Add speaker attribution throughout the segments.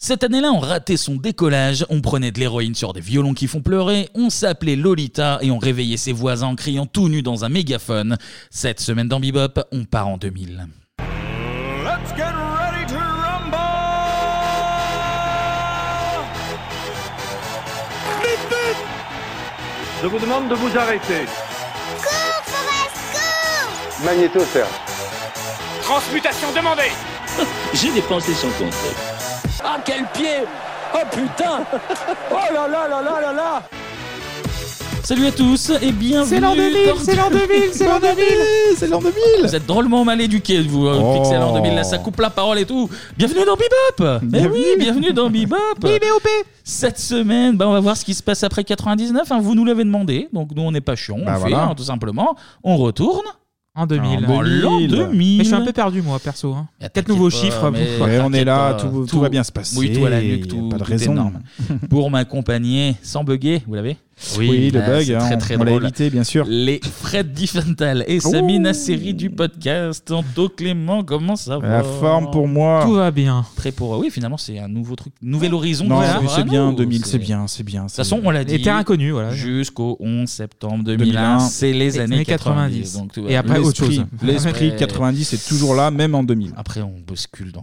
Speaker 1: Cette année-là, on ratait son décollage, on prenait de l'héroïne sur des violons qui font pleurer, on s'appelait Lolita et on réveillait ses voisins en criant tout nu dans un mégaphone. Cette semaine dans Bebop, on part en 2000.
Speaker 2: Let's get ready to rumble!
Speaker 3: Je vous demande de vous arrêter.
Speaker 4: Magnéto, Serge.
Speaker 5: Transmutation demandée
Speaker 6: J'ai dépensé sans compte.
Speaker 5: Ah quel pied Oh putain
Speaker 3: Oh là là là là là là
Speaker 1: Salut à tous et bienvenue
Speaker 7: C'est l'an 2000,
Speaker 1: dans-
Speaker 7: c'est l'an 2000, c'est l'an 2000, c'est l'an 2000.
Speaker 1: Vous êtes drôlement mal éduqués, vous, euh,
Speaker 7: Oh.
Speaker 1: Pixel en 2000, là, ça coupe la parole et tout. Bienvenue dans Bebop Mais oui, bienvenue dans Bebop Cette semaine, bah, on va voir ce qui se passe après 99, hein, vous nous l'avez demandé, donc nous on n'est pas chions,
Speaker 7: Bah
Speaker 1: on fait,
Speaker 7: voilà.
Speaker 1: hein, tout simplement. On retourne
Speaker 7: En
Speaker 8: Ah,
Speaker 7: 2000.
Speaker 1: En l'an 2000.
Speaker 7: Mais je suis un peu perdu moi perso. Hein. Quatre nouveaux chiffres.
Speaker 1: mais
Speaker 7: bon.
Speaker 1: t'inquiète
Speaker 7: on est là,
Speaker 1: pas,
Speaker 7: tout, tout va bien se passer.
Speaker 1: Oui, tout à la nuque,
Speaker 7: y a
Speaker 1: tout,
Speaker 7: pas de
Speaker 1: tout est
Speaker 7: raison.
Speaker 1: énorme. Pour m'accompagner, sans bugger, vous l'avez
Speaker 7: Oui, le
Speaker 1: ah,
Speaker 7: bug,
Speaker 1: c'est
Speaker 7: hein,
Speaker 1: très, très
Speaker 7: on l'a
Speaker 1: drôle.
Speaker 7: évité bien sûr.
Speaker 1: Les Fred Diffental et Samy Nasseri du podcast. Anto Clément, comment ça va
Speaker 7: La forme pour moi. Tout
Speaker 1: va bien. Très pour oui, finalement, c'est un nouveau truc, nouvel horizon.
Speaker 7: Non,
Speaker 1: nouveau
Speaker 7: c'est- c'est
Speaker 1: Sorano,
Speaker 7: bien 2000, c'est bien, c'est bien.
Speaker 1: De toute façon, on l'a dit.
Speaker 7: Et terrain inconnu, voilà.
Speaker 1: Jusqu'au 11 septembre 2001, c'est les années 90. donc tout va
Speaker 7: et
Speaker 1: bien.
Speaker 7: après autre chose. L'esprit
Speaker 1: Ouais.
Speaker 7: 90 est toujours là, même en 2000.
Speaker 1: Après, on bascule dans,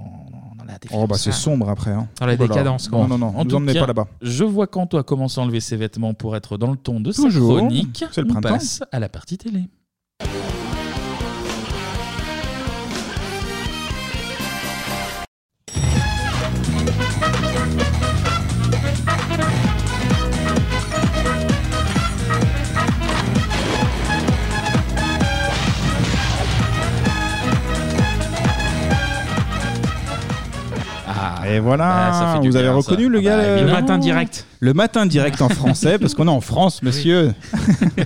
Speaker 1: dans la
Speaker 7: Oh bah c'est sombre après. Hein.
Speaker 1: Dans la
Speaker 7: Oh là là.
Speaker 1: décadence.
Speaker 7: Non non non,
Speaker 1: En
Speaker 7: nous
Speaker 1: tout
Speaker 7: emmenez
Speaker 1: cas,
Speaker 7: pas là-bas.
Speaker 1: Je vois qu'Anto a commencé à enlever ses vêtements pour être dans le ton de
Speaker 7: Toujours.
Speaker 1: sa chronique.
Speaker 7: C'est le
Speaker 1: On
Speaker 7: printemps.
Speaker 1: passe à la partie télé.
Speaker 7: Ah, Et voilà,
Speaker 1: bah, ça fait du
Speaker 7: vous avez
Speaker 1: bien, ça.
Speaker 7: reconnu le
Speaker 1: Ah
Speaker 7: gars
Speaker 1: bah,
Speaker 7: euh,
Speaker 1: évidemment. Le matin direct.
Speaker 7: Le matin direct en français, parce qu'on est en France, monsieur.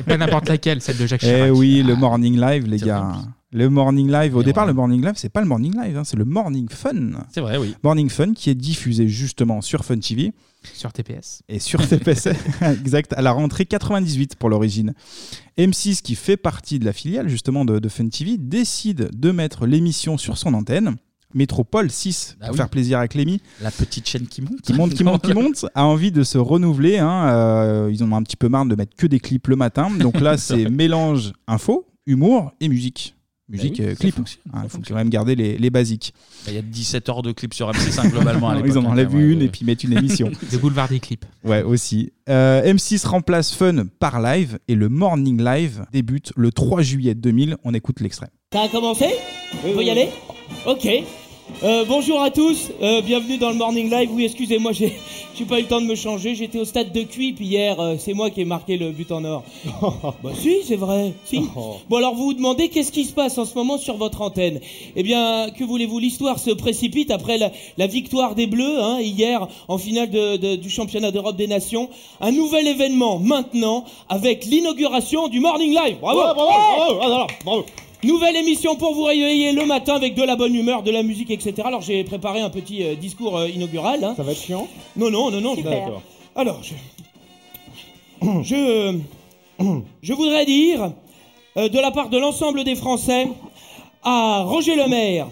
Speaker 1: Pas n'importe laquelle, celle de Jacques Ah,
Speaker 7: Eh oui, le morning live, les gars. Le morning live. Au départ, le morning live, c'est pas le morning live, hein, c'est le morning fun.
Speaker 1: C'est vrai, oui.
Speaker 7: Morning fun qui est diffusé justement sur Fun TV.
Speaker 1: Sur TPS.
Speaker 7: Et sur TPS, exact, à la rentrée 98 pour l'origine. M6, qui fait partie de la filiale justement de, de Fun TV, décide de mettre l'émission sur son antenne. Métropole 6,
Speaker 1: Ah
Speaker 7: pour
Speaker 1: oui.
Speaker 7: faire plaisir à Clémy
Speaker 1: La petite chaîne qui monte.
Speaker 7: qui monte, qui monte, qui monte, a envie de se renouveler. hein. Euh, ils en ont un petit peu marre de mettre que des clips le matin. Donc là,
Speaker 1: C'est
Speaker 7: c'est
Speaker 1: vrai.
Speaker 7: mélange info, humour et musique. Musique,
Speaker 1: Bah oui,
Speaker 7: euh,
Speaker 1: ça
Speaker 7: clip.
Speaker 1: fonctionne,
Speaker 7: Hein,
Speaker 1: ça
Speaker 7: Il faut quand même garder les, les basiques.
Speaker 1: Bah, Il y a 17 heures de clips sur M6 hein, globalement à l'époque.
Speaker 7: ils en
Speaker 1: hein,
Speaker 7: enlèvent
Speaker 1: quand même,
Speaker 7: une
Speaker 1: ouais.
Speaker 7: et puis ils mettent une émission.
Speaker 1: Des
Speaker 7: boulevards des clips. Ouais, aussi. Euh, M6 remplace Fun par Live et le Morning Live débute le 3 juillet 2000. On écoute l'extrait.
Speaker 9: Ça a commencé On peut y aller Ok. Euh, bonjour à tous, euh, bienvenue dans le Morning Live. Oui, excusez-moi, j'ai j'ai pas eu le temps de me changer. J'étais au stade de Cuip hier, euh, c'est moi qui ai marqué le but en or. bah si, c'est vrai. Si. Bon alors vous vous demandez qu'est-ce qui se passe en ce moment sur votre antenne Eh bien, que voulez-vous L'histoire se précipite après la, la victoire des Bleus hein, hier en finale de- de- du championnat d'Europe des Nations. Un nouvel événement maintenant avec l'inauguration du Morning Live. Bravo,
Speaker 10: Ouais,
Speaker 9: bravo,
Speaker 10: ouais.
Speaker 9: bravo, alors, bravo. Nouvelle émission pour vous réveiller le matin avec de la bonne humeur, de la musique, etc. Alors j'ai préparé un petit euh, discours euh, inaugural. Ça va être chiant Non, non, non, non.
Speaker 10: Super.
Speaker 9: D'accord. Alors, je, je, je voudrais dire, euh, de la part de l'ensemble des Français, à Roger Lemaire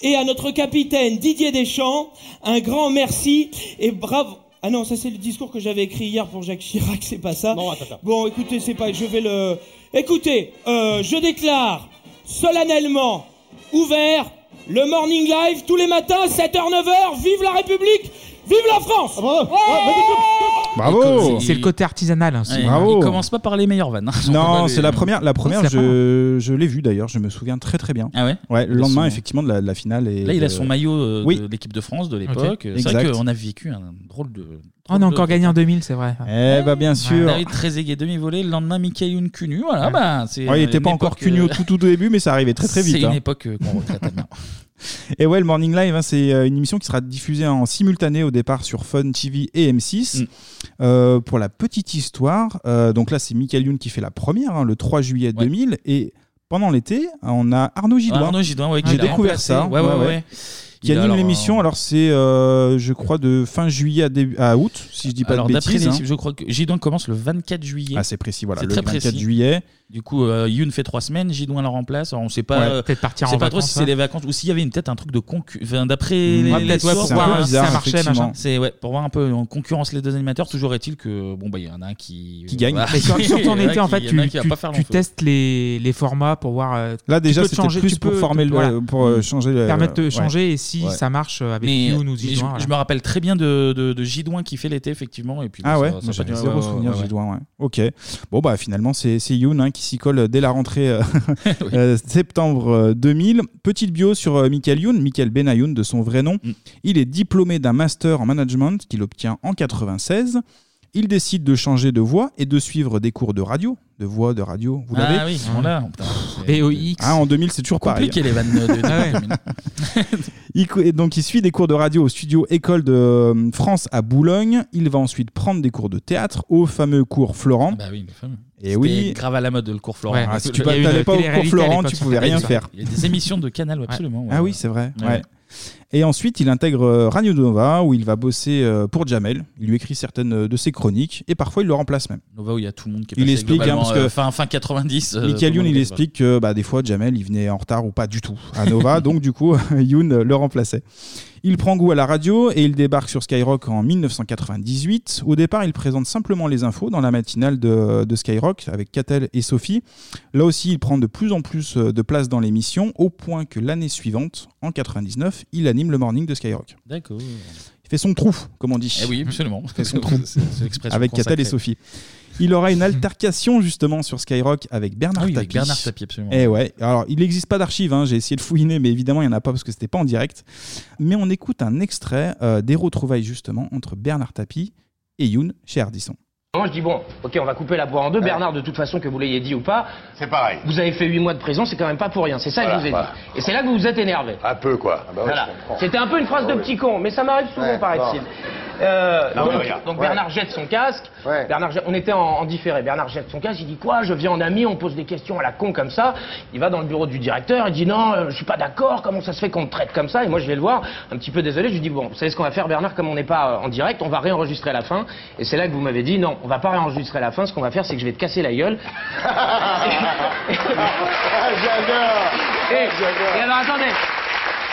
Speaker 9: et à notre capitaine Didier Deschamps, un grand merci et bravo. Ah non, ça c'est le discours que j'avais écrit hier pour Jacques Chirac, c'est pas ça. Bon, écoutez, c'est pas, je vais le. Écoutez, euh, je déclare solennellement ouvert le morning live tous les matins 7h 9h. Vive la République, vive la France.
Speaker 7: Bravo
Speaker 1: C'est le
Speaker 7: côté artisanal.
Speaker 1: Ouais,
Speaker 7: Bravo
Speaker 1: Ah, Il commence pas par les meilleures vannes. hein. On
Speaker 7: Non,
Speaker 1: voit
Speaker 7: c'est
Speaker 1: les-
Speaker 7: la première. La première,
Speaker 1: c'est la
Speaker 7: je, je l'ai vue d'ailleurs. Je me souviens très très bien.
Speaker 1: Ah ouais
Speaker 7: le
Speaker 1: Il a
Speaker 7: lendemain,
Speaker 1: son-
Speaker 7: effectivement, de la, de la finale. Et
Speaker 1: Là, il a
Speaker 7: de-
Speaker 1: son maillot euh,
Speaker 7: Oui.
Speaker 1: de l'équipe de France de l'époque.
Speaker 7: Ok.
Speaker 1: C'est vrai
Speaker 7: Exact.
Speaker 1: qu'on a vécu un drôle de.
Speaker 7: On
Speaker 1: a
Speaker 7: encore
Speaker 1: gagné
Speaker 7: en 2000, c'est vrai. Eh bah bien sûr. Ah.
Speaker 1: David Trezeguet demi-volé, le lendemain Mikaïun Cunu. Voilà, bah, c'est.
Speaker 7: Ouais, il
Speaker 1: euh,
Speaker 7: était
Speaker 1: une
Speaker 7: pas encore
Speaker 1: époque,
Speaker 7: cuny
Speaker 1: euh,
Speaker 7: au tout, tout début, mais ça arrivait très très vite.
Speaker 1: C'est une
Speaker 7: hein.
Speaker 1: époque euh, qu'on retraite.
Speaker 7: Et ouais, le Morning Live, hein, c'est euh, une émission qui sera diffusée en simultané au départ sur Fun TV et
Speaker 1: Mm.
Speaker 7: M6. Euh, pour la petite histoire, euh, donc là, c'est Michael Youn qui fait la première, hein, le 3 juillet 2000. Et pendant l'été, on a Arnaud Gidoin.
Speaker 1: Arnaud Gidoin, ouais, qui
Speaker 7: J'ai
Speaker 1: l'a
Speaker 7: découvert
Speaker 1: remplacé.
Speaker 7: ça.
Speaker 1: Ouais, ouais, ouais.
Speaker 7: qui
Speaker 1: Il a
Speaker 7: anime
Speaker 1: alors
Speaker 7: l'émission. Alors, c'est, euh, je crois, de fin juillet à, début- à août, si je dis pas
Speaker 1: Alors,
Speaker 7: de
Speaker 1: d'après
Speaker 7: bêtises.
Speaker 1: les
Speaker 7: hein.
Speaker 1: chiffres, je crois que Jidouin commence le 24 juillet.
Speaker 7: Ah, c'est précis, voilà.
Speaker 1: C'est
Speaker 7: Le
Speaker 1: très
Speaker 7: 24
Speaker 1: précis.
Speaker 7: juillet.
Speaker 1: Du coup, euh, Yoon fait trois semaines, Jidouin la remplace. Alors, on sait pas.
Speaker 7: Ouais,
Speaker 1: euh,
Speaker 7: peut-être partir
Speaker 1: on sait
Speaker 7: en
Speaker 1: pas trop
Speaker 7: vacances,
Speaker 1: si c'est
Speaker 7: hein.
Speaker 1: des vacances ou s'il y avait une- peut-être un truc de concurrence. d'après
Speaker 7: Ouais,
Speaker 1: les,
Speaker 7: peut-être,
Speaker 1: les
Speaker 7: ouais,
Speaker 1: sources,
Speaker 7: c'est un peu
Speaker 1: voir, hein,
Speaker 7: bizarre,
Speaker 1: ça marchait,
Speaker 7: effectivement.
Speaker 1: machin. C'est ouais, pour voir un peu en concurrence les deux animateurs. Toujours est-il que bon bah il y en a un qui
Speaker 7: Qui gagne.
Speaker 1: Voilà.
Speaker 8: Mais sur, sur
Speaker 1: Bah, Il
Speaker 8: ton
Speaker 1: y en a
Speaker 8: été, en
Speaker 1: qui-
Speaker 8: fait,
Speaker 1: il y en a
Speaker 8: tu,
Speaker 1: qui va
Speaker 8: tu-
Speaker 1: pas faire
Speaker 8: tu
Speaker 1: long-feu.
Speaker 8: testes les, les formats pour voir. euh,
Speaker 7: Là,
Speaker 8: tu
Speaker 7: déjà,
Speaker 8: peux te
Speaker 7: c'était
Speaker 8: changer,
Speaker 7: plus
Speaker 8: tu
Speaker 7: pour
Speaker 8: peux-
Speaker 7: former le-
Speaker 8: voilà.
Speaker 7: pour, euh, changer le-
Speaker 8: Permettre de
Speaker 7: ouais.
Speaker 8: changer et si
Speaker 7: Ouais.
Speaker 8: ça marche euh, avec
Speaker 1: Mais,
Speaker 8: Yoon
Speaker 1: mais
Speaker 8: ou
Speaker 1: je,
Speaker 8: Zidane.
Speaker 1: je me rappelle très bien de, de, de Jidouin qui fait l'été effectivement et puis
Speaker 7: Ah
Speaker 1: bon,
Speaker 7: ouais,
Speaker 1: ça- ça
Speaker 7: moi
Speaker 1: a pas
Speaker 7: j'avais
Speaker 1: duré,
Speaker 7: zéro
Speaker 1: ouais,
Speaker 7: souvenir
Speaker 1: ouais,
Speaker 7: du
Speaker 1: ouais.
Speaker 7: doigt. Ouais. Ok. Bon bah finalement c'est c'est Yoon hein, qui s'y colle dès la rentrée euh, euh, septembre euh, 2000. Petite bio sur euh, Michael Youn, Michael Benayoun de son vrai nom.
Speaker 1: Mm.
Speaker 7: Il est diplômé d'un master en management qu'il obtient en 96. Il décide de changer de voie et de suivre des cours de radio, de voix de radio. Vous l'avez
Speaker 1: Ah oui, on l'a. Putain, c'est-
Speaker 8: VOX.
Speaker 7: Ah, en 2000 c'est toujours pareil.
Speaker 1: Compliqué les vannes euh, de- de-
Speaker 8: Ah ouais.
Speaker 7: Il cou- et donc, il suit des cours de radio au studio École de euh, France à Boulogne. Il va ensuite prendre des cours de théâtre au fameux cours Florent.
Speaker 1: Bah oui, le fameux.
Speaker 7: Et oui.
Speaker 1: C'était grave à la mode le cours Florent.
Speaker 8: Ouais.
Speaker 1: Parce
Speaker 7: Ah,
Speaker 1: que
Speaker 7: si tu
Speaker 1: le- il y a eu
Speaker 7: n'allais
Speaker 8: une
Speaker 7: pas au cours
Speaker 8: télé-réalité à
Speaker 7: Florent,
Speaker 8: l'époque
Speaker 7: tu
Speaker 8: qui
Speaker 7: pouvais
Speaker 8: s'appelait
Speaker 7: rien
Speaker 8: ça.
Speaker 7: faire.
Speaker 1: Il y a des émissions de Canal, ouais, absolument. ouais.
Speaker 7: Ah oui, c'est vrai.
Speaker 1: Ouais.
Speaker 7: ouais. Et ensuite, il intègre euh, Radio Nova où il va bosser euh, pour Jamel. Il lui écrit certaines euh, de ses chroniques et parfois il le remplace même.
Speaker 1: Nova où il y a tout le monde qui est
Speaker 7: Il
Speaker 1: passé
Speaker 7: explique, hein,
Speaker 1: globalement,
Speaker 7: parce que
Speaker 1: euh, fin, fin 90. euh,
Speaker 7: Michael
Speaker 1: tout le
Speaker 7: Youn,
Speaker 1: monde
Speaker 7: il
Speaker 1: était-
Speaker 7: explique que bah, des fois, Jamel, il venait en retard ou pas du tout à Nova, donc du coup, Youn euh, le remplaçait. Il prend goût à la radio et il débarque sur Skyrock en 1998. Au départ, il présente simplement les infos dans la matinale de, de Skyrock avec Catel et Sophie. Là aussi, il prend de plus en plus euh, de place dans l'émission, au point que l'année suivante, en 99, il anime le morning de Skyrock.
Speaker 1: D'accord.
Speaker 7: Il fait son trou, comme on dit
Speaker 1: Eh oui, absolument.
Speaker 7: Fait son trou.
Speaker 1: C'est- c'est l'expression
Speaker 7: avec Catel
Speaker 1: consacrée.
Speaker 7: et Sophie. Il aura une altercation justement sur Skyrock avec Bernard
Speaker 1: Ah oui,
Speaker 7: Tapie.
Speaker 1: avec Bernard Tapie, absolument.
Speaker 7: Eh ouais, alors il n'existe pas d'archives, hein. j'ai essayé de fouiner, mais évidemment il n'y en a pas parce que c'était pas en direct. Mais on écoute un extrait euh, des retrouvailles justement entre Bernard Tapie et Youn chez Ardisson.
Speaker 9: Bon, je dis bon, ok, on va couper la boire en deux. Bernard, de toute façon, que vous l'ayez dit ou pas,
Speaker 11: C'est pareil.
Speaker 9: vous avez fait 8 mois de prison, c'est quand même pas pour rien. C'est ça que
Speaker 11: Voilà,
Speaker 9: je vous ai
Speaker 11: voilà.
Speaker 9: dit. Et c'est là que vous vous êtes énervé.
Speaker 11: Un peu, quoi. Ah bah
Speaker 9: voilà. C'était un peu une phrase de petit con, mais ça m'arrive souvent,
Speaker 11: Ouais,
Speaker 9: paraît-il.
Speaker 11: bon.
Speaker 9: Euh,
Speaker 11: Non, mais
Speaker 9: donc,
Speaker 11: regarde.
Speaker 9: donc
Speaker 11: Ah Ouais.
Speaker 9: Bernard jette son casque.
Speaker 11: Ouais.
Speaker 9: Bernard, jette- on était en, en différé. Bernard jette son casque. Il dit quoi Je viens en ami. On pose des questions à la con comme ça. Il va dans le bureau du directeur. Il dit non, euh, je suis pas d'accord. Comment ça se fait qu'on me traite comme ça Et moi, je vais le voir, un petit peu désolé. Je lui dis bon, vous savez ce qu'on va faire, Bernard Comme on n'est pas euh, en direct, on va réenregistrer à la fin. Et c'est là que vous m'avez dit non, on va pas réenregistrer à la fin. Ce qu'on va faire, c'est que je vais te casser la gueule. Et, et alors attendez.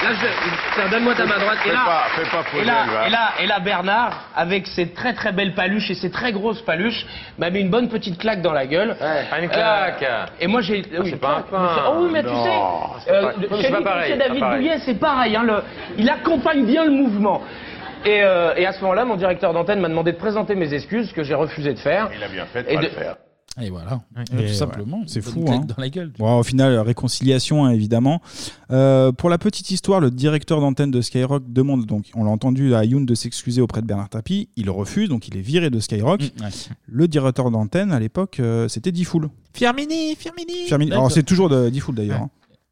Speaker 9: Là, je- tiens, donne-moi ta main droite. Et
Speaker 11: Fais
Speaker 9: là,
Speaker 11: pas- fais pas hein.
Speaker 9: et
Speaker 11: Faudel,
Speaker 9: là,
Speaker 11: va.
Speaker 9: et là, et là, Bernard, avec ses très très belles paluches et ses très grosses paluches, m'a mis une bonne petite claque dans la gueule. Euh,
Speaker 11: Pas une claque.
Speaker 9: Et moi, j'ai. oui,
Speaker 11: Ah, c'est pas un
Speaker 9: claque.
Speaker 11: pain.
Speaker 9: Oh oui, mais tu
Speaker 11: Non,
Speaker 9: sais,
Speaker 11: c'est
Speaker 9: euh,
Speaker 11: pas-
Speaker 9: le-
Speaker 11: c'est
Speaker 9: chez
Speaker 11: pas
Speaker 9: lui,
Speaker 11: pareil,
Speaker 9: chez
Speaker 11: c'est
Speaker 9: David
Speaker 11: pas pareil.
Speaker 9: Douillet, c'est pareil. hein, le- il accompagne bien le mouvement. Et, euh, et à ce moment-là, mon directeur d'antenne m'a demandé de présenter mes excuses, ce que j'ai refusé de faire.
Speaker 11: Il a bien fait de
Speaker 9: Et
Speaker 11: pas
Speaker 9: de-
Speaker 11: le faire.
Speaker 1: Et voilà.
Speaker 7: Et
Speaker 1: Ah, Tout simplement.
Speaker 7: ouais, c'est
Speaker 1: Bonne
Speaker 7: fou,
Speaker 1: claque
Speaker 7: hein.
Speaker 1: Dans la gueule.
Speaker 7: Bon, au final, euh, réconciliation hein, évidemment. Euh, pour la petite histoire, le directeur d'antenne de Skyrock demande donc, on l'a entendu à Youn de s'excuser auprès de Bernard Tapie, il refuse, donc il est viré de Skyrock.
Speaker 1: Mm, ouais.
Speaker 7: Le directeur d'antenne à l'époque, euh, c'était Difool.
Speaker 8: Firmini, Firmini.
Speaker 7: Firmin- Alors
Speaker 1: D'accord.
Speaker 7: c'est toujours de- Difool d'ailleurs. hein.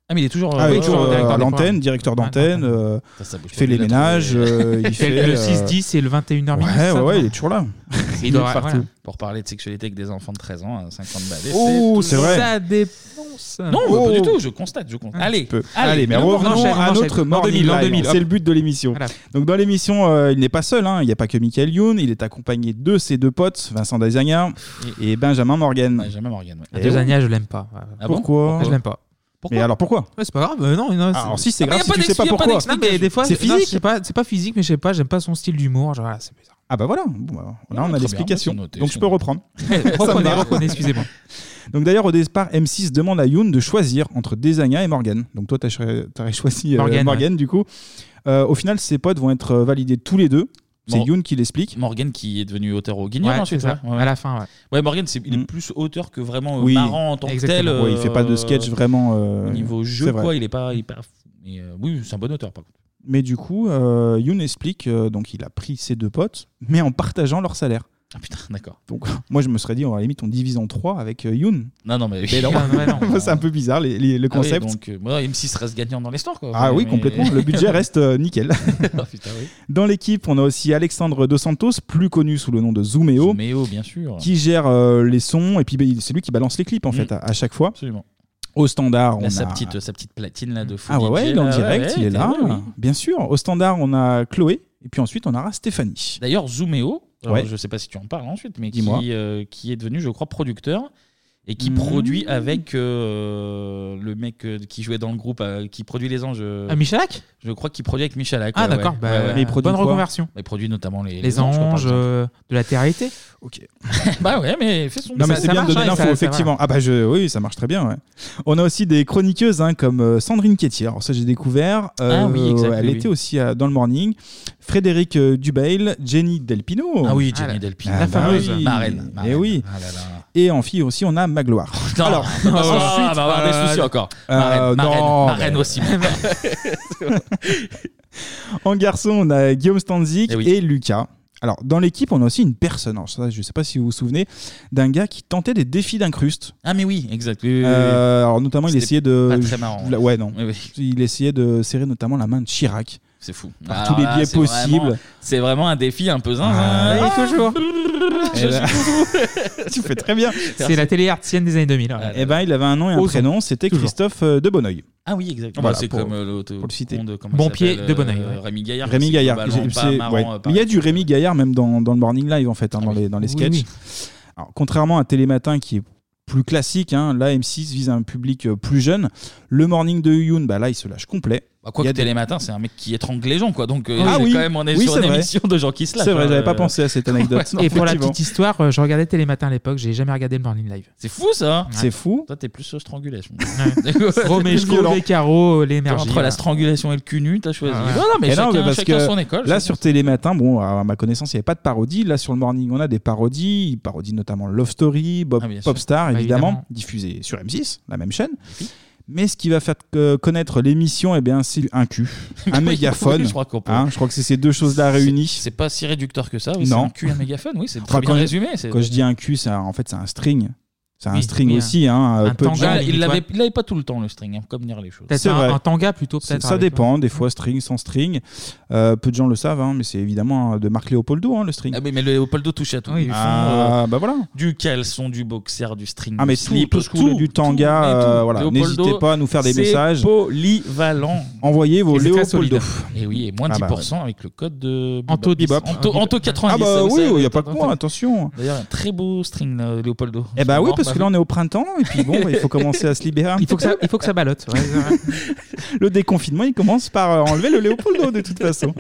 Speaker 1: Ah, mais il est toujours.
Speaker 7: Ah,
Speaker 1: euh,
Speaker 7: oui,
Speaker 1: ouais,
Speaker 7: toujours
Speaker 8: toujours
Speaker 7: euh,
Speaker 8: directeur
Speaker 7: à
Speaker 8: des
Speaker 7: l'antenne,
Speaker 8: programmes.
Speaker 7: directeur
Speaker 8: Ouais,
Speaker 7: d'antenne. euh,
Speaker 1: ça, ça bouge
Speaker 7: Il fait
Speaker 1: pas,
Speaker 7: les
Speaker 1: il a
Speaker 7: ménages,
Speaker 1: trouvé-
Speaker 7: euh, il
Speaker 8: Et
Speaker 7: fait
Speaker 8: Le
Speaker 7: euh,
Speaker 8: 6-10 et le 21h minutes.
Speaker 7: Ouais,
Speaker 8: ça,
Speaker 7: ouais, ouais,
Speaker 8: non
Speaker 7: il est toujours là.
Speaker 8: Il doit- voilà.
Speaker 1: Pour parler de sexualité avec des enfants de 13 ans à 50 balais.
Speaker 7: Oh, c'est vrai.
Speaker 8: Ça dépense.
Speaker 1: Non, bah,
Speaker 7: Oh.
Speaker 1: pas du tout, je constate. Je constate. Allez,
Speaker 7: Peu. Allez, mais
Speaker 8: on
Speaker 7: revenons
Speaker 8: enchaîne,
Speaker 7: à
Speaker 8: on
Speaker 7: notre
Speaker 8: enchaîne.
Speaker 7: Morning
Speaker 8: 2000, l'an
Speaker 7: Live.
Speaker 8: 2000, hop.
Speaker 7: C'est le but de l'émission.
Speaker 8: Voilà.
Speaker 7: Donc dans l'émission, euh, il n'est pas seul. hein. Il n'y a pas que Michael Youn. Il est accompagné de ses deux potes, Vincent Dazania et Benjamin Morgan.
Speaker 1: Ouais, jamais Morgane. ouais.
Speaker 7: Eh
Speaker 8: Deux
Speaker 7: ouais.
Speaker 8: années, je l'aime pas. Ouais.
Speaker 1: Ah bon
Speaker 7: pourquoi
Speaker 8: Ah, Je l'aime pas.
Speaker 7: Mais alors pourquoi
Speaker 8: Ouais, c'est pas grave. euh, Non, non, c'est-
Speaker 7: Alors si c'est
Speaker 1: Ah, mais
Speaker 7: grave,
Speaker 1: y a
Speaker 7: si
Speaker 1: pas
Speaker 7: tu sais
Speaker 1: d'ex-
Speaker 7: pas
Speaker 1: y a pas
Speaker 7: pourquoi.
Speaker 1: d'ex-
Speaker 8: Non, mais des fois,
Speaker 7: C'est
Speaker 8: non,
Speaker 7: physique.
Speaker 8: C'est pas, c'est pas physique, mais je sais pas, j'aime pas son style d'humour. Genre, voilà, c'est bizarre.
Speaker 7: Ah bah voilà. Bon, bah, là
Speaker 1: Très
Speaker 7: on
Speaker 1: bien,
Speaker 7: a l'explication.
Speaker 1: c'est noté,
Speaker 7: Donc
Speaker 1: c'est
Speaker 7: je peux
Speaker 1: noté.
Speaker 7: reprendre.
Speaker 8: Reprenez,
Speaker 7: va.
Speaker 8: reprenez, excusez-moi.
Speaker 7: Donc d'ailleurs au départ, M6 demande à Youn de choisir entre Desagna et Morgan. Donc toi t'as cho- t'aurais choisi euh,
Speaker 8: Morgan,
Speaker 7: Morgan, du coup. Euh, au final, ses potes vont être euh, validés tous les deux. C'est
Speaker 1: Bon.
Speaker 7: Youn qui l'explique.
Speaker 1: Morgane qui est hein, devenu auteur au Guignol
Speaker 8: Ouais, c'est
Speaker 1: ensuite.
Speaker 8: ça.
Speaker 1: ouais.
Speaker 8: À la fin, ouais.
Speaker 1: Ouais, Morgan, c'est, il est
Speaker 7: Mm.
Speaker 1: plus auteur que vraiment euh,
Speaker 7: Oui,
Speaker 1: marrant en tant que tel.
Speaker 8: exactement.
Speaker 1: euh,
Speaker 7: Ouais, il fait pas de sketch vraiment. euh,
Speaker 1: Au niveau jeu,
Speaker 7: c'est vrai.
Speaker 1: quoi, il est pas. Il est pas mais, euh, oui, c'est un bon auteur, par contre.
Speaker 7: Mais du coup, euh, Youn explique euh, donc il a pris ses deux potes, mais en partageant leur salaire.
Speaker 1: Ah putain, d'accord.
Speaker 7: Donc moi je me serais dit, on va limite on divise en trois avec euh, Youn.
Speaker 1: Non, non, mais.
Speaker 8: Ah, ouais, non.
Speaker 7: c'est un peu bizarre les- les- le
Speaker 1: Ah oui,
Speaker 7: concept. Ah oui,
Speaker 1: donc, euh, moi, M6 reste gagnant dans l'histoire, quoi. Mais-
Speaker 7: Ah complètement. Le budget reste euh, nickel.
Speaker 1: Ah, putain, oui.
Speaker 7: Dans l'équipe, on a aussi Alexandre Dos Santos, plus connu sous le nom de Zoomeo,
Speaker 1: Méo, bien sûr.
Speaker 7: qui gère euh, les sons et puis ben, bah, il- c'est lui qui balance les clips en
Speaker 1: Mm.
Speaker 7: fait à, à chaque fois.
Speaker 1: Absolument.
Speaker 7: Au standard, Ah, on
Speaker 1: Là, sa,
Speaker 7: a-
Speaker 1: petite, euh, sa petite platine là, de fou.
Speaker 7: Ah ouais, ouais, il est en direct, il est là,
Speaker 1: oui.
Speaker 7: bien sûr. Au standard, on a Chloé, et puis ensuite, on aura Stéphanie.
Speaker 1: D'ailleurs, Zuméo, alors,
Speaker 7: Ouais.
Speaker 1: je sais pas si tu en parles ensuite, mais
Speaker 7: Dis-moi.
Speaker 1: qui, euh, qui est devenu, je crois, producteur et qui
Speaker 7: Mmh.
Speaker 1: produit avec euh, le mec euh, qui jouait dans le groupe, euh, qui produit Les Anges. euh,
Speaker 8: Ah, Michalak
Speaker 1: Je crois qu'il produit avec Michalak.
Speaker 8: Ah, d'accord, bah, Mais il produit bonne quoi reconversion.
Speaker 1: Il produit notamment Les,
Speaker 8: Les,
Speaker 1: les
Speaker 8: anges
Speaker 1: je crois, par exemple.
Speaker 8: euh, de la terre été.
Speaker 7: Ok.
Speaker 1: bah ouais, mais fais son
Speaker 7: Non, mais c'est bien de donner l'info, effectivement. Ah, bah, je, oui, ça marche très bien. ouais. On a aussi des chroniqueuses hein, comme euh, Sandrine Quétier. Alors, ça, j'ai découvert. euh,
Speaker 1: Ah oui, exact,
Speaker 7: Elle
Speaker 1: oui, oui.
Speaker 7: était aussi à- dans le morning. Frédéric euh, Dubail, Jenny Delpino.
Speaker 1: Ah oui, Jenny Delpino.
Speaker 7: Ah
Speaker 1: La
Speaker 7: bah
Speaker 1: fameuse.
Speaker 7: oui.
Speaker 1: Marraine, Ah
Speaker 7: Eh oui. Et en fille aussi, on a Magloire.
Speaker 1: Alors, Ah bah, on va avoir des soucis encore. Marraine,
Speaker 7: Euh,
Speaker 1: marraine,
Speaker 7: non,
Speaker 1: marraine
Speaker 7: bah,
Speaker 1: aussi.
Speaker 7: En garçon, on a Guillaume
Speaker 1: Eh
Speaker 7: Stanzik et, Lucas. Alors, dans l'équipe, on a aussi une personne, Alors, ça, je ne sais pas si vous vous souvenez, d'un gars qui tentait des défis d'incruste.
Speaker 1: Ah, mais oui, exact. Oui, oui, oui.
Speaker 7: Euh, alors, notamment, il
Speaker 1: C'était
Speaker 7: essayait de.
Speaker 1: pas très marrant.
Speaker 7: Ouais, non.
Speaker 1: Oui, oui.
Speaker 7: Il essayait de serrer notamment la main de Chirac.
Speaker 1: C'est fou.
Speaker 7: Par
Speaker 1: Alors
Speaker 7: tous les
Speaker 1: là, Ah,
Speaker 7: biais
Speaker 1: c'est vraiment-
Speaker 7: possibles.
Speaker 1: C'est vraiment un défi un peu zinzin.
Speaker 7: Ah,
Speaker 1: Ah,
Speaker 7: toujours.
Speaker 1: je
Speaker 7: Et là-
Speaker 1: suis
Speaker 7: tu fais très bien.
Speaker 8: C'est la télé artienne des années 2000. ouais.
Speaker 7: Eh ben, il avait un nom et un
Speaker 8: Osons.
Speaker 7: prénom, c'était
Speaker 8: Toujours.
Speaker 7: Christophe euh, de Bonneuil.
Speaker 1: Ah oui, exactement.
Speaker 7: Voilà,
Speaker 1: c'est
Speaker 7: pour-
Speaker 1: comme euh, l'autre.
Speaker 7: pour le citer.
Speaker 8: Bon pied de bon oeil, ouais.
Speaker 1: euh, Rémi Gaillard.
Speaker 7: Rémi
Speaker 1: c'est
Speaker 7: Gaillard.
Speaker 1: globalement
Speaker 7: J'ai-
Speaker 1: pas
Speaker 7: c'est-
Speaker 1: marrant,
Speaker 7: ouais.
Speaker 1: euh, Ah
Speaker 7: Mais il y a du Rémi Gaillard même dans, dans le Morning Live, en fait, hein, dans, les, dans les
Speaker 8: Oui,
Speaker 7: sketchs.
Speaker 8: oui.
Speaker 7: Alors, contrairement à Télématin, qui est plus classique, hein, là, M6 vise un public euh, plus jeune. Le Morning de Youn, bah, là, il se lâche complet.
Speaker 1: Bah, quoi
Speaker 7: Il y
Speaker 1: que
Speaker 7: a des-
Speaker 1: Télématin, c'est un mec qui étrangle les gens, quoi. Donc, euh,
Speaker 7: Ah
Speaker 1: c'est
Speaker 7: oui.
Speaker 1: quand même, on est
Speaker 7: Oui,
Speaker 1: sur
Speaker 7: c'est
Speaker 1: une
Speaker 7: vrai.
Speaker 1: émission de gens qui se lâchent.
Speaker 7: C'est vrai,
Speaker 1: hein,
Speaker 7: j'avais pas
Speaker 1: euh.
Speaker 7: pensé à cette anecdote.
Speaker 1: Ouais,
Speaker 7: Non,
Speaker 8: Et pour la
Speaker 7: effectivement.
Speaker 8: petite histoire, euh, je regardais Télématin à l'époque, j'ai jamais regardé le Morning Live.
Speaker 1: C'est fou, ça. hein.
Speaker 7: C'est fou.
Speaker 1: Toi, t'es plus euh, strangulation.
Speaker 8: Romeshko,
Speaker 7: violent.
Speaker 8: Beccaro, l'énergie.
Speaker 1: Entre
Speaker 8: voilà.
Speaker 1: la strangulation et le cul nu, t'as choisi.
Speaker 8: Ah ouais.
Speaker 1: Non, non, mais
Speaker 7: Et non,
Speaker 1: chacun,
Speaker 7: mais parce
Speaker 1: chacun
Speaker 7: que
Speaker 1: son école.
Speaker 7: Là,
Speaker 1: chacun-
Speaker 7: sur Télématin, bon, à ma connaissance, il n'y avait pas de parodie. Là, sur le Morning, on a des parodies. Il parodie notamment Love Story, Bob,
Speaker 1: Ah, bien sûr.
Speaker 7: Popstar,
Speaker 8: Bah,
Speaker 7: évidemment,
Speaker 8: évidemment.
Speaker 7: diffusé sur M6, la même chaîne. Mais ce qui va faire que- connaître l'émission, eh bien, c'est un cul, un mégaphone.
Speaker 1: Oui, je crois qu'on peut.
Speaker 7: Hein, je crois que c'est ces deux choses-là
Speaker 1: C'est-
Speaker 7: réunies.
Speaker 1: C'est pas si réducteur que ça. Oui, c'est
Speaker 7: Non.
Speaker 1: un cul, un mégaphone. Oui, c'est très
Speaker 7: Enfin,
Speaker 1: bien
Speaker 7: quand je-
Speaker 1: résumé. c'est-
Speaker 7: Quand je dis un cul, ça, en fait, c'est un string. C'est un
Speaker 8: Oui,
Speaker 7: string
Speaker 8: oui, un-
Speaker 7: aussi. Hein,
Speaker 8: un
Speaker 7: peu de
Speaker 8: tanga,
Speaker 7: gens-
Speaker 8: à la
Speaker 1: Il
Speaker 8: limite,
Speaker 1: l'avait
Speaker 8: ouais.
Speaker 1: il l'avait pas tout le temps, le string, hein, comme dire les choses.
Speaker 8: Peut-être
Speaker 7: C'est vrai.
Speaker 8: un, un tanga plutôt,
Speaker 7: Ça,
Speaker 8: peut-être.
Speaker 7: ça
Speaker 8: avec-
Speaker 7: dépend, des fois string, sans string. Euh, peu de gens le savent, hein, mais c'est évidemment de Marc Léopoldo, hein, le string.
Speaker 1: Ah oui, mais le Léopoldo touche à tout.
Speaker 8: Oui,
Speaker 1: Ils font, euh,
Speaker 7: Ah, bah voilà.
Speaker 1: du caleçon, du boxer, du string,
Speaker 7: Ah, mais
Speaker 1: du
Speaker 7: tout,
Speaker 1: slip,
Speaker 7: tout ce que vous voulez, du tanga,
Speaker 1: tout et tout.
Speaker 7: euh, voilà.
Speaker 1: Léopoldo,
Speaker 7: N'hésitez pas à nous faire des
Speaker 1: c'est
Speaker 7: messages.
Speaker 1: Polyvalent.
Speaker 7: Envoyez vos
Speaker 8: Et c'est très
Speaker 7: Léopoldo.
Speaker 8: solide.
Speaker 1: Et oui, et moins
Speaker 7: Ah bah
Speaker 1: 10% avec le code de
Speaker 8: Anto
Speaker 1: Bebop.
Speaker 8: Bebop.
Speaker 1: Anto, Anto 90.
Speaker 7: Ah bah
Speaker 1: ça, vous
Speaker 7: oui,
Speaker 1: savez.
Speaker 7: il n'y a pas que moi, attention.
Speaker 1: D'ailleurs, un très beau string, euh, là, Léopoldo.
Speaker 7: Eh bah oui,
Speaker 1: Mort,
Speaker 7: parce que là on est au printemps, et puis bon, bah, il faut commencer à se libérer. un
Speaker 8: Il faut que
Speaker 7: petit
Speaker 8: ça, il faut que ça ballotte. ouais, c'est vrai.
Speaker 7: le déconfinement, il commence par euh, enlever le Léopoldo de toute façon.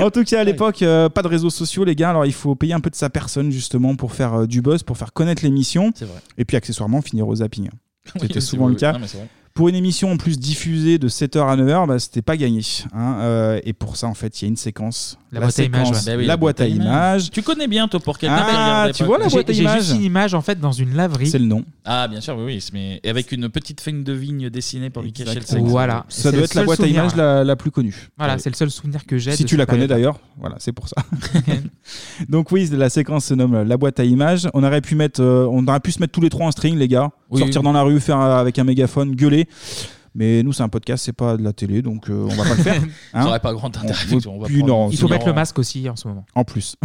Speaker 7: En tout cas, à l'époque, euh, pas de réseaux sociaux, les gars. Alors, il faut payer un peu de sa personne justement pour faire euh, du buzz, pour faire connaître l'émission,
Speaker 1: C'est vrai.
Speaker 7: et puis accessoirement finir au zapping.
Speaker 1: Oui,
Speaker 7: C'était
Speaker 1: c'est
Speaker 7: souvent
Speaker 1: vrai.
Speaker 7: le cas.
Speaker 1: Non, mais c'est vrai.
Speaker 7: Pour une émission en plus diffusée de 7h à 9h, bah, c'était pas gagné. hein. Euh, et pour ça, en fait, il y a une séquence.
Speaker 8: La boîte à
Speaker 7: séquence,
Speaker 8: images,
Speaker 1: ouais. Bah oui,
Speaker 7: la boîte à images.
Speaker 1: Tu connais bien, toi, pour quelqu'un qui
Speaker 7: Ah,
Speaker 1: regardait
Speaker 7: tu
Speaker 1: pas.
Speaker 7: vois la
Speaker 8: J'ai
Speaker 7: boîte à
Speaker 8: j'ai juste une
Speaker 7: images
Speaker 8: image en fait dans une laverie.
Speaker 7: C'est le nom.
Speaker 1: Ah, bien sûr, oui, oui. Mais et avec une petite feigne de vigne dessinée pour lui cacher le sexe.
Speaker 7: Exactement.
Speaker 8: Voilà.
Speaker 7: Ça doit
Speaker 8: C'est le
Speaker 7: être la
Speaker 8: seul
Speaker 7: boîte à
Speaker 8: souvenir,
Speaker 7: images
Speaker 8: ouais.
Speaker 7: la, la plus connue. Euh,
Speaker 8: Voilà, c'est le seul souvenir que j'ai.
Speaker 7: Si
Speaker 8: de
Speaker 7: tu la
Speaker 8: cette
Speaker 7: connais
Speaker 8: période.
Speaker 7: d'ailleurs, voilà, c'est pour ça. Donc oui, la séquence se nomme la boîte à images. On aurait pu mettre, euh, on aurait pu se mettre tous les trois en string, les gars,
Speaker 1: Oui,
Speaker 7: sortir
Speaker 1: oui.
Speaker 7: dans la rue, faire euh, avec un mégaphone, gueuler. Mais nous, c'est un podcast, c'est pas de la télé, donc euh, on va pas le faire.
Speaker 1: Ça
Speaker 7: hein.
Speaker 1: n'aurait pas grand intérêt.
Speaker 7: On-
Speaker 1: effectivement, on va
Speaker 7: puis
Speaker 1: prendre-
Speaker 7: non,
Speaker 8: Il faut mettre le masque aussi en ce moment.
Speaker 7: hein. En plus.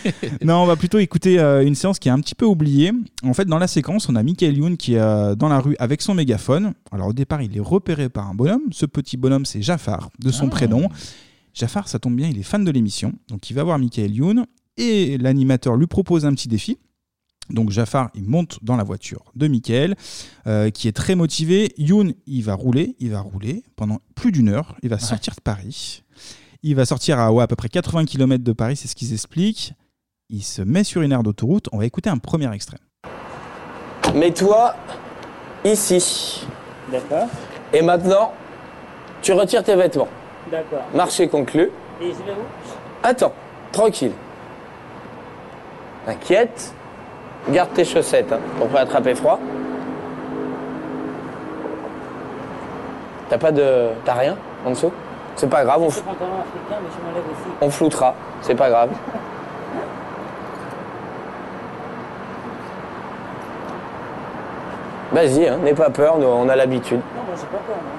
Speaker 7: non, on va plutôt écouter euh, une séance qui est un petit peu oubliée. En fait, dans la séquence, on a Michael Youn qui est euh, dans la rue avec son mégaphone. Alors au départ, il est repéré par un bonhomme. Ce petit bonhomme, c'est Jafar, de son
Speaker 1: Ah.
Speaker 7: prénom. Jafar, ça tombe bien, il est fan de l'émission. Donc il va voir Michael Youn et l'animateur lui propose un petit défi. Donc Jafar, il monte dans la voiture de Michael, euh, qui est très motivé. Youn, il va rouler, il va rouler pendant plus d'une heure. Il va sortir de Paris. Il va sortir à ouais, à peu près 80 km de Paris, c'est ce qu'ils expliquent. Il se met sur une aire d'autoroute. On va écouter un premier extrait.
Speaker 12: Mets-toi ici.
Speaker 13: D'accord,
Speaker 12: Et maintenant, tu retires tes vêtements.
Speaker 13: d'accord.
Speaker 12: Marché conclu.
Speaker 13: Et je vais où
Speaker 12: Attends, tranquille. T'inquiète. Garde tes chaussettes hein, pour pas attraper froid. T'as pas de. T'as rien en dessous C'est pas grave, on,
Speaker 13: Je
Speaker 12: f-
Speaker 13: suis pantalon africain, mais je m'enlève aussi.
Speaker 12: on floutera. C'est pas grave. Vas-y, hein, n'aie pas peur, nous, on a l'habitude.
Speaker 13: Non, moi j'ai pas peur, moi.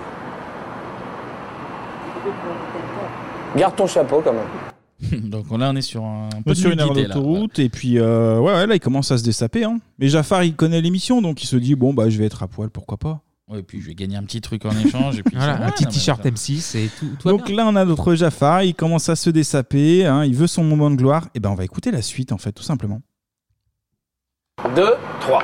Speaker 12: Garde ton chapeau quand même.
Speaker 1: Donc là, on est sur un, un
Speaker 7: Un peu
Speaker 1: peu de
Speaker 7: sur une aire
Speaker 1: nudité, là.
Speaker 7: d'autoroute et puis euh, ouais, ouais, là il commence à se dessaper hein. mais Jafar il connaît l'émission donc il se dit bon bah je vais être à poil pourquoi pas
Speaker 1: Ouais, et puis je vais gagner un petit truc en échange. Et puis
Speaker 7: Voilà,
Speaker 1: ça
Speaker 7: un
Speaker 1: va,
Speaker 7: petit
Speaker 1: non, mais
Speaker 7: t-shirt
Speaker 1: bah, ça-
Speaker 8: M6 et tout.
Speaker 7: donc là on a notre Jafar il commence à se dessaper hein, il veut son moment de gloire et ben on va écouter la suite en fait tout simplement
Speaker 12: 2, 3.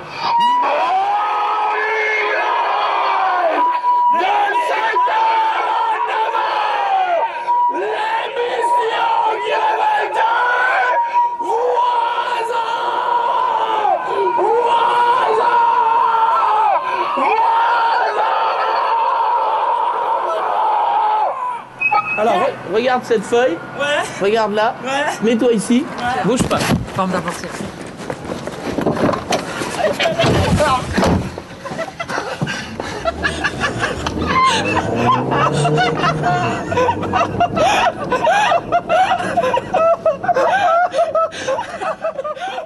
Speaker 14: Alors, re- regarde cette feuille. Regarde là. Mets-toi ici. Bouge pas.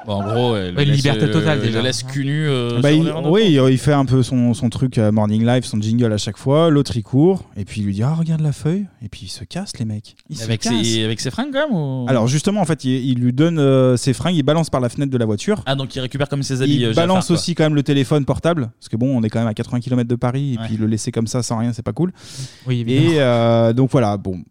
Speaker 1: Bon, en gros, elle
Speaker 8: Ouais,
Speaker 1: laisse,
Speaker 8: liberté
Speaker 1: euh,
Speaker 8: totale,
Speaker 1: elle
Speaker 8: déjà.
Speaker 1: laisse cul nu, euh,
Speaker 7: Bah,
Speaker 1: sur
Speaker 7: il-
Speaker 1: l'aire d'autoroute.
Speaker 7: oui il fait un peu son, son truc euh, morning live son jingle à chaque fois l'autre il court et puis il lui dit ah regarde la feuille et puis il se casse les mecs Il se
Speaker 1: Avec
Speaker 7: casse.
Speaker 1: ses, avec ses fringues, quand même ou-
Speaker 8: Mmh.
Speaker 7: alors justement en fait il, il lui donne euh, ses fringues il balance par la fenêtre de la voiture
Speaker 1: Ah, donc il récupère comme ses habits.
Speaker 7: Il
Speaker 1: euh, Jafar,
Speaker 7: balance
Speaker 1: quoi.
Speaker 7: aussi quand même le téléphone portable, parce que bon, on est quand même à 80 km de Paris, et
Speaker 1: Ouais.
Speaker 7: puis le laisser comme ça sans rien, c'est pas cool.
Speaker 8: Oui, évidemment.
Speaker 7: et euh, donc voilà, bon,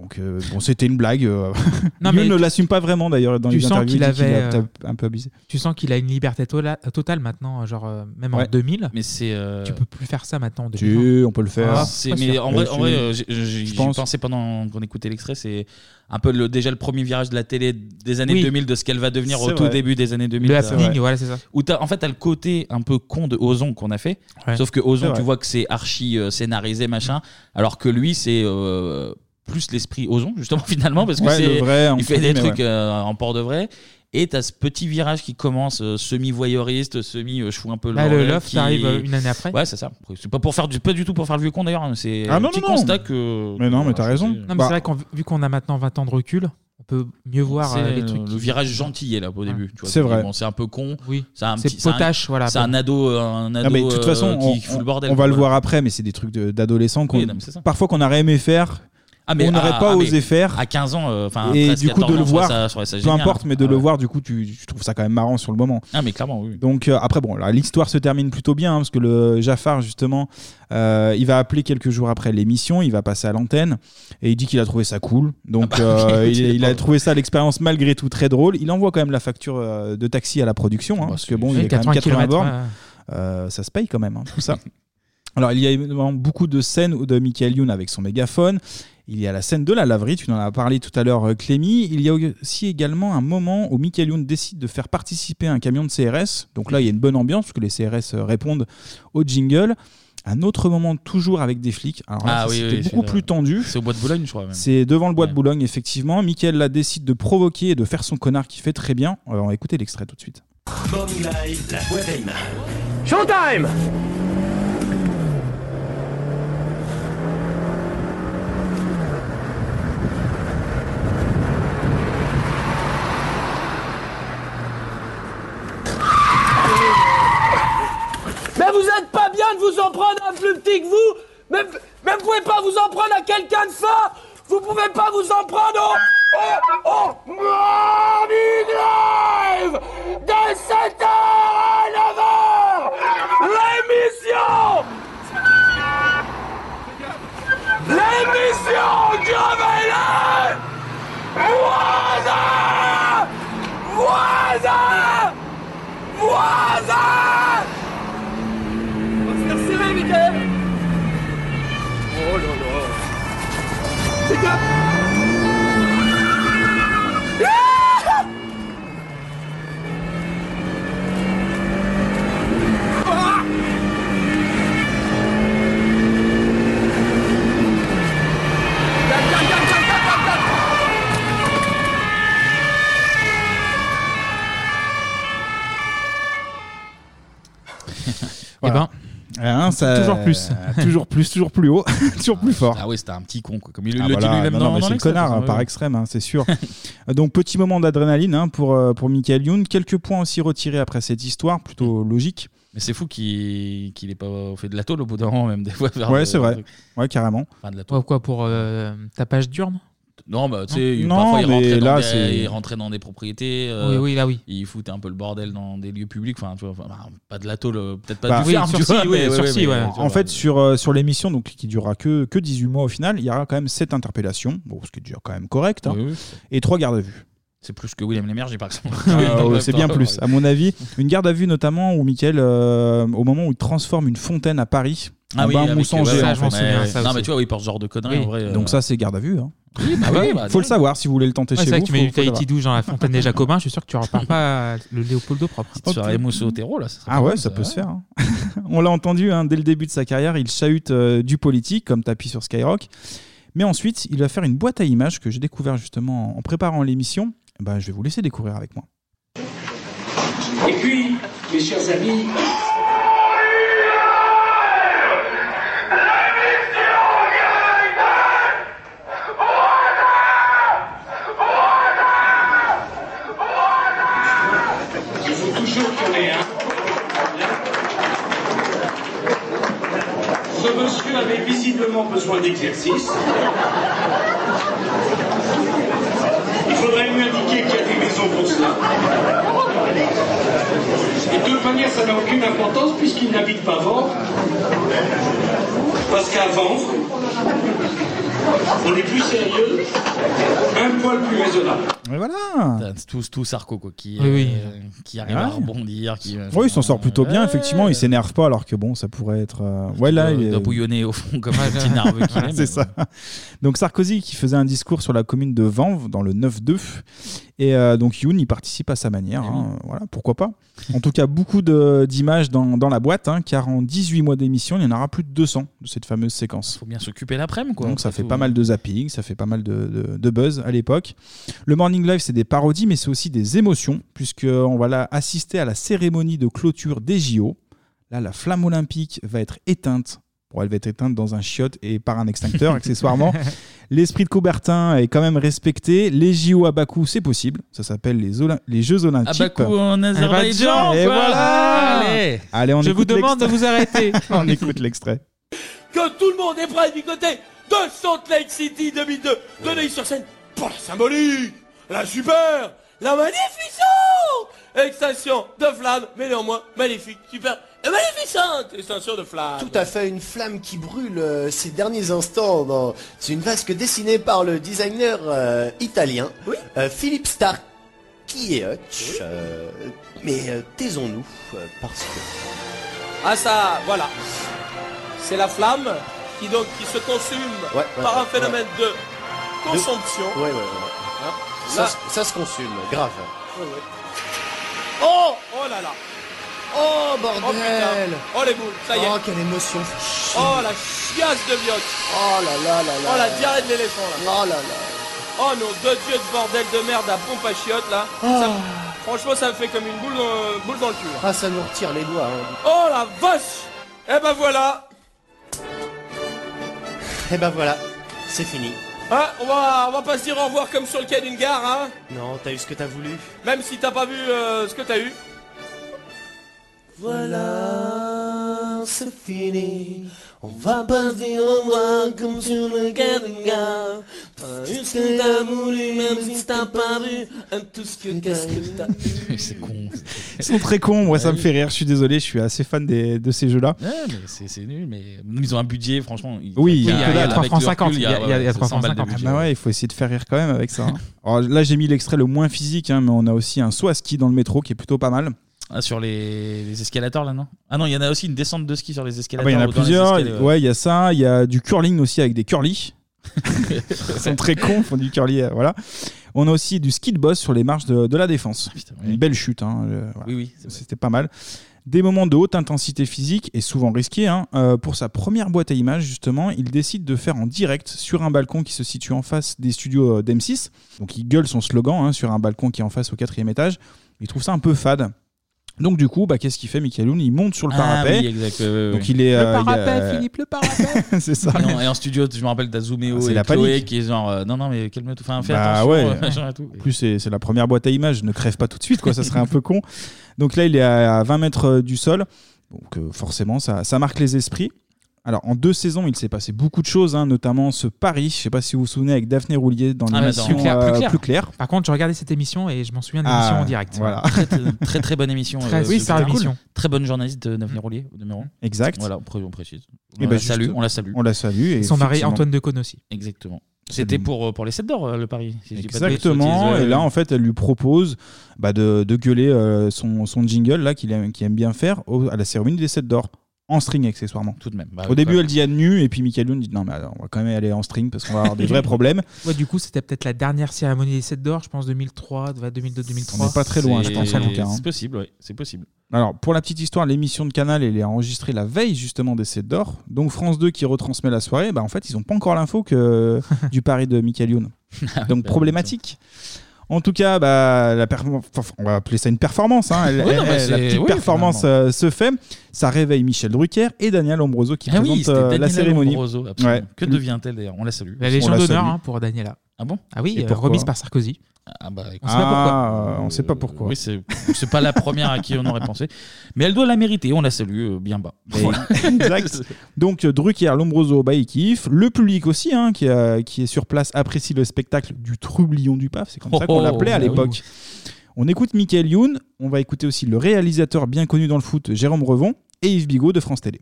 Speaker 7: donc euh, bon, c'était une blague. euh.
Speaker 8: Non,
Speaker 7: Youn
Speaker 8: mais
Speaker 7: ne
Speaker 8: tu-
Speaker 7: l'assume pas vraiment d'ailleurs dans
Speaker 8: tu
Speaker 7: les
Speaker 8: sens
Speaker 7: interviews.
Speaker 8: qu'il
Speaker 7: il dit
Speaker 8: avait,
Speaker 7: a
Speaker 8: euh,
Speaker 7: peut-être un peu abusé.
Speaker 8: Tu sens qu'il a une liberté tola- totale maintenant, euh, genre euh, même en
Speaker 7: Ouais.
Speaker 8: 2000.
Speaker 1: Mais c'est. euh,
Speaker 8: Tu peux plus faire ça maintenant en 2000.
Speaker 7: Tu, on peut le faire.
Speaker 8: Ah,
Speaker 1: C'est-
Speaker 8: pas
Speaker 1: mais
Speaker 8: sûr.
Speaker 1: en vrai,
Speaker 7: Ouais,
Speaker 1: en
Speaker 7: tu-
Speaker 1: vrai, euh, j'ai- j'ai-
Speaker 7: je
Speaker 1: j'y
Speaker 7: pense.
Speaker 1: pensais pendant qu'on écoutait l'extrait, c'est un peu le, déjà le premier virage de la télé des années
Speaker 8: Oui.
Speaker 1: 2000, de ce qu'elle va devenir au
Speaker 8: C'est
Speaker 1: tout
Speaker 8: vrai.
Speaker 1: début des années 2000.
Speaker 8: Le
Speaker 1: là.
Speaker 8: happening, Ouais. voilà, c'est ça.
Speaker 1: Où t'as- en fait, t'as le côté un peu con de Ozon qu'on a fait,
Speaker 8: Ouais.
Speaker 1: sauf que Ozon,
Speaker 8: C'est
Speaker 1: tu
Speaker 8: vrai.
Speaker 1: vois que c'est archi euh, scénarisé, machin, alors que lui, c'est. euh, plus l'esprit Ozon, justement, finalement, parce que
Speaker 7: Ouais,
Speaker 1: c'est-
Speaker 7: le vrai, en
Speaker 1: il fait des
Speaker 7: film, mais
Speaker 1: trucs
Speaker 7: ouais.
Speaker 1: euh, en port de vrai. Et t'as ce petit virage qui commence euh, semi-voyeuriste, semi euh, je fous un peu
Speaker 8: Là, le
Speaker 1: l'oreille,
Speaker 8: loft
Speaker 1: qui-
Speaker 8: arrive, euh, une année après.
Speaker 1: Ouais, c'est ça. C'est pas, pour faire du, pas du tout pour faire le vieux con d'ailleurs, hein, c'est
Speaker 7: Ah
Speaker 1: un
Speaker 7: non,
Speaker 1: petit
Speaker 7: non, non.
Speaker 1: constat que.
Speaker 7: Mais non, mais t'as raison.
Speaker 8: Non, mais
Speaker 7: Bah,
Speaker 8: c'est vrai qu'on vu qu'on a maintenant 20 ans de recul, on peut mieux voir
Speaker 1: C'est
Speaker 8: euh, les
Speaker 1: le-
Speaker 8: trucs.
Speaker 1: Le virage gentil est là au début. tu vois.
Speaker 7: C'est
Speaker 1: Tu dis,
Speaker 7: vrai.
Speaker 1: bon, c'est un peu con.
Speaker 8: Oui.
Speaker 1: C'est un
Speaker 8: C'est
Speaker 1: petit- c'est un-
Speaker 8: potache, voilà,
Speaker 1: C'est un
Speaker 8: bon.
Speaker 1: ado, euh, un ado
Speaker 7: Non, mais de
Speaker 1: euh,
Speaker 7: toute façon, on,
Speaker 1: qui fout le
Speaker 7: on-
Speaker 1: bordel.
Speaker 7: on va
Speaker 1: quoi,
Speaker 7: le
Speaker 1: voilà.
Speaker 7: voir après, mais c'est des trucs de- d'adolescents qu'on
Speaker 1: Oui, non, mais c'est ça.
Speaker 7: parfois qu'on aurait aimé faire,
Speaker 1: Ah, mais
Speaker 7: on n'aurait
Speaker 1: à-
Speaker 7: pas
Speaker 1: ah, mais
Speaker 7: osé faire.
Speaker 1: À 15 ans, euh, enfin,
Speaker 7: et
Speaker 1: 13,
Speaker 7: du coup
Speaker 1: 14
Speaker 7: de
Speaker 1: ans,
Speaker 7: le
Speaker 1: je
Speaker 7: voir,
Speaker 1: trouvais ça- je trouvais ça hein.
Speaker 7: peu
Speaker 1: génial.
Speaker 7: importe, mais de le voir, du coup, tu, tu trouves ça quand même marrant sur le moment.
Speaker 1: Ah, mais clairement, oui.
Speaker 7: Donc euh, après, bon, là, l'histoire se termine plutôt bien, hein, parce que le Jafar, justement, euh, il va appeler quelques jours après l'émission, il va passer à l'antenne, et il dit qu'il a trouvé ça cool. Donc
Speaker 1: Ah bah,
Speaker 7: euh,
Speaker 1: ok,
Speaker 7: il,
Speaker 1: ok,
Speaker 7: il a trouvé ça, l'expérience malgré tout, très drôle. Il envoie quand même la facture euh, de taxi à la production,
Speaker 1: Ah bah
Speaker 7: hein, parce que bon, il y a quand même 80
Speaker 8: kilomètres,
Speaker 7: bornes.
Speaker 8: ouais.
Speaker 7: Euh, ça se paye quand même, hein, tout ça. Alors, il y a évidemment beaucoup de scènes de Michael Youn avec son mégaphone. Il y a la scène de la laverie, tu en as parlé tout à l'heure, euh, Clémy. Il y a aussi également un moment où Michael Youn décide de faire participer un camion de CRS. Donc là, il y a une bonne ambiance, parce que les CRS euh, répondent au jingle. Un autre moment, toujours avec des flics. Alors là,
Speaker 1: Ah
Speaker 7: ça,
Speaker 1: oui,
Speaker 7: c'était
Speaker 1: oui,
Speaker 7: beaucoup
Speaker 1: c'est
Speaker 7: plus
Speaker 1: le-
Speaker 7: tendu.
Speaker 1: C'est au bois de Boulogne, je crois. Même.
Speaker 7: C'est devant le bois de Boulogne, effectivement. Michael là décide de provoquer et de faire son connard qui fait très bien. Alors, on va écouter l'extrait tout de suite.
Speaker 15: Morning Live, la boîte à images.
Speaker 16: Showtime
Speaker 14: Mais vous êtes pas bien de vous en prendre à plus petit que vous mais, mais vous pouvez pas vous en prendre à quelqu'un de ça Vous pouvez pas vous en prendre au... au, au Morning Live De 7 h à 9 L'émission L'émission du réveil Voisin Voisin Voisin Merci, Michael Oh là là Les gars Ah Ah Tac, tac, tac, tac, tac, tac, tac.
Speaker 1: Eh
Speaker 7: Voilà. Hein, ça-
Speaker 1: ben,
Speaker 7: euh,
Speaker 1: toujours plus.
Speaker 7: toujours plus, toujours plus haut, toujours plus fort.
Speaker 1: Ah, ouais, c'était un petit con, quoi. Comme il
Speaker 7: Ah,
Speaker 1: le dit
Speaker 7: voilà,
Speaker 1: lui-même
Speaker 7: non,
Speaker 1: dans
Speaker 7: non, mais
Speaker 1: dans
Speaker 7: c'est le
Speaker 1: l'extrait,
Speaker 7: connard
Speaker 1: ça,
Speaker 7: hein,
Speaker 1: ouais,
Speaker 7: par
Speaker 1: ouais.
Speaker 7: extrême, hein, c'est sûr. Donc petit moment d'adrénaline hein, pour euh, pour Michael Youn. Quelques points aussi retirés après cette histoire, plutôt logique.
Speaker 1: Mais c'est fou qu'il qu'il ait pas fait de la tôle au bout d'un moment, euh, même des fois. vers
Speaker 7: Ouais,
Speaker 1: le-
Speaker 7: c'est vrai. Ouais, carrément.
Speaker 1: Enfin, de la
Speaker 8: Pourquoi pour euh, tapage d'urne
Speaker 1: Non, bah, tu sais,
Speaker 7: Non,
Speaker 1: parfois ils
Speaker 7: mais
Speaker 1: rentraient,
Speaker 7: là,
Speaker 1: dans
Speaker 7: c'est-
Speaker 1: des, ils rentraient dans des propriétés.
Speaker 7: Oui, oui, là, oui.
Speaker 1: Ils foutaient un peu le bordel dans des lieux publics. Enfin, tu vois, enfin, bah, pas de l'atto, le- peut-être pas
Speaker 7: Bah,
Speaker 1: du ferme, tu vois, mais ouais, mais bon, tu
Speaker 7: En
Speaker 1: vois.
Speaker 7: fait, sur, euh, sur l'émission, donc qui durera que, que 18 mois au final, il y aura quand même 7 interpellations, bon, ce qui est déjà quand même correct, hein,
Speaker 1: Oui, oui.
Speaker 7: et 3 gardes à vue.
Speaker 1: c'est plus que William Lémergie, par exemple.
Speaker 7: Euh,
Speaker 1: Ouais,
Speaker 7: c'est
Speaker 1: par-
Speaker 7: bien plus, à mon avis. Une garde à vue notamment où Michael, euh, au moment où il transforme une fontaine à Paris
Speaker 1: Ah
Speaker 7: en
Speaker 1: oui,
Speaker 7: bain
Speaker 1: avec-
Speaker 7: moussant
Speaker 1: ouais,
Speaker 7: géant,
Speaker 1: ouais,
Speaker 7: en fait.
Speaker 1: ouais, ouais. Non, mais tu vois, oui, pour ce genre de conneries, en vrai.
Speaker 7: Donc
Speaker 1: euh,
Speaker 7: ça, c'est garde à vue. hein.
Speaker 1: Oui, bah oui, bah,
Speaker 7: faut le savoir si vous voulez le tenter
Speaker 8: Ouais, c'est
Speaker 7: chez
Speaker 8: vrai
Speaker 7: vous.
Speaker 8: que tu mets
Speaker 7: faut-
Speaker 8: du
Speaker 7: faut le
Speaker 8: Tahiti
Speaker 7: savoir.
Speaker 8: douche dans la fontaine des Jacobins, je suis sûr que tu repars pas le Léopoldo propre.
Speaker 7: Petite soirée mousse au
Speaker 1: terreau, là.
Speaker 7: Ah ouais, ça peut se faire. hein. On l'a entendu, hein, dès le début de sa carrière, il chahute euh, du politique, comme tapis sur Skyrock. Mais ensuite, il va faire une boîte à images que j'ai découvert justement en préparant l'émission. Bah, je vais vous laisser découvrir avec moi.
Speaker 17: Et puis, mes chers amis, il faut toujours tourner, hein. Ce monsieur avait visiblement besoin d'exercice. Il faudrait lui indiquer qu'il y a des maisons pour cela. Et de toute manière, ça n'a aucune importance puisqu'il n'habite pas Vanves. Parce qu'à Vanves, on est plus sérieux, un poil plus raisonnable.
Speaker 7: Mais voilà
Speaker 1: T'as Tout, tout Sarko, quoi, qui,
Speaker 7: Oui, oui.
Speaker 1: euh, qui arrive à
Speaker 7: Ouais.
Speaker 1: rebondir. Qui, euh,
Speaker 7: Oui, il s'en sort plutôt bien, effectivement. Il s'énerve pas, alors que bon, ça pourrait être. euh, Ouais, là,
Speaker 1: doit-
Speaker 7: il est-
Speaker 1: doit bouillonner au fond comme un petit nerveux qu'il est, mais
Speaker 7: C'est ça. Donc Sarkozy qui faisait un discours sur la commune de Vanves dans le 9-2. Et euh, donc Youn y participe à sa manière.
Speaker 1: Eh
Speaker 7: hein. Voilà, pourquoi pas. En tout cas, beaucoup de- d'images dans, dans la boîte, hein, car en 18 mois d'émission, il y en aura plus de 200 de cette fameuse séquence.
Speaker 1: Faut bien s'occuper l'après-midi, quoi.
Speaker 7: Donc ça
Speaker 1: après
Speaker 7: fait
Speaker 1: tout. hein.
Speaker 7: pas mal de zapping, ça fait pas mal de, de- de buzz à l'époque. Le Morning Live, c'est des parodies, mais c'est aussi des émotions, puisqu'on va là assister à la cérémonie de clôture des JO. Là, la flamme olympique va être éteinte. Bon, elle va être éteinte dans un chiotte et par un extincteur, accessoirement. L'esprit de Coubertin est quand même respecté. Les JO à Bakou, c'est possible. Ça s'appelle les, Oly- les Jeux Olympiques.
Speaker 1: Bakou, en Azerbaïdjan,
Speaker 7: Et
Speaker 1: quoi.
Speaker 7: voilà
Speaker 1: Allez.
Speaker 7: Allez, on
Speaker 8: Je vous
Speaker 7: écoute
Speaker 8: demande de
Speaker 7: l'extrait.
Speaker 8: vous arrêter.
Speaker 7: on écoute l'extrait.
Speaker 17: que tout le monde est prêt du côté de Salt Lake City 2002, de l'œil sur scène pour la symbolique, la super, la magnificente extinction de flamme, mais néanmoins magnifique, super et magnificente extinction de flamme.
Speaker 18: Ah Tout à fait, une flamme qui brûle euh, ces derniers instants dans une vasque dessinée par le designer euh, italien, euh, Philippe Stark. Qui est mais euh, taisons-nous euh, parce que
Speaker 14: Ah ça, voilà. C'est la flamme qui donc qui se consume
Speaker 18: Ouais, ouais,
Speaker 14: par un
Speaker 18: ouais,
Speaker 14: phénomène de consomption.
Speaker 18: Ouais, ouais, ouais, ouais.
Speaker 14: Hein,
Speaker 18: Ça,
Speaker 14: là.
Speaker 18: se- ça se consume, grave.
Speaker 17: Ah,
Speaker 14: Ouais, ouais. Oh, oh là là.
Speaker 18: Oh
Speaker 14: Oh
Speaker 18: bordel
Speaker 14: putain. Oh les boules, ça y est.
Speaker 18: Oh quelle émotion
Speaker 14: Oh la chiasse de vioque
Speaker 18: Oh là là là là
Speaker 14: Oh la
Speaker 18: là.
Speaker 14: diarrhée de l'éléphant là
Speaker 18: Oh là là
Speaker 14: Oh nos deux dieux de bordel de merde à pompe à chiottes là
Speaker 18: Oh.
Speaker 14: Ça- Franchement ça me fait comme une boule dans, boule dans le cul là.
Speaker 18: Ah ça nous retire les doigts hein.
Speaker 14: Oh la vache Eh ben voilà
Speaker 18: Et ben voilà, c'est fini.
Speaker 14: Hein, on, va, on va pas se dire au revoir comme sur le quai d'une gare hein
Speaker 18: Non, t'as eu ce que t'as voulu.
Speaker 14: Même si t'as pas vu euh, ce que t'as eu
Speaker 17: Voilà, c'est fini. On va partir en moi comme sur le Garinga. Pas eu ce que t'as voulu, même si t'as pas vu. Un tout ce que qu'est-ce que t'as.
Speaker 1: c'est con.
Speaker 7: Ils sont très cons, moi ça me
Speaker 1: Ouais.
Speaker 7: fait rire, je suis désolé, je suis assez fan des- de ces jeux-là.
Speaker 1: Ouais, mais c'est c'est nul, mais ils ont un budget, franchement. ils-
Speaker 7: Oui,
Speaker 1: avec
Speaker 7: il y a- il y a
Speaker 1: avec
Speaker 7: 350,
Speaker 1: le recul,
Speaker 7: il y a- il y a
Speaker 1: ouais, c'est
Speaker 7: 350.
Speaker 1: 100 balles de
Speaker 7: Ah
Speaker 1: budget.
Speaker 7: bah ouais, il faut essayer de faire rire quand même avec ça. hein. Alors là, j'ai mis l'extrait le moins physique, hein, mais on a aussi un saut à ski dans le métro qui est plutôt pas mal.
Speaker 1: Ah, sur les, les escalators, là, non Ah non, il y en a aussi une descente de ski sur les
Speaker 7: Ah
Speaker 1: escalators.
Speaker 7: bah, il y en a
Speaker 1: ou dans les euh.
Speaker 7: plusieurs.
Speaker 1: escaliers,
Speaker 7: Ouais, il y a ça. Il y a du curling aussi avec des curly. Ils sont très cons, ils font du curly. euh, Voilà. On a aussi du ski de boss sur les marches de, de la défense.
Speaker 1: Ah,
Speaker 7: Une belle chute. hein, euh, voilà. C'était pas mal. Des moments de haute intensité physique et souvent risqués. hein. Euh, pour sa première boîte à images, justement, il décide de faire en direct sur un balcon qui se situe en face des studios euh, d'M6. Donc il gueule son slogan hein, sur un balcon qui est en face au quatrième étage. Il trouve ça un peu fade. Donc du coup, bah, qu'est-ce qu'il fait, Michael Youn Il monte sur le
Speaker 1: Ah
Speaker 7: parapet.
Speaker 1: oui, exact, ouais, ouais,
Speaker 7: Donc
Speaker 1: ouais.
Speaker 7: il est
Speaker 1: Le
Speaker 7: euh, il y a-
Speaker 1: parapet, Philippe,
Speaker 8: le
Speaker 7: c'est ça.
Speaker 1: Et en, et en studio, je me rappelle, t'as Zooméo
Speaker 7: Ah, c'est
Speaker 1: et
Speaker 7: la
Speaker 1: Chloé
Speaker 7: panique.
Speaker 1: qui est genre, euh, non, non, mais calme-toi, enfin, fais
Speaker 7: Bah
Speaker 1: attention,
Speaker 7: ouais.
Speaker 1: euh, machin et tout.
Speaker 7: En plus, c'est c'est la première boîte à images. Ne crève pas tout de suite, quoi. Ça serait un peu con. Donc là, il est à 20 mètres euh, du sol. Donc euh, forcément, ça, ça marque les esprits. Alors, en deux saisons, il s'est passé beaucoup de choses, hein, notamment ce Paris. Je sais pas si vous vous souvenez avec Daphné Roulier dans
Speaker 8: Ah, mais dans-
Speaker 7: l'émission
Speaker 8: Plus clair,
Speaker 7: euh,
Speaker 8: plus clair.
Speaker 7: Plus clair.
Speaker 8: Par contre, je regardais cette émission et je m'en souviens de
Speaker 7: Ah,
Speaker 8: l'émission en direct.
Speaker 7: voilà.
Speaker 8: Très,
Speaker 1: Très très bonne émission.
Speaker 8: Très
Speaker 1: euh,
Speaker 8: oui,
Speaker 1: super
Speaker 8: c'est une
Speaker 1: cool.
Speaker 8: émission.
Speaker 1: Très bonne journaliste euh, Daphné Roulier, au numéro un.
Speaker 7: Exact.
Speaker 1: Voilà, on pré- on précise. On,
Speaker 7: Eh
Speaker 1: la
Speaker 7: ben, juste-
Speaker 1: salue, on la salue.
Speaker 7: on la salue, et Son mari, effectivement. Antoine
Speaker 8: Decaune aussi.
Speaker 1: Exactement. C'était pour, euh, pour les 7 d'or, euh, le Paris. si je dis pas de
Speaker 7: Exactement.
Speaker 1: bêtises, euh,
Speaker 7: Et là, en fait, elle lui propose bah, de, de gueuler euh, son, son jingle là qu'il aime, qu'il aime bien faire au- à la cérémonie des 7 d'or. En string accessoirement.
Speaker 1: Tout de même. Bah
Speaker 8: Ah,
Speaker 7: Au début, elle dit à nu, et puis Michael Youn dit non, mais alors, on va quand même aller en string parce qu'on va avoir des vrais problèmes.
Speaker 8: Ouais, du coup, c'était peut-être la dernière cérémonie des 7 d'or, je pense 2003, 2002-2003.
Speaker 7: On n'est pas très loin, je pense, à
Speaker 1: c'est-
Speaker 7: Lucas, hein.
Speaker 1: C'est possible, oui. C'est possible.
Speaker 7: Alors, pour la petite histoire, l'émission de Canal, elle est enregistrée la veille justement des 7 d'or. Donc, France 2 qui retransmet la soirée, bah, en fait, ils n'ont pas encore l'info que du pari de Michael Youn. Donc,
Speaker 1: bah,
Speaker 7: problématique. En tout cas, bah, la perfor- enfin, on va appeler ça une performance. hein. Elle-
Speaker 1: Oui, non, mais
Speaker 7: elle- la
Speaker 1: c'est-
Speaker 7: petite
Speaker 1: oui,
Speaker 7: performance
Speaker 1: finalement.
Speaker 7: euh, se fait. Ça réveille Michel Drucker et Daniel Ombroso qui
Speaker 1: Ah oui,
Speaker 7: présentent
Speaker 1: c'était
Speaker 7: euh, la
Speaker 1: Daniela
Speaker 7: cérémonie.
Speaker 1: Lombroso, absolument.
Speaker 7: Ouais.
Speaker 1: Que devient-elle d'ailleurs On la salue.
Speaker 8: La
Speaker 1: On
Speaker 8: Légion
Speaker 1: salue.
Speaker 8: d'honneur hein, pour Daniela.
Speaker 1: Ah bon
Speaker 8: Ah oui,
Speaker 1: Et
Speaker 8: euh,
Speaker 1: pourquoi
Speaker 8: remise par Sarkozy.
Speaker 1: Ah bah,
Speaker 8: on sait pas pourquoi.
Speaker 7: euh, on sait pas pourquoi.
Speaker 1: Oui, c'est c'est pas la première à qui on aurait pensé. Mais elle doit la mériter. On la salue euh, bien bas. Voilà.
Speaker 7: Exact. Donc euh, Drucker, Lombroso, bah, il kiffe. Le public aussi, hein, qui, euh, qui est sur place, apprécie le spectacle du troublion du PAF. C'est comme ça
Speaker 1: Oh,
Speaker 7: qu'on l'appelait à
Speaker 1: bah oui.
Speaker 7: l'époque. On écoute Michael Youn, on va écouter aussi le réalisateur bien connu dans le foot, Jérôme Revon, et Yves Bigot de France Télé.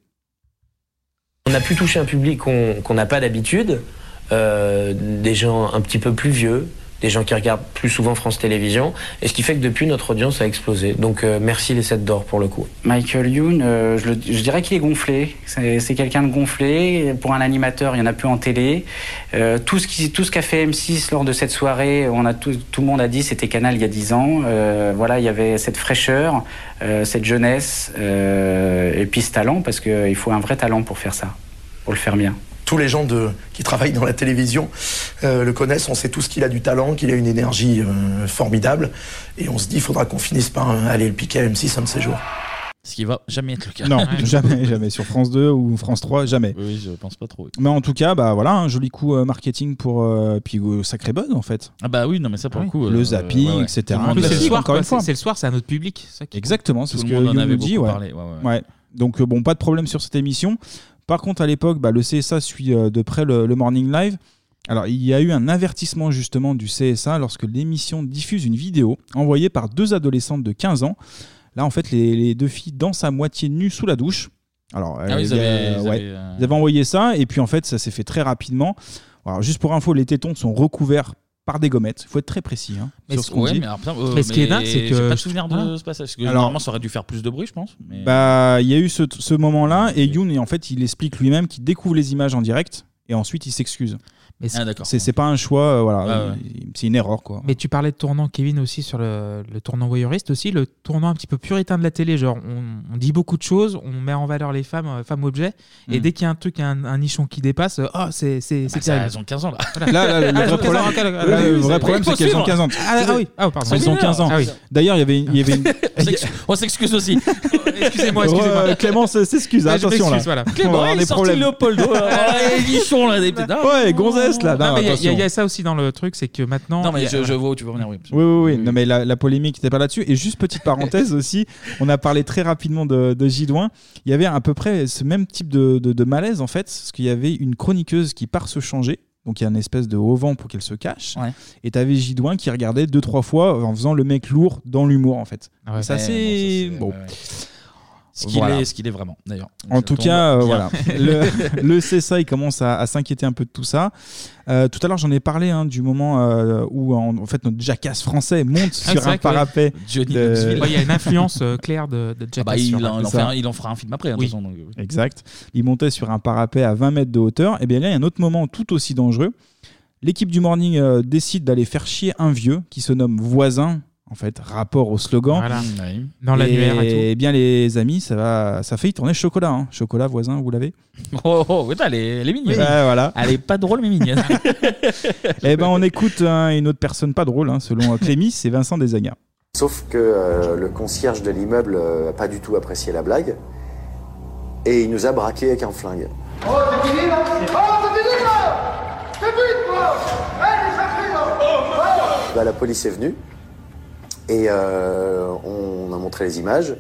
Speaker 19: On a pu toucher un public qu'on qu'on n'a pas d'habitude, euh, des gens un petit peu plus vieux, des gens qui regardent plus souvent France Télévisions, et ce qui fait que depuis notre audience a explosé. Donc euh, merci les 7 d'or pour le coup.
Speaker 20: Michael Youn, euh, je, le- je dirais qu'il est gonflé. C'est c'est quelqu'un de gonflé. Pour un animateur, il n'y en a plus en télé. Euh, tout ce qui- tout ce qu'a fait M6 lors de cette soirée, on a tout, tout le monde a dit c'était Canal il y a 10 ans. Euh, voilà, il y avait cette fraîcheur, euh, cette jeunesse, euh, et puis ce talent, parce qu'il faut un vrai talent pour faire ça, pour le faire bien.
Speaker 18: Tous les gens de, qui travaillent dans la télévision euh, le connaissent, on sait tous qu'il a du talent, qu'il a une énergie euh, formidable, et on se dit, il faudra qu'on finisse par euh, aller le piquer à M6 un de ces jours.
Speaker 1: Ce qui va jamais être le cas.
Speaker 7: Non, jamais, jamais. Sur France 2 ou France 3, jamais.
Speaker 1: Oui, je pense pas trop. oui.
Speaker 7: Mais en tout cas, bah voilà, un joli coup euh, marketing pour euh, puis euh, sacré bonne en fait.
Speaker 1: Ah bah oui, non mais ça pour le coup.
Speaker 7: Le
Speaker 1: euh,
Speaker 7: zapping,
Speaker 1: ouais, ouais.
Speaker 7: etc.
Speaker 1: Tout le
Speaker 8: En
Speaker 1: monde
Speaker 8: plus,
Speaker 1: le
Speaker 8: C'est le
Speaker 1: sait,
Speaker 8: soir,
Speaker 1: encore
Speaker 8: quoi.
Speaker 1: une fois.
Speaker 8: C'est c'est le soir, c'est un autre public. c'est ça qui-
Speaker 7: Exactement, c'est
Speaker 1: Tout
Speaker 7: ce
Speaker 1: le
Speaker 7: que
Speaker 1: monde en
Speaker 7: Youn
Speaker 1: avait
Speaker 7: nous dit.
Speaker 1: beaucoup
Speaker 7: ouais.
Speaker 1: parlé, ouais, ouais,
Speaker 7: Ouais. Donc euh, bon, pas de problème sur cette émission. Par contre, à l'époque, bah, le CSA suit euh, de près le, le Morning Live. Alors, il y a eu un avertissement justement du CSA lorsque l'émission diffuse une vidéo envoyée par deux adolescentes de 15 ans. Là, en fait, les, les deux filles dansent à moitié nues sous la douche. Alors,
Speaker 1: Ah oui,
Speaker 7: il
Speaker 1: ils
Speaker 7: y a-
Speaker 1: avaient- ils
Speaker 7: ouais.
Speaker 1: avaient, euh,
Speaker 7: Ils avaient envoyé ça, et puis en fait, ça s'est fait très rapidement. Alors, juste pour info, les tétons sont recouverts par des gommettes. Il faut être très précis hein,
Speaker 1: Mais
Speaker 7: sur
Speaker 1: ce-
Speaker 7: ce qu'on
Speaker 1: ouais,
Speaker 7: dit.
Speaker 1: mais alors, putain, euh, Mais ce qui est mais dingue, c'est j'ai que- pas de souvenir de
Speaker 8: Ah.
Speaker 1: ce passage, parce que normalement, ça aurait dû faire plus de bruit, je pense, mais-
Speaker 7: Bah, il y a eu ce, ce moment-là, et Yoon, en fait, il explique lui-même qu'il découvre les images en direct, et ensuite il s'excuse.
Speaker 8: Mais c'est- Ah, d'accord. Ah,
Speaker 7: c'est c'est pas un choix, euh, voilà,
Speaker 8: Ouais, ouais.
Speaker 7: il- c'est une erreur Bah, quoi.
Speaker 8: Mais tu parlais de tournant, Kevin, aussi sur le, le tournant voyeuriste, aussi le tournant un petit peu puritain de la télé. Genre, on, on dit beaucoup de choses, on met en valeur les femmes, euh, femmes objets, et
Speaker 1: Mm.
Speaker 8: dès qu'il y a un truc, un, un nichon qui dépasse, euh, oh, c'est c'est c'est
Speaker 1: Bah, ça,
Speaker 8: terrible.
Speaker 1: elles ont 15 ans là.
Speaker 7: Là, là, le vrai problème, là, le vrai problème, c'est qu'elles ont 15 ans.
Speaker 8: euh, Ah, ah oui, ah, pardon.
Speaker 7: Elles ont 15 ans. D'ailleurs, il y avait, il y avait une.
Speaker 1: On s'ex- On s'excuse aussi.
Speaker 8: excusez-moi,
Speaker 7: excusez-moi. Euh, Clémence s'excuse,
Speaker 8: Ah, je
Speaker 7: attention là.
Speaker 8: m'excuse, voilà.
Speaker 7: On va
Speaker 8: Clément,
Speaker 7: avoir
Speaker 8: il
Speaker 7: des
Speaker 8: est sorti
Speaker 7: problèmes.
Speaker 1: Léopoldo, euh, les nichons, là, des-
Speaker 7: Ouais, gonzesse là.
Speaker 8: Non,
Speaker 7: Non,
Speaker 8: mais il y a- il y, a-
Speaker 7: attention.
Speaker 8: il y a ça aussi dans le truc, c'est que maintenant.
Speaker 1: Non, mais
Speaker 8: il y a-
Speaker 1: je, je
Speaker 8: voilà.
Speaker 1: vois où tu veux venir, oui.
Speaker 7: Oui, oui, oui. Non, mais la, la polémique n'était pas là-dessus. Et juste petite parenthèse aussi, on a parlé très rapidement de, de Gidouin. Il y avait à peu près ce même type de, de- de malaise, en fait, parce qu'il y avait une chroniqueuse qui part se changer. Donc il y a une espèce de haut vent pour qu'elle se cache. Et t'avais Gidouin qui regardait deux, trois fois en faisant le mec lourd dans l'humour, en fait.
Speaker 1: Ah ouais.
Speaker 7: Et ça,
Speaker 1: Ouais,
Speaker 7: c'est. Bon.
Speaker 1: Ce qu'il
Speaker 7: Voilà.
Speaker 1: est, ce qu'il est vraiment, d'ailleurs.
Speaker 7: En
Speaker 1: Ça
Speaker 7: tout
Speaker 1: tombe
Speaker 7: cas, euh,
Speaker 1: bien. Ah
Speaker 7: voilà. Le, le CSA, il commence à, à s'inquiéter un peu de tout ça. Euh, tout à l'heure, j'en ai parlé hein, du moment euh, où, en, en fait, notre jacasse français monte
Speaker 8: Ah, c'est
Speaker 7: sur
Speaker 8: vrai
Speaker 7: un
Speaker 8: que, ouais.
Speaker 7: parapet.
Speaker 1: Johnny
Speaker 7: de-
Speaker 1: Knoxville.
Speaker 8: Ouais, Il y a une influence euh, claire de, de
Speaker 1: Ah
Speaker 8: Jack
Speaker 1: bah, il
Speaker 8: Astor.
Speaker 1: en- il en
Speaker 7: C'est
Speaker 1: fait
Speaker 7: ça.
Speaker 1: un- il en fera un film après, de toute
Speaker 7: Oui.
Speaker 1: façon, donc, euh, oui.
Speaker 7: Exact. Il montait sur un parapet à 20 mètres de hauteur. Et bien là, il y a un autre moment tout aussi dangereux. L'équipe du Morning euh, décide d'aller faire chier un vieux qui se nomme Voisin. En fait, rapport au slogan.
Speaker 8: Voilà.
Speaker 1: Mmh,
Speaker 8: Oui. Dans l'annuaire et tout.
Speaker 7: Eh bien, les amis, ça va, ça fait tourner chocolat. hein. Chocolat, voisin, vous l'avez
Speaker 1: Oh, oh, putain, elle est, elle est mignonne.
Speaker 7: Ouais, voilà.
Speaker 1: Elle est pas drôle, mais mignonne.
Speaker 7: Eh ben, on écoute hein, une autre personne pas drôle, hein, selon euh, Clémy, c'est Vincent Desaga.
Speaker 21: Sauf que euh, le concierge de l'immeuble euh, a pas du tout apprécié la blague et il nous a braqué avec un flingue.
Speaker 22: Oh, t'es fini là Oh, t'es fini là T'es vite, toi Allez, les sacrés là Oh,
Speaker 21: Bah, la police est venue et euh, on a montré les images.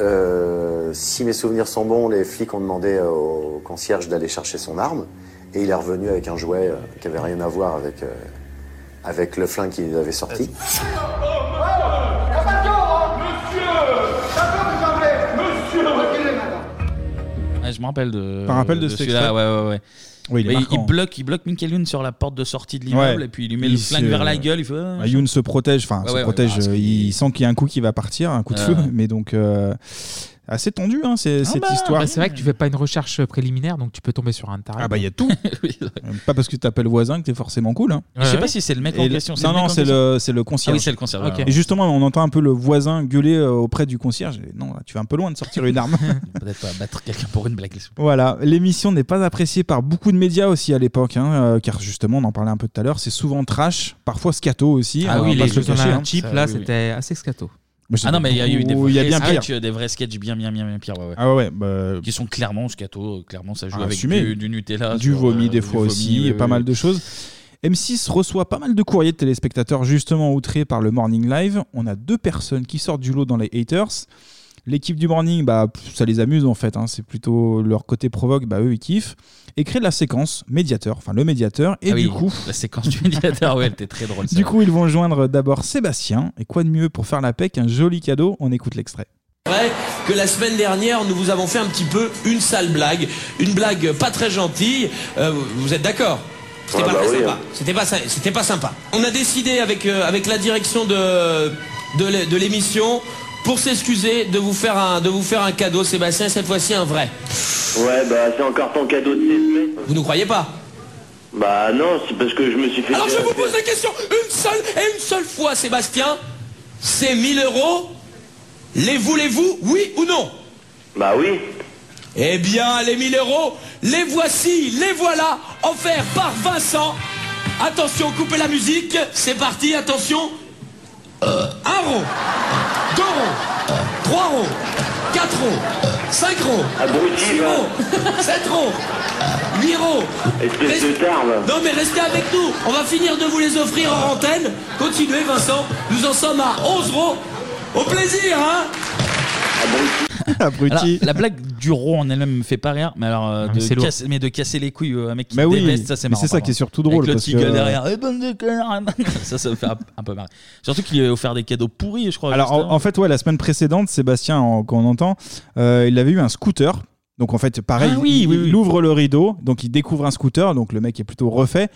Speaker 21: Euh, euh, si mes souvenirs sont bons, les flics ont demandé au concierge d'aller chercher son arme. Et il est revenu avec un jouet euh, qui avait rien à voir avec, euh, avec le flingue qu'il avait sorti.
Speaker 22: hein
Speaker 1: Ouais, je me rappelle de.
Speaker 7: Par rappel de cet
Speaker 1: celui-là,
Speaker 7: extrait.
Speaker 1: ouais, ouais, ouais.
Speaker 7: Oui, il est
Speaker 1: Mais
Speaker 7: marquant.
Speaker 1: bloque, il bloque Michael Youn sur la porte de sortie de l'immeuble
Speaker 7: Ouais.
Speaker 1: et puis il lui met le
Speaker 7: Il
Speaker 1: flingue
Speaker 7: se-
Speaker 1: vers la gueule. Il fait. ah,
Speaker 7: Ouais, Youn se protège, enfin
Speaker 1: Ouais,
Speaker 7: se
Speaker 1: ouais, ouais,
Speaker 7: protège.
Speaker 1: parce
Speaker 7: euh, il sent qu'il y a un coup qui va partir, un coup de
Speaker 1: Ouais,
Speaker 7: feu,
Speaker 1: ouais.
Speaker 7: mais donc euh, assez tendu hein, c'est- cette histoire.
Speaker 8: Bah, c'est vrai que tu fais pas une recherche préliminaire, donc tu peux tomber sur un taré.
Speaker 7: Ah bah il y a tout. Euh, Pas parce que tu t'appelles voisin que t'es forcément cool. hein.
Speaker 8: Je sais pas si c'est le mec en
Speaker 7: Et
Speaker 8: question, c'est
Speaker 7: Non
Speaker 8: le mec
Speaker 7: non
Speaker 8: en
Speaker 7: c'est
Speaker 8: question
Speaker 7: le c'est le concierge.
Speaker 1: Ah oui, c'est le concierge, ouais, ouais.
Speaker 7: Et justement on entend un peu le voisin gueuler euh, auprès du concierge. Et non là, tu vas un peu loin de sortir une arme.
Speaker 1: Peut-être pas battre quelqu'un pour une blague.
Speaker 7: Voilà, l'émission n'est pas appréciée par beaucoup de médias aussi à l'époque, hein, euh, car justement, on en parlait un peu tout à l'heure, c'est souvent trash, parfois scato aussi.
Speaker 1: Ah
Speaker 7: on
Speaker 1: oui,
Speaker 7: va pas
Speaker 1: les
Speaker 7: se le
Speaker 1: jeux
Speaker 7: cacher,
Speaker 1: d'argent,
Speaker 7: hein.
Speaker 1: cheap,
Speaker 8: Là, c'était assez scato.
Speaker 7: Mais je sais
Speaker 1: Ah non,
Speaker 7: pas
Speaker 1: mais il y a eu des
Speaker 7: beaucoup, il y a bien
Speaker 1: vrais
Speaker 7: pire.
Speaker 1: sketchs, euh, des vrais sketchs bien, bien, bien, bien pire. Ouais, ouais.
Speaker 7: Ah ouais, bah,
Speaker 1: Qui sont clairement scato, euh, clairement ça joue avec
Speaker 7: Ah, assumé.
Speaker 1: du, du Nutella.
Speaker 7: du
Speaker 1: sur, euh,
Speaker 7: vomi des
Speaker 1: du
Speaker 7: fois
Speaker 1: vomi, euh,
Speaker 7: aussi,
Speaker 1: ouais,
Speaker 7: et pas
Speaker 1: ouais.
Speaker 7: mal de choses. M6 reçoit pas mal de courriers de téléspectateurs justement outrés par le Morning Live. On a deux personnes qui sortent du lot dans les haters. L'équipe du Morning, bah, pff, ça les amuse en fait. hein. C'est plutôt leur côté provoque, bah, eux ils kiffent. Et créent la séquence médiateur, enfin le médiateur. Et
Speaker 1: Ah
Speaker 7: du
Speaker 1: oui,
Speaker 7: coup,
Speaker 1: La séquence du médiateur, ouais, elle était très drôle.
Speaker 7: Du coup, ils vont joindre d'abord Sébastien. Et quoi de mieux pour faire la paix qu'un joli cadeau On écoute l'extrait.
Speaker 9: vrai que la semaine dernière, nous vous avons fait un petit peu une sale blague, une blague pas très gentille. Euh, vous- vous êtes d'accord C'était
Speaker 23: Ah
Speaker 9: pas
Speaker 23: bah
Speaker 9: très
Speaker 23: oui,
Speaker 9: sympa.
Speaker 23: hein.
Speaker 9: C'était pas, sy- c'était pas sympa. On a décidé avec, euh, avec la direction de, de l'é- de l'émission pour s'excuser de vous faire un de vous faire un cadeau, Sébastien. Cette fois-ci un vrai.
Speaker 23: Ouais, bah c'est encore ton cadeau de ces semaines.
Speaker 9: Vous nous croyez pas
Speaker 23: Bah non, c'est parce que je me suis fait.
Speaker 9: Alors je
Speaker 23: dire-
Speaker 9: vous pose la question une seule et une seule fois, Sébastien. Ces 1000 euros, les voulez-vous, oui ou non
Speaker 23: Bah oui.
Speaker 9: Eh bien, les 1000 euros, les voici, les voilà, offerts par Vincent. Attention, coupez la musique, c'est parti, attention. Euh, un rond, deux ronds, euh, trois ronds, quatre ronds, euh, cinq ronds, six ronds, sept ronds, euh, huit ronds.
Speaker 23: Espèce de tarve.
Speaker 9: Non mais restez avec nous, on va finir de vous les offrir en antenne. Continuez Vincent, nous en sommes à 11 ronds. Au plaisir, hein
Speaker 1: Alors, la blague du rond en elle-même me fait pas rire, mais alors euh,
Speaker 7: Ah,
Speaker 1: de
Speaker 7: mais c'est lourd.
Speaker 1: casser- mais de casser les couilles euh, un mec qui
Speaker 7: Mais Bah oui,
Speaker 1: déveste, ça c'est
Speaker 7: mais
Speaker 1: marrant.
Speaker 7: c'est ça
Speaker 1: par
Speaker 7: qui est
Speaker 1: contre.
Speaker 7: surtout drôle,
Speaker 1: Avec le
Speaker 7: parce
Speaker 1: petit
Speaker 7: que-
Speaker 1: gueule derrière, Eh, bande de connards ça ça me fait un, un peu marrer. Surtout qu'il lui a offert des cadeaux pourris, je crois.
Speaker 7: Alors,
Speaker 1: juste
Speaker 7: en, en fait, ouais, la semaine précédente, Sébastien, en- qu'on entend, euh, il avait eu un scooter. Donc, en fait, pareil,
Speaker 1: Ah oui,
Speaker 7: il,
Speaker 1: oui,
Speaker 7: il
Speaker 1: oui.
Speaker 7: ouvre le rideau, donc il découvre un scooter, donc le mec est plutôt refait.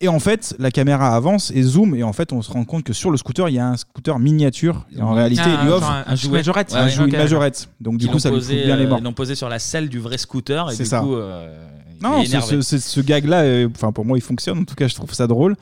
Speaker 7: Et en fait, la caméra avance et zoom, et en fait, on se rend compte que sur le scooter, il y a un scooter miniature. Et en
Speaker 1: Ah,
Speaker 7: réalité, il lui
Speaker 1: genre
Speaker 7: offre
Speaker 1: un- un jouet.
Speaker 7: un
Speaker 1: Ouais,
Speaker 7: jouet,
Speaker 1: ok,
Speaker 7: une majorette.
Speaker 1: d'accord.
Speaker 7: Donc, du
Speaker 1: Ils
Speaker 7: coup,
Speaker 1: l'ont
Speaker 7: ça lui fout
Speaker 1: posé,
Speaker 7: bien les
Speaker 1: euh,
Speaker 7: morts.
Speaker 1: Ils l'ont posé sur la selle du vrai scooter et
Speaker 7: C'est
Speaker 1: du
Speaker 7: ça.
Speaker 1: coup, euh, il
Speaker 7: Non,
Speaker 1: est
Speaker 7: ce,
Speaker 1: énervé.
Speaker 7: ce- ce- ce gag-là, euh, enfin pour moi, il fonctionne. En tout cas, je trouve ça drôle.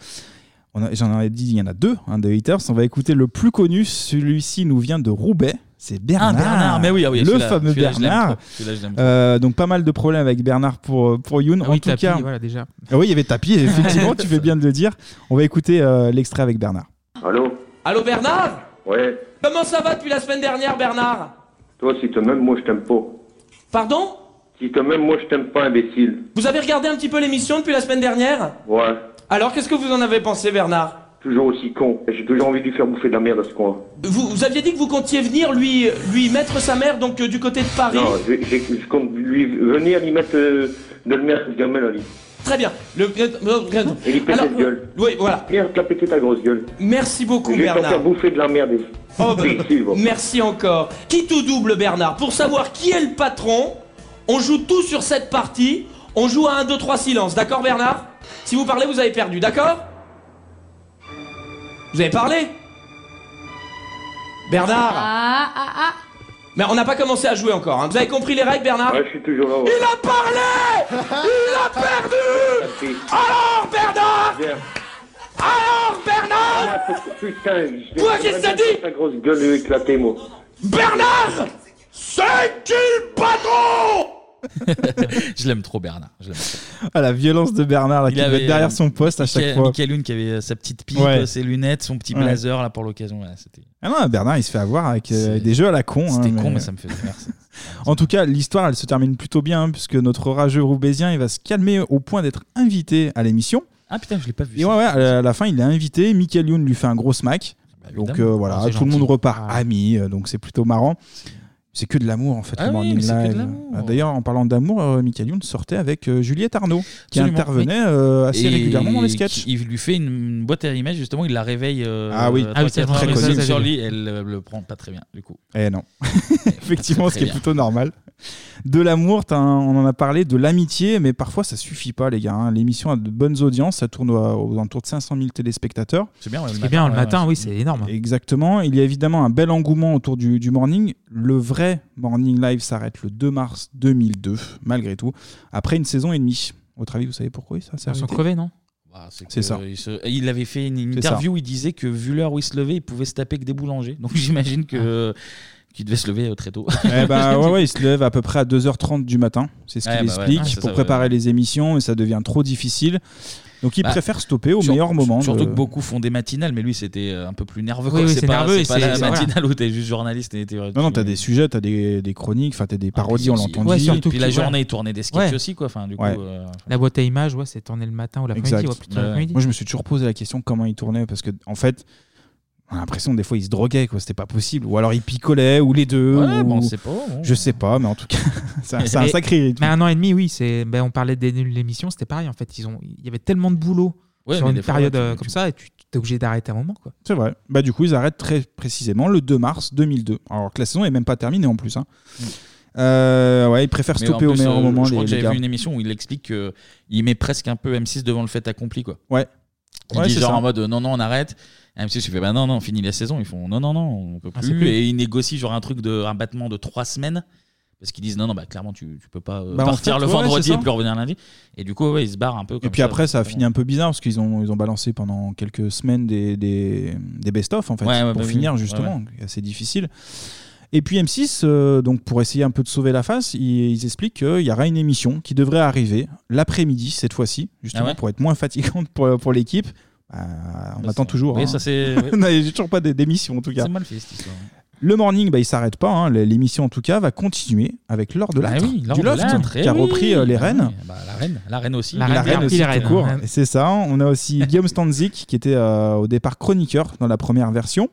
Speaker 7: On a- J'en ai dit, il y en a deux, hein, de haters. On va écouter le plus connu. Celui-ci nous vient de Roubaix. C'est Bernard.
Speaker 1: Ah, Bernard, mais oui, ah oui,
Speaker 7: le
Speaker 1: celui-là-
Speaker 7: fameux
Speaker 1: celui-là, je l'aime
Speaker 7: Bernard.
Speaker 1: trop. Celui-là, je l'aime
Speaker 7: Euh, donc pas mal de problèmes avec Bernard pour euh, pour Youn.
Speaker 8: Ah
Speaker 7: en
Speaker 8: oui,
Speaker 7: tout
Speaker 8: tapis,
Speaker 7: cas,
Speaker 8: voilà, déjà.
Speaker 7: Ah oui, il y avait tapis. Effectivement, tu fais bien de le dire. On va écouter euh, l'extrait avec Bernard.
Speaker 24: Allô
Speaker 9: Allô Bernard
Speaker 24: Ouais.
Speaker 9: Comment ça va depuis la semaine dernière Bernard
Speaker 24: Toi, si te même, moi, je t'aime pas.
Speaker 9: Pardon
Speaker 24: Si te même, moi, je t'aime pas, imbécile.
Speaker 9: Vous avez regardé un petit peu l'émission depuis la semaine dernière
Speaker 24: Ouais.
Speaker 9: Alors qu'est-ce que vous en avez pensé Bernard
Speaker 24: Toujours aussi con. J'ai toujours envie de lui faire bouffer de la merde à ce coin.
Speaker 9: vous, vous aviez dit que vous comptiez venir lui, lui mettre sa mère donc euh, du côté de Paris
Speaker 24: Non, je, je- je compte lui venir lui mettre euh, de la merde, ce gamin, là, lui.
Speaker 9: Très bien. Le...
Speaker 24: Et lui péter
Speaker 9: Alors,
Speaker 24: de gueule.
Speaker 9: Oui, voilà.
Speaker 24: Viens te la péter ta grosse gueule.
Speaker 9: Merci beaucoup
Speaker 24: je vais t'en
Speaker 9: Bernard.
Speaker 24: faire bouffer de la merde.
Speaker 9: Oh, bah,
Speaker 24: Imbécile, va.
Speaker 9: merci encore. Qui tout double Bernard Pour savoir qui est le patron, on joue tout sur cette partie. On joue à 1, 2, 3 silence. D'accord Bernard Si vous parlez, vous avez perdu. D'accord Vous avez parlé Bernard
Speaker 4: Ah, ah, ah.
Speaker 9: Mais on n'a pas commencé à jouer encore. hein. Vous avez compris les règles Bernard
Speaker 24: Ouais, je suis toujours là. ouais.
Speaker 9: Il a parlé Il a perdu Alors Bernard
Speaker 24: Viens.
Speaker 9: Alors Bernard
Speaker 24: Ah, Putain, je
Speaker 9: Toi, qu'est-ce que t'as dit
Speaker 24: Ta grosse gueule, lui éclater, moi.
Speaker 9: Bernard C'est qui le patron
Speaker 1: je l'aime trop Bernard. Je l'aime trop.
Speaker 7: Ah, la violence de Bernard là, Ah, qui
Speaker 1: Il
Speaker 7: doit
Speaker 1: avait,
Speaker 7: être derrière son poste à chaque
Speaker 1: Michael-
Speaker 7: fois.
Speaker 1: Michael Youn qui avait euh, sa petite pipe,
Speaker 7: Ouais.
Speaker 1: ses lunettes, son petit
Speaker 7: Ouais.
Speaker 1: blazer là pour l'occasion. ouais, c'était-
Speaker 7: Ah non, Bernard, il se fait avoir avec euh, des jeux à la con.
Speaker 1: C'était
Speaker 7: hein,
Speaker 1: con, mais ça me faisait rire, ça.
Speaker 7: en tout cas, l'histoire, elle se termine plutôt bien, hein, puisque notre rageux roubaisien, il va se calmer au point d'être invité à l'émission.
Speaker 1: Ah putain, je l'ai pas vu.
Speaker 7: Et ouais, ouais, à la- à la fin, il est invité. Michael Youn lui fait un gros smack. donc
Speaker 1: Bah, évidemment.
Speaker 7: euh, voilà,
Speaker 1: Ah,
Speaker 7: tout
Speaker 1: c'est
Speaker 7: le monde
Speaker 1: gentil.
Speaker 7: repart ami, euh, donc c'est plutôt marrant. C'est que de l'amour en fait,
Speaker 1: Ah
Speaker 7: le
Speaker 1: oui,
Speaker 7: Morning
Speaker 1: mais c'est que de
Speaker 7: Live. Ah,
Speaker 1: l'amour.
Speaker 7: D'ailleurs, en parlant d'amour, euh, Michael Youn sortait avec euh, Juliette Arnaud, qui
Speaker 1: Absolument.
Speaker 7: intervenait
Speaker 1: Oui.
Speaker 7: euh, assez
Speaker 1: Et
Speaker 7: régulièrement dans les sketchs.
Speaker 1: qui- Il lui fait une- une boîte à images, justement, il la réveille. euh,
Speaker 7: Ah
Speaker 1: à
Speaker 7: oui.
Speaker 1: droite
Speaker 7: Ah oui,
Speaker 1: et à
Speaker 7: c'est
Speaker 1: gauche,
Speaker 7: très
Speaker 1: mais
Speaker 7: connu.
Speaker 1: Sur le lit, elle euh, le prend pas très bien, du coup.
Speaker 7: Eh non. Effectivement,
Speaker 1: Très,
Speaker 7: ce
Speaker 1: très
Speaker 7: qui est
Speaker 1: bien.
Speaker 7: plutôt normal. De l'amour, t'as un- on en a parlé, de l'amitié, mais parfois ça suffit pas, les gars. hein. L'émission a de bonnes audiences, ça tourne à- aux alentours de 500 000 téléspectateurs.
Speaker 1: C'est bien,
Speaker 8: Ce qui est bien, le matin, oui, c'est énorme.
Speaker 7: Exactement. Il y a évidemment un bel engouement autour du, du morning. Le vrai morning live s'arrête le 2 mars 2002, malgré tout, après une saison et demie. Votre avis, vous savez pourquoi ça s'est
Speaker 8: Ils sont
Speaker 7: arrêté
Speaker 8: crevés, non
Speaker 1: Bah,
Speaker 7: C'est
Speaker 1: que
Speaker 7: ça.
Speaker 1: Il, se- il avait fait une
Speaker 7: C'est
Speaker 1: interview où il disait que vu l'heure où il se levait, il pouvait se taper que des boulangers. Donc j'imagine que qu'il devait se lever euh, très tôt.
Speaker 7: Ah. Eh ben, ouais, ouais, il se lève à peu près à 2h30 du matin, c'est ce
Speaker 1: Ouais,
Speaker 7: qu'il
Speaker 1: bah ouais,
Speaker 7: explique,
Speaker 1: ouais, c'est
Speaker 7: pour
Speaker 1: ça,
Speaker 7: préparer les émissions et ça devient trop difficile. Donc il
Speaker 1: Bah,
Speaker 7: préfère stopper au
Speaker 1: sur-
Speaker 7: meilleur moment.
Speaker 1: Surtout
Speaker 7: de-
Speaker 1: que beaucoup font des matinales, mais lui c'était euh, un peu plus nerveux.
Speaker 7: Oui,
Speaker 1: quoi.
Speaker 7: oui,
Speaker 1: c'est
Speaker 7: c'est
Speaker 1: pas,
Speaker 7: nerveux et
Speaker 1: c'est pas la
Speaker 7: c'est- voilà.
Speaker 1: matinale où t'es juste journaliste et t'es.
Speaker 7: Non, non, t'as des sujets, t'as des, des chroniques, enfin t'as des parodies, on l'entend
Speaker 1: Ouais,
Speaker 7: dire.
Speaker 1: surtout Ah, Puis la que- journée, il tournait des sketchs
Speaker 8: Ouais.
Speaker 1: aussi, quoi. Enfin, du coup,
Speaker 7: Ouais.
Speaker 1: euh,
Speaker 8: La boîte à images, ouais, c'est tourné le matin ou l'après-midi,
Speaker 7: Exact.
Speaker 8: ouais, plutôt l'après-midi.
Speaker 7: Moi, je me suis toujours posé la question comment il tournait parce que en fait, on a l'impression des fois il se droguait, quoi. C'était pas possible. Ou alors il picolait, ou les deux.
Speaker 8: Ouais,
Speaker 7: ou-
Speaker 8: bon, on sait pas, bon.
Speaker 7: Je sais pas, mais en tout cas, c'est un, c'est un
Speaker 8: Mais-
Speaker 7: sacré rythme.
Speaker 8: Mais un an et demi, oui, c'est. Ben, on parlait des nuls de l'émission, c'était pareil en fait. Ils ont, il y avait tellement de boulot
Speaker 7: Ouais,
Speaker 8: sur
Speaker 7: mais
Speaker 8: une
Speaker 7: des fois,
Speaker 8: période
Speaker 7: ouais, tu-
Speaker 8: euh, comme ça, et tu t'es obligé d'arrêter un moment, quoi.
Speaker 7: C'est vrai. Bah du coup, ils arrêtent très précisément le 2 mars 2002. Alors que la saison est même pas terminée en plus. hein. Euh, ouais, ils préfèrent
Speaker 1: Mm. mais en
Speaker 7: stopper au
Speaker 1: plus,
Speaker 7: meilleur
Speaker 1: euh,
Speaker 7: moment
Speaker 1: Je crois
Speaker 7: les,
Speaker 1: que
Speaker 7: les
Speaker 1: j'avais
Speaker 7: gars.
Speaker 1: vu une émission où il explique qu'il met presque un peu M6 devant le fait accompli, quoi.
Speaker 7: Ouais.
Speaker 1: Il
Speaker 7: Ouais,
Speaker 1: dit
Speaker 7: c'est
Speaker 1: genre
Speaker 7: ça.
Speaker 1: en mode euh, non, non, on arrête. Et M6 il fait bah non, non, on finit la saison. Ils font non, non, non, on peut
Speaker 8: Ah,
Speaker 1: plus.
Speaker 8: c'est plus.
Speaker 1: Et ils négocient genre un truc de un battement de trois semaines. Parce qu'ils disent non, non, bah clairement, tu, tu peux pas euh,
Speaker 7: Bah, en
Speaker 1: partir
Speaker 7: fait,
Speaker 1: le
Speaker 7: ouais,
Speaker 1: vendredi
Speaker 7: c'est ça.
Speaker 1: et puis revenir lundi. Et du coup, ouais, ils se barrent un peu.
Speaker 7: Et
Speaker 1: comme
Speaker 7: puis après, ça a fini
Speaker 1: exactement.
Speaker 7: un peu bizarre parce qu'ils ont, ils ont balancé pendant quelques semaines des, des, des best-of en fait,
Speaker 1: Ouais, ouais,
Speaker 7: pour
Speaker 1: bah oui,
Speaker 7: finir
Speaker 1: oui.
Speaker 7: justement.
Speaker 1: Ouais,
Speaker 7: C'est assez difficile. Et puis M6, euh, donc pour essayer un peu de sauver la face, ils, ils expliquent qu'il y aura une émission qui devrait arriver l'après-midi cette fois-ci, justement
Speaker 1: Ah ouais
Speaker 7: pour être moins fatigante pour, pour l'équipe. Euh, on attend toujours.
Speaker 1: oui,
Speaker 7: hein.
Speaker 1: ça, c'est- oui.
Speaker 7: on n'a j'ai toujours pas d- d'émission en tout cas.
Speaker 1: C'est mal fait cette histoire.
Speaker 7: Le morning, bah, il s'arrête pas. hein. L'émission, en tout cas, va continuer avec Laure de
Speaker 1: Ah
Speaker 7: Lattre,
Speaker 1: oui, Laure
Speaker 7: du
Speaker 1: de
Speaker 7: Loft,
Speaker 1: Lattre, eh
Speaker 7: qui a
Speaker 1: oui.
Speaker 7: repris euh, les
Speaker 1: Ah
Speaker 7: rênes.
Speaker 1: oui, bah, la reine, la reine aussi.
Speaker 7: La reine aussi, tout court. hein.
Speaker 1: Ouais.
Speaker 7: Et C'est ça. On a aussi Guillaume Stanzik, qui était euh, au départ chroniqueur dans la première version.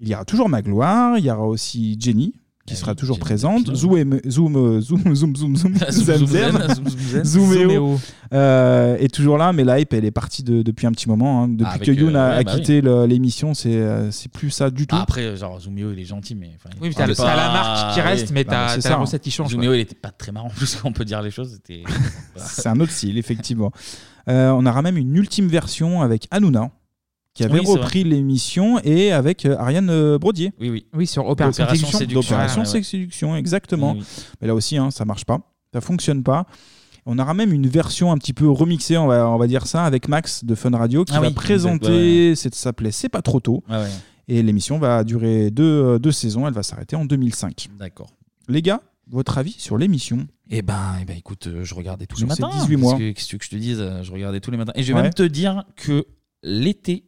Speaker 7: Il y aura toujours Magloire. Il y aura aussi Jenny, qui sera toujours présente. Zoom, zoom, zoom, zoom, zoom, zoom,
Speaker 1: Zoom,
Speaker 7: Zem, Zem.
Speaker 1: Zoom, Zoom, Zoom, Zem.
Speaker 7: Zooméo,
Speaker 1: Zooméo.
Speaker 7: euh, est toujours là, mais la hype, elle est partie de- depuis un petit moment. hein. Depuis
Speaker 1: Avec,
Speaker 7: que Youn a,
Speaker 1: euh, ouais,
Speaker 7: a
Speaker 1: bah
Speaker 7: quitté le- l'émission, c'est euh, c'est plus ça du tout.
Speaker 1: Ah, après, genre, Zoomio, il est gentil, mais. enfin, il
Speaker 8: Oui, mais
Speaker 1: est
Speaker 8: t'as-
Speaker 1: pas-
Speaker 8: t'as la marque qui reste, mais
Speaker 1: Non,
Speaker 8: t'as-
Speaker 1: c'est
Speaker 8: t'as
Speaker 1: ça,
Speaker 8: la
Speaker 1: hein.
Speaker 8: recette qui change,
Speaker 1: Zoomio,
Speaker 8: quoi.
Speaker 1: il était pas très marrant, plus qu'on peut dire les choses. C'était.
Speaker 7: C'est un autre style, effectivement. Euh, on aura même une ultime version avec Hanouna, qui avait
Speaker 1: Oui, c'est
Speaker 7: repris l'émission, et avec euh, Ariane euh, Brodier.
Speaker 1: Oui, oui.
Speaker 8: Oui, sur Opération Séduction.
Speaker 7: D'Opération
Speaker 8: Voilà, ouais, ouais.
Speaker 7: Séduction, exactement.
Speaker 8: Oui,
Speaker 7: Mais là aussi, hein, ça marche pas. Ça fonctionne pas. On aura même une version un petit peu remixée, on va, on va dire ça, avec Max de Fun Radio, qui
Speaker 1: Ah
Speaker 7: va
Speaker 1: oui,
Speaker 7: présenter, c'est ça s'appelait C'est pas trop tôt.
Speaker 1: Ah ouais.
Speaker 7: Et l'émission va durer deux, euh, deux saisons, elle va s'arrêter en 2005.
Speaker 1: D'accord.
Speaker 7: Les gars, votre avis sur l'émission
Speaker 1: Eh ben, eh ben, écoute, euh, je regardais tous les
Speaker 7: Sur ces
Speaker 1: matins.
Speaker 7: 18
Speaker 1: parce
Speaker 7: mois.
Speaker 1: que- Qu'est-ce que je te dise euh, Je regardais tous les matins. Et je vais
Speaker 7: Ouais.
Speaker 1: même te dire que l'été,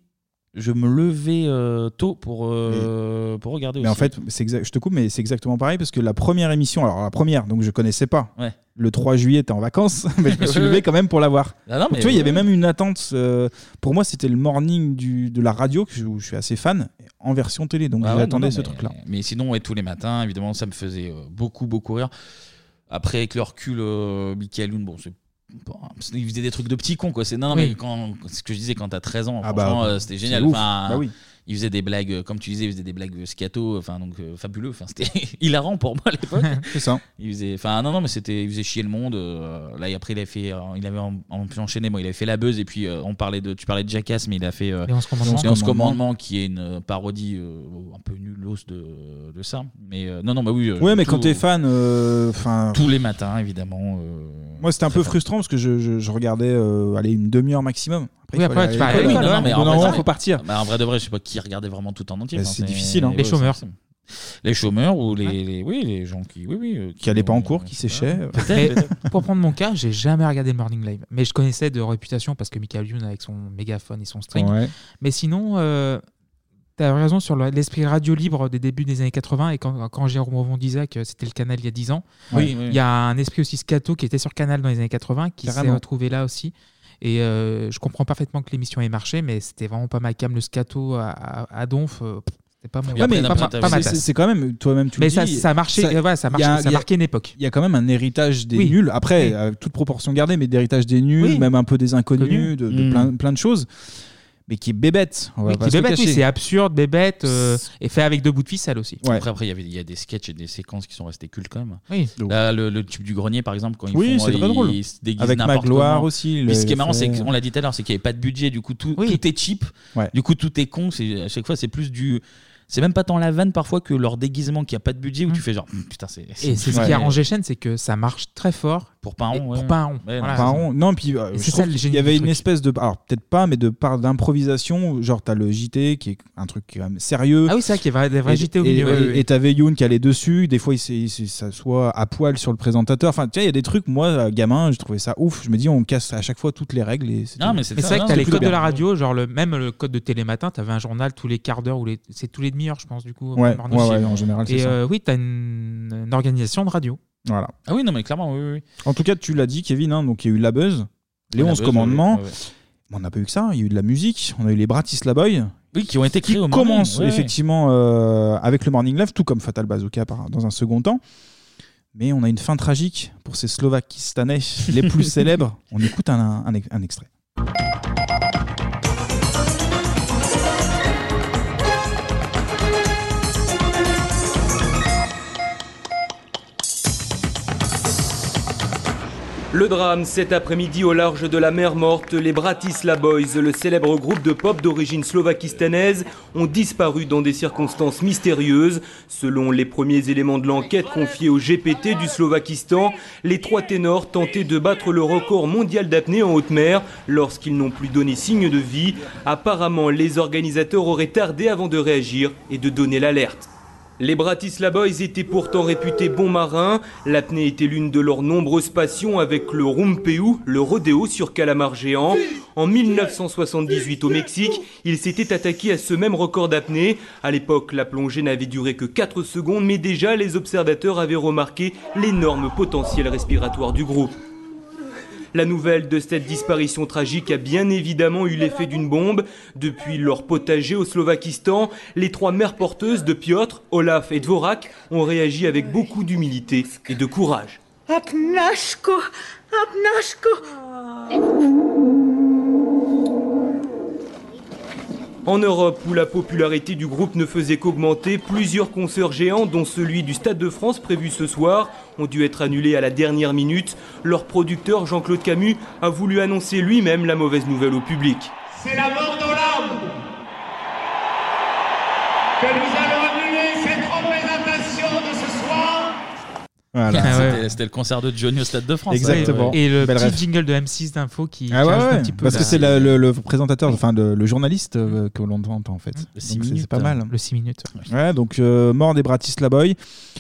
Speaker 1: je me levais euh, tôt pour, euh, pour regarder
Speaker 7: Mais en
Speaker 1: aussi.
Speaker 7: fait, c'est exact- je te coupe, mais c'est exactement pareil parce que la première émission, alors la première, donc je connaissais pas.
Speaker 1: Ouais.
Speaker 7: Le 3 juillet, t'es en vacances, mais je me suis
Speaker 1: Ouais, ouais.
Speaker 7: levé quand même pour la voir.
Speaker 1: Ah non,
Speaker 7: Donc,
Speaker 1: mais
Speaker 7: tu vois, il y avait
Speaker 1: ouais.
Speaker 7: même une attente. euh, pour moi, c'était le morning du, de la radio, que je- où je suis assez fan, en version télé. Donc
Speaker 1: Ah ouais,
Speaker 7: j'attendais
Speaker 1: non, non,
Speaker 7: ce
Speaker 1: mais-
Speaker 7: truc-là.
Speaker 1: Mais sinon, ouais, tous les matins, évidemment, ça me faisait euh, beaucoup, beaucoup rire. Après, avec le recul, euh, Michael Youn, bon, c'est. bon, il faisait des trucs de petits cons quoi. C'est non, non,
Speaker 7: Oui.
Speaker 1: mais quand c'est ce que je disais quand t'as 13 ans,
Speaker 7: Ah
Speaker 1: franchement,
Speaker 7: bah,
Speaker 1: euh, c'était
Speaker 7: c'est
Speaker 1: génial.
Speaker 7: ouf.
Speaker 1: Enfin,
Speaker 7: Bah oui.
Speaker 1: Il faisait des blagues, euh, comme tu disais, il faisait des blagues euh, scato, enfin donc euh, fabuleux. Enfin, c'était hilarant pour moi à l'époque.
Speaker 7: C'est ça.
Speaker 1: Il faisait, enfin non non, mais c'était, il faisait chier le monde. euh, là et après, il avait fait, euh, il avait en, en- enchaîné, bon, il avait fait la buzz et puis euh, on parlait de, tu parlais de Jackass, mais il a fait euh,
Speaker 8: Léonce Commandement.
Speaker 1: Léonce Commandement, qui est une euh, parodie euh, un peu nullos de, de ça. Mais euh, non non, bah oui. euh,
Speaker 7: Ouais, mais
Speaker 1: tout-
Speaker 7: quand t'es fan, euh, enfin.
Speaker 1: tous les matins évidemment. euh,
Speaker 7: Moi, c'était un peu frustrant parce que je, je- je regardais, euh, allez, une demi-heure maximum. Après, il
Speaker 1: Oui,
Speaker 7: faut aller à l'école, hein.
Speaker 1: oui,
Speaker 7: voilà.
Speaker 1: mais
Speaker 7: Au
Speaker 1: en
Speaker 7: bout d'un
Speaker 1: vrai,
Speaker 7: moment,
Speaker 1: c'est-
Speaker 7: faut partir.
Speaker 1: Bah, en vrai de vrai, je sais pas qui regardait vraiment tout en entier.
Speaker 7: Bah,
Speaker 1: Enfin,
Speaker 7: c'est difficile, hein.
Speaker 1: ouais,
Speaker 7: Les
Speaker 1: c'est-
Speaker 7: chômeurs.
Speaker 1: c'est- Les chômeurs ou les, les- oui, les gens qui, oui, oui, euh,
Speaker 7: Qui allait pas en cours, qui séchait.
Speaker 8: Mais
Speaker 1: Peut-être, peut-être.
Speaker 8: pour prendre mon cas, j'ai jamais regardé le Morning Live, mais je connaissais de réputation parce que Michael Youn avec son mégaphone et son string.
Speaker 7: Ouais.
Speaker 8: Mais sinon, euh, t'as raison sur le- l'esprit radio libre des débuts des années 80 et quand, quand Jérôme Auvon disait que c'était le Canal il y a 10 ans,
Speaker 1: Oui,
Speaker 8: il
Speaker 1: oui.
Speaker 8: y a un esprit aussi scato qui était sur Canal dans les années 80 qui s'est
Speaker 1: Carrément.
Speaker 8: retrouvé là aussi. Et euh, je comprends parfaitement que l'émission ait marché, mais c'était vraiment pas ma cam le scato à, à- à Donf. euh, pff. C'est pas mon-
Speaker 7: Ouais, mais pas- pas- c'est- C'est quand même, toi-même, tu
Speaker 8: Mais
Speaker 7: le
Speaker 8: ça-
Speaker 7: dis,
Speaker 8: ça a marché, euh, voilà, ça a
Speaker 7: il y
Speaker 8: marché- ça a
Speaker 7: il y
Speaker 8: marqué une époque.
Speaker 7: Il y a quand même un héritage des
Speaker 8: Oui.
Speaker 7: nuls, après,
Speaker 8: Oui.
Speaker 7: euh, toute proportion gardée, mais d'héritage des nuls, même un peu des inconnus, de, de
Speaker 8: Mm.
Speaker 7: plein, plein de choses, mais qui est bébête. on va
Speaker 8: Oui,
Speaker 7: pas
Speaker 8: qui
Speaker 7: se le
Speaker 8: bébête, oui,
Speaker 7: cacher.
Speaker 8: c'est absurde, bébête, euh, et fait avec deux bouts de ficelle aussi.
Speaker 1: Après, après, il y avait- il y a des sketchs et des séquences qui sont restées cultes quand même.
Speaker 8: Oui.
Speaker 1: Là, le, le tube du grenier, par exemple, quand ils
Speaker 7: Oui,
Speaker 1: font,
Speaker 7: c'est très
Speaker 1: ils-
Speaker 7: drôle.
Speaker 1: ils se déguisent
Speaker 7: Avec
Speaker 1: n'importe
Speaker 7: Magloire
Speaker 1: comment.
Speaker 7: aussi, il
Speaker 1: Puis ce
Speaker 7: l'a
Speaker 1: qui est marrant,
Speaker 7: fait.
Speaker 1: c'est qu'on l'a dit tout à l'heure, c'est qu'il n'y avait pas de budget. Du coup, tout, tout est cheap.
Speaker 7: Ouais.
Speaker 1: Du coup, tout est con. C'est à chaque fois, c'est plus du. C'est même pas tant la vanne parfois que leur déguisement qui a pas de budget où tu fais genre Hum, putain c'est.
Speaker 8: Mm. Et c'est ce qui a arrangé chaîne, c'est que ça marche très fort.
Speaker 1: Pour pas un
Speaker 8: Et
Speaker 1: rond, ouais.
Speaker 8: Pour pas un rond.
Speaker 1: Ouais,
Speaker 8: Voilà.
Speaker 7: Par an. Non, puis euh, je
Speaker 8: Et c'est ça
Speaker 7: trouve
Speaker 8: le
Speaker 7: qu'il
Speaker 8: génie
Speaker 7: y avait
Speaker 8: du
Speaker 7: une
Speaker 8: truc.
Speaker 7: espèce de. Alors, peut-être pas, mais de part d'improvisation. Genre, t'as le JT qui est un truc quand même sérieux.
Speaker 8: Ah oui, c'est vrai qu'il y avait des vrais
Speaker 7: Et-
Speaker 8: JT au
Speaker 7: et-
Speaker 8: milieu,
Speaker 7: Et
Speaker 8: oui, oui.
Speaker 7: et t'avais Youn qui allait dessus. Des fois, il s'est- il s'est- s'assoit à poil sur le présentateur. Enfin, tu vois, il y a des trucs, moi, euh, gamin, je trouvais ça ouf. Je me dis, on casse à chaque fois toutes les règles. Et
Speaker 8: Mais c'est vrai que t'as les codes de la
Speaker 7: radio
Speaker 8: radio, genre le, même le code de télématin, t'avais un journal tous les quarts d'heure ou les, c'est tous les demi-heures, je pense, du coup.
Speaker 7: Ouais,
Speaker 8: Arnaud
Speaker 7: ouais,
Speaker 8: Chier.
Speaker 7: ouais, en général, c'est
Speaker 8: Et
Speaker 7: ça.
Speaker 8: euh, oui, t'as une, une organisation de radio.
Speaker 7: Voilà.
Speaker 1: Ah oui, non, mais clairement, oui, oui.
Speaker 7: En tout cas, tu l'as dit, Kevin, hein, donc il y a eu la buzz, les
Speaker 1: La
Speaker 7: 11
Speaker 1: buzz,
Speaker 7: commandements.
Speaker 1: ouais, ouais, ouais.
Speaker 7: Mais On n'a pas eu que ça, il y a eu de la musique, on a eu les Bratislavoy.
Speaker 1: Oui, qui ont été créés au Morning,
Speaker 7: commencent
Speaker 1: ouais, ouais.
Speaker 7: effectivement euh, avec le Morning Live, tout comme Fatal Bazooka par- dans un second temps. Mais on a une fin tragique pour ces Slovakistanais les plus célèbres. On écoute un, un- un extrait.
Speaker 10: Le drame cet après-midi au large de la mer morte, les Bratislava Boys, le célèbre groupe de pop d'origine slovakistanaise, ont disparu dans des circonstances mystérieuses. Selon les premiers éléments de l'enquête confiée au GPT du Slovakistan, les trois ténors tentaient de battre le record mondial d'apnée en haute mer lorsqu'ils n'ont plus donné signe de vie. Apparemment, les organisateurs auraient tardé avant de réagir et de donner l'alerte. Les Bratislava Boys étaient pourtant réputés bons marins. L'apnée était l'une de leurs nombreuses passions avec le rumpeu, le rodéo sur calamar géant. En 1978 au Mexique, ils s'étaient attaqués à ce même record d'apnée. À l'époque, la plongée n'avait duré que 4 secondes, mais déjà les observateurs avaient remarqué l'énorme potentiel respiratoire du groupe. La nouvelle de cette disparition tragique a bien évidemment eu l'effet d'une bombe. Depuis leur potager au Slovakistan, les trois mères porteuses de Piotr, Olaf et Dvorak ont réagi avec beaucoup d'humilité et de courage.
Speaker 22: Apnashko, apnashko.
Speaker 10: En Europe, où la popularité du groupe ne faisait qu'augmenter, plusieurs concerts géants, dont celui du Stade de France prévu ce soir, ont dû être annulés à la dernière minute. Leur producteur, Jean-Claude Camus, a voulu annoncer lui-même la mauvaise nouvelle au public.
Speaker 22: C'est la mort dans l'âme que nous allons annuler cette représentation de ce soir.
Speaker 7: Voilà.
Speaker 1: C'était- C'était le concert de Johnny au Stade de France. hein.
Speaker 7: Exactement.
Speaker 8: Ah, Et le
Speaker 7: Belle
Speaker 8: petit
Speaker 7: ref.
Speaker 8: jingle de M6 d'info qui.
Speaker 7: Ah
Speaker 8: qui
Speaker 7: ouais,
Speaker 8: rajoute un
Speaker 7: ouais,
Speaker 8: petit peu
Speaker 7: parce que
Speaker 8: la-
Speaker 7: c'est la- le, le présentateur, enfin le, le journaliste euh, que l'on entend en fait. Donc
Speaker 8: Mmh. six
Speaker 7: c'est-
Speaker 8: minutes,
Speaker 7: c'est pas mal.
Speaker 8: hein, Le 6 minutes.
Speaker 7: Ouais, donc euh, Mort des Bratislavoy.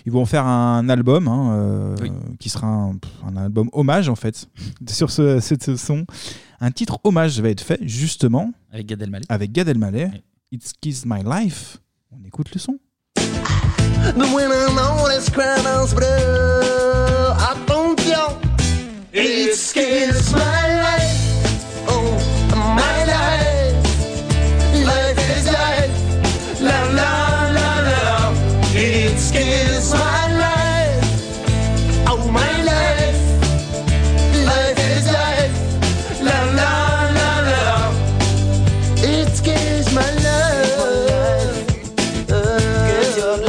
Speaker 7: Ils vont faire un album hein, euh, qui sera un, pff, un album hommage en fait sur ce, ce- ce son. Un titre hommage va être fait justement
Speaker 1: Avec Gad Elmaleh.
Speaker 7: avec Gad Elmaleh. It's Kiss My Life. On écoute le son.
Speaker 22: The winner known as Crown's Blue. Attention. It's kiss my life. Oh, my life. Life is life. La la la la. It's kiss my life. Oh, my life. Life is life. La la la la. It's kiss my life. Kiss your life.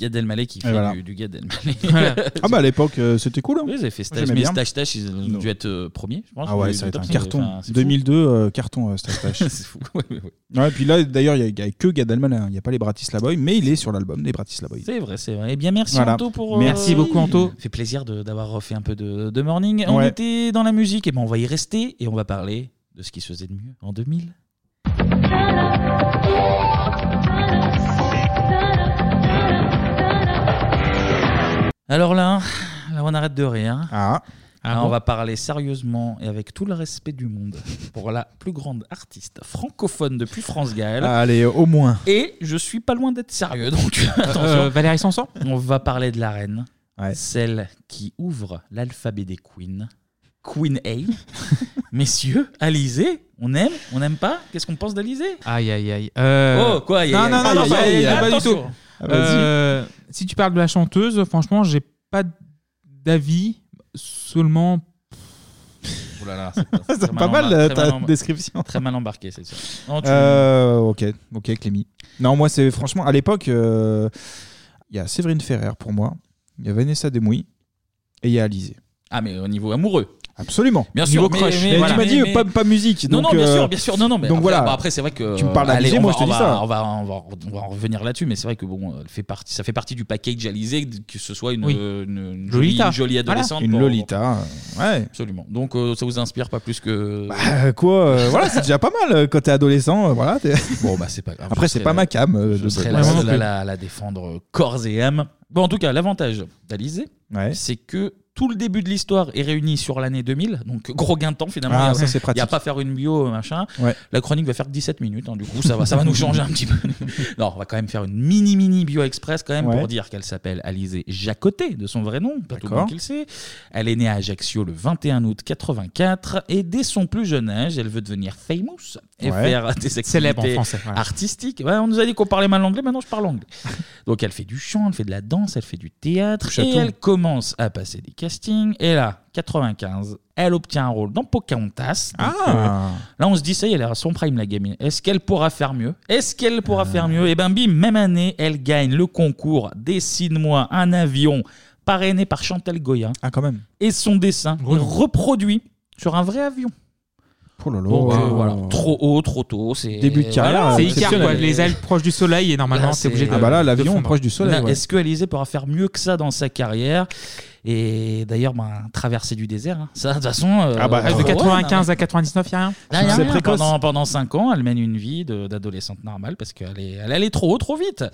Speaker 1: Gad Elmaleh qui fait
Speaker 7: voilà.
Speaker 1: du, du Gad Elmaleh.
Speaker 7: ah bah à l'époque euh, c'était cool. Hein.
Speaker 1: Oui, ils avaient fait stage,
Speaker 7: J'aimais
Speaker 1: mais
Speaker 7: bien.
Speaker 1: stage, stage, ils ont dû être euh, premiers, je pense.
Speaker 7: Ah ouais,
Speaker 1: du-
Speaker 7: ça
Speaker 1: du top,
Speaker 7: va être un
Speaker 1: c'est-
Speaker 7: carton.
Speaker 1: enfin, c'est fou.
Speaker 7: 2002, euh, carton euh, Stash Stash.
Speaker 1: C'est fou, ouais, ouais, ouais.
Speaker 7: Ouais, puis là, d'ailleurs, il n'y a, que Gad Elmaleh. hein. Il n'y a pas les Bratislavoy, mais il est sur l'album des Bratislavoy.
Speaker 1: C'est vrai, c'est vrai. Eh bien, merci
Speaker 7: Voilà.
Speaker 1: Anto pour.
Speaker 7: Merci beaucoup, Anto.
Speaker 1: Ça fait plaisir de- d'avoir refait un peu de, de morning. On
Speaker 7: Ouais.
Speaker 1: était dans la musique, et ben on va y rester et on va parler de ce qui se faisait de mieux en 2000. Alors là, là, on arrête de rire.
Speaker 7: Ah.
Speaker 1: Là,
Speaker 7: bon
Speaker 1: on va parler sérieusement et avec tout le respect du monde pour la plus grande artiste francophone depuis France Gall.
Speaker 7: Allez, au moins.
Speaker 1: Et je suis pas loin d'être sérieux, donc attention.
Speaker 8: euh, Valérie Sanson
Speaker 1: On va parler de la reine, celle qui ouvre l'alphabet des queens, Queen A. Messieurs, Alizé, on aime, on n'aime pas Qu'est-ce qu'on pense d'Alizé
Speaker 8: Aïe, aïe, aïe. Euh,
Speaker 1: Oh, quoi, aïe,
Speaker 8: Non,
Speaker 1: aïe,
Speaker 8: non,
Speaker 1: aïe,
Speaker 8: non,
Speaker 1: aïe,
Speaker 8: pas-
Speaker 1: aïe, aïe,
Speaker 8: pas du
Speaker 1: attention.
Speaker 8: tout.
Speaker 1: Ah, vas-y.
Speaker 8: Euh, Si tu parles de la chanteuse, franchement, j'ai pas d'avis, seulement.
Speaker 1: Oh là là, c'est pas,
Speaker 8: C'est
Speaker 1: très
Speaker 8: pas mal, euh,
Speaker 1: embar- très
Speaker 8: ta
Speaker 1: embar-
Speaker 7: description.
Speaker 1: Très mal embarqué, c'est sûr. Non, tu-
Speaker 7: Euh, ok, ok, Clémy. Non, moi, c'est franchement, à l'époque, euh, il y a Séverine Ferrer pour moi, il y a Vanessa Demouy et il y a Alizé.
Speaker 1: Ah, mais au niveau amoureux.
Speaker 7: Absolument.
Speaker 1: Bien
Speaker 7: Niveau
Speaker 1: sûr, mais-
Speaker 7: crush.
Speaker 1: mais
Speaker 7: Et
Speaker 1: voilà,
Speaker 7: tu m'as
Speaker 1: mais-
Speaker 7: dit euh,
Speaker 1: mais-
Speaker 7: pas, pas musique.
Speaker 1: Non,
Speaker 7: donc,
Speaker 1: non, bien
Speaker 7: euh,
Speaker 1: sûr, bien sûr. Non, non, mais
Speaker 7: donc
Speaker 1: après,
Speaker 7: voilà.
Speaker 1: bon, après, c'est vrai que.
Speaker 7: Tu me parles
Speaker 1: euh, allez,
Speaker 7: d'Alizé,
Speaker 1: on
Speaker 7: moi
Speaker 1: va-
Speaker 7: je te
Speaker 1: on
Speaker 7: dis
Speaker 1: va-
Speaker 7: ça.
Speaker 1: On va, on, va, on va en revenir là-dessus, mais c'est vrai que bon, euh, elle fait partie, ça fait partie du package Alizé, que ce soit une,
Speaker 7: Oui.
Speaker 1: une, une jolie,
Speaker 7: Lolita.
Speaker 1: une jolie
Speaker 7: Voilà.
Speaker 1: adolescente.
Speaker 7: Une
Speaker 1: bon,
Speaker 7: Lolita, ouais.
Speaker 1: Absolument. Donc, euh, ça vous inspire pas plus que.
Speaker 7: Euh, quoi, euh, voilà, c'est déjà pas mal euh, quand t'es adolescent. euh, voilà,
Speaker 1: Bon, bah, c'est pas grave.
Speaker 7: Après,
Speaker 1: Je
Speaker 7: c'est
Speaker 1: serai
Speaker 7: pas
Speaker 1: là-
Speaker 7: ma cam. euh,
Speaker 1: je
Speaker 7: de-
Speaker 1: serais
Speaker 7: de-
Speaker 1: la
Speaker 7: voilà.
Speaker 1: seule à la, à la défendre euh, corps et âme. Bon, en tout cas, l'avantage d'Alizé, c'est que tout le début de l'histoire est réuni sur l'année 2000, donc gros gain de temps finalement.
Speaker 7: Ah,
Speaker 1: Il y a-
Speaker 7: ça, c'est
Speaker 1: Il n'y a
Speaker 7: pratique.
Speaker 1: pas à faire une bio, euh, machin.
Speaker 7: Ouais.
Speaker 1: La chronique va faire 17 minutes, hein, du coup, ça va, ça va nous changer un petit peu. non, on va quand même faire une mini, mini bio express quand même
Speaker 7: Ouais.
Speaker 1: pour dire qu'elle s'appelle Alizé Jacoté, de son vrai nom, pas tout le
Speaker 7: D'accord.
Speaker 1: monde qui le sait. Elle est née à Ajaccio le 21 août 84 et dès son plus jeune âge, elle veut devenir famous et
Speaker 8: Ouais.
Speaker 1: faire des activités
Speaker 8: Célèbre en français, voilà.
Speaker 1: artistiques. Ouais, on nous a dit qu'on parlait mal l'anglais, maintenant je parle anglais. Donc elle fait du chant, elle fait de la danse, elle fait du théâtre
Speaker 7: Touche à
Speaker 1: et
Speaker 7: tout.
Speaker 1: elle commence à passer des castings. Et là, 95, elle obtient un rôle dans Pocahontas. Donc, euh,
Speaker 7: Ah.
Speaker 1: là, on se dit, ça y est, elle a son prime, la gamine. Est-ce qu'elle pourra faire mieux Est-ce qu'elle pourra faire mieux Et ben bim, même année, elle gagne le concours Dessine-moi un avion, parrainé par Chantal Goya.
Speaker 7: Ah, quand même.
Speaker 1: Et son dessin est reproduit sur un vrai avion.
Speaker 7: Oh là là.
Speaker 1: Donc, euh, voilà, trop haut, trop tôt. c'est-
Speaker 7: Début de carrière, euh,
Speaker 1: Voilà,
Speaker 8: c'est Icar,
Speaker 1: exceptionnel.
Speaker 8: quoi, les ailes proches du soleil, et normalement,
Speaker 1: Là,
Speaker 8: t'es obligé de.
Speaker 7: Ah bah là,
Speaker 8: de
Speaker 7: l'avion
Speaker 8: fondre.
Speaker 7: proche du soleil.
Speaker 1: Là,
Speaker 7: ouais.
Speaker 1: Est-ce que Alizé pourra faire mieux que ça dans sa carrière Et d'ailleurs, ben, traverser du désert, hein. ça, de toute façon. euh,
Speaker 8: Ah bah, de
Speaker 1: ouais,
Speaker 8: 95
Speaker 1: non,
Speaker 8: à 99, il a rien.
Speaker 1: mais- Là, y a rien. hein. pendant, pendant 5 ans, elle mène une vie de- d'adolescente normale parce qu'elle est, elle allait trop haut, trop vite.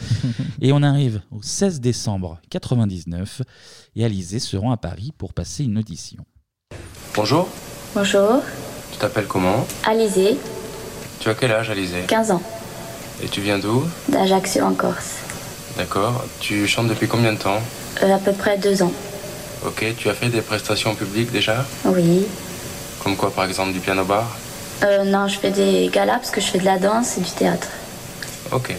Speaker 1: et on arrive au 16 décembre 99 et Alizé se rend à Paris pour passer une audition.
Speaker 11: Bonjour,
Speaker 4: Bonjour,
Speaker 11: tu t'appelles comment
Speaker 4: Alizé,
Speaker 11: Tu as quel âge, Alizé
Speaker 4: 15 ans,
Speaker 11: Et tu viens d'où
Speaker 4: d'Ajaccio en Corse,
Speaker 11: D'accord. Tu chantes depuis combien de temps
Speaker 4: Euh, à peu près 2 ans.
Speaker 11: Ok, tu as fait des prestations publiques déjà
Speaker 4: Oui.
Speaker 11: Comme quoi, par exemple, du piano bar
Speaker 4: Euh, non, je fais des galas parce que je fais de la danse et du théâtre.
Speaker 11: Ok.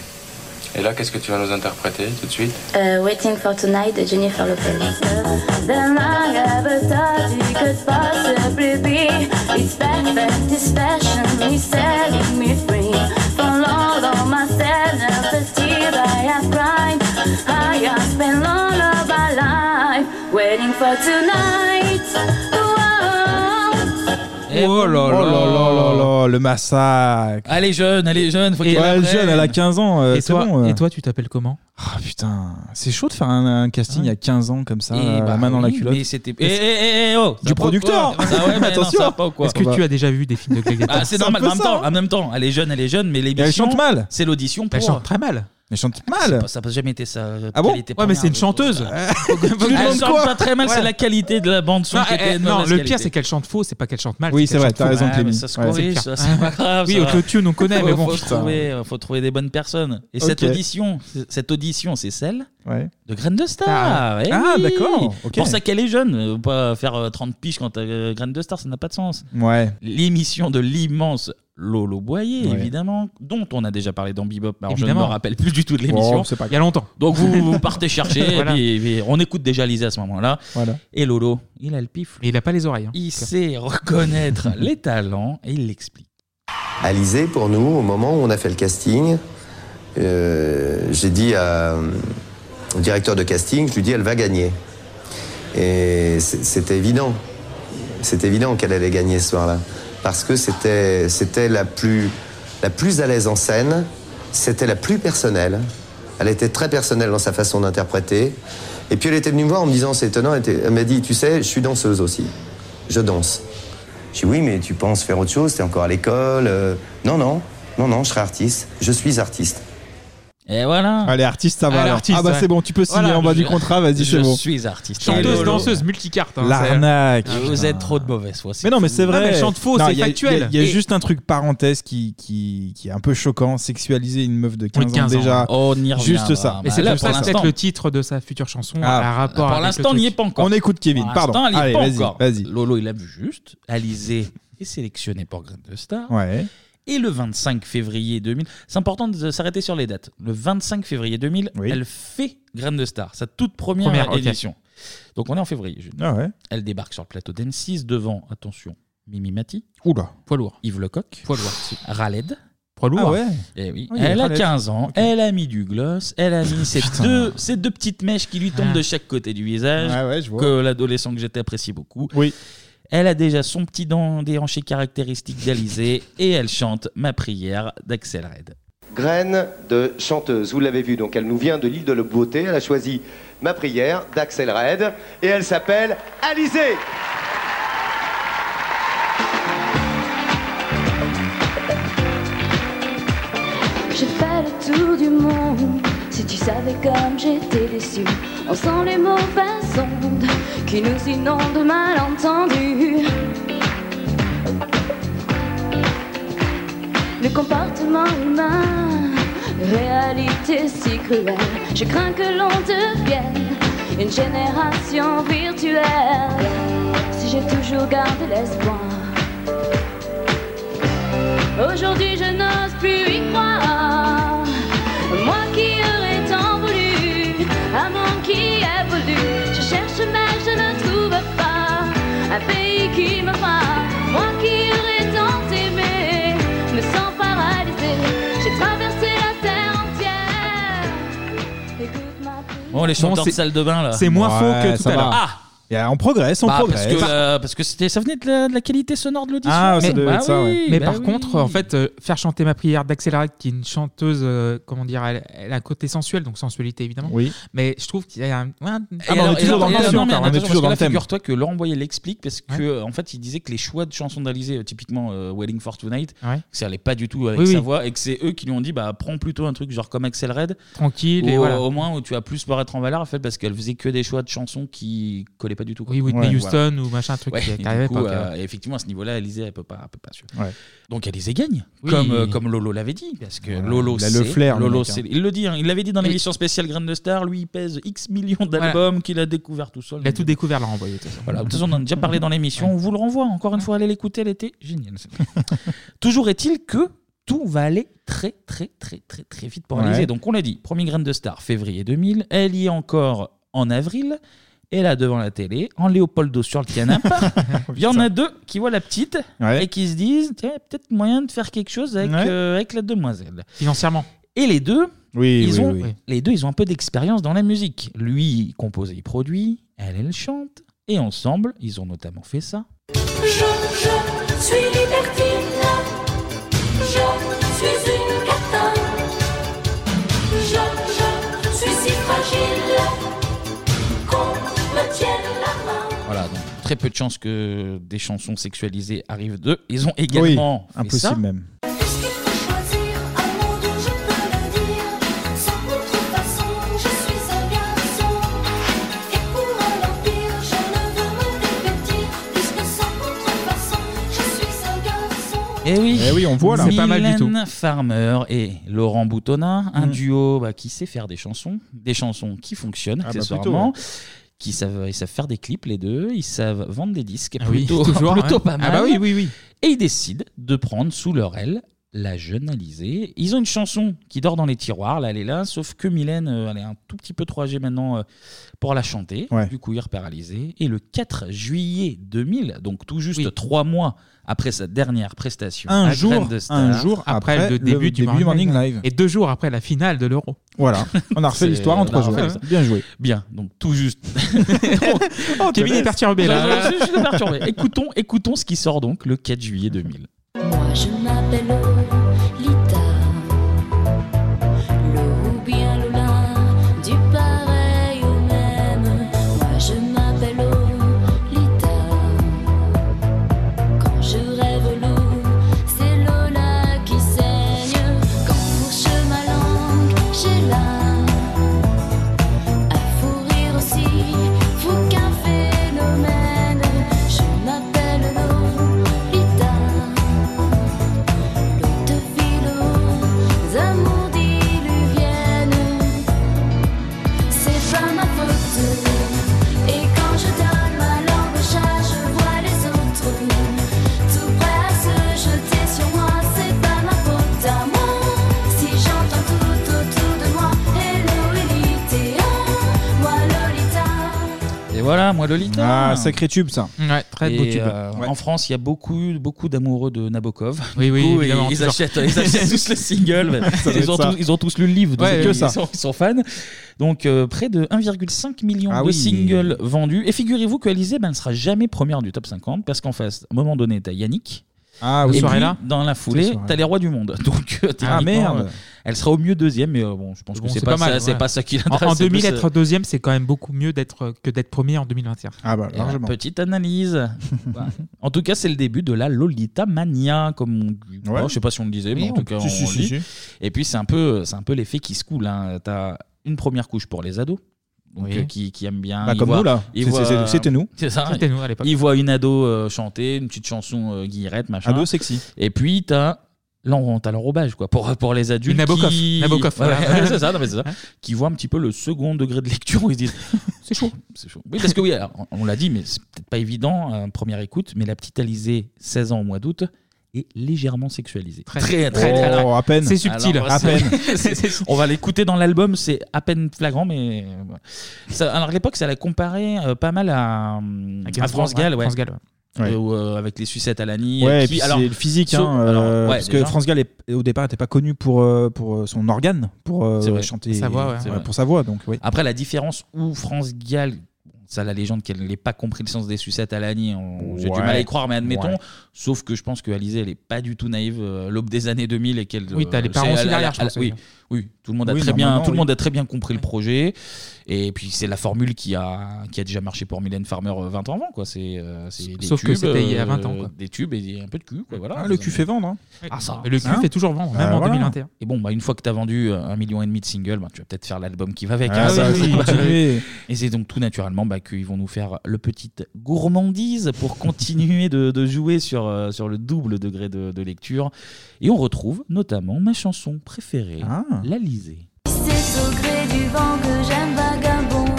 Speaker 11: Et là, qu'est-ce que tu vas nous interpréter tout de suite
Speaker 4: Euh, Waiting for Tonight de Jennifer Lopez.
Speaker 25: Waiting for tonight.
Speaker 7: Oh là là là là là, le massacre.
Speaker 1: Elle est jeune, elle est jeune, faut
Speaker 7: Ouais,
Speaker 1: qu'elle
Speaker 7: elle est
Speaker 1: apprenne.
Speaker 7: jeune, elle a 15 ans. euh,
Speaker 8: et,
Speaker 7: c'est
Speaker 8: toi,
Speaker 7: bon, euh.
Speaker 8: et toi, tu t'appelles comment
Speaker 7: Ah putain, c'est chaud de faire un, un casting à 15 ans comme ça,
Speaker 1: Et
Speaker 8: Ah,
Speaker 7: euh,
Speaker 1: bah
Speaker 7: main dans la
Speaker 1: oui,
Speaker 7: culotte.
Speaker 1: mais c'était- Eh, eh, eh, oh, ça
Speaker 7: du
Speaker 1: va ou
Speaker 7: producteur.
Speaker 1: quoi Ah ouais, mais non, ça va pas ou quoi
Speaker 8: hein.
Speaker 1: Bah.
Speaker 8: Est-ce que tu as déjà vu des films de Gladiator
Speaker 1: Ah, c'est normal, mais en même, temps, en même temps, elle est jeune, elle est jeune, mais l'émission.
Speaker 8: hein. elle chante mal.
Speaker 1: C'est l'audition pour.
Speaker 8: Elle chante très mal.
Speaker 7: Elle chante
Speaker 1: mal. Ça n'a jamais été ça.
Speaker 8: Ah bon Ouais, mais c'est une chanteuse.
Speaker 1: euh,
Speaker 8: lui
Speaker 1: Elle
Speaker 8: demandes
Speaker 1: chante
Speaker 8: quoi
Speaker 1: pas très mal, c'est
Speaker 8: Ouais.
Speaker 1: la qualité de la bande son.
Speaker 8: Non,
Speaker 1: qui
Speaker 8: eh,
Speaker 1: était
Speaker 8: eh,
Speaker 1: de
Speaker 8: non,
Speaker 1: mauvaise
Speaker 8: le
Speaker 1: qualité.
Speaker 8: pire, c'est qu'elle chante faux, c'est pas qu'elle chante mal.
Speaker 7: Oui, c'est
Speaker 8: qu'elle
Speaker 7: vrai,
Speaker 8: chante
Speaker 7: t'as
Speaker 8: faux.
Speaker 7: raison,
Speaker 8: Ouais,
Speaker 7: Clémy.
Speaker 8: mais ça se
Speaker 7: Ouais.
Speaker 8: corrige, Ah,
Speaker 7: C'est
Speaker 1: Oui,
Speaker 7: le pire.
Speaker 1: ça, c'est pas grave.
Speaker 8: Oui,
Speaker 1: ça.
Speaker 8: au clotune, on connaît,
Speaker 1: Faut-
Speaker 8: mais bon.
Speaker 1: Faut,
Speaker 8: putain.
Speaker 1: trouver, euh, faut trouver des bonnes personnes. Et cette
Speaker 8: Ok.
Speaker 1: audition, c- cette audition, c'est celle
Speaker 7: Ouais.
Speaker 1: de Graine de Star.
Speaker 7: Ah,
Speaker 1: eh
Speaker 7: ah,
Speaker 1: oui.
Speaker 7: d'accord, ok.
Speaker 1: Pour ça qu'elle est jeune. euh, Pas faire euh, 30 piges quand t'as euh, Graine de Star, ça n'a pas de sens.
Speaker 7: Ouais.
Speaker 1: L'émission de l'immense Lolo Boyer,
Speaker 7: Ouais.
Speaker 1: évidemment, dont on a déjà parlé dans Bebop. Alors, je
Speaker 8: Évidemment.
Speaker 1: ne me rappelle plus du tout de l'émission.
Speaker 8: Oh, c'est pas Il y a grave. longtemps.
Speaker 1: Donc, vous, vous partez chercher. et
Speaker 8: Voilà.
Speaker 1: puis- et puis on écoute déjà Lisa à ce moment-là.
Speaker 8: Voilà.
Speaker 1: Et Lolo, il a le pif.
Speaker 8: Il a pas les oreilles. hein.
Speaker 1: Il sait reconnaître les talents et il l'explique.
Speaker 26: Alizé, pour nous, au moment où on a fait le casting, euh, j'ai dit à, euh, au directeur de casting, je lui dis, elle va gagner. Et c'est- c'était évident. C'est évident qu'elle allait gagner ce soir-là. Parce que c'était c'était la plus, la plus à l'aise en scène, c'était la plus personnelle. Elle était très personnelle dans sa façon d'interpréter. Et puis elle était venue me voir en me disant, c'est étonnant, elle, était- elle m'a dit, tu sais, je suis danseuse aussi. Je danse. Je dis oui, mais tu penses faire autre chose, t'es encore à l'école. euh, Non, non, non, non, je serai artiste. Je suis artiste.
Speaker 1: Et voilà.
Speaker 7: Allez, artiste, ça va.
Speaker 1: Ah,
Speaker 7: alors.
Speaker 1: l'artiste,
Speaker 7: ah bah
Speaker 1: ouais.
Speaker 7: c'est bon, tu peux signer
Speaker 1: Voilà,
Speaker 7: en bas
Speaker 1: je-
Speaker 7: du contrat, vas-y,
Speaker 1: je
Speaker 7: c'est bon.
Speaker 1: suis artiste.
Speaker 8: Chanteuse,
Speaker 1: Hello.
Speaker 8: danseuse, multicarte, hein,
Speaker 7: L'arnaque.
Speaker 1: Ah, Vous êtes trop de mauvaise foi. c'est
Speaker 7: Mais non, mais
Speaker 1: fou.
Speaker 7: c'est vrai. Non, il y a- il y a- Il y a,
Speaker 1: Et-
Speaker 7: juste un truc parenthèse qui, qui, qui est un peu choquant sexualiser une meuf de 15,
Speaker 1: Oui, 15
Speaker 7: ans déjà.
Speaker 1: ans. Oh, on y reviendra.
Speaker 8: bah,
Speaker 7: Juste ça.
Speaker 1: Mais c'est là, pour
Speaker 7: Juste ça.
Speaker 1: l'instant.
Speaker 8: Peut-être le titre de sa future chanson
Speaker 7: Ah.
Speaker 8: a un rapport
Speaker 1: Pour
Speaker 8: avec
Speaker 1: l'instant, on
Speaker 8: le
Speaker 1: n'y est
Speaker 8: truc.
Speaker 1: pas encore.
Speaker 7: On écoute Kevin,
Speaker 1: Pour
Speaker 7: pardon.
Speaker 1: l'instant, elle y est
Speaker 7: Allez,
Speaker 1: pas
Speaker 7: vas-y,
Speaker 1: encore.
Speaker 7: vas-y.
Speaker 1: Lolo, il a vu juste. Alizé est sélectionné pour Grain de Star.
Speaker 7: Ouais.
Speaker 1: Et le 25 février 2000, c'est important de s'arrêter sur les dates. Le 25 février 2000, elle fait Grain de Star, sa toute première,
Speaker 8: Première, ok.
Speaker 1: édition. Donc on est en février. Jules.
Speaker 7: Ah ouais.
Speaker 1: Elle débarque sur le plateau d'M6 devant, attention, Mimi Mati.
Speaker 7: Oula.
Speaker 1: Poids lourd. Yves Lecoq. Poids lourd. Raled.
Speaker 8: Poids
Speaker 7: lourd. Ah ouais.
Speaker 1: Eh oui.
Speaker 7: Oui,
Speaker 1: elle a
Speaker 7: Raled.
Speaker 1: 15 ans, elle a mis du gloss, elle a mis ces
Speaker 7: Ah, Putain.
Speaker 1: deux, ces deux petites mèches qui lui tombent de chaque côté du visage,
Speaker 7: Ouais, ouais, je vois.
Speaker 1: que l'adolescent que j'étais apprécie beaucoup.
Speaker 7: Oui.
Speaker 1: Elle a déjà son petit dent déhanché caractéristique d'Alizé et elle chante Ma prière d'Axel Red.
Speaker 27: Graine de chanteuse, vous l'avez vu, donc elle nous vient de l'île de la beauté, elle a choisi ma prière d'Axel Red et elle s'appelle Alizé.
Speaker 25: J'ai fait le tour du monde. Si tu savais comme j'étais déçue, on sent les mauvaises ondes qui nous inondent malentendus. Le comportement humain, réalité si cruelle. Je crains que l'on devienne une génération virtuelle. Si j'ai toujours gardé l'espoir. Aujourd'hui je n'ose plus y croire. Moi qui aurais tant voulu, un monde qui évolue. Je cherche mais je ne trouve pas un pays qui me frappe. Moi qui aurais tant aimé, me sens paralysée. J'ai traversé la terre entière. Écoute ma
Speaker 1: Bon, Oh, les chanteurs de
Speaker 7: c'est-
Speaker 1: salle de bain là.
Speaker 7: c'est moins faux que tout
Speaker 1: ça
Speaker 7: à
Speaker 1: va.
Speaker 7: l'heure.
Speaker 1: Ah
Speaker 7: Et on progresse, on
Speaker 1: Bah,
Speaker 7: progresse.
Speaker 1: Parce que, euh, parce que c'était- ça venait de la, de la qualité sonore de l'audition.
Speaker 7: Ah, ça
Speaker 1: Mais-
Speaker 7: devait
Speaker 1: bah
Speaker 7: être ça, ouais.
Speaker 1: oui,
Speaker 8: Mais
Speaker 1: bah
Speaker 8: par
Speaker 1: oui.
Speaker 8: contre, en fait, euh, faire chanter ma prière d'Accélérate, qui est une chanteuse, euh, comment dire, elle, elle a un côté sensuel, donc sensualité évidemment.
Speaker 1: Oui.
Speaker 8: Mais je trouve qu'il y a un. ouais,
Speaker 7: Ah,
Speaker 8: un-
Speaker 1: Et alors- et alors- et alors- non, mais
Speaker 8: encore,
Speaker 1: attention, parce que là,
Speaker 8: thème.
Speaker 1: Figure-toi que Laurent Boyer l'explique parce que euh, en fait, il disait que les choix de chansons d'Alizé, euh, typiquement euh, Waiting for Tonight,
Speaker 8: Ouais.
Speaker 1: que ça allait pas du tout avec
Speaker 8: Oui,
Speaker 1: sa
Speaker 8: oui.
Speaker 1: voix et que c'est eux qui lui ont dit bah prends plutôt un truc genre comme Axel Red,
Speaker 8: Tranquille,
Speaker 1: où,
Speaker 8: et
Speaker 1: euh,
Speaker 8: voilà.
Speaker 1: au moins où tu as plus pour être en valeur en fait parce qu'elle faisait que des choix de chansons qui collaient pas du tout. quoi.
Speaker 8: Oui, Whitney
Speaker 1: Ouais,
Speaker 8: Houston
Speaker 1: voilà.
Speaker 8: ou machin, un truc
Speaker 1: Ouais,
Speaker 8: qui-
Speaker 1: et
Speaker 8: qui
Speaker 1: du
Speaker 8: arrivait
Speaker 1: coup,
Speaker 8: pas, ok,
Speaker 1: euh,
Speaker 8: ouais.
Speaker 1: et effectivement, à ce niveau-là, Alizé elle peut pas, elle peut pas suivre.
Speaker 7: Ouais.
Speaker 1: Donc Alizé gagne,
Speaker 8: Oui.
Speaker 1: comme euh, comme Lolo l'avait dit parce que
Speaker 7: Ouais,
Speaker 1: Lolo
Speaker 7: il a
Speaker 1: sait,
Speaker 7: le flair, le
Speaker 1: Lolo
Speaker 7: mec, hein.
Speaker 1: sait- il le dit, hein, il l'avait dit dans
Speaker 8: Oui.
Speaker 1: l'émission spéciale Grain de Star, lui il pèse X millions d'albums qu'il a découvert tout seul.
Speaker 8: Il a tout découvert, Laurent Boyer.
Speaker 1: Voilà, de toute façon, on en a déjà parlé dans l'émission. On vous le renvoie encore une fois. Allez l'écouter, elle était géniale. Toujours est-il que tout va aller très, très, très, très, très vite pour
Speaker 7: Ouais.
Speaker 1: Alizée. Donc, on l'a dit, premier grain de star, février 2000. Elle y est encore en avril. Et là, devant la télé, en Léopoldo sur le canapé, il y en a deux qui voient la petite
Speaker 7: Ouais.
Speaker 1: et qui se disent tiens, il y a peut-être moyen de faire quelque chose avec,
Speaker 7: Ouais.
Speaker 1: euh, avec la demoiselle.
Speaker 8: Financièrement.
Speaker 1: Et les deux,
Speaker 7: Oui,
Speaker 1: ils
Speaker 7: oui,
Speaker 1: ont,
Speaker 7: oui.
Speaker 1: les deux, ils ont un peu d'expérience dans la musique. Lui, il compose et il produit, elle, elle chante. Et ensemble, ils ont notamment fait ça.
Speaker 25: Je, je suis libertine. Je suis une catin. Je, je suis si fragile qu'on me tienne la main.
Speaker 1: Voilà, donc très peu de chances que des chansons sexualisées arrivent d'eux. Ils ont également
Speaker 7: Oui,
Speaker 1: fait ça.
Speaker 7: impossible même.
Speaker 25: Sans contrefaçon, je suis un garçon. Et pour un vampire, je ne veux me dévêtir. Puisque sans contrefaçon, je suis un garçon.
Speaker 1: Et oui,
Speaker 7: Eh oui, on voit, là. C'est pas mal du tout.
Speaker 1: Mylène Farmer et Laurent Boutonnat, un
Speaker 7: Mm.
Speaker 1: duo bah, qui sait faire des chansons, des chansons qui fonctionnent
Speaker 7: Ah bah,
Speaker 1: accessoirement. Qui savent, ils savent faire des clips, les deux, ils savent vendre des disques,
Speaker 8: Ah oui,
Speaker 1: plutôt,
Speaker 8: toujours,
Speaker 1: plutôt
Speaker 8: hein.
Speaker 1: pas mal.
Speaker 8: Ah bah oui, oui, oui.
Speaker 1: Et ils décident de prendre sous leur aile la jeune Alizée. Ils ont une chanson qui dort dans les tiroirs, là, elle est là, sauf que Mylène, euh, elle est un tout petit peu 3G maintenant euh, pour la chanter.
Speaker 7: Ouais.
Speaker 1: Du coup, ils repèrent Alizée. Et le 4 juillet 2000, donc tout juste trois mois après sa dernière prestation, à
Speaker 7: Un
Speaker 1: Graines
Speaker 7: jour,
Speaker 1: de Star,
Speaker 7: un jour
Speaker 8: après, le début du
Speaker 7: début Morning Live.
Speaker 8: Et deux jours après la finale de l'Euro.
Speaker 7: Voilà, on a refait
Speaker 1: Hein C'est-
Speaker 7: l'histoire en
Speaker 1: on a
Speaker 7: trois jours.
Speaker 1: refait l'histoire.
Speaker 7: Bien joué.
Speaker 1: Bien, donc tout juste.
Speaker 8: Oh, Kevin est perturbé là.
Speaker 1: Je, je- je suis perturbé. Écoutons, écoutons ce qui sort donc le 4 juillet 2000.
Speaker 25: Moi je m'appelle Lolita, Lou ou bien Lola, du pareil au même. Moi je m'appelle Lolita, quand je rêve loup, c'est Lola qui saigne. Quand fourche ma langue, j'ai
Speaker 1: voilà, moi Lolita.
Speaker 7: Ah, sacré tube ça.
Speaker 8: Ouais, très
Speaker 1: Et,
Speaker 8: beau tube.
Speaker 1: euh,
Speaker 8: Ouais.
Speaker 1: En France, il y a beaucoup, beaucoup d'amoureux de Nabokov.
Speaker 8: Oui,
Speaker 1: Du
Speaker 8: oui,
Speaker 1: coup,
Speaker 8: évidemment,
Speaker 1: ils, ils
Speaker 8: toujours.
Speaker 1: achètent, ils achètent tous le single.
Speaker 8: Ça doit
Speaker 1: ils, ont
Speaker 8: être ça.
Speaker 1: tous, ils ont tous lu le livre, donc
Speaker 8: Ouais,
Speaker 1: ils,
Speaker 8: que
Speaker 1: ils
Speaker 8: ça.
Speaker 1: sont, ils sont fans. Donc, euh, près de 1,5 million
Speaker 8: Ah
Speaker 1: de
Speaker 8: oui.
Speaker 1: singles vendus. Et figurez-vous qu'Alizé ben, ne sera jamais première du top 50 parce qu'en face, à un moment donné, t'as Yannick.
Speaker 7: Ah,
Speaker 1: et
Speaker 8: oui.
Speaker 1: puis,
Speaker 8: Soirée-là.
Speaker 1: dans la
Speaker 8: Cette
Speaker 1: foulée,
Speaker 8: soirée-là.
Speaker 1: t'as les rois du monde. Donc, euh,
Speaker 8: Ah,
Speaker 1: techniquement,
Speaker 8: merde.
Speaker 1: euh, Elle sera au mieux deuxième, mais euh, bon, je pense
Speaker 8: Bon,
Speaker 1: que c'est pas, ça- c'est
Speaker 8: ouais.
Speaker 1: pas ça qui
Speaker 8: En-
Speaker 1: l'intéresse.
Speaker 8: En,
Speaker 1: c'est
Speaker 8: 2000,
Speaker 1: plus, euh,
Speaker 8: être deuxième, c'est quand même beaucoup mieux d'être que d'être premier en 2021.
Speaker 7: Ah bah,
Speaker 1: Et la petite analyse. Bah, en tout cas, c'est le début de la Lolita Mania, comme on dit.
Speaker 7: Ouais.
Speaker 1: Bon, je sais pas si on le disait, mais
Speaker 7: Oui,
Speaker 1: en tout cas,
Speaker 7: si,
Speaker 1: on
Speaker 7: si,
Speaker 1: le
Speaker 7: si,
Speaker 1: dit.
Speaker 7: si.
Speaker 1: Et puis, c'est un peu, c'est un peu l'effet qui se coule. Hein. T'as une première couche pour les ados. Donc,
Speaker 8: Oui.
Speaker 1: euh, qui, qui aiment bien.
Speaker 7: Bah,
Speaker 1: ils
Speaker 7: comme
Speaker 1: voient-
Speaker 7: nous, là.
Speaker 1: ils
Speaker 7: C'est-
Speaker 1: voient-
Speaker 7: c'est- c'était nous.
Speaker 1: C'est ça.
Speaker 7: C'était nous, à
Speaker 1: Ils voient une ado euh, chanter une petite chanson euh, guillerette, machin.
Speaker 7: Ado sexy.
Speaker 1: Et puis t'as l'en- t'as l'enrobage quoi pour pour les adultes.
Speaker 8: Une Nabokov.
Speaker 1: Qui...
Speaker 8: Nabokov,
Speaker 1: Ouais,
Speaker 8: voilà.
Speaker 1: ouais, c'est ça, non, mais c'est ça. Qui voient un petit peu le second degré de lecture où ils se disent c'est chaud, c'est chaud. Oui, parce que oui, alors, on on l'a dit, mais c'est peut-être pas évident à première écoute, mais la petite Alizée, 16 ans au mois d'août, est légèrement sexualisée. Très, très, très.
Speaker 7: Oh,
Speaker 1: alors-
Speaker 7: à peine.
Speaker 1: C'est subtil.
Speaker 7: Alors, à peine.
Speaker 1: c'est- c'est- on va l'écouter dans l'album, c'est à peine flagrant, mais. ouais. Ça, alors, à l'époque, ça l'a comparé euh, pas mal à, hum, à
Speaker 8: Gainsbourg,
Speaker 1: France Gall,
Speaker 8: ouais,
Speaker 1: ouais.
Speaker 8: France Gall, ouais.
Speaker 1: Euh, où, euh, avec les sucettes à euh, l'année.
Speaker 7: Ouais, et puis c'est le physique, hein, euh, parce que France Gall est- au départ n'était pas connu pour, euh, pour euh, son organe, pour euh,
Speaker 1: C'est vrai.
Speaker 7: chanter,
Speaker 1: Sa voix, ouais.
Speaker 7: ouais,
Speaker 1: C'est vrai.
Speaker 7: pour sa voix. Donc, oui.
Speaker 1: Après, la différence où France Gall, ça, la légende qu'elle n'ait pas compris le sens des sucettes à l'année, on- j'ai du
Speaker 8: Ouais.
Speaker 1: mal à y croire, mais admettons.
Speaker 8: Ouais.
Speaker 1: Sauf que je pense que Alizée, elle n'est pas du tout naïve, euh, l'aube des années 2000 et qu'elle.
Speaker 8: Oui,
Speaker 1: euh,
Speaker 8: t'as les
Speaker 1: c'est-
Speaker 8: parents aussi
Speaker 1: elle- elle-
Speaker 8: derrière, je
Speaker 1: elle-
Speaker 8: pense,
Speaker 1: Oui,
Speaker 8: aussi.
Speaker 1: oui, tout le monde a
Speaker 8: Oui,
Speaker 1: très bien,
Speaker 8: normalement,
Speaker 1: tout le
Speaker 8: oui.
Speaker 1: monde a très bien compris le projet. Et puis c'est la formule qui a qui a déjà marché pour Mylène Farmer euh, 20 ans avant, quoi. C'est euh, c'est des
Speaker 8: Sauf que
Speaker 1: tubes,
Speaker 8: c'était il y a
Speaker 1: euh,
Speaker 8: 20 ans, quoi.
Speaker 1: Des tubes et un peu de cul, quoi. Voilà.
Speaker 7: Ah, le cul fait vendre, hein. Euh,
Speaker 1: Ah, ça.
Speaker 8: Mais le cul fait toujours vendre, même en 2021.
Speaker 1: Et bon, bah, une fois que t'as vendu euh, un million et demi de singles, bah, tu vas peut-être faire l'album qui va avec.
Speaker 7: Ah, ça,
Speaker 1: c'est
Speaker 7: oui,
Speaker 1: pas-
Speaker 7: continuez.
Speaker 1: Et c'est donc tout naturellement bah, qu'ils vont nous faire le petite gourmandise pour continuer de, de jouer sur, euh, sur le double degré de, de lecture. Et on retrouve notamment ma chanson préférée,
Speaker 7: Ah.
Speaker 1: l'Alizée.
Speaker 25: C'est au gré du vent que j'aime vagabonder.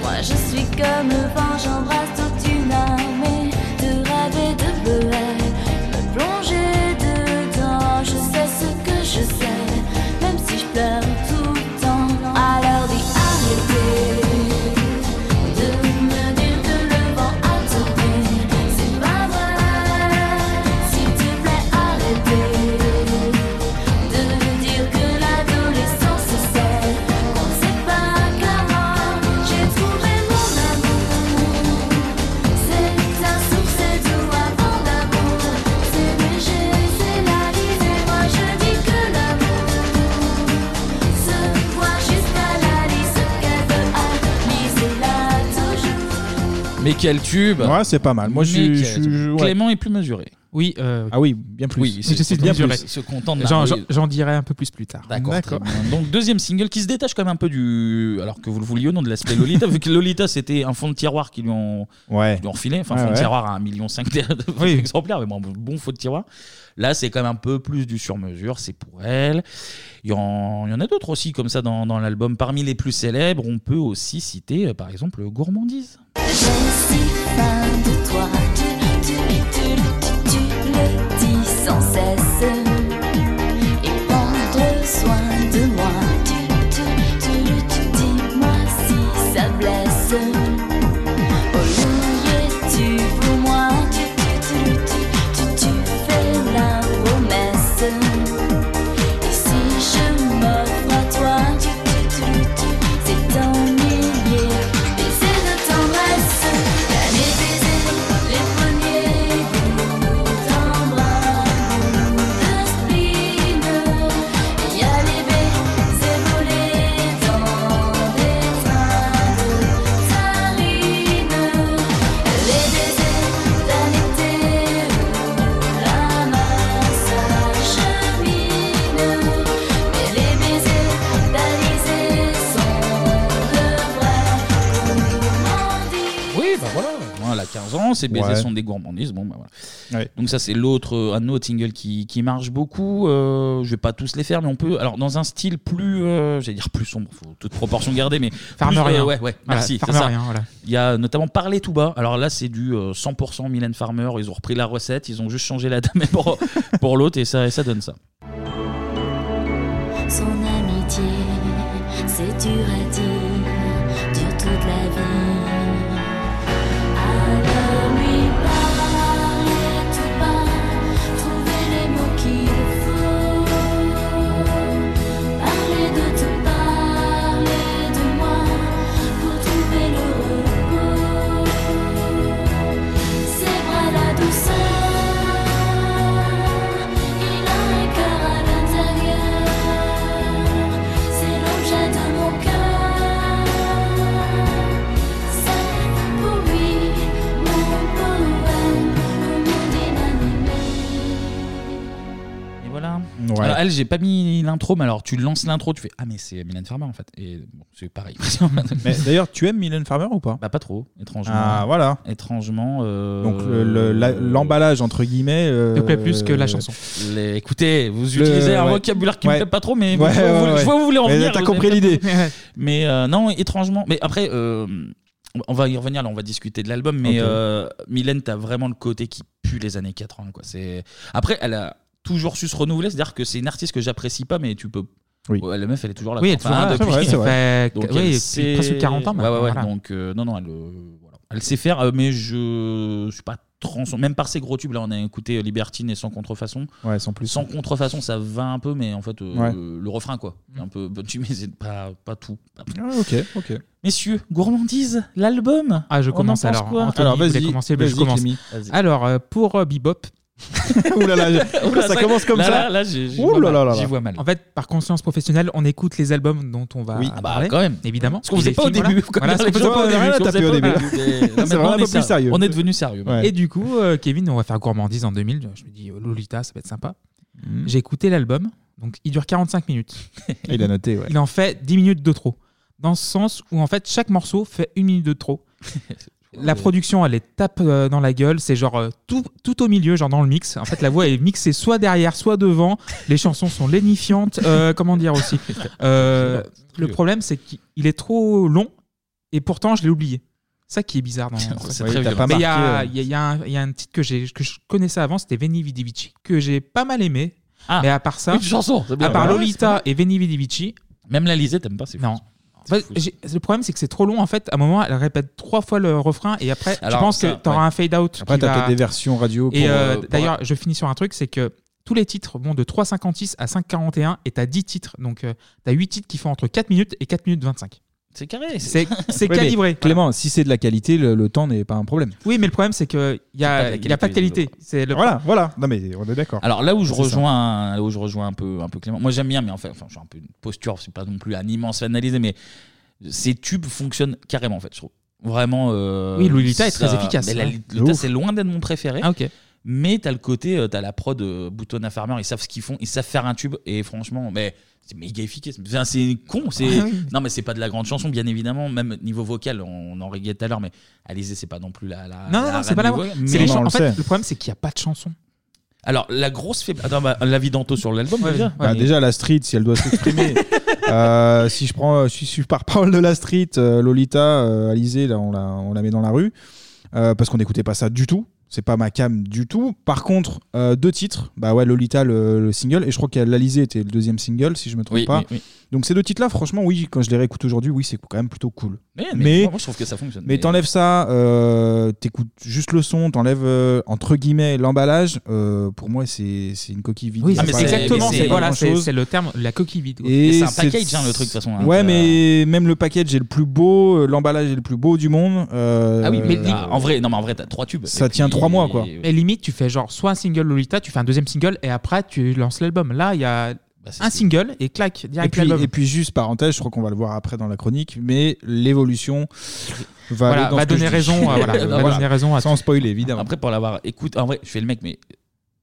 Speaker 25: Moi je suis comme le vent, j'embrasse toute une armée de rêves et de bleuets. Me plonger dedans, je sais ce que je sais, même si je pleure tout le temps. Alors dis arrêtez de me dire que le vent a tourné. C'est pas vrai, s'il te plaît, arrêtez. De dire que l'adolescence c'est On sait pas comment J'ai trouvé mon amour C'est un succès d'eau avant d'amour C'est léger, c'est la lise Et moi je dis que l'amour Se voit jusqu'à la lise Qu'elle veut amuser-la toujours
Speaker 1: Mais quel tube
Speaker 7: Ouais, c'est pas mal. Moi, je,
Speaker 1: Mais
Speaker 7: je,
Speaker 1: quel-
Speaker 7: je- ouais.
Speaker 1: Clément est plus mesuré.
Speaker 8: Oui.
Speaker 7: Ah oui, bien plus.
Speaker 1: Oui, c'est-
Speaker 8: J'essaie de
Speaker 1: bien
Speaker 8: mesurer.
Speaker 1: plus. Se contente d'un-
Speaker 8: J'en-
Speaker 1: oui.
Speaker 8: J'en j'en dirai un peu plus plus tard.
Speaker 1: D'accord. très bien. Donc deuxième single qui se détache quand même un peu du, alors que vous le vouliez ou non de l'aspect Lolita, vu que Lolita c'était un fond de tiroir qui lui ont,
Speaker 7: Ouais.
Speaker 1: qui lui ont filé, enfin
Speaker 7: Ouais,
Speaker 1: fond de
Speaker 7: ouais.
Speaker 1: tiroir à 1,5 million d'exemplaires, mais bon, bon fond de tiroir. Là c'est quand même un peu plus du sur-mesure, c'est pour elle. Il y en, il y en a d'autres aussi comme ça dans, dans l'album. Parmi les plus célèbres, on peut aussi citer euh, par exemple Gourmandise.
Speaker 25: J'ai si faim de toi, tu, tu, tu, tu, tu le dis sans cesse. Et prendre soin de moi, tu, tu, tu, tu, dis-moi si ça blesse. Oh, tu pour moi, tu, tu, tu, tu, tu, tu fais la promesse. Et si je m'offre à toi, tu, tu, tu, tu, c'est un millier baiser de tendresse. T'as les baisers, les premiers bouts d'embrun, de spleen. Il y a les baisers volés dans des trains de farine. Les baisers d'un été où la masse achemine. Mais les baisers d'Alizée sont de vrais.
Speaker 1: Oui, bah voilà. Voilà, elle a 15 ans, ses baisers
Speaker 7: Ouais.
Speaker 1: sont des gourmandises. Bon, bah voilà. Donc ça, c'est l'autre, euh, un autre single qui, qui marche beaucoup. Euh, je vais pas tous les faire, mais on peut. Alors dans un style plus, euh, j'allais dire plus sombre, faut toute proportion garder, mais
Speaker 8: Farmerien.
Speaker 1: plus, euh, ouais, ouais,
Speaker 8: Voilà,
Speaker 1: merci. c'est
Speaker 8: farmerien,
Speaker 1: ça.
Speaker 8: voilà.
Speaker 1: Il y a notamment Parler tout bas. Alors là, c'est du euh, 100% Mylène Farmer. Ils ont repris la recette, ils ont juste changé la dame pour, pour l'autre et ça, et ça donne ça.
Speaker 25: Son amitié, c'est dur à dire, dure toute la vie.
Speaker 1: Alors, elle, j'ai pas mis l'intro, mais alors tu lances l'intro, tu fais Ah, mais c'est Mylène Farmer en fait. Et bon, c'est pareil.
Speaker 7: Mais D'ailleurs, tu aimes Mylène Farmer ou pas
Speaker 1: Bah, pas trop, étrangement.
Speaker 7: Ah, voilà.
Speaker 1: Étrangement. euh,
Speaker 7: Donc, le- le- la- l'emballage, entre guillemets. euh,
Speaker 1: Te plaît plus que la chanson. Les- écoutez, vous
Speaker 7: Le-
Speaker 1: utilisez un
Speaker 7: ouais.
Speaker 1: vocabulaire qui me
Speaker 7: Ouais.
Speaker 1: plaît pas trop, mais
Speaker 7: Ouais,
Speaker 1: je, vois,
Speaker 7: ouais,
Speaker 1: vous-
Speaker 7: ouais.
Speaker 1: je vois où vous voulez en
Speaker 7: Mais
Speaker 1: venir.
Speaker 7: t'as
Speaker 1: vous
Speaker 7: compris
Speaker 1: avez
Speaker 7: l'idée.
Speaker 1: peut-être- mais euh, non, étrangement. Mais après, euh, on va y revenir, là, on va discuter de l'album, mais
Speaker 7: Ok.
Speaker 1: euh, Mylène, t'as vraiment le côté qui pue les années 80. Quoi. C'est... Après, elle a toujours su se renouveler, c'est-à-dire que c'est une artiste que j'apprécie pas, mais tu peux. Ouais, la meuf, elle est toujours là.
Speaker 8: Oui,
Speaker 1: quoi.
Speaker 8: elle est toujours là, c'est vrai, c'est vrai.
Speaker 1: Donc,
Speaker 8: Oui,
Speaker 1: elle
Speaker 8: depuis
Speaker 1: sait-
Speaker 8: presque 40 ans
Speaker 1: Ouais,
Speaker 8: maintenant,
Speaker 1: ouais, ouais.
Speaker 8: voilà.
Speaker 1: Donc, euh, non, non, elle, euh, voilà. Elle sait faire, euh, mais je suis pas trans. Même par ses gros tubes, là, on a écouté euh, Libertine et Sans Contrefaçon.
Speaker 7: Ouais, sans plus.
Speaker 1: Sans Contrefaçon, ça va un peu, mais en fait, euh,
Speaker 7: Ouais.
Speaker 1: le refrain, quoi. Un peu, bah, tu mais c'est pas, pas tout.
Speaker 7: Ah, ok, ok.
Speaker 1: Messieurs, gourmandise, l'album. Oh,
Speaker 8: Ah, je
Speaker 1: On en
Speaker 8: commence
Speaker 1: pense
Speaker 8: alors.
Speaker 1: quoi
Speaker 8: Anthony,
Speaker 1: Alors,
Speaker 8: vous voulez
Speaker 1: vas-y,
Speaker 8: commencer, Ben, je
Speaker 1: vas-y,
Speaker 8: commence.
Speaker 1: Clémy. Vas-y.
Speaker 8: Alors, euh, pour euh, Bebop.
Speaker 7: Ouh là là, je-
Speaker 1: Ouh là,
Speaker 7: ça commence comme
Speaker 1: là,
Speaker 7: ça.
Speaker 1: là, là, j'ai- j'y
Speaker 7: Ouh
Speaker 1: vois
Speaker 7: là
Speaker 1: mal,
Speaker 7: là là
Speaker 1: j'y
Speaker 7: là.
Speaker 1: vois mal.
Speaker 8: En fait, par conscience professionnelle, on écoute les albbums dont on va
Speaker 1: Oui. Ah bah,
Speaker 8: parler.
Speaker 1: quand même.
Speaker 8: Évidemment.
Speaker 1: Ce qu'on faisait
Speaker 8: Et les
Speaker 1: pas au
Speaker 8: films,
Speaker 1: début, quand
Speaker 8: Voilà, Voilà,
Speaker 1: même,
Speaker 8: ce qu'on
Speaker 1: les
Speaker 8: faisait
Speaker 1: gens,
Speaker 8: pas au
Speaker 1: on avait
Speaker 8: début.
Speaker 1: rien à
Speaker 8: ce qu'on
Speaker 1: taper au
Speaker 8: faisait pas
Speaker 1: début. C'est
Speaker 8: Maintenant,
Speaker 1: vraiment un peu plus sérieux. On est devenu sérieux, maintenant.
Speaker 8: Et du coup, euh, Kevin, on va faire gourmandise en 2000. Je me dis, euh, Lolita, ça va être sympa.
Speaker 7: Mm.
Speaker 8: J'ai écouté l'album. Donc, il dure 45 minutes.
Speaker 7: Il a noté, ouais.
Speaker 8: Il en fait 10 minutes de trop. Dans ce sens où, en fait, chaque morceau fait une minute de trop. La production, elle les tape euh, dans la gueule. C'est genre euh, tout, tout au milieu, genre dans le mix. En fait, la voix est mixée soit derrière, soit devant. Les chansons sont lénifiantes. Euh, comment dire aussi Euh, Le problème, c'est qu'il est trop long et pourtant, je l'ai oublié. Ça qui est bizarre dans
Speaker 1: C'est très violent.
Speaker 8: Mais il y a-
Speaker 1: marqué,
Speaker 8: il y, a- il y a un- il y a un titre que, j'ai- que je connaissais avant, c'était Veni Vidi Vici, que j'ai pas mal aimé. mais à part ça,
Speaker 1: une chanson, c'est bien. Ah
Speaker 8: à part
Speaker 1: Ouais, ouais, c'est pas
Speaker 8: Lolita
Speaker 1: mal.
Speaker 8: et Veni Vidi Vici.
Speaker 1: Même la lisée, t'aimes pas, c'est
Speaker 8: Non. En fait, j'ai- le problème, c'est que c'est trop long. En fait, à un moment, elle répète trois fois le refrain et après,
Speaker 7: Alors,
Speaker 8: je pense
Speaker 7: ça,
Speaker 8: que t'auras
Speaker 7: ouais.
Speaker 8: un fade-out.
Speaker 7: Après,
Speaker 8: qui
Speaker 7: t'as
Speaker 8: va-
Speaker 7: peut-être des versions radio
Speaker 8: Et
Speaker 7: pour,
Speaker 8: euh,
Speaker 7: euh, pour-
Speaker 8: d'ailleurs, je finis sur un truc c'est que tous les titres vont de 3,56 à 5,41 et t'as 10 titres. Donc, euh, t'as 8 titres qui font entre 4 minutes et 4 minutes 25.
Speaker 1: C'est carré.
Speaker 8: C'est c'est
Speaker 7: Ouais, mais
Speaker 8: calibré.
Speaker 7: Clément, si c'est de la qualité, le, le temps n'est pas un problème.
Speaker 8: Oui, mais le problème, c'est qu'il
Speaker 1: pas
Speaker 8: n'y
Speaker 1: de
Speaker 8: a,
Speaker 1: la
Speaker 8: il y a pas de
Speaker 1: qualité,
Speaker 8: qualité. C'est le...
Speaker 7: Voilà, voilà. Non, mais on est d'accord.
Speaker 1: Alors là où je
Speaker 8: Ah,
Speaker 7: C'est ça.
Speaker 1: rejoins, là où je rejoins un peu, un peu Clément. Moi j'aime bien, mais en fait, enfin, je suis un peu une posture. C'est pas non plus un immense fan analysé, mais ces tubes fonctionnent carrément en fait, je trouve. Vraiment. euh,
Speaker 8: Oui, Lolita est très
Speaker 1: ça-
Speaker 8: efficace,
Speaker 1: mais la-
Speaker 8: hein.
Speaker 1: Lolita,
Speaker 8: De ouf.
Speaker 1: c'est loin d'être mon préféré.
Speaker 8: Ah, ok.
Speaker 1: Mais t'as le côté, euh, t'as la prod euh, Boutonna Farmer, ils savent ce qu'ils font, ils savent faire un tube, et franchement, mais c'est méga efficace. Enfin, c'est con, c'est.
Speaker 8: Ah oui.
Speaker 1: Non, mais c'est pas de la grande chanson, bien évidemment, même niveau vocal, on en riguait tout à l'heure, mais Alizé, c'est pas non plus la. la
Speaker 8: Non, non,
Speaker 1: Ah, la
Speaker 8: non, c'est
Speaker 1: reine
Speaker 8: pas la
Speaker 1: du
Speaker 8: voix.
Speaker 1: vocal,
Speaker 8: C'est
Speaker 1: mais-
Speaker 8: les chansons. En fait, le problème, c'est qu'il n'y a pas de chansons.
Speaker 1: alors, la grosse faiblesse. Attends, bah, la vie d'Anto sur l'album,
Speaker 8: Ouais,
Speaker 1: déjà.
Speaker 8: ouais.
Speaker 7: Bah,
Speaker 1: mais-
Speaker 7: Déjà, la street, si elle doit s'exprimer. euh, si je prends, si je suis par parole de la street, euh, Lolita, euh, Alizé, là, on la, on la met dans la rue euh, parce qu'on n'écoutait pas ça du tout. C'est pas ma cam du tout. Par contre, euh, deux titres. Bah ouais, Lolita, le, le single, et je crois que l'Alizé était le deuxième single, si je me trompe
Speaker 1: Oui,
Speaker 7: pas.
Speaker 1: oui, oui.
Speaker 7: Donc ces deux titres-là, franchement, oui, quand je les réécoute aujourd'hui, oui, c'est quand même plutôt cool.
Speaker 1: Mais- mais moi, je trouve que ça fonctionne.
Speaker 7: Mais
Speaker 1: Mais-
Speaker 7: t'enlèves ça, euh, t'écoutes juste le son, t'enlèves euh, entre guillemets l'emballage. euh, pour moi, c'est c'est une coquille vide.
Speaker 1: Ah,
Speaker 8: Oui,
Speaker 7: Ça
Speaker 8: c'est
Speaker 7: parle-
Speaker 8: exactement,
Speaker 7: ça
Speaker 8: c'est
Speaker 7: parle
Speaker 8: voilà, c'est
Speaker 7: grand-chose.
Speaker 8: c'est le terme, la coquille vide. quoi.
Speaker 7: Et
Speaker 1: hein,
Speaker 7: ouais,
Speaker 8: Donc, euh,
Speaker 7: mais même le package est le plus beau, euh, l'emballage est le plus beau du monde. euh,
Speaker 1: Ah oui, mais ah, en vrai, non, mais en vrai, t'as trois tubes.
Speaker 7: Ça
Speaker 1: Et puis-
Speaker 7: tient trois mois, quoi.
Speaker 8: Mais limite, tu fais genre soit un single Lolita, tu fais un deuxième single et après tu lances l'album. Là, il y a
Speaker 1: Bah,
Speaker 8: un single et clac,
Speaker 7: Et
Speaker 8: direct
Speaker 7: puis,
Speaker 8: l'album.
Speaker 7: et puis juste parenthèse, je crois qu'on va le voir après dans la chronique, mais l'évolution va,
Speaker 8: Voilà,
Speaker 7: aller dans
Speaker 8: va
Speaker 7: ce que je
Speaker 8: donner
Speaker 7: dis.
Speaker 8: raison, euh, voilà, va donner raison à
Speaker 7: sans spoiler évidemment.
Speaker 1: Après, pour l'avoir écoute, en vrai, je fais le mec, mais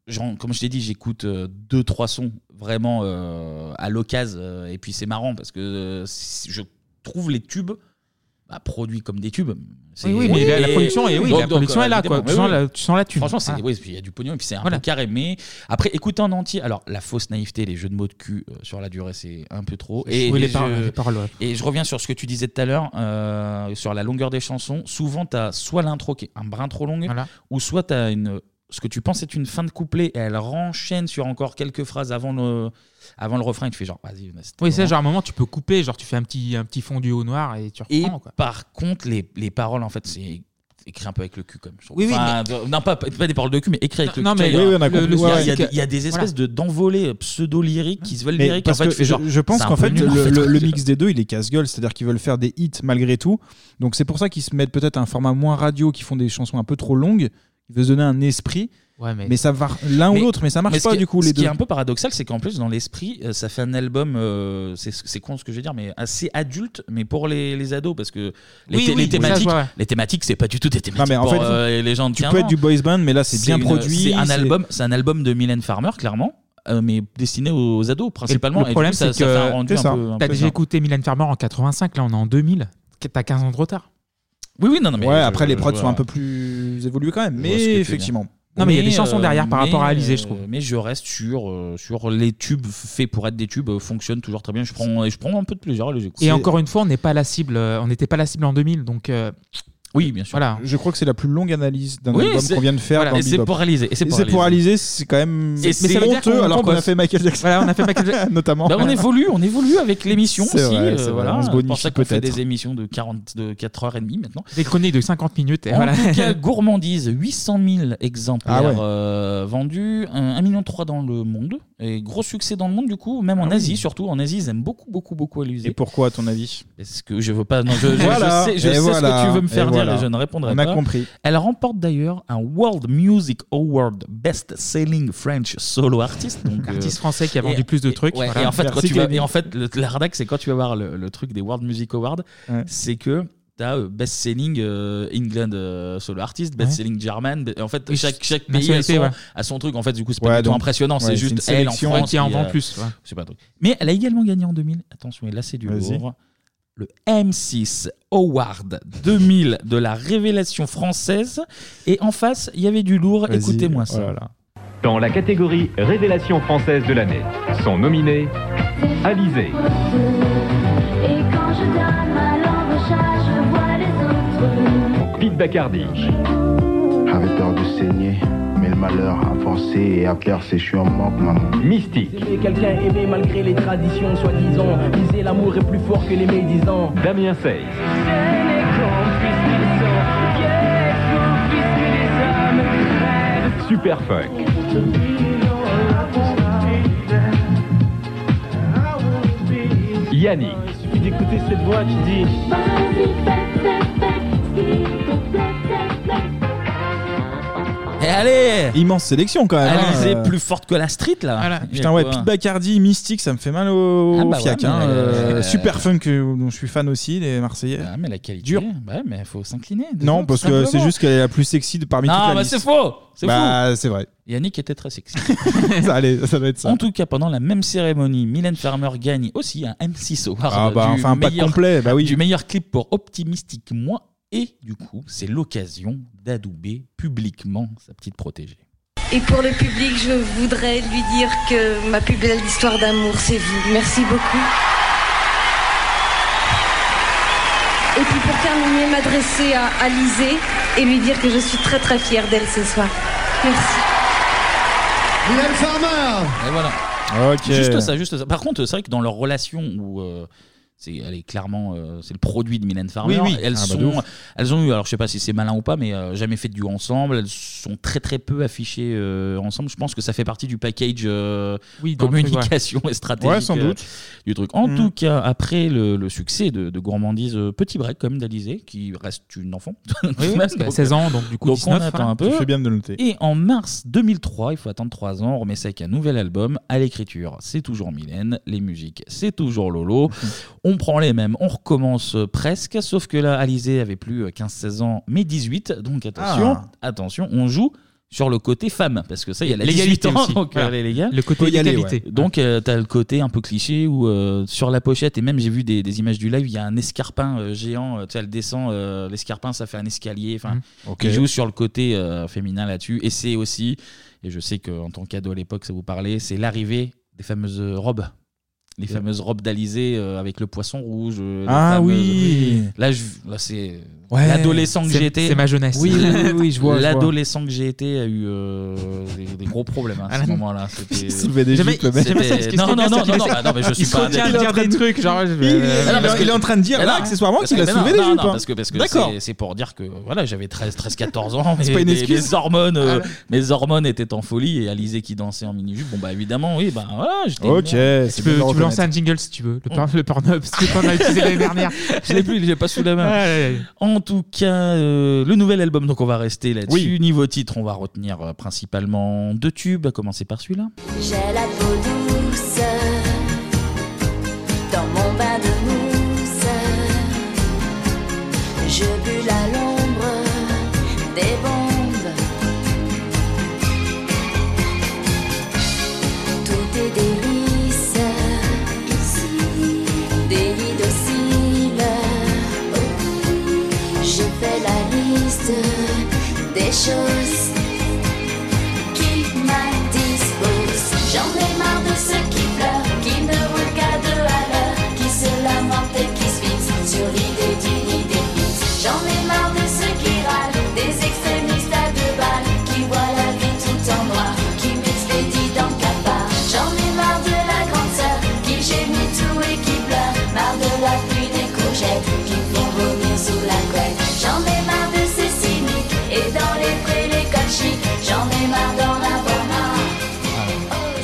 Speaker 1: genre, comme je t'ai dit, j'écoute euh, deux, trois sons vraiment euh, à l'occasion. euh, et puis, c'est marrant parce que euh, si- je trouve les tubes bah, produits comme des tubes. C'est-
Speaker 8: Oui, oui, mais la- la production est- oui, la production est là, quoi.
Speaker 1: euh, évidemment,
Speaker 8: Tu sens la- tu sens la thune.
Speaker 1: Franchement, c'est-
Speaker 8: Voilà.
Speaker 1: oui, puis il y a du pognon et puis c'est un
Speaker 8: Voilà.
Speaker 1: peu carré. Mais après, écouter en entier, alors la fausse naïveté, les jeux de mots de cul euh, sur la durée, c'est un peu trop.
Speaker 8: C'est chaud. Oui, les
Speaker 1: je-
Speaker 8: paroles- les paroles, ouais.
Speaker 1: et je reviens sur ce que tu disais tout à l'heure, euh, sur la longueur des chansons. Souvent, tu as soit l'intro qui est un brin trop longue, ou soit tu as une, ce que tu penses être une fin de couplet et elle renchaîne sur encore quelques phrases avant le, avant le refrain. Et tu fais genre, vas-y, c'était
Speaker 8: Oui, c'est
Speaker 1: vraiment-
Speaker 8: genre à un moment, tu peux couper, genre tu fais un petit, un petit fondu au noir et tu
Speaker 1: Et
Speaker 8: reprends. quoi.
Speaker 1: par contre, les, les paroles, en fait, c'est écrit un peu avec le cul, comme je trouve.
Speaker 8: Oui, oui,
Speaker 1: Enfin,
Speaker 8: mais-
Speaker 1: euh, Non, pas, pas des paroles de cul, mais écrit avec
Speaker 8: Non,
Speaker 1: le cul.
Speaker 8: mais
Speaker 1: Tu vois,
Speaker 8: oui,
Speaker 1: il y a-
Speaker 8: oui, on a
Speaker 1: le-
Speaker 8: compris.
Speaker 1: le-
Speaker 8: Ouais,
Speaker 1: il y a
Speaker 8: ouais.
Speaker 1: des- Il y a des espèces de d'envolées euh, pseudo-lyriques qui se veulent
Speaker 7: Mais
Speaker 1: lyriques. En
Speaker 7: parce
Speaker 1: fait,
Speaker 7: que
Speaker 1: tu fais
Speaker 7: je,
Speaker 1: genre,
Speaker 7: je pense
Speaker 1: c'est un
Speaker 7: qu'en
Speaker 1: peu
Speaker 7: fait,
Speaker 1: nul, en
Speaker 7: le,
Speaker 1: fait,
Speaker 7: le- le
Speaker 1: truc.
Speaker 7: mix des deux, il est casse-gueule, c'est-à-dire qu'ils veulent faire des hits malgré tout. Donc c'est pour ça qu'ils se mettent peut-être un format moins radio, qui font des chansons un peu trop longues. Ils veulent se donner un esprit,
Speaker 8: Ouais, mais-
Speaker 7: ça va l'un ou
Speaker 1: Mais-
Speaker 7: l'autre, mais ça marche
Speaker 1: ce
Speaker 7: pas
Speaker 1: qui-
Speaker 7: du coup les
Speaker 1: Ce qui
Speaker 7: deux.
Speaker 1: est un peu paradoxal, c'est qu'en plus, dans l'esprit, euh, ça fait un album, euh, c'est- c'est con ce que je veux dire, mais assez adulte, mais pour les, les ados, parce que les,
Speaker 7: Oui,
Speaker 1: thé-
Speaker 7: oui,
Speaker 1: les
Speaker 7: ça, je
Speaker 1: thématiques,
Speaker 7: vois, ouais.
Speaker 1: les thématiques, c'est pas du tout des thématiques
Speaker 7: mais en
Speaker 1: pour
Speaker 7: fait,
Speaker 1: euh, les gens de
Speaker 7: tu
Speaker 1: 15
Speaker 7: peux
Speaker 1: ans.
Speaker 7: être du boys band, mais là, c'est bien
Speaker 1: une-
Speaker 7: produit,
Speaker 1: C'est un
Speaker 7: c'est-
Speaker 1: album, c'est un album de Mylène Farmer, clairement. euh, mais destiné aux ados principalement.
Speaker 8: Le problème,
Speaker 1: et du coup, ça,
Speaker 8: c'est
Speaker 1: ça fait un
Speaker 8: que
Speaker 1: rendu un peu- un
Speaker 8: t'as
Speaker 1: peu
Speaker 8: déjà
Speaker 1: bizarre.
Speaker 8: écouté Mylène Farmer en 85, là on est en 2000, t'as 15 ans de retard.
Speaker 1: Oui, oui, non, non, mais.
Speaker 7: ouais,
Speaker 1: je-
Speaker 7: après les
Speaker 1: je
Speaker 7: prods
Speaker 1: vois-
Speaker 7: sont un peu plus évolués quand même,
Speaker 1: je vois ce que tu veux
Speaker 7: mais
Speaker 1: dire.
Speaker 7: effectivement.
Speaker 8: Non, mais il y a des chansons derrière par rapport à Alizée, je
Speaker 1: trouve. euh, Mais je reste sur, euh, sur les tubes faits pour être des tubes, euh, fonctionnent toujours très bien. Je prends, et je prends un peu de plaisir à les écouter.
Speaker 8: Et encore une fois, on n'est pas la cible, euh, on n'était pas la cible en 2000, donc. euh,
Speaker 1: oui, bien sûr.
Speaker 8: Voilà.
Speaker 7: Je crois que c'est la plus longue analyse d'un
Speaker 8: Oui,
Speaker 7: album
Speaker 8: c'est-
Speaker 7: qu'on vient de faire.
Speaker 8: voilà,
Speaker 7: dans
Speaker 8: et c'est
Speaker 7: Bebop.
Speaker 8: pour Alizée, et c'est pour
Speaker 7: Alizée, c'est quand même
Speaker 8: Et c'est- mais ça veut dire
Speaker 7: honteux
Speaker 8: qu'on
Speaker 7: alors qu'on a
Speaker 8: bosse.
Speaker 7: fait Michael Jackson.
Speaker 8: Voilà, on a fait Michael Jackson.
Speaker 7: notamment.
Speaker 1: Bah, on évolue, on évolue avec l'émission aussi.
Speaker 7: C'est vrai,
Speaker 1: euh,
Speaker 7: c'est vrai,
Speaker 1: voilà.
Speaker 7: on se
Speaker 1: C'est pour
Speaker 7: bonifie
Speaker 1: ça qu'on fait
Speaker 7: peut-être.
Speaker 1: des émissions de 40, de 4h30 maintenant.
Speaker 8: Des chroniques de 50 minutes, et
Speaker 1: en tout
Speaker 8: voilà.
Speaker 1: cas, gourmandise, 800 000 exemplaires
Speaker 8: Ah ouais.
Speaker 1: euh, vendus, un- 1,3 million dans le monde, et gros succès dans le monde du coup, même en
Speaker 7: Ah oui.
Speaker 1: Asie surtout. En Asie, ils aiment beaucoup, beaucoup, beaucoup Alizé.
Speaker 7: Et pourquoi, à ton avis
Speaker 1: Parce que je veux pas. Non, je, je- je
Speaker 7: Voilà,
Speaker 1: sais, je
Speaker 7: et
Speaker 1: sais
Speaker 7: voilà,
Speaker 1: ce que tu veux me
Speaker 7: et
Speaker 1: faire dire
Speaker 7: voilà.
Speaker 1: et je ne répondrai
Speaker 7: On
Speaker 1: pas.
Speaker 7: a compris.
Speaker 1: Elle remporte d'ailleurs un World Music Award Best Selling French Solo Artist. Donc, euh,
Speaker 8: Artiste français qui a
Speaker 1: et-
Speaker 8: vendu plus de
Speaker 1: et-
Speaker 8: trucs,
Speaker 1: ouais,
Speaker 8: voilà.
Speaker 1: Et en fait, quand
Speaker 8: Merci,
Speaker 1: tu vas-
Speaker 8: Kevin.
Speaker 1: et en fait le- la redac, c'est quand tu vas voir le, le truc des World Music Awards, c'est que tu as Best Selling euh, England euh, Solo Artist, Best
Speaker 8: Ouais.
Speaker 1: Selling German. be- En fait,
Speaker 8: Oui,
Speaker 1: chaque, chaque pays a
Speaker 8: nationalité,
Speaker 1: son,
Speaker 8: ouais.
Speaker 1: a son truc. En fait, du coup, c'est
Speaker 8: Ouais,
Speaker 1: pas du tout
Speaker 8: donc,
Speaker 1: impressionnant.
Speaker 8: ouais,
Speaker 1: c'est juste
Speaker 8: c'est une
Speaker 1: elle en
Speaker 8: sélection
Speaker 1: France.
Speaker 8: qui en vend
Speaker 1: euh,
Speaker 8: plus, ouais.
Speaker 1: C'est pas un truc. Mais elle a également gagné en 2000. Attention, et là, c'est du
Speaker 8: Vas-y.
Speaker 1: lourd. Le M6 Award 2000 de la révélation française. Et en face, il y avait du lourd.
Speaker 12: Vas-y,
Speaker 1: Écoutez-moi
Speaker 8: Oh
Speaker 1: ça.
Speaker 12: Dans la catégorie Révélation française de l'année, sont nominés Alizé,
Speaker 25: Et quand je donne ma langue au chat, je vois les autres.
Speaker 12: Pete Bacardi,
Speaker 28: J'avais peur de saigner, mais le malheur a forcé et a percé, je suis en manque, maman.
Speaker 12: Mystique,
Speaker 14: Quelqu'un aimé malgré les traditions soi-disant. Disait l'amour est plus fort que les médisants.
Speaker 12: Damien Sey, Super Funk, Yannick,
Speaker 14: D'écouter cette voix, tu dis.
Speaker 1: Et allez
Speaker 7: Immense sélection quand même.
Speaker 8: Ah,
Speaker 7: hein.
Speaker 1: Alizée plus forte que la street là.
Speaker 7: Putain ouais, Pete Bacardi, Mystique, ça me fait mal au,
Speaker 1: Ah
Speaker 7: au
Speaker 1: bah ouais,
Speaker 7: fiac.
Speaker 1: mais
Speaker 7: hein.
Speaker 1: la-
Speaker 7: Euh,
Speaker 1: la-
Speaker 7: Super funk euh, dont je suis fan aussi, les Marseillais.
Speaker 1: Ah, mais la qualité.
Speaker 7: Dur.
Speaker 1: Bah, mais il faut s'incliner.
Speaker 7: Non, parce que c'est juste qu'elle est la plus sexy de parmi toutes
Speaker 1: Non,
Speaker 7: la
Speaker 1: bah,
Speaker 7: liste.
Speaker 1: c'est faux C'est
Speaker 7: Bah,
Speaker 1: faux
Speaker 7: c'est vrai.
Speaker 1: Yannick était très sexy.
Speaker 7: ça, allait- ça doit être ça.
Speaker 1: En tout cas, pendant la même cérémonie, Mylène Farmer gagne aussi un M6 Award.
Speaker 7: Ah bah,
Speaker 1: du
Speaker 7: enfin, un pack
Speaker 1: meilleur-
Speaker 7: complet, bah oui.
Speaker 1: Du meilleur clip pour Optimistic Moi. Et du coup, c'est l'occasion d'adouber publiquement sa petite protégée.
Speaker 13: Et pour le public, je voudrais lui dire que ma plus belle histoire d'amour, c'est vous. Merci beaucoup. Et puis pour terminer, m'adresser à Alizé et lui dire que je suis très très fière d'elle ce soir. Merci.
Speaker 1: Mylène Farmer Et voilà.
Speaker 7: Ok.
Speaker 1: Juste ça, juste ça. Par contre, c'est vrai que dans leur relation où euh, c'est, elle est clairement, euh, c'est le produit de Mylène Farmer.
Speaker 7: Oui, oui.
Speaker 1: Elles
Speaker 7: Ah bah, de
Speaker 1: sont,
Speaker 7: ouf.
Speaker 1: elles ont eu, alors je sais pas si c'est malin ou pas, mais euh, jamais fait de duo ensemble. Elles sont très très peu affichées euh, ensemble. Je pense que ça fait partie du package euh,
Speaker 8: Oui, dans le truc,
Speaker 1: communication
Speaker 8: ouais.
Speaker 1: et stratégique
Speaker 8: Ouais, sans
Speaker 1: euh,
Speaker 8: doute.
Speaker 1: du truc. En
Speaker 8: Mm.
Speaker 1: tout cas, après le, le succès de, de Gourmandise, euh, petit break comme d'Alizé, qui reste une enfant.
Speaker 8: oui, parce qu'elle a 16 ans, donc du coup, 19,
Speaker 1: on attend
Speaker 8: hein.
Speaker 1: un peu.
Speaker 8: Tu fais bien de le noter.
Speaker 1: Et en mars 2003, il faut attendre 3 ans, on remet ça avec un nouvel album. À l'écriture, c'est toujours Mylène. Les musiques, c'est toujours Lolo.
Speaker 8: Mhm.
Speaker 1: on prend les mêmes, on recommence euh, presque. Sauf que là, Alizé avait plus euh, 15-16 ans, mais 18. Donc attention,
Speaker 7: Ah.
Speaker 1: attention, on joue sur le côté femme. Parce que ça, il y a la
Speaker 8: L'égalité
Speaker 1: 18 ans,
Speaker 8: aussi.
Speaker 1: donc, euh,
Speaker 8: Voilà.
Speaker 1: les- les gars.
Speaker 8: Le côté
Speaker 1: Faut y aller,
Speaker 8: égalité.
Speaker 1: ouais. Donc, euh, t'as le côté un peu cliché où euh, sur la pochette, et même j'ai vu des, des images du live, il y a un escarpin euh, géant. euh, tu sais, elle descend, euh, l'escarpin, ça fait un escalier. Enfin,
Speaker 8: Mhm.
Speaker 7: Ok.
Speaker 1: ils jouent sur le côté euh, féminin là-dessus. Et c'est aussi, et je sais qu'en tant qu'ado à l'époque, ça vous parlait, c'est l'arrivée des fameuses robes. Les
Speaker 7: Ouais.
Speaker 1: fameuses robes d'Alizé euh, avec le poisson rouge. euh, les
Speaker 7: Ah
Speaker 1: fameuses-
Speaker 7: oui.
Speaker 1: Là, je- là c'est
Speaker 7: Ouais.
Speaker 1: l'adolescent que
Speaker 7: C'est-
Speaker 1: j'ai été.
Speaker 7: c'est ma jeunesse.
Speaker 1: Oui, oui, oui, oui, je vois.
Speaker 7: je vois.
Speaker 1: L'adolescent que j'ai été a eu euh, des, des gros problèmes hein, à
Speaker 8: Ah,
Speaker 1: ce
Speaker 8: non.
Speaker 1: moment-là. C'était-
Speaker 7: Il soulevait des
Speaker 1: J'aimais-
Speaker 7: jupes, le mec.
Speaker 1: c'était-
Speaker 7: J'aimais ça, excuse-moi,
Speaker 1: Non, non, non,
Speaker 7: excuse-moi.
Speaker 1: non, bah non, mais je
Speaker 7: Il
Speaker 1: suis pas.
Speaker 7: soutient
Speaker 1: un
Speaker 7: de dire
Speaker 1: adepte.
Speaker 7: des trucs, genre, je vais- Il est-
Speaker 1: Ah, non, parce
Speaker 7: il est
Speaker 1: que-
Speaker 7: en train de dire,
Speaker 1: Ah,
Speaker 7: là,
Speaker 1: non,
Speaker 7: accessoirement,
Speaker 1: parce
Speaker 7: qu'il
Speaker 1: que-
Speaker 7: a
Speaker 1: mais
Speaker 7: soulevé
Speaker 1: non,
Speaker 7: des
Speaker 1: non,
Speaker 7: jupes,
Speaker 1: non,
Speaker 7: hein.
Speaker 1: parce que- Parce que
Speaker 7: D'accord.
Speaker 1: c'est- c'est pour dire que voilà, j'avais 13, 13, 14 ans.
Speaker 7: C'est
Speaker 1: mais
Speaker 7: pas une
Speaker 1: mes-
Speaker 7: excuse.
Speaker 1: Mes hormones, euh,
Speaker 7: Ah,
Speaker 1: mes hormones étaient en folie et Alizé qui dansait en mini-jupe. Bon, bah évidemment, oui, bah voilà, j'étais. une
Speaker 7: Ok,
Speaker 1: merde.
Speaker 8: Tu peux, tu peux lancer un jingle si tu veux, le, porn, le Pornhub, parce que t'en as utilisé l'année dernière.
Speaker 1: Je l'ai plus, je l'ai pas sous la main. En tout cas, euh, le nouvel album, donc on va rester là-dessus. Niveau titre, on va retenir euh, principalement deux tubes, à commencer par celui-là.
Speaker 25: J'ai la peau douce dans mon bain de mousse. Je bus à l'ombre des bombes. Tout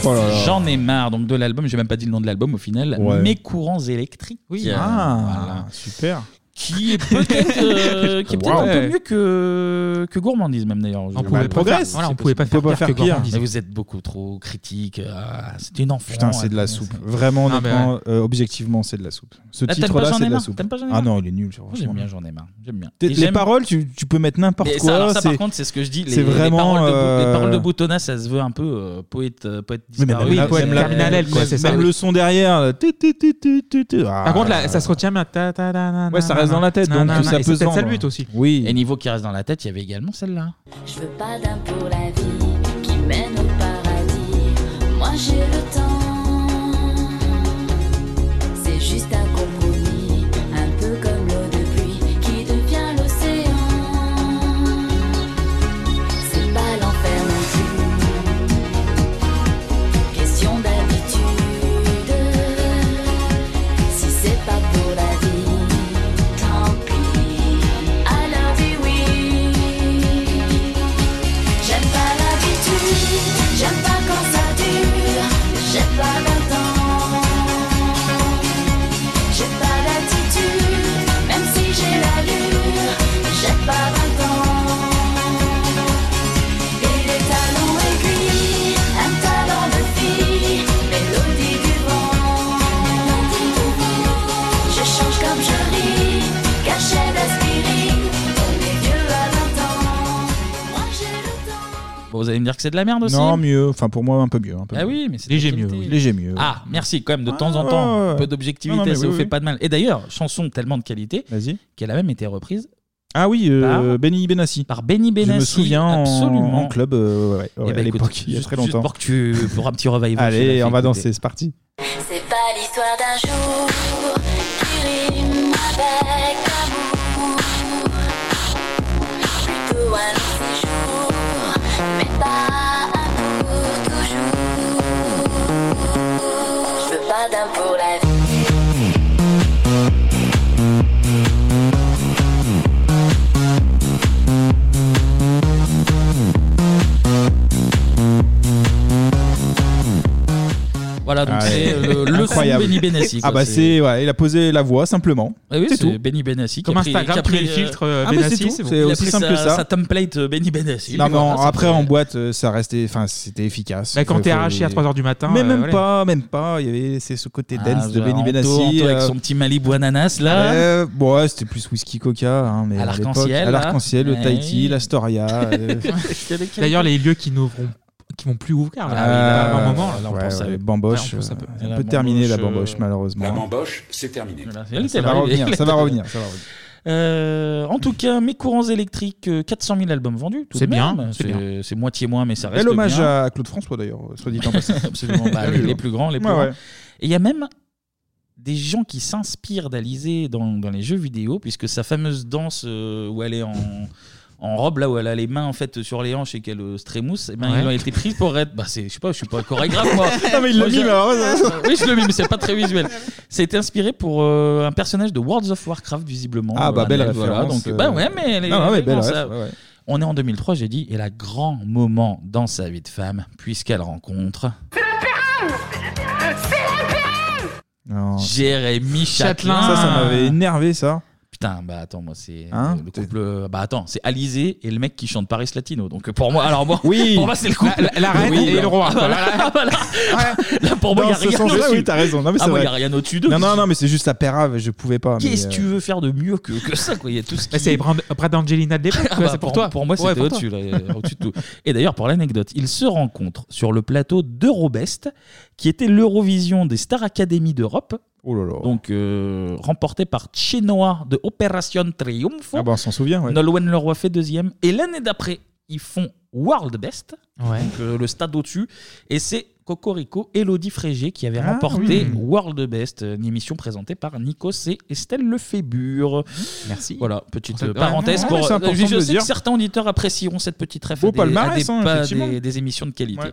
Speaker 7: Oh
Speaker 1: ai marre, donc de l'album, j'ai même pas dit le nom de l'album au final,
Speaker 7: Ouais.
Speaker 1: Mes courants électriques.
Speaker 7: Oui.
Speaker 1: Euh,
Speaker 7: Ah,
Speaker 1: voilà.
Speaker 7: super.
Speaker 1: Qui est peut-être euh, qui est peut-être un peu
Speaker 7: Wow.
Speaker 1: mieux que, que gourmandise même d'ailleurs.
Speaker 8: On pouvait pas
Speaker 1: progresse.
Speaker 8: faire- voilà, on pouvait pas faire pire que gourmandise.
Speaker 1: Mais vous êtes beaucoup trop critique. ah, c'est une enfant.
Speaker 7: Putain, c'est de la
Speaker 1: Ah,
Speaker 7: soupe. Vraiment,
Speaker 1: Ah, mais ouais.
Speaker 7: honnêtement, euh, objectivement, c'est de la soupe. Ce
Speaker 1: Ah, t'aimes pas
Speaker 7: titre-là,
Speaker 1: J'en ai
Speaker 7: c'est de la
Speaker 1: marre
Speaker 7: soupe.
Speaker 1: T'aimes pas J'en ai
Speaker 7: Ah
Speaker 1: marre
Speaker 7: non, il est nul. franchement.
Speaker 1: J'aime bien, j'en ai marre. J'aime bien.
Speaker 7: T'es-
Speaker 1: Et
Speaker 7: Les
Speaker 1: j'aime-
Speaker 7: paroles, tu, tu peux mettre n'importe
Speaker 1: Mais
Speaker 7: quoi.
Speaker 1: ça, alors ça, par
Speaker 7: c'est-
Speaker 1: contre, c'est ce que je dis. Les,
Speaker 7: C'est vraiment.
Speaker 1: les paroles de, Bou- les
Speaker 7: euh,
Speaker 1: paroles de Boutonnat, ça se veut un peu euh, poète, euh, poète
Speaker 7: Oui, mais
Speaker 1: disparu.
Speaker 7: même la- même la- même- Même le son derrière. là, tu- tu- tu- tu- tu- tu- ah.
Speaker 8: Par contre, là, ça se retient bien. Ta, ta, ta, na,
Speaker 7: Ouais, ça
Speaker 8: na,
Speaker 7: reste
Speaker 8: na.
Speaker 7: dans la tête,
Speaker 8: Na,
Speaker 7: donc
Speaker 8: na, na.
Speaker 7: ça peut
Speaker 8: Et c'est
Speaker 7: se
Speaker 8: peut-être ça
Speaker 7: vendre.
Speaker 8: le but aussi.
Speaker 7: Oui.
Speaker 1: Et niveau qui reste dans la tête, il y avait également celle-là.
Speaker 25: Je veux pas d'un pour la vie qui mène au paradis. Moi j'ai le temps. C'est juste un compromis, un peu comme l'eau de pluie qui devient l'océan. C'est pas l'enfer non plus. Question d'habitude. Si c'est pas pour la vie, tant pis. I love you, oui. J'aime pas l'habitude, j'aime pas quand ça dure, j'ai pas le temps. J'ai pas l'attitude, même si j'ai l'allure, j'ai pas le temps. Et les talons aiguilles, un talent de fille, mélodie du vent. Mélodie du vent. Je change comme je ris, cachet d'aspirine, on est vieux à 20 ans. Moi j'ai le
Speaker 1: Bon, vous allez me dire que c'est de la merde aussi
Speaker 7: Non, mieux. Enfin, pour moi, un peu mieux. un peu
Speaker 1: Ah
Speaker 7: mieux.
Speaker 1: oui, mais c'est
Speaker 7: Léger
Speaker 1: d'actualité.
Speaker 7: mieux, oui. Léger mieux, ouais.
Speaker 1: Ah, merci quand même, de
Speaker 7: Ah,
Speaker 1: temps en temps.
Speaker 7: ouais, ouais.
Speaker 1: Un peu
Speaker 7: Non, non,
Speaker 1: d'objectivité,
Speaker 7: mais
Speaker 1: ça
Speaker 7: oui,
Speaker 1: vous fait
Speaker 7: oui.
Speaker 1: pas de mal. Et d'ailleurs, chanson tellement de qualité qu'elle a même été reprise.
Speaker 7: Ah oui, euh, Benny Benassi.
Speaker 1: Par Benny Benassi.
Speaker 7: Je me souviens en-
Speaker 1: absolument.
Speaker 7: en club euh, ouais, ouais,
Speaker 1: Eh ben,
Speaker 7: à
Speaker 1: écoute,
Speaker 7: l'époque, il y a
Speaker 1: juste-
Speaker 7: très longtemps.
Speaker 1: juste pour que tu- pour un petit revival, je l'ai
Speaker 7: Allez,
Speaker 1: fait
Speaker 7: on va
Speaker 1: écouter.
Speaker 7: danser, c'est parti.
Speaker 25: C'est pas l'histoire d'un jour qui rime avec amour. Plutôt un long séjour, mais pas un pour toujours. Je veux pas d'un pour la vie.
Speaker 1: Voilà, donc
Speaker 7: Ah
Speaker 1: c'est
Speaker 7: ouais.
Speaker 1: euh, le, le son de
Speaker 7: Incroyable.
Speaker 1: Benny Benassi.
Speaker 7: Ah
Speaker 1: quoi,
Speaker 7: bah c'est, ouais, il a posé la voix simplement.
Speaker 1: Ah oui,
Speaker 7: c'est tout.
Speaker 1: Benny Benassi. qui
Speaker 7: Comme
Speaker 1: a pris-
Speaker 7: Instagram,
Speaker 1: qui a
Speaker 7: tu mets
Speaker 1: pris,
Speaker 7: le filtre, euh,
Speaker 1: ah, mais
Speaker 7: Benassi,
Speaker 1: tout.
Speaker 7: c'est bon.
Speaker 1: Il a
Speaker 7: C'est aussi
Speaker 1: pris
Speaker 7: simple
Speaker 1: sa-
Speaker 7: que ça.
Speaker 1: Sa template euh, Benny Benassi. Ah,
Speaker 7: Non, mais en-
Speaker 1: Voilà, ça
Speaker 7: après
Speaker 1: fait-
Speaker 7: en boîte, euh, ça restait, enfin c'était efficace.
Speaker 8: Bah, quand
Speaker 7: Faut-
Speaker 8: t'es
Speaker 7: faut-
Speaker 8: arraché à 3 heures du matin,
Speaker 7: Mais
Speaker 8: euh,
Speaker 7: même
Speaker 8: voilà.
Speaker 7: pas, même pas. Il y avait c'est ce côté
Speaker 1: Ah,
Speaker 7: dance de
Speaker 1: genre,
Speaker 7: Benny
Speaker 1: Anto,
Speaker 7: Benassi.
Speaker 1: Anto avec
Speaker 7: euh,
Speaker 1: son petit Malibu ananas là.
Speaker 7: euh, bon, ouais, c'était plus whisky coca, hein, mais
Speaker 1: À
Speaker 7: à
Speaker 1: l'arc-en-ciel, là. Eh
Speaker 7: l'arc-en-ciel, à l'arc-en-ciel, le
Speaker 1: Ouais.
Speaker 7: Tahiti, l'Astoria. euh,
Speaker 8: D'ailleurs, les lieux qui n'ouvront qui vont plus ouvrir là,
Speaker 7: Ah,
Speaker 8: il y a un moment là,
Speaker 7: ouais,
Speaker 8: on pense à
Speaker 7: ouais,
Speaker 8: eux.
Speaker 7: bamboche,
Speaker 8: Ouais, on pense à peu.
Speaker 7: on peut terminer la
Speaker 1: euh,
Speaker 7: bamboche,
Speaker 11: Euh, La
Speaker 7: malheureusement.
Speaker 11: bamboche, c'est terminé.
Speaker 1: Elle était
Speaker 7: Ça va
Speaker 1: là,
Speaker 7: revenir,
Speaker 1: elle était
Speaker 7: ça va
Speaker 1: là.
Speaker 7: revenir, ça va revenir.
Speaker 1: Euh, en tout cas, mes courants électriques, euh, 400 000 albums vendus. tout
Speaker 7: C'est
Speaker 1: de même.
Speaker 7: bien, c'est bien.
Speaker 1: C'est moitié moins, mais ça reste.
Speaker 7: Bel hommage
Speaker 1: bien.
Speaker 7: à Claude François d'ailleurs, soit dit en passant. Ah
Speaker 1: Absolument, bah, les, les plus grands, les plus
Speaker 7: Ouais,
Speaker 1: grands.
Speaker 7: ouais.
Speaker 1: Et il y a même des gens qui s'inspirent d'Alizé dans, dans les jeux vidéo, puisque sa fameuse danse euh, où elle est en, en robe, là où elle a les mains en fait sur les hanches et qu'elle euh, se trémousse, eh ben,
Speaker 8: Ouais.
Speaker 1: ils ont été pris pour être. Bah, c'est- je sais pas, je suis pas chorégraphe moi.
Speaker 7: Non, mais il
Speaker 1: Moi,
Speaker 7: le
Speaker 1: j'ai-
Speaker 7: mime, alors, ouais, ça-
Speaker 1: oui, je le mime, mais c'est pas très visuel. C'était inspiré pour euh, un personnage de World of Warcraft, visiblement.
Speaker 7: Ah, bah,
Speaker 1: Euh,
Speaker 7: belle
Speaker 1: Annel, voilà,
Speaker 7: référence,
Speaker 1: donc, bah
Speaker 7: euh.
Speaker 1: ouais, mais elle est-
Speaker 7: Non, non, mais
Speaker 1: elle est
Speaker 7: belle
Speaker 1: dans
Speaker 7: ref,
Speaker 1: ça.
Speaker 7: ouais, ouais.
Speaker 1: On est en 2003, j'ai dit, et la grand moment dans sa vie de femme, puisqu'elle rencontre
Speaker 22: C'est l'impérale
Speaker 7: Non.
Speaker 1: Jérémy Châtelain.
Speaker 7: Ça, ça m'avait énervé ça.
Speaker 1: Putain, bah attends, moi c'est
Speaker 7: Hein
Speaker 1: le- le couple. euh, Bah attends, c'est Alizé et le mec qui chante Paris Latino. Donc euh, pour moi, alors moi,
Speaker 7: Oui.
Speaker 1: pour moi c'est le couple.
Speaker 8: La- la- la reine et le roi,
Speaker 1: Ah, bah,
Speaker 8: quoi.
Speaker 1: là, ah, bah, là, là, pour moi, il
Speaker 7: Dans
Speaker 1: n'y a
Speaker 7: ce
Speaker 1: rien
Speaker 7: sens-là,
Speaker 1: au-dessus.
Speaker 7: oui, t'as raison. Non, mais
Speaker 1: ah,
Speaker 7: c'est
Speaker 1: moi, y a
Speaker 7: vrai.
Speaker 1: rien au-dessus d'eux.
Speaker 7: Non, non, non, mais c'est juste la pérave, je pouvais pas. mais,
Speaker 1: Qu'est-ce
Speaker 7: euh,
Speaker 1: que tu veux faire de mieux que, que ça quoi Il y a tout ce
Speaker 8: Bah,
Speaker 1: qui
Speaker 8: c'est Brad, Brad Angelina de l'époque,
Speaker 1: Ah
Speaker 8: tu vois,
Speaker 1: bah,
Speaker 8: c'est pour, toi.
Speaker 1: Pour moi,
Speaker 8: Ouais,
Speaker 1: c'était
Speaker 8: toi.
Speaker 1: au-dessus, là, euh, au-dessus de tout. Et d'ailleurs, pour l'anecdote, ils se rencontrent sur le plateau d'Eurobest, qui était l'Eurovision des Star Academy d'Europe.
Speaker 7: Oh
Speaker 1: Donc, euh, remporté par Chenoa de Opération Triunfo.
Speaker 7: Ah bah on s'en souvient, ouais.
Speaker 1: Nolwenn Leroy fait deuxième. Et l'année d'après, ils font World Best,
Speaker 8: Ouais.
Speaker 1: donc, euh, le stade au-dessus. Et c'est Cocorico, Elodie Frégé, qui avait
Speaker 8: Ah,
Speaker 1: remporté
Speaker 8: oui.
Speaker 1: World Best, euh, une émission présentée par Nikos et Estelle Lefébure.
Speaker 8: Merci.
Speaker 1: Voilà, petite
Speaker 8: Ouais,
Speaker 1: euh, parenthèse.
Speaker 8: ouais,
Speaker 1: pour,
Speaker 8: ouais, c'est important
Speaker 1: je- je
Speaker 8: de le
Speaker 1: sais
Speaker 8: dire.
Speaker 1: que certains auditeurs apprécieront cette petite ref
Speaker 8: Beau
Speaker 1: à des, à
Speaker 8: palmarès,
Speaker 1: des-
Speaker 8: hein,
Speaker 1: pas-
Speaker 8: effectivement.
Speaker 1: des- des émissions de qualité.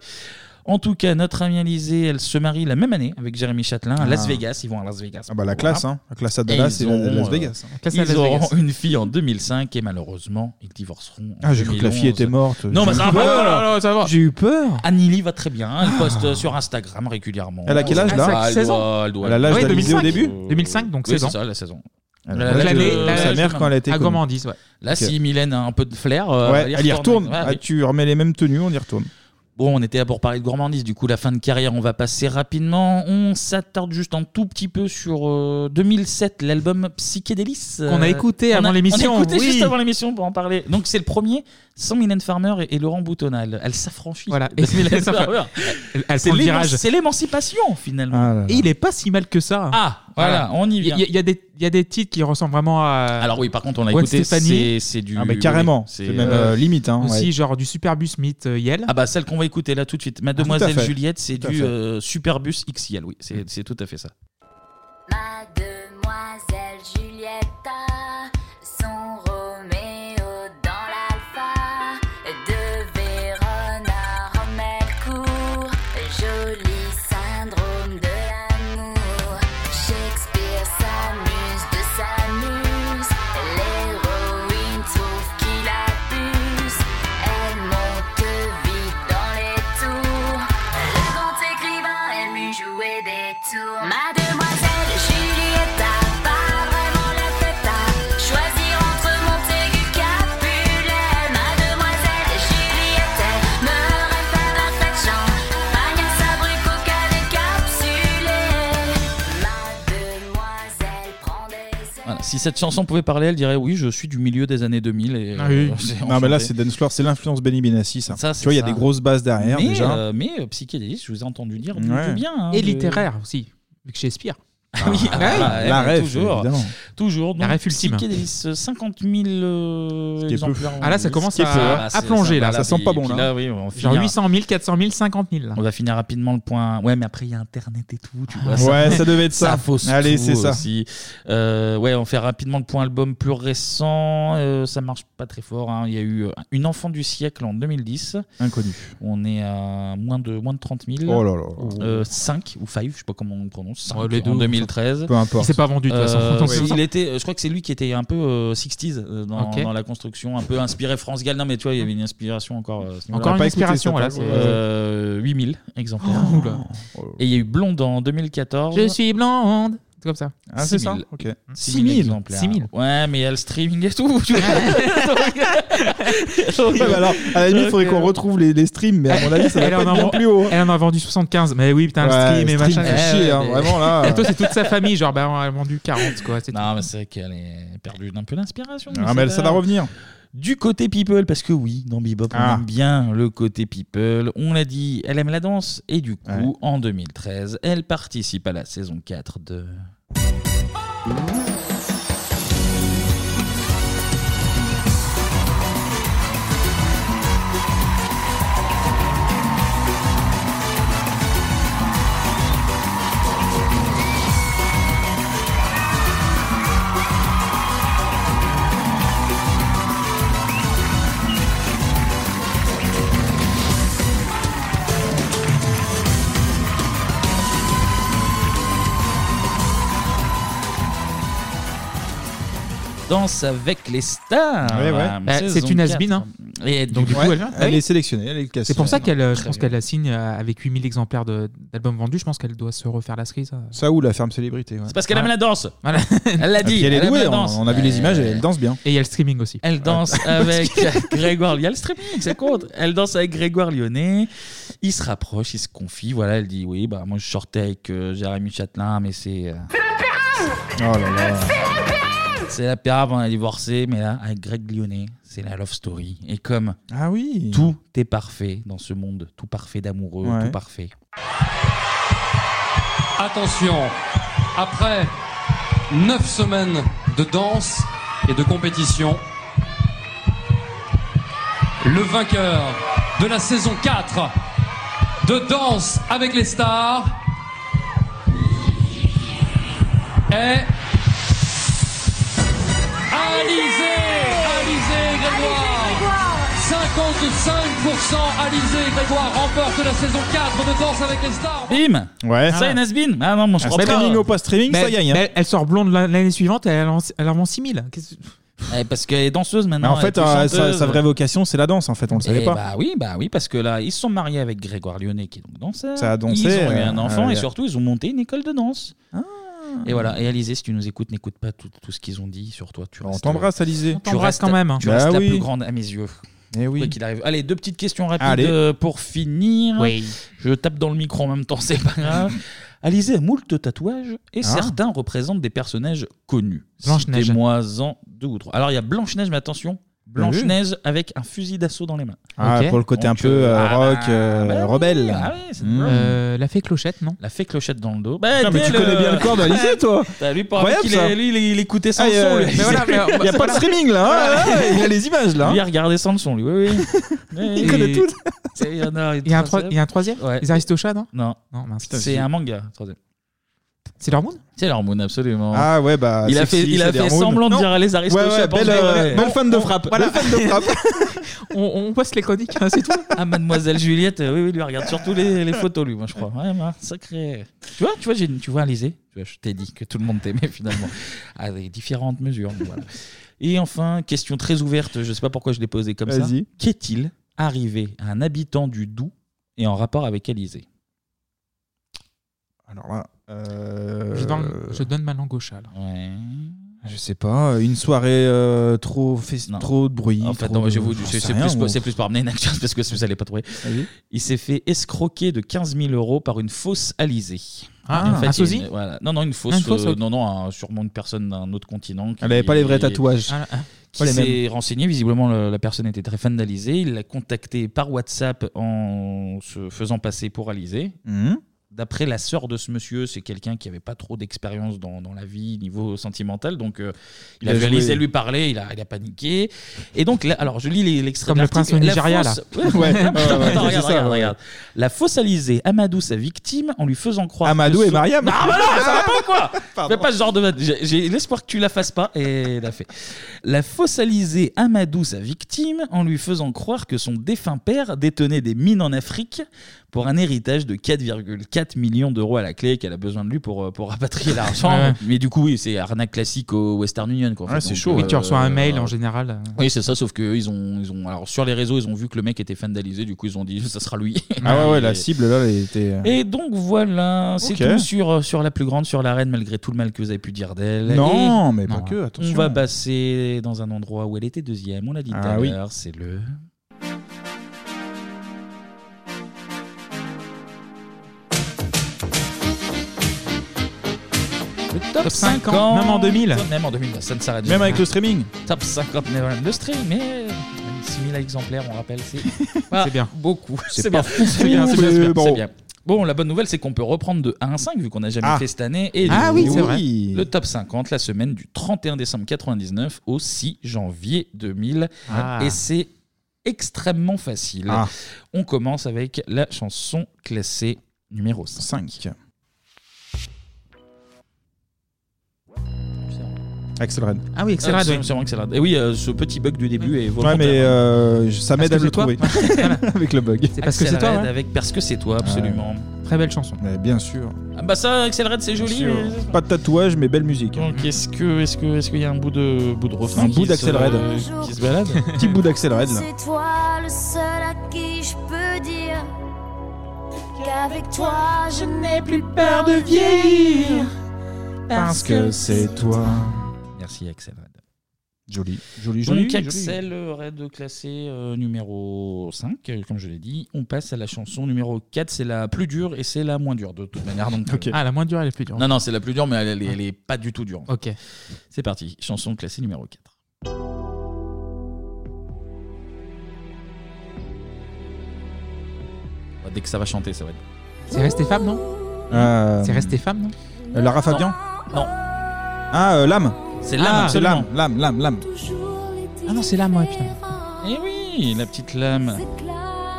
Speaker 1: En tout cas, notre amie Alizée, elle se marie la même année avec Jérémy Châtelain à Las
Speaker 7: Ah.
Speaker 1: Vegas. Ils vont à Las Vegas.
Speaker 7: Ah bah, la classe, hein. La classe à
Speaker 1: Et
Speaker 7: Dallas
Speaker 1: ils
Speaker 7: et la-
Speaker 1: auront,
Speaker 7: Las
Speaker 1: euh,
Speaker 7: Vegas, hein. La classe à Las
Speaker 1: Ils auront
Speaker 7: Vegas.
Speaker 1: une fille en 2005 et malheureusement, ils divorceront. en
Speaker 7: Ah, j'ai cru que la fille
Speaker 1: 2011.
Speaker 7: était morte.
Speaker 1: Non,
Speaker 7: J'ai
Speaker 1: mais ça
Speaker 7: eu
Speaker 1: va.
Speaker 7: peur.
Speaker 1: non, non, non, ça va.
Speaker 7: J'ai eu peur. Ah.
Speaker 1: Anneli va très bien. Elle poste euh, sur Instagram régulièrement.
Speaker 7: Elle a quel âge, là
Speaker 1: Ah, elle
Speaker 7: 16 ans.
Speaker 1: doit- doit-
Speaker 7: Elle a l'âge
Speaker 1: Ouais,
Speaker 7: d'Alizée au
Speaker 1: 2005.
Speaker 7: début
Speaker 1: Euh,
Speaker 8: 2005, donc
Speaker 1: oui,
Speaker 8: 16 ans.
Speaker 1: c'est ça, la saison.
Speaker 7: Elle a l'âge de sa mère quand elle a été connue.
Speaker 8: Agrandisse, ouais.
Speaker 1: Là,
Speaker 7: Ok.
Speaker 1: si Mylène a un peu de flair, euh,
Speaker 7: Ouais, elle y retourne.
Speaker 1: Ouais,
Speaker 7: Ah,
Speaker 1: oui.
Speaker 7: tu remets les mêmes tenues, on y retourne.
Speaker 1: Bon, on était là pour parler de gourmandise, du coup la fin de carrière, on va passer rapidement. On s'attarde juste un tout petit peu sur euh, 2007, l'album Psychédélis. euh,
Speaker 8: Qu'on a écouté
Speaker 1: on
Speaker 8: avant
Speaker 1: a-
Speaker 8: l'émission,
Speaker 1: On a écouté
Speaker 8: oui.
Speaker 1: juste avant l'émission pour en parler. Donc c'est le premier sans Mylène Farmer et, et Laurent Boutonnat. Elle, elle s'affranchit
Speaker 8: Voilà.
Speaker 1: de Mylène
Speaker 8: Ça fait-
Speaker 1: Farmer.
Speaker 8: Elle, elle
Speaker 1: C'est
Speaker 8: prend le
Speaker 1: l'éman-
Speaker 8: virage.
Speaker 1: C'est l'émancipation finalement.
Speaker 7: Ah
Speaker 8: Et il est pas si mal que ça.
Speaker 1: Ah, voilà, on y vient.
Speaker 8: Il y, a- il y a des- il y a des titres qui ressemblent vraiment à.
Speaker 1: Alors oui, par contre, on l'a
Speaker 8: Gwen
Speaker 1: écouté,
Speaker 8: Stefani.
Speaker 1: c'est- c'est du-
Speaker 7: Ah, mais carrément.
Speaker 1: oui, c'est-
Speaker 7: C'est même euh, limite. hein,
Speaker 8: Aussi,
Speaker 7: ouais.
Speaker 8: genre du Superbus Myth euh, Yel.
Speaker 1: Ah bah celle qu'on va écouter là tout
Speaker 7: Ah,
Speaker 1: de suite,
Speaker 8: Tout
Speaker 1: Mademoiselle
Speaker 8: à fait.
Speaker 1: Juliette, c'est
Speaker 8: Tout à
Speaker 1: du
Speaker 8: fait.
Speaker 1: euh, Superbus XL, oui, c'est c'est tout à fait ça.
Speaker 25: Mademoiselle Julietta, son Roméo dans l'alpha, de Vérone à Romelcourt, joli syndrome de l'amour. Shakespeare s'amuse de sa muse, l'héroïne trouve qu'il abuse, elle monte vite dans les tours. Le grand écrivain aime lui jouer des tours. Mademoiselle Julietta, pas vraiment la fête à choisir entre Montaigu Capulet. Mademoiselle Juliette, elle me réfère à Fetchan, Pagnas abricot qu'elle capsulée. Mademoiselle prend des
Speaker 1: Voilà, Si cette chanson pouvait parler, elle dirait oui, je suis du milieu des années 2000. Et,
Speaker 7: Ah
Speaker 1: euh,
Speaker 7: oui.
Speaker 1: c'est
Speaker 7: Non, mais là,
Speaker 1: enchanté.
Speaker 7: c'est Dance Floor, c'est l'influence Benny Benassi. Ça.
Speaker 1: Ça,
Speaker 7: tu
Speaker 1: c'est
Speaker 7: vois, il y a
Speaker 1: ça.
Speaker 7: des grosses bases derrière
Speaker 1: mais,
Speaker 7: déjà.
Speaker 1: euh, mais euh, psychédéliste, je vous ai entendu dire du
Speaker 7: Ouais.
Speaker 1: du bien. hein,
Speaker 8: Et
Speaker 1: de-
Speaker 8: littéraire aussi, vu que Shakespeare.
Speaker 1: Ah oui, ah,
Speaker 8: Ouais.
Speaker 1: eh ben, toujours. Toujours.
Speaker 8: La
Speaker 1: donc,
Speaker 8: ref ultime.
Speaker 1: Psychédéliste, 50 000 euh,
Speaker 8: qui est peu.
Speaker 1: exemplaires en
Speaker 8: Ah là, ça
Speaker 1: vente.
Speaker 8: commence
Speaker 1: Ce qui est hein.
Speaker 8: à-
Speaker 1: peu,
Speaker 8: à
Speaker 1: c'est-
Speaker 8: plonger, là.
Speaker 1: voilà,
Speaker 8: Ça sent pas
Speaker 1: puis-
Speaker 8: bon,
Speaker 1: puis
Speaker 8: là.
Speaker 1: oui, on hein.
Speaker 8: Genre
Speaker 1: finira-
Speaker 8: 800 000, 400 000, 50 000. là.
Speaker 1: On va finir rapidement le point. Ouais, mais après il y a Internet et tout, tu vois.
Speaker 7: Ouais, ça devait être ça.
Speaker 1: fausse
Speaker 7: Allez,
Speaker 1: tout
Speaker 7: c'est ça.
Speaker 1: aussi. Euh, ouais, on fait rapidement le point album plus récent. Euh, ça marche pas très fort. hein. Il y a eu euh, une enfant du siècle en 2010.
Speaker 7: Inconnu.
Speaker 1: On est à moins de moins de 30 000.
Speaker 7: Oh là là.
Speaker 1: 5 ou 5, je sais pas comment on prononce. 5
Speaker 8: Ouais, les deux,
Speaker 1: en 2013.
Speaker 8: peu importe. Il s'est pas vendu, de toute façon.
Speaker 1: Euh,
Speaker 8: Donc, c'est ça.
Speaker 1: il était, je crois que c'est lui qui était un peu euh, 60s euh, dans,
Speaker 8: Ok.
Speaker 1: dans la construction, un peu inspiré France Gall. Non, mais tu vois, il y avait une inspiration encore. euh, à ce niveau-là.
Speaker 8: Encore On a une pas écouté inspiration, ce voilà, tableau. c'est-
Speaker 1: Euh, 8000 exemplaires.
Speaker 8: Oh, oula.
Speaker 1: Et il y a eu Blonde en 2014.
Speaker 8: Je suis blonde. C'est comme ça.
Speaker 1: 6000. 6000 exemplaires.
Speaker 8: 6000.
Speaker 1: Ouais, mais il y a le streaming et tout.
Speaker 8: Ah,
Speaker 1: tu vois.
Speaker 7: Ouais, mais alors, à la limite, il faudrait qu'on retrouve les, les streams, mais à mon avis, ça va
Speaker 8: Elle
Speaker 7: pas
Speaker 8: en
Speaker 7: être
Speaker 8: a
Speaker 7: bien
Speaker 8: vend-
Speaker 7: plus haut.
Speaker 8: Elle en a vendu 75. Mais oui, putain,
Speaker 7: Ouais,
Speaker 8: le stream et
Speaker 7: stream,
Speaker 8: machin.
Speaker 7: fait chier, hein, vraiment, là.
Speaker 8: Et toi, c'est toute sa famille. Genre, bah, on a vendu 40, quoi. c'est tout.
Speaker 1: Non, mais c'est vrai qu'elle est perdue d'un peu d'inspiration.
Speaker 7: Ah, mais
Speaker 1: c'est
Speaker 7: ça
Speaker 1: pas-
Speaker 7: va revenir.
Speaker 1: Du côté people, parce que oui, dans Bebop,
Speaker 7: Ah.
Speaker 1: on aime bien le côté people. On l'a dit, elle aime la danse. Et du coup,
Speaker 7: Ouais.
Speaker 1: en 2013, elle participe à la saison 4 de. Danse avec les stars.
Speaker 7: Ouais, ouais.
Speaker 8: Euh,
Speaker 1: Saison
Speaker 8: c'est une has-been,
Speaker 1: 4.
Speaker 8: hein.
Speaker 1: Ah, bah, Et
Speaker 8: Donc, du coup, elle- ah oui.
Speaker 7: est sélectionnée, elle est cassée.
Speaker 8: C'est pour ça qu'elle, euh, je
Speaker 7: Très
Speaker 8: pense qu'elle la signe euh, avec 8000 exemplaires de- d'albums vendus. Je pense qu'elle doit se refaire la cerise. euh.
Speaker 7: Ça ou la ferme célébrité. ouais.
Speaker 1: C'est parce qu'elle aime la danse. Elle l'a
Speaker 7: Et
Speaker 1: dit.
Speaker 7: puis elle est
Speaker 1: aime
Speaker 7: douée,
Speaker 1: la
Speaker 7: on-
Speaker 1: danse.
Speaker 7: on a vu les images, elle danse bien.
Speaker 8: Et il y a le streaming aussi.
Speaker 1: Elle danse avec Grégoire. Il y a le streaming, ça compte. Elle danse avec Grégoire Lyonnais. Il se rapproche, il se confie. Voilà, elle dit oui, bah moi je sortais avec euh, Jérémy Châtelain, mais c'est. euh,
Speaker 7: Oh là là.
Speaker 1: C'est la période, on a divorcé, mais là, avec Greg Lyonnais, c'est la love story. Et comme
Speaker 7: ah oui.
Speaker 1: tout est parfait dans ce monde, tout parfait d'amoureux,
Speaker 12: Ouais.
Speaker 1: tout parfait.
Speaker 12: Attention, après 9 semaines de danse et de compétition, le vainqueur de la saison 4 de Danse avec les stars est Alizé Alizé Grégoire 55%
Speaker 15: Vincent, Alizé et Grégoire remportent la saison 4 de Danse avec les Stars.
Speaker 1: Bim
Speaker 7: Ouais.
Speaker 1: Ça,
Speaker 7: Ah.
Speaker 1: Yann Asbin Ah non, moi je
Speaker 7: Un
Speaker 1: crois pas.
Speaker 7: streaming au pas streaming,
Speaker 1: Mais
Speaker 7: ça gagne. hein.
Speaker 8: Elle, elle sort blonde l'an- l'année suivante et elle en, elle en vend 6000.
Speaker 1: Eh, parce qu'elle est danseuse
Speaker 7: Mais
Speaker 1: maintenant.
Speaker 7: en fait,
Speaker 1: elle est plus
Speaker 7: euh, sa,
Speaker 1: chanteuse.
Speaker 7: sa vraie vocation, c'est la danse, en fait, on le savait
Speaker 1: Eh
Speaker 7: pas.
Speaker 1: Bah oui, bah oui, parce que là, ils se sont mariés avec Grégoire Lyonnais, qui est donc danseur.
Speaker 7: Ça a dansé,
Speaker 1: Ils ont eu
Speaker 7: euh,
Speaker 1: un enfant
Speaker 7: euh,
Speaker 1: et surtout, ils ont monté une école de danse.
Speaker 7: Ah.
Speaker 1: Et voilà. Et Alizé, si tu nous écoutes, n'écoute pas tout, tout ce qu'ils ont dit sur toi. Tu
Speaker 7: Bah, On
Speaker 1: restes-
Speaker 7: t'embrasse, Alizé. On
Speaker 1: Tu
Speaker 7: t'embrasse
Speaker 1: restes-
Speaker 7: quand même, hein.
Speaker 1: Tu
Speaker 7: Bah
Speaker 1: restes
Speaker 7: oui.
Speaker 1: la plus grande à mes yeux.
Speaker 7: Et oui.
Speaker 1: qu'il arrive. Allez, deux petites questions rapides
Speaker 7: Allez.
Speaker 1: euh, pour finir.
Speaker 7: Oui.
Speaker 1: Je tape dans le micro en même temps, c'est pas grave. Alizé a moult tatouages et
Speaker 7: Ah.
Speaker 1: certains représentent des personnages connus.
Speaker 7: Blanche-Neige. Bah
Speaker 1: Citez-moi en deux ou trois. Alors il y a Blanche-Neige, mais attention, Blanche-Neige avec un fusil d'assaut dans les mains.
Speaker 7: Ah,
Speaker 1: Ok.
Speaker 7: Pour le côté
Speaker 1: Donc,
Speaker 7: un peu
Speaker 1: euh,
Speaker 7: euh,
Speaker 1: ah,
Speaker 7: rock, euh,
Speaker 1: bah,
Speaker 7: rebelle.
Speaker 1: ah ouais, c'est
Speaker 7: Mm.
Speaker 8: Euh, la fée clochette, non
Speaker 1: La fée clochette dans le dos.
Speaker 7: Putain, mais
Speaker 1: t'es
Speaker 7: tu
Speaker 1: le-
Speaker 7: connais bien le corps d'Alizé, toi.
Speaker 1: bah euh, T'as lui, par
Speaker 7: Incroyable,
Speaker 1: qu'il
Speaker 7: ça.
Speaker 1: est- lui, il, il écoutait sans
Speaker 7: Ah,
Speaker 1: son.
Speaker 7: euh,
Speaker 1: lui.
Speaker 7: mais voilà, mais- Il y a pas de streaming, là, hein,
Speaker 1: Voilà.
Speaker 7: ouais, il y a les images, là, hein.
Speaker 1: Lui, il regardait sans le son, lui. Oui, oui.
Speaker 8: Il connaît tout.
Speaker 1: Il y en a
Speaker 8: Il y a un troi- il y a un troisième
Speaker 1: Ouais.
Speaker 8: Les Aristochats, non
Speaker 1: Non.
Speaker 8: Non, mince.
Speaker 1: Putain, C'est un manga, troisième.
Speaker 8: C'est leur Moon
Speaker 1: C'est leur Moon, absolument.
Speaker 7: Ah ouais, bah.
Speaker 1: Il a
Speaker 7: sexy,
Speaker 1: fait, il a
Speaker 7: c'est des
Speaker 1: fait
Speaker 7: hormones.
Speaker 1: semblant de
Speaker 7: Non.
Speaker 1: dire à les Aristochats.
Speaker 7: Ouais, ouais,
Speaker 1: pendant
Speaker 7: belle,
Speaker 1: les-
Speaker 7: euh, belle
Speaker 1: On-
Speaker 7: fan de frappe. Belle fan de frappe.
Speaker 8: on, on poste les chroniques, hein, c'est tout.
Speaker 1: Ah, mademoiselle Juliette, euh, oui, oui, lui regarde surtout les, les photos, lui, moi, je crois. Ouais, bah, sacré. Tu vois, tu vois, j'ai une- tu vois, Alizé, tu vois, je t'ai dit que tout le monde t'aimait finalement, avec différentes mesures. mais voilà. Et enfin, question très ouverte, je sais pas pourquoi je l'ai posée comme ça.
Speaker 7: Vas-y.
Speaker 1: Qu'est-il arrivé à un habitant du Doubs et en rapport avec Alizé
Speaker 7: Alors là. euh,
Speaker 8: Je, donne, je donne ma langue au chat. là.
Speaker 7: Je sais pas, une soirée euh, trop, fes- trop de bruit.
Speaker 1: En fait,
Speaker 7: trop
Speaker 1: non,
Speaker 7: de-
Speaker 1: je vous
Speaker 7: j'en
Speaker 1: c'est
Speaker 7: sais
Speaker 1: c'est
Speaker 7: rien,
Speaker 1: plus,
Speaker 7: moi. Ah
Speaker 1: c'est plus par Mnenac, parce que vous allez pas trouver. Il s'est fait escroquer de 15 000 euros par une fausse Alizée.
Speaker 7: Ah,
Speaker 1: Et
Speaker 7: un
Speaker 1: il y a
Speaker 7: sosie
Speaker 1: une- voilà. Non, non, une fausse.
Speaker 7: Une fausse,
Speaker 1: euh,
Speaker 7: ok.
Speaker 1: Non, non, un- sûrement une personne d'un autre continent. qui-
Speaker 7: Elle avait pas les vrais tatouages.
Speaker 1: Ah, ah.
Speaker 7: Pas
Speaker 1: Qui
Speaker 7: les
Speaker 1: s'est
Speaker 7: mêmes.
Speaker 1: renseigné, visiblement le- la personne était très fan d'Alizée. Il l'a contacté par WhatsApp en se faisant passer pour Alizée.
Speaker 7: Mhm.
Speaker 1: D'après la sœur de ce monsieur, c'est quelqu'un qui avait pas trop d'expérience dans, dans la vie niveau sentimental. Donc, euh, il,
Speaker 7: Il
Speaker 1: a
Speaker 7: a
Speaker 1: vu
Speaker 7: joué.
Speaker 1: Alizée lui parler, il a, il a paniqué. Et donc, là, alors je lis les- l'extrait
Speaker 8: Comme
Speaker 1: de
Speaker 8: le prince
Speaker 1: l'article.
Speaker 8: au
Speaker 1: La
Speaker 8: Nigeria,
Speaker 1: fausse-
Speaker 8: là.
Speaker 1: Ouais,
Speaker 8: Ouais,
Speaker 1: attends,
Speaker 8: ouais,
Speaker 1: attends,
Speaker 8: ouais,
Speaker 1: regarde,
Speaker 8: c'est ça,
Speaker 1: regarde,
Speaker 8: ouais.
Speaker 1: regarde. La fausse Alizée, Amadou, sa victime, en lui faisant croire.
Speaker 7: Amadou
Speaker 1: que
Speaker 7: et
Speaker 1: son-
Speaker 7: Mariam.
Speaker 1: Ah, bah non, ça va pas, quoi Fais pas ce genre de. J'ai j'ai l'espoir que tu la fasses pas, et elle l'a fait. La fausse Alizée, Amadou, sa victime, en lui faisant croire que son défunt père détenait des mines en Afrique pour un héritage de 4,4 millions d'euros à la clé, et qu'elle a besoin de lui pour, euh, pour rapatrier l'argent.
Speaker 8: Ouais, ouais.
Speaker 1: Mais du coup, oui, c'est arnaque classique au Western Union, quoi. en
Speaker 8: Ouais,
Speaker 1: fait.
Speaker 8: c'est
Speaker 1: Donc, euh,
Speaker 8: chaud. Oui, tu reçois un mail, en général, euh.
Speaker 1: Oui, c'est ça, sauf que eux, ils ont, ils ont. Alors, sur les réseaux, ils ont vu que le mec était fan d'Alizée, du coup, ils ont dit, ça sera lui.
Speaker 7: Ah ouais, ouais, la cible là, elle était. euh,
Speaker 1: Et donc voilà, Hein, c'est
Speaker 7: Ok.
Speaker 1: tout sur, euh, sur la plus grande, sur la reine, malgré tout le mal que vous avez pu dire d'elle.
Speaker 7: Non,
Speaker 1: Et-
Speaker 7: mais pas que, attention.
Speaker 1: On va passer dans un endroit où elle était deuxième, on l'a dit tout
Speaker 7: Ah
Speaker 1: à
Speaker 7: oui.
Speaker 1: l'heure, c'est le. Le top,
Speaker 8: Top
Speaker 1: 50,
Speaker 8: 50, même en 2000.
Speaker 1: Même en 2000, ça ne s'arrête
Speaker 7: Même
Speaker 1: jamais.
Speaker 7: avec le streaming.
Speaker 1: Top 50, never mind. le stream, mais 6000 exemplaires, on rappelle, c'est
Speaker 8: C'est bien.
Speaker 1: Beaucoup.
Speaker 8: C'est
Speaker 1: C'est
Speaker 8: pas
Speaker 1: bien.
Speaker 8: fou,
Speaker 1: C'est
Speaker 8: mais
Speaker 1: bien, c'est bien, c'est bien,
Speaker 8: bon.
Speaker 1: c'est bien. Bon, la bonne nouvelle, c'est qu'on peut reprendre de 1 à 5, vu qu'on n'a jamais
Speaker 8: Ah.
Speaker 1: fait cette année. Et
Speaker 8: Ah
Speaker 1: du
Speaker 8: oui,
Speaker 1: coup,
Speaker 8: c'est vrai.
Speaker 1: Le top 50, la semaine du 31 décembre 99 au 6 janvier 2000.
Speaker 8: Ah.
Speaker 1: Et c'est extrêmement facile. On commence avec la chanson classée numéro 5.
Speaker 7: Axel Red.
Speaker 8: Ah oui, Axel Red, oui.
Speaker 1: Sûrement Axel Red. Et oui, euh, ce petit bug du début est
Speaker 7: Ouais,
Speaker 1: volontaire.
Speaker 7: mais euh, je- ça
Speaker 1: Parce
Speaker 7: m'aide
Speaker 1: que
Speaker 7: à
Speaker 1: c'est
Speaker 7: le
Speaker 1: toi.
Speaker 7: trouver. avec le bug.
Speaker 1: C'est parce que c'est toi. hein. Avec Parce que c'est toi, absolument.
Speaker 8: Très belle chanson.
Speaker 7: bien sûr.
Speaker 1: Ah bah ça, Axel Red, c'est joli.
Speaker 7: Bien
Speaker 1: mais-
Speaker 7: sûr. Pas de tatouage, mais belle musique.
Speaker 1: Donc est-ce que est-ce que est-ce qu'il y a un bout de Euh, bout de refrain
Speaker 7: Un
Speaker 1: qui
Speaker 7: bout
Speaker 1: se-
Speaker 7: d'Axel Red.
Speaker 1: qui se balade
Speaker 7: Petit bout d'Axel Red, là.
Speaker 16: C'est toi le seul à qui je peux dire qu'avec toi je n'ai plus peur de vieillir.
Speaker 7: Parce que c'est toi.
Speaker 1: Merci Axel Red.
Speaker 7: Joli, joli, joli.
Speaker 1: Donc
Speaker 7: joli.
Speaker 1: Axel Red classé euh, numéro 5 euh, comme je l'ai dit, on passe à la chanson numéro 4, c'est la plus dure et c'est la moins dure de toute manière donc. euh,
Speaker 8: Ah, la moins dure, elle est plus dure.
Speaker 1: Non non, c'est la plus dure Ah. mais elle, elle est- elle est pas du tout dure.
Speaker 8: Ok.
Speaker 1: C'est parti, chanson classée numéro 4. Ouais, Bah, Dès que ça va chanter, ça va être.
Speaker 8: C'est resté femme, non
Speaker 7: Euh,
Speaker 8: C'est resté femme, non
Speaker 7: euh, Lara Fabian
Speaker 1: Non.
Speaker 7: Ah, euh, l'âme.
Speaker 1: C'est l'âme,
Speaker 7: Ah, c'est l'âme,
Speaker 1: absolument.
Speaker 7: l'âme, l'âme, l'âme.
Speaker 8: Ah non, c'est là, moi, putain.
Speaker 1: Eh oui, la petite lame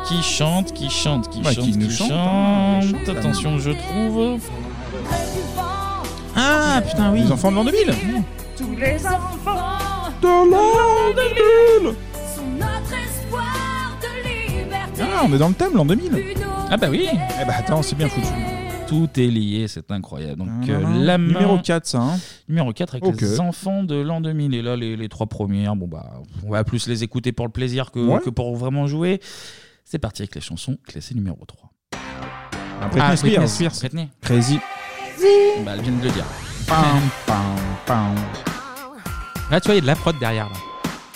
Speaker 1: qui chante, qui chante, qui
Speaker 8: Ouais,
Speaker 1: chante,
Speaker 8: Bah, qui
Speaker 1: qui,
Speaker 8: nous
Speaker 1: chante.
Speaker 8: chante, hein, elle chante, la
Speaker 1: Attention, je trouve.
Speaker 8: Ah, putain, oui.
Speaker 7: Les enfants de l'an 2000
Speaker 16: Tous les enfants
Speaker 7: De l'an 2000
Speaker 16: sont notre espoir de liberté.
Speaker 7: Ah, on est dans le thème l'an 2000.
Speaker 1: Ah bah oui.
Speaker 7: Eh bah attends, c'est bien foutu.
Speaker 1: Tout est lié, c'est incroyable. Donc, euh,
Speaker 7: Ah,
Speaker 1: la
Speaker 7: Numéro
Speaker 1: main-
Speaker 7: 4, ça. hein.
Speaker 1: Numéro 4 avec
Speaker 7: Ok.
Speaker 1: les enfants de l'an 2000. Et là, les, les trois premières, bon bah, on va plus les écouter pour le plaisir que,
Speaker 7: Ouais.
Speaker 1: que pour vraiment jouer. C'est parti avec les chansons classées numéro 3.
Speaker 7: Ah, Britney Spears.
Speaker 1: Britney.
Speaker 7: Crazy.
Speaker 1: Bah, elle vient de le dire.
Speaker 8: Pam, Là, tu vois, il y a de la prod derrière. Là.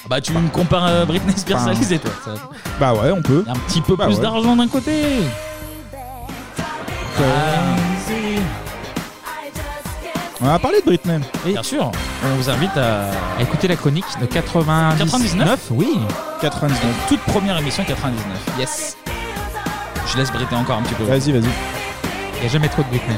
Speaker 1: Bah, tu me compares euh, Britney Spears à
Speaker 8: Pam.
Speaker 1: Alizé, toi. ça.
Speaker 7: Bah ouais, on peut.
Speaker 1: Un petit peu
Speaker 7: Bah
Speaker 1: plus
Speaker 7: ouais.
Speaker 1: d'argent d'un côté. Ah.
Speaker 7: On a parlé de Britney.
Speaker 1: Bien sûr. On vous invite à,
Speaker 8: écouter la chronique de 99.
Speaker 1: 99
Speaker 8: oui.
Speaker 7: 99.
Speaker 1: Toute première émission 99. Yes. Je laisse briter encore un petit peu.
Speaker 7: Vas-y, vas-y.
Speaker 8: Il n'y a jamais trop de Britney.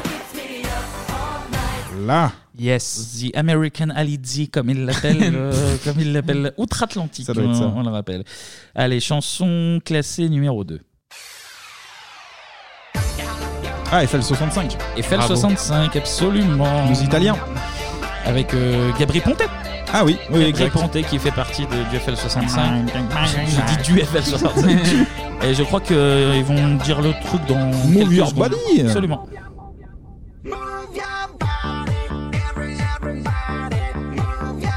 Speaker 7: Là.
Speaker 1: Yes. The American Alizi, comme il l'appelle, euh, comme il l'appelle outre-Atlantique.
Speaker 8: Ça doit être ça.
Speaker 1: On, on le rappelle. Allez, chanson classée numéro 2.
Speaker 7: Ah, FL65.
Speaker 1: Eiffel
Speaker 7: Bravo.
Speaker 1: 65, absolument.
Speaker 7: Nous Italiens.
Speaker 1: Avec euh, Gabri Pontet.
Speaker 7: Ah oui, oui,
Speaker 1: Gabri
Speaker 7: exact.
Speaker 1: Pontet qui fait partie de, du FL65. Je dis du FL65. Et je crois qu'ils vont dire le truc dans.
Speaker 7: Move
Speaker 1: quelques
Speaker 7: your
Speaker 1: secondes.
Speaker 7: body.
Speaker 1: Absolument.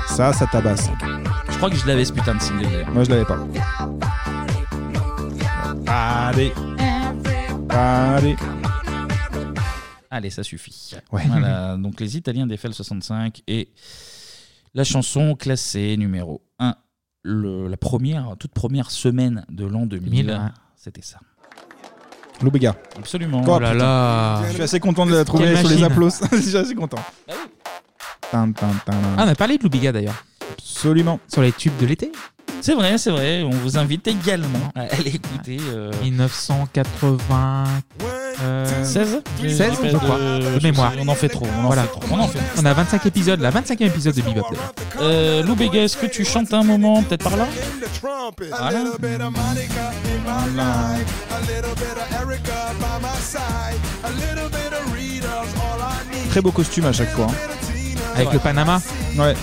Speaker 7: Ça, ça tabasse.
Speaker 1: Je crois que je l'avais ce putain de single d'ailleurs.
Speaker 7: Moi, je l'avais pas. Allez. Allez.
Speaker 1: Allez, ça suffit.
Speaker 7: Ouais.
Speaker 1: Voilà, donc les Italiens d'Eiffel 65 et la chanson classée numéro 1, le- la première, toute première semaine de l'an 2000,
Speaker 8: 2000, ouais.
Speaker 1: c'était ça.
Speaker 7: L'Obéga.
Speaker 1: Absolument.
Speaker 7: Oh là là. Je suis assez content de la trouver
Speaker 8: Quelle
Speaker 7: sur les
Speaker 8: machine.
Speaker 7: applaudissements. Je suis assez content. Tin, tin, tin.
Speaker 8: Ah, on a parlé de Loubiga d'ailleurs.
Speaker 7: Absolument.
Speaker 8: Sur les tubes de l'été.
Speaker 1: C'est vrai, c'est vrai. On vous invite également à aller écouter. euh,
Speaker 8: 1980. euh,
Speaker 1: 16
Speaker 8: 16, je crois.
Speaker 1: Euh,
Speaker 8: De mémoire.
Speaker 1: On en fait trop. On en
Speaker 8: Voilà.
Speaker 1: fait trop. On en fait.
Speaker 8: On a 25 épisodes, là, 25e épisode de Bebop. d'ailleurs.
Speaker 1: Euh, Lou Béga, est-ce que tu chantes un moment, peut-être par là Voilà.
Speaker 7: Très beau costume à chaque fois. hein.
Speaker 8: Avec le Panama.
Speaker 7: Ouais.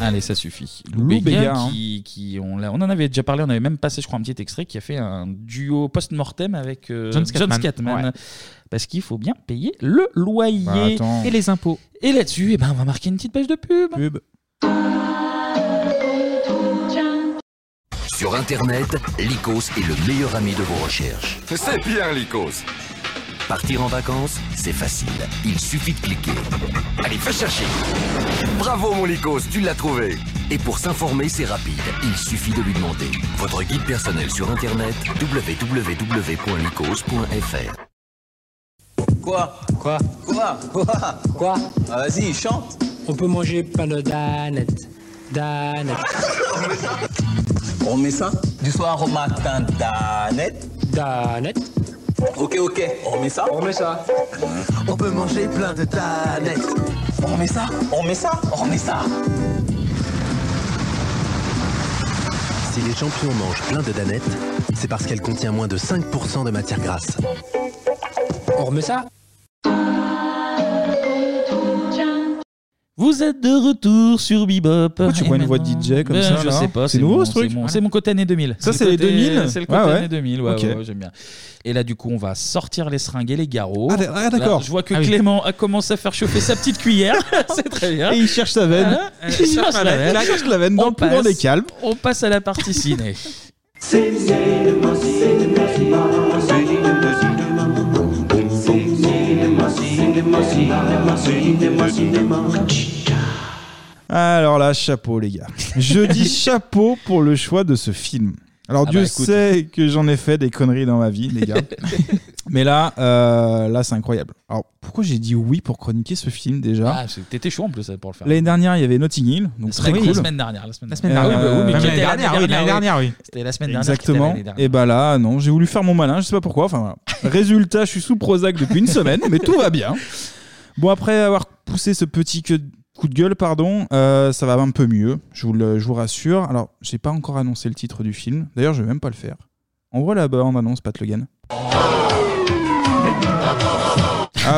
Speaker 1: Allez, ça suffit.
Speaker 7: Lou
Speaker 1: Lou Béga,
Speaker 7: Béga, hein.
Speaker 1: qui, qui- on, l'a- on en avait déjà parlé, on avait même passé, je crois, un petit extrait qui a fait un duo post-mortem avec euh,
Speaker 8: John
Speaker 1: John
Speaker 8: Scatman.
Speaker 1: Scatman.
Speaker 8: Ouais.
Speaker 1: Parce qu'il faut bien payer le loyer
Speaker 8: Bah, attends. Et les impôts.
Speaker 1: Et là-dessus, eh ben, on va marquer une petite page de pub.
Speaker 7: Pub.
Speaker 17: Sur Internet, Lycos est le meilleur ami de vos recherches. C'est bien, Lycos. Partir en vacances, c'est facile. Il suffit de cliquer. Allez, va chercher. Bravo, mon Lycos, tu l'as trouvé. Et pour s'informer, c'est rapide. Il suffit de lui demander. Votre guide personnel sur Internet, www.lycos.fr.
Speaker 18: Quoi Quoi Quoi Quoi Quoi Ah, Vas-y, chante On peut manger plein de danettes. Danettes. On met ça Du soir au matin, danettes. Danettes. Ok, ok, on met ça On met ça. On peut manger plein de danettes. On met ça On met ça On met ça
Speaker 17: Si les champions mangent plein de danettes, c'est parce qu'elle contient moins de 5% de matière grasse.
Speaker 18: On remet ça
Speaker 1: Vous êtes de retour sur Bebop. Pourquoi
Speaker 7: tu vois une voix de DJ comme ça,
Speaker 1: Je
Speaker 7: là
Speaker 1: sais pas.
Speaker 7: C'est
Speaker 1: mon-
Speaker 7: nouveau, ce truc
Speaker 1: mon- Ah. C'est mon côté année 2000.
Speaker 7: Ça,
Speaker 1: le
Speaker 7: c'est les
Speaker 1: côté-
Speaker 7: 2000?
Speaker 1: C'est le côté
Speaker 7: Ouais, ouais.
Speaker 1: année 2000, ouais,
Speaker 7: Ok.
Speaker 1: ouais, ouais, j'aime bien. Et là, du coup, on va sortir les seringues et les garrots.
Speaker 7: Ah, d- ah, d'accord.
Speaker 1: Là, Je vois que
Speaker 7: Ah oui.
Speaker 1: Clément a commencé à faire chauffer sa petite cuillère. c'est très bien. Hein
Speaker 7: Et il cherche sa veine.
Speaker 1: Voilà.
Speaker 7: Il cherche la veine. Il cherche la veine dans
Speaker 1: On
Speaker 7: le plus grand
Speaker 1: passe-
Speaker 7: des calmes.
Speaker 1: On passe à la partie ciné.
Speaker 7: Alors là, chapeau les gars. Je dis chapeau pour le choix de ce film. Alors
Speaker 1: Ah
Speaker 7: Dieu
Speaker 1: bah, écoute.
Speaker 7: sait que j'en ai fait des conneries dans ma vie, les gars. Mais là, euh, là c'est incroyable. Alors pourquoi j'ai dit oui pour chroniquer ce film déjà
Speaker 1: Ah, c'est- t'étais chaud en plus pour le faire.
Speaker 7: L'année dernière, il y avait Notting Hill, donc
Speaker 1: La
Speaker 7: très
Speaker 1: semaine-
Speaker 7: cool.
Speaker 1: La semaine dernière. La semaine
Speaker 7: La semaine
Speaker 1: dernière.
Speaker 7: dernière.
Speaker 1: Ah oui, bah oui, mais
Speaker 7: Même
Speaker 1: qui
Speaker 7: l'année
Speaker 1: était l'année
Speaker 7: dernière, oui, l'année dernière, oui.
Speaker 1: C'était la semaine dernière. qui était
Speaker 7: Exactement.
Speaker 1: l'année dernière.
Speaker 7: Et bah là, non, j'ai voulu faire mon malin, je sais pas pourquoi. Enfin, voilà. résultat, je suis sous Prozac depuis une semaine, mais tout va bien. Bon, après avoir poussé ce petit que- coup de gueule, pardon, euh, ça va un peu mieux, je vous, le, je vous rassure. Alors, j'ai pas encore annoncé le titre du film, d'ailleurs, je vais même pas le faire. On voit la bande annonce, Pat Logan. Ah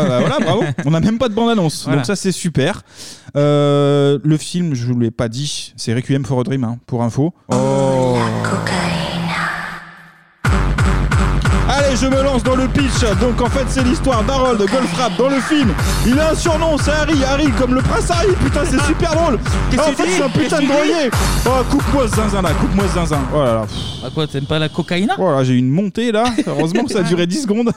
Speaker 7: bah voilà, bravo. On n'a même pas de bande-annonce.
Speaker 8: Voilà.
Speaker 7: Donc ça, c'est super. Euh, le film, je vous l'ai pas dit, c'est Requiem for a Dream, hein, pour info. Oh. Allez, je me lance dans le pitch. Donc en fait, c'est l'histoire d'Harold Goldfrapp dans le film. Il a un surnom, c'est Harry. Harry comme le prince Harry. Putain, c'est super drôle.
Speaker 1: Qu'est-ce
Speaker 7: Ah, en
Speaker 1: qu'il
Speaker 7: fait,
Speaker 1: dit
Speaker 7: c'est un putain
Speaker 1: Qu'est-ce qu'il
Speaker 7: de
Speaker 1: dit
Speaker 7: drogué. Oh, coupe-moi ce zinzin là, coupe-moi ce zinzin. Oh là là.
Speaker 1: Ah quoi, t'aimes pas la cocaïna
Speaker 7: Voilà, j'ai eu une montée là. Heureusement que ça a duré 10 secondes.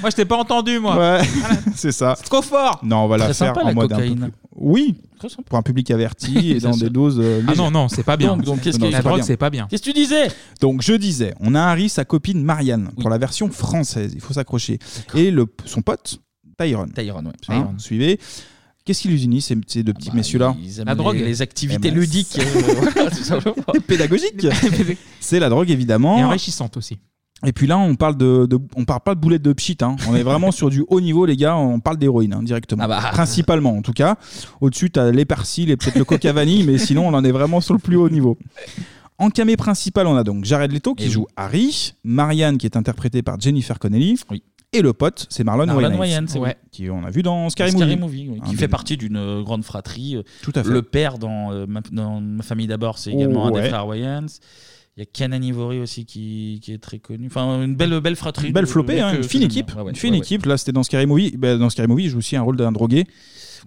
Speaker 8: Moi, je t'ai pas entendu, moi.
Speaker 7: Ouais, c'est ça.
Speaker 8: C'est trop fort.
Speaker 7: Non, on va la
Speaker 8: Ah, Très
Speaker 7: faire
Speaker 8: sympa,
Speaker 7: en
Speaker 8: la
Speaker 7: mode un peu
Speaker 8: cocaïne.
Speaker 7: plus- Oui,
Speaker 1: Très sympa.
Speaker 7: pour un public averti et
Speaker 8: Bien
Speaker 7: dans
Speaker 8: sûr.
Speaker 7: des doses. euh,
Speaker 8: Ah non,
Speaker 7: légères.
Speaker 8: non, c'est pas bien. Donc, donc, qu'est-ce
Speaker 7: Non,
Speaker 8: que- la drogue, c'est pas bien.
Speaker 1: Qu'est-ce que tu disais
Speaker 7: Donc je disais, on a Harry, sa copine Marianne, pour la version française, il faut s'accrocher. Et le, son pote, Tyrone.
Speaker 1: Tyrone, oui.
Speaker 7: Hein,
Speaker 1: Tyrone.
Speaker 7: Suivez. Qu'est-ce qui les unit, ces, ces deux
Speaker 8: Ah bah,
Speaker 7: petits messieurs-là Eh
Speaker 1: ils aiment La les- drogue. les activités
Speaker 7: ben,
Speaker 1: ludiques, euh, voilà, tout simplement.
Speaker 7: Et pédagogiques. C'est la drogue, évidemment.
Speaker 8: Et enrichissante aussi.
Speaker 7: Et puis là, on parle de, de- on parle pas de boulettes de pchit. hein. On est vraiment sur du haut niveau, les gars. On parle d'héroïne hein, directement,
Speaker 1: Ah bah.
Speaker 7: principalement en tout cas. Au-dessus, t'as les persils et peut-être le coca vanille, mais sinon, on en est vraiment sur le plus haut niveau. En camé principal, on a donc Jared Leto qui joue Harry, Marianne qui est interprétée par Jennifer Connelly, et le pote, c'est Marlon,
Speaker 1: Marlon
Speaker 7: Wayans,
Speaker 1: Wayans, c'est vrai.
Speaker 7: qui on a vu dans Scary,
Speaker 1: Scary
Speaker 7: Movie,
Speaker 1: oui,
Speaker 7: Hein,
Speaker 1: qui fait partie d'une euh, grande fratrie.
Speaker 7: Tout à fait.
Speaker 1: Le père dans, euh, ma, dans Ma famille d'abord, c'est
Speaker 7: Oh,
Speaker 1: également un
Speaker 7: ouais.
Speaker 1: des frères Wayans. Il y a Ken Anivori aussi qui, qui est très connu. Enfin, une belle, belle fratrie.
Speaker 7: Une belle
Speaker 1: de- de
Speaker 7: flopée,
Speaker 1: mecs,
Speaker 7: hein,
Speaker 1: euh,
Speaker 7: une fine
Speaker 1: que j'aime
Speaker 7: équipe.
Speaker 1: bien. Ouais, ouais,
Speaker 7: une fine
Speaker 1: ouais, ouais.
Speaker 7: équipe. Là, c'était dans Scary Movie. Ben, dans Scary Movie, il joue aussi un rôle d'un drogué,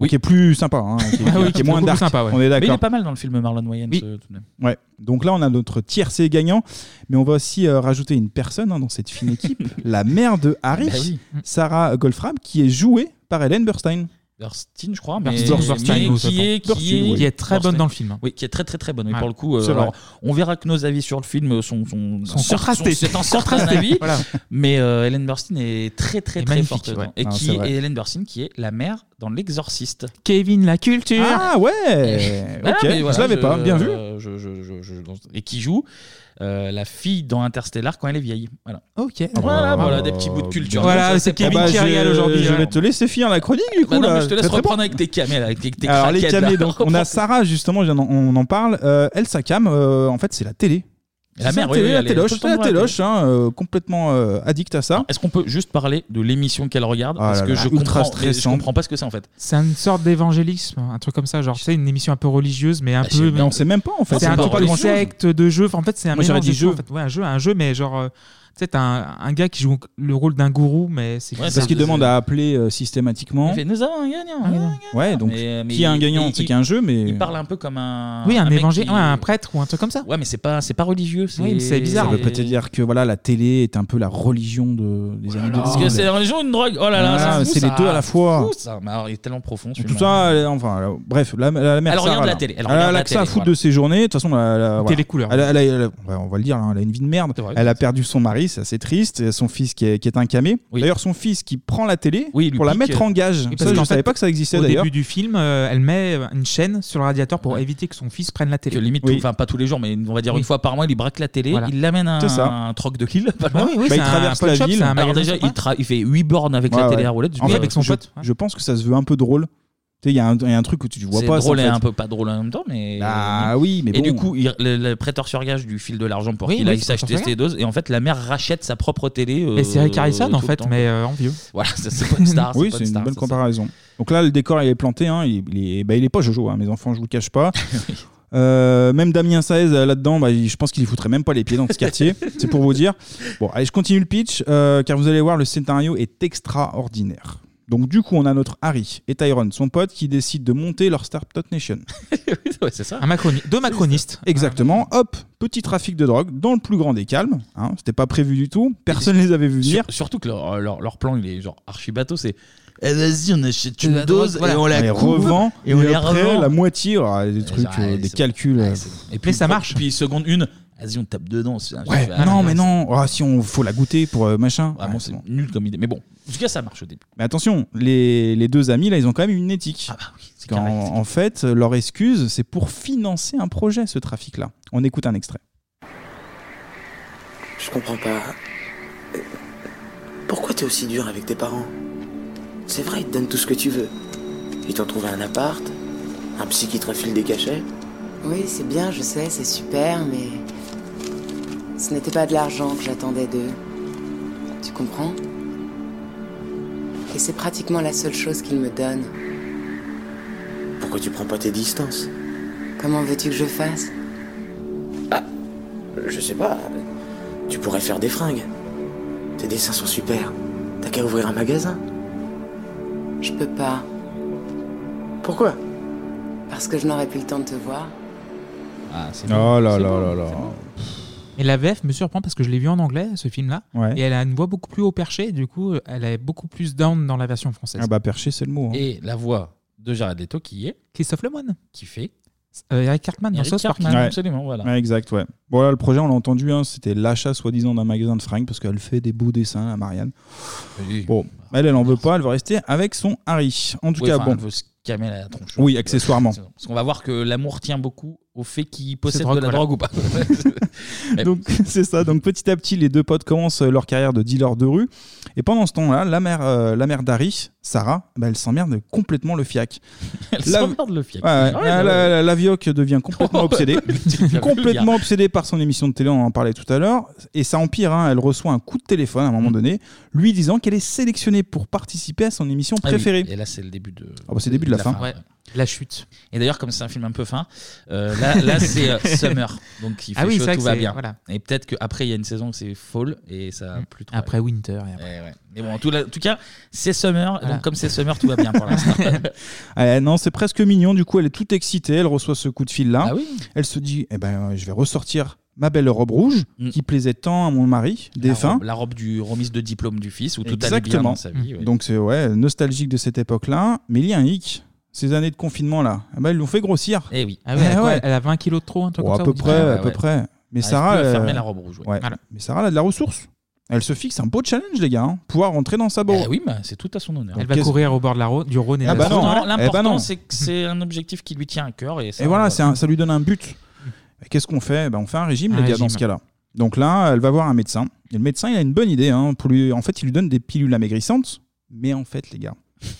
Speaker 7: donc qui est plus sympa, hein, qui,
Speaker 1: Ah oui,
Speaker 7: qui est moins
Speaker 1: beaucoup
Speaker 7: dark.
Speaker 1: plus sympa, ouais.
Speaker 7: On est
Speaker 1: Mais il est
Speaker 7: d'accord.
Speaker 1: pas mal dans le film Marlon Wayans. euh, tout de même.
Speaker 7: Ouais. Donc là, on a notre tiercé gagnant, mais on va aussi euh, rajouter une personne hein, dans cette fine équipe, la mère de Harry,
Speaker 1: Bah oui.
Speaker 7: Sarah Goldfrapp, qui est jouée par Hélène Burstein.
Speaker 1: Burstein, je crois, mais,
Speaker 7: Burstein, Burstein,
Speaker 1: mais
Speaker 7: nous
Speaker 1: qui, est,
Speaker 7: attend.
Speaker 1: qui, est,
Speaker 7: Burstein, oui. Qui est très bonne
Speaker 1: Burstein.
Speaker 7: dans le film, hein.
Speaker 1: Oui, qui est très très très bonne. oui,
Speaker 7: Ouais.
Speaker 1: pour le coup, euh,
Speaker 7: C'est vrai.
Speaker 1: alors, on verra que nos avis sur le film sont, sont,
Speaker 8: Sont
Speaker 1: sont-
Speaker 8: contrastés.
Speaker 1: sont- C'est un certain
Speaker 8: Contrastés,
Speaker 1: avis,
Speaker 8: voilà.
Speaker 1: mais euh, Hélène Burstein est très très
Speaker 8: Et
Speaker 1: très
Speaker 8: magnifique,
Speaker 1: forte. dedans.
Speaker 8: ouais.
Speaker 1: Et,
Speaker 8: Ah,
Speaker 1: qui,
Speaker 8: c'est vrai.
Speaker 1: et Hélène Burstein qui est la mère dans L'Exorciste.
Speaker 8: Kevin la culture.
Speaker 7: Ah ouais.
Speaker 1: Voilà,
Speaker 7: ok.
Speaker 1: Ah, mais voilà,
Speaker 7: je l'avais pas. Bien vu.
Speaker 1: euh, je- je- je- je- et qui joue euh, la fille dans Interstellar quand elle est vieille. Voilà.
Speaker 8: Ok.
Speaker 1: Voilà,
Speaker 7: Ah,
Speaker 1: voilà
Speaker 7: bah,
Speaker 1: des petits bouts de culture.
Speaker 7: Voilà,
Speaker 1: Comme ça,
Speaker 7: c'est Kevin
Speaker 1: pas-
Speaker 7: qui
Speaker 1: je-
Speaker 7: régale aujourd'hui,
Speaker 1: je
Speaker 7: hein.
Speaker 1: vais
Speaker 7: te laisser finir la chronique du coup,
Speaker 1: Bah non,
Speaker 7: là.
Speaker 1: mais je te laisse
Speaker 7: C'est très
Speaker 1: reprendre avec tes camés, là, avec tes, tes
Speaker 7: Alors les
Speaker 1: craquettes, là.
Speaker 7: camés, donc on a Sarah justement, je viens d'en- on en parle. Euh, elle, sa cam, euh, en fait, c'est la télé.
Speaker 1: Et la
Speaker 7: C'est ça,
Speaker 1: mère, oui,
Speaker 7: télé,
Speaker 1: oui,
Speaker 7: la
Speaker 1: elle est tout
Speaker 7: téloche,
Speaker 1: le temps
Speaker 7: la
Speaker 1: devant la
Speaker 7: téloche, hein, euh, complètement euh, addict à ça.
Speaker 1: Est-ce qu'on peut juste parler de l'émission qu'elle regarde
Speaker 7: Ah
Speaker 1: Parce
Speaker 7: là
Speaker 1: que
Speaker 7: là,
Speaker 1: je
Speaker 7: ultra
Speaker 1: comprends, mais je
Speaker 7: stressante.
Speaker 1: comprends pas ce que c'est en fait.
Speaker 8: C'est une sorte d'évangélisme, un truc comme ça, genre c'est une émission un peu religieuse, mais un
Speaker 1: Bah,
Speaker 8: peu.
Speaker 1: c'est- on sait même pas, en fait,
Speaker 8: C'est
Speaker 1: on
Speaker 8: un
Speaker 1: sait pas
Speaker 8: truc de
Speaker 1: grand-chose.
Speaker 8: secte de jeu. En fait, c'est un
Speaker 1: Moi, j'aurais
Speaker 8: mélange de
Speaker 1: dit
Speaker 8: tout,
Speaker 1: jeu.
Speaker 8: en fait. Ouais, un jeu, un jeu, mais genre euh, tu sais, t'as un, un gars qui joue le rôle d'un gourou, mais c'est
Speaker 7: parce qu'il demande à appeler euh, systématiquement.
Speaker 1: bah, Il fait, nous avons un gagnant.
Speaker 7: Ah.
Speaker 1: un gagnant.
Speaker 7: Ouais, donc
Speaker 1: Mais- euh, mais
Speaker 7: qui est un
Speaker 1: il-
Speaker 7: gagnant,
Speaker 1: il-
Speaker 7: c'est qu'il y a un jeu, mais
Speaker 1: Il parle un peu comme un.
Speaker 8: Oui, un,
Speaker 1: mec
Speaker 8: évangile,
Speaker 1: qui-
Speaker 8: ouais, un prêtre ou un truc comme ça.
Speaker 1: Ouais, mais c'est pas, c'est pas religieux. C'est,
Speaker 8: Oui, mais c'est bizarre.
Speaker 7: Ça veut peut-être dire que voilà, la télé est un peu la religion de, des années 2000.
Speaker 1: Parce que c'est la religion ou une drogue Oh là là,
Speaker 7: Ah,
Speaker 1: fou,
Speaker 7: c'est les
Speaker 1: ça.
Speaker 7: deux à la fois.
Speaker 1: Fou, ça. Mais alors, il est tellement profond.
Speaker 7: Tout
Speaker 1: celui-là.
Speaker 7: ça, euh, elle- enfin, elle- bref, la, la mère
Speaker 1: Elle
Speaker 7: Sarah,
Speaker 1: regarde la
Speaker 7: là.
Speaker 1: télé, elle
Speaker 7: Elle,
Speaker 1: regarde
Speaker 7: a
Speaker 1: la
Speaker 7: l'accès à
Speaker 1: télé,
Speaker 7: foutre
Speaker 1: voilà.
Speaker 7: de ses journées. De toute façon, la, la- voilà.
Speaker 8: Télécouleur.
Speaker 7: Elle, a- elle a- elle a- ouais, on va le dire, hein, elle a une vie de merde. Elle a perdu son mari, c'est assez triste. et Son fils qui est, qui est un camé. D'ailleurs, son fils qui prend la télé
Speaker 8: Oui, il lui
Speaker 7: pour la
Speaker 8: pique,
Speaker 7: mettre
Speaker 8: euh,
Speaker 7: en gage.
Speaker 8: oui, parce
Speaker 7: ça, je
Speaker 8: qu'en
Speaker 7: savais
Speaker 8: fait,
Speaker 7: pas que ça existait
Speaker 8: Au
Speaker 7: d'ailleurs.
Speaker 8: début du film, euh, elle met une chaîne sur le radiateur pour éviter que son fils prenne la télé.
Speaker 1: Que limite, tout- enfin pas tous les jours, mais on va dire
Speaker 8: Oui.
Speaker 1: une fois par mois, il braque la télé,
Speaker 8: Voilà.
Speaker 1: il l'amène à
Speaker 8: C'est ça.
Speaker 1: un, troc de Lille. pas
Speaker 8: Ah
Speaker 1: loin.
Speaker 8: oui, oui, Bah, il c'est un traverse la pop-shop, ville. c'est un
Speaker 1: Alors
Speaker 8: magasin
Speaker 1: déjà,
Speaker 8: sympa.
Speaker 1: il, tra- il fait 8 bornes avec
Speaker 7: Ouais,
Speaker 1: la
Speaker 7: ouais.
Speaker 1: télé à roulette.
Speaker 7: En fait, je- Je pense que ça se veut un peu drôle. Tu sais, il y, a un- il y a un truc que tu vois
Speaker 1: C'est
Speaker 7: pas. ça, en
Speaker 1: drôle et
Speaker 7: fait.
Speaker 1: un peu pas drôle en même temps, mais.
Speaker 7: Ah oui, mais
Speaker 1: Et
Speaker 7: bon.
Speaker 1: du coup, il- le, le prêteur sur gage du fil de l'argent pour
Speaker 8: Oui,
Speaker 1: qu'il
Speaker 8: oui,
Speaker 1: aille
Speaker 8: le
Speaker 1: s'acheter
Speaker 8: prêteur sur
Speaker 1: ses doses. Et en fait, la mère rachète sa propre télé. euh,
Speaker 8: Et c'est Rick Harrison
Speaker 1: tout
Speaker 8: en
Speaker 1: le
Speaker 8: fait,
Speaker 1: temps.
Speaker 8: mais euh, en vieux.
Speaker 1: Voilà, ça, c'est pas une star.
Speaker 7: Oui,
Speaker 1: pas
Speaker 7: c'est une
Speaker 1: star,
Speaker 7: bonne
Speaker 1: ça,
Speaker 7: comparaison. Donc là, le décor il est planté. hein, il, il est, bah, il est pas Jojo. hein, mes enfants, je vous le cache pas. Euh, même Damien Saez euh, là-dedans, bah, il- je pense qu'il y foutrait même pas les pieds dans ce quartier. c'est pour vous dire. Bon, allez, je continue le pitch euh, car vous allez voir, le scénario est extraordinaire. Donc du coup, on a notre Harry et Tyrone, son pote, qui décident de monter leur Startup Nation.
Speaker 1: Ouais, c'est ça.
Speaker 8: Un macroni- deux macronistes. Ah,
Speaker 7: Exactement. Hop, petit trafic de drogue dans le plus grand des calmes. hein, C'était pas prévu du tout. Personne les avait vu venir.
Speaker 1: Sur- surtout que leur, Euh, leur, leur plan, il est genre archi bateau. C'est eh, vas-y, on achète une
Speaker 7: La
Speaker 1: dose
Speaker 7: drogue, voilà.
Speaker 1: et on la
Speaker 7: les
Speaker 1: coupe
Speaker 7: revend
Speaker 1: et on les
Speaker 7: après,
Speaker 1: revend.
Speaker 7: la moitié alors, des trucs
Speaker 1: genre,
Speaker 7: euh,
Speaker 1: ouais,
Speaker 7: des
Speaker 1: c'est-
Speaker 7: calculs euh,
Speaker 1: Et puis ça marche. Puis seconde une, vas-y, on tape dedans. c'est un-
Speaker 7: ouais,
Speaker 1: c'est un-
Speaker 7: non mais non Ah, si on faut la goûter pour euh, machin
Speaker 1: Vraiment, c'est nul comme idée. Mais bon, en tout cas, ça marche au début.
Speaker 7: mais attention les, les deux amis là ils ont quand même une éthique
Speaker 1: Ah, bah Parce
Speaker 7: qu'en- en fait leur excuse c'est pour financer un projet ce trafic là on écoute un extrait
Speaker 19: Je comprends pas. Euh, Pourquoi t'es aussi dur avec tes parents C'est vrai, ils te donnent tout ce que tu veux. Ils t'ont trouvé un appart, un psy qui te refile des cachets.
Speaker 20: Oui, c'est bien, je sais, c'est super, mais. Ce n'était pas de l'argent que j'attendais d'eux. Tu comprends Et c'est pratiquement la seule chose qu'ils me donnent.
Speaker 19: Pourquoi tu prends pas tes distances
Speaker 20: Comment veux-tu que je fasse
Speaker 19: Je sais pas. Tu pourrais faire des fringues. Tes dessins sont super. T'as qu'à ouvrir un magasin.
Speaker 20: Je peux pas.
Speaker 19: Pourquoi
Speaker 20: Parce que je n'aurai plus le temps de te voir.
Speaker 1: Ah, c'est
Speaker 7: Oh là
Speaker 8: C'est
Speaker 7: là
Speaker 8: beau,
Speaker 7: là
Speaker 8: c'est
Speaker 7: là.
Speaker 8: beau. Et la VF me surprend parce que je l'ai vu en anglais, ce film-là.
Speaker 7: Ouais.
Speaker 8: Et elle a une voix beaucoup plus haut perchée. Du coup, elle est beaucoup plus down dans la version française.
Speaker 7: Ah bah perché, c'est le mot. hein.
Speaker 1: Et la voix de Jared Leto qui est
Speaker 8: Christophe Lemoine.
Speaker 1: Qui fait
Speaker 8: Euh, Eric Cartman dans
Speaker 1: Eric
Speaker 8: South Park.
Speaker 1: Cartman,
Speaker 7: Ouais.
Speaker 1: absolument, voilà.
Speaker 7: Ouais, exact, ouais. Bon, là, le projet, on l'a entendu, hein, c'était l'achat soi-disant d'un magasin de fringues parce qu'elle fait des beaux dessins, la Marianne.
Speaker 1: Oui.
Speaker 7: Bon, elle, elle en veut pas, elle veut rester avec son Harry. En tout
Speaker 1: Oui,
Speaker 7: cas,
Speaker 1: enfin,
Speaker 7: bon.
Speaker 1: elle veut se calmer la tronche.
Speaker 7: Oui, accessoirement.
Speaker 1: Parce qu'on va voir que l'amour tient beaucoup au fait qu'il possède
Speaker 7: drogue,
Speaker 1: de la
Speaker 7: voilà.
Speaker 1: drogue ou pas. Mais
Speaker 7: Donc c'est ça. Donc petit à petit, les deux potes commencent euh, leur carrière de dealer de rue. Et pendant ce temps-là, la mère, euh, la mère d'Harry, Sarah, bah, elle s'emmerde complètement le fiac.
Speaker 1: Elle
Speaker 7: La-
Speaker 1: s'emmerde le fiac. Ah
Speaker 7: Ouais, ouais.
Speaker 1: Ouais, bah
Speaker 7: la,
Speaker 1: ouais.
Speaker 7: la- la- la vioque devient complètement obsédée, complètement obsédée par son émission de télé. On en parlait tout à l'heure. Et ça empire. hein. Elle reçoit un coup de téléphone à un
Speaker 1: Mm.
Speaker 7: moment donné, lui disant qu'elle est sélectionnée pour participer à son émission
Speaker 1: Ah oui,
Speaker 7: préférée.
Speaker 1: Et là, c'est le début de.
Speaker 7: Ah bah, c'est le début de la fin.
Speaker 1: ouais.
Speaker 8: La chute.
Speaker 1: Et d'ailleurs, comme c'est un film un peu fin, euh, là, là, c'est euh, Summer. Donc il fait
Speaker 8: Ah oui, c'est
Speaker 1: chaud,
Speaker 8: vrai
Speaker 1: tout
Speaker 8: que
Speaker 1: va
Speaker 8: c'est-
Speaker 1: bien.
Speaker 8: voilà. Mm.
Speaker 1: Et peut-être qu'après, il y a une saison où c'est Fall et ça a plus trop.
Speaker 8: Après Winter. Et après.
Speaker 1: Et ouais. Mais bon, en tout, la- en tout cas, c'est Summer. Donc comme c'est Summer, tout va bien pour l'instant.
Speaker 7: Ah, non, c'est presque mignon. Du coup, elle est toute excitée. Elle reçoit ce coup de fil
Speaker 1: Ah
Speaker 7: là. Elle se dit, eh ben, je vais ressortir ma belle robe rouge qui plaisait tant à mon mari
Speaker 1: Mm. La
Speaker 7: défunt.
Speaker 1: robe, la robe du remise de diplôme du fils où tout allait bien
Speaker 7: Exactement.
Speaker 1: dans sa vie. ouais.
Speaker 7: Donc c'est ouais, nostalgique de cette époque-là. Mais il y a un hic. Ces années de confinement là, eh ben, elles l'ont fait grossir.
Speaker 1: Eh oui.
Speaker 8: Ah ouais, elle a
Speaker 7: Eh
Speaker 8: quoi
Speaker 7: ouais.
Speaker 8: Elle a 20 kilos de trop, un truc
Speaker 7: Oh,
Speaker 8: comme
Speaker 7: à
Speaker 8: ça,
Speaker 7: peu
Speaker 8: ou-
Speaker 1: Ah,
Speaker 7: près,
Speaker 8: Ouais,
Speaker 7: à peu
Speaker 8: ouais.
Speaker 7: près. Mais
Speaker 8: Arrive
Speaker 7: Sarah,
Speaker 8: plus à fermer
Speaker 7: euh,
Speaker 8: la robe rouge, ouais.
Speaker 7: ouais.
Speaker 8: Voilà.
Speaker 7: Mais Sarah elle a de la ressource. Elle se fixe un beau challenge les gars, hein. pouvoir rentrer dans sa bourre.
Speaker 1: Eh oui, bah, c'est tout à son honneur.
Speaker 8: Elle va courir au bord de la Rhône- du Rhône et
Speaker 7: Ah
Speaker 8: de
Speaker 7: bah
Speaker 8: la Saône.
Speaker 7: non.
Speaker 1: Non, L'important,
Speaker 7: Eh ben non.
Speaker 1: c'est que c'est un objectif qui lui tient à cœur. Et, ça,
Speaker 7: Et voilà, c'est un- ça lui donne un but. Et Qu'est-ce qu'on fait Ben, On fait un régime,
Speaker 1: Un
Speaker 7: les gars,
Speaker 1: régime.
Speaker 7: dans ce cas-là. Donc là, elle va voir un médecin. Et le médecin, il a une bonne idée. hein, pour lui... En fait, il lui donne des pilules amaigrissantes. Mais en fait, les gars,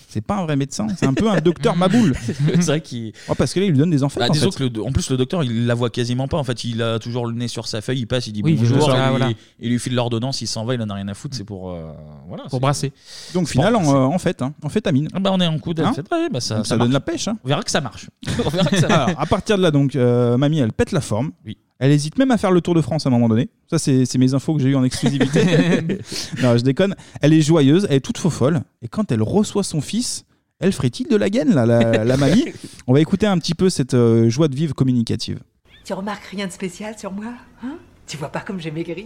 Speaker 7: c'est pas un vrai médecin. C'est un peu un docteur maboule.
Speaker 1: C'est vrai qu'il.
Speaker 7: Oh, parce que là, il lui donne des enfants.
Speaker 1: Bah,
Speaker 7: en
Speaker 1: disons
Speaker 7: fait.
Speaker 1: que le do- en plus le docteur il la voit quasiment pas en fait il a toujours le nez sur sa feuille il passe il dit
Speaker 7: Oui,
Speaker 1: bonjour
Speaker 7: bonjour,
Speaker 1: il,
Speaker 7: ah, voilà.
Speaker 1: il lui file l'ordonnance il s'en va il en a rien à foutre c'est pour euh, voilà
Speaker 7: Pour
Speaker 8: brasser
Speaker 7: Donc, final, en, euh, en fait, hein, en fétamine.
Speaker 1: bah, on est en coup
Speaker 7: Hein
Speaker 1: fait. Ouais, bah, ça,
Speaker 7: Donc,
Speaker 1: ça
Speaker 7: ça donne
Speaker 1: marche.
Speaker 7: la pêche. hein.
Speaker 1: on verra que ça marche on verra que ça marche.
Speaker 7: Alors, à partir de là, donc, euh, mamie, elle pète la forme. Elle hésite même à faire le Tour de France à un moment donné. Ça, c'est c'est mes infos que j'ai eues en exclusivité. non, je déconne. Elle est joyeuse, elle est toute folle. Et quand elle reçoit son fils, elle frétille de la gaine, là, la, la mamie. On va écouter un petit peu cette euh, joie de vivre communicative.
Speaker 21: Tu remarques rien de spécial sur moi hein Tu vois pas comme j'ai maigri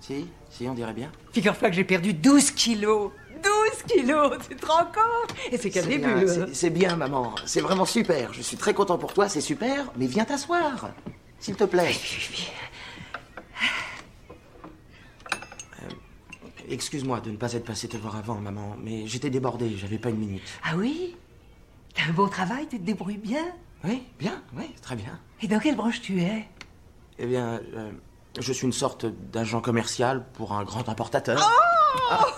Speaker 19: Si, si, on dirait bien.
Speaker 21: Figure-toi que j'ai perdu 12 kilos 12 kilos Tu te rends compte Et c'est qu'à
Speaker 19: C'est
Speaker 21: début
Speaker 19: bien,
Speaker 21: hein.
Speaker 19: c'est- C'est bien, maman. C'est vraiment super. Je suis très content pour toi, c'est super. Mais viens t'asseoir, s'il te plaît. Euh, Excuse-moi de ne pas être passé te voir avant, maman, mais j'étais débordé, j'avais pas une minute.
Speaker 21: Ah oui T'as un bon travail, tu te débrouilles bien
Speaker 19: Oui, bien, oui, très bien.
Speaker 21: Et dans quelle branche tu es
Speaker 19: Eh bien, euh, je suis une sorte d'agent commercial pour un grand importateur.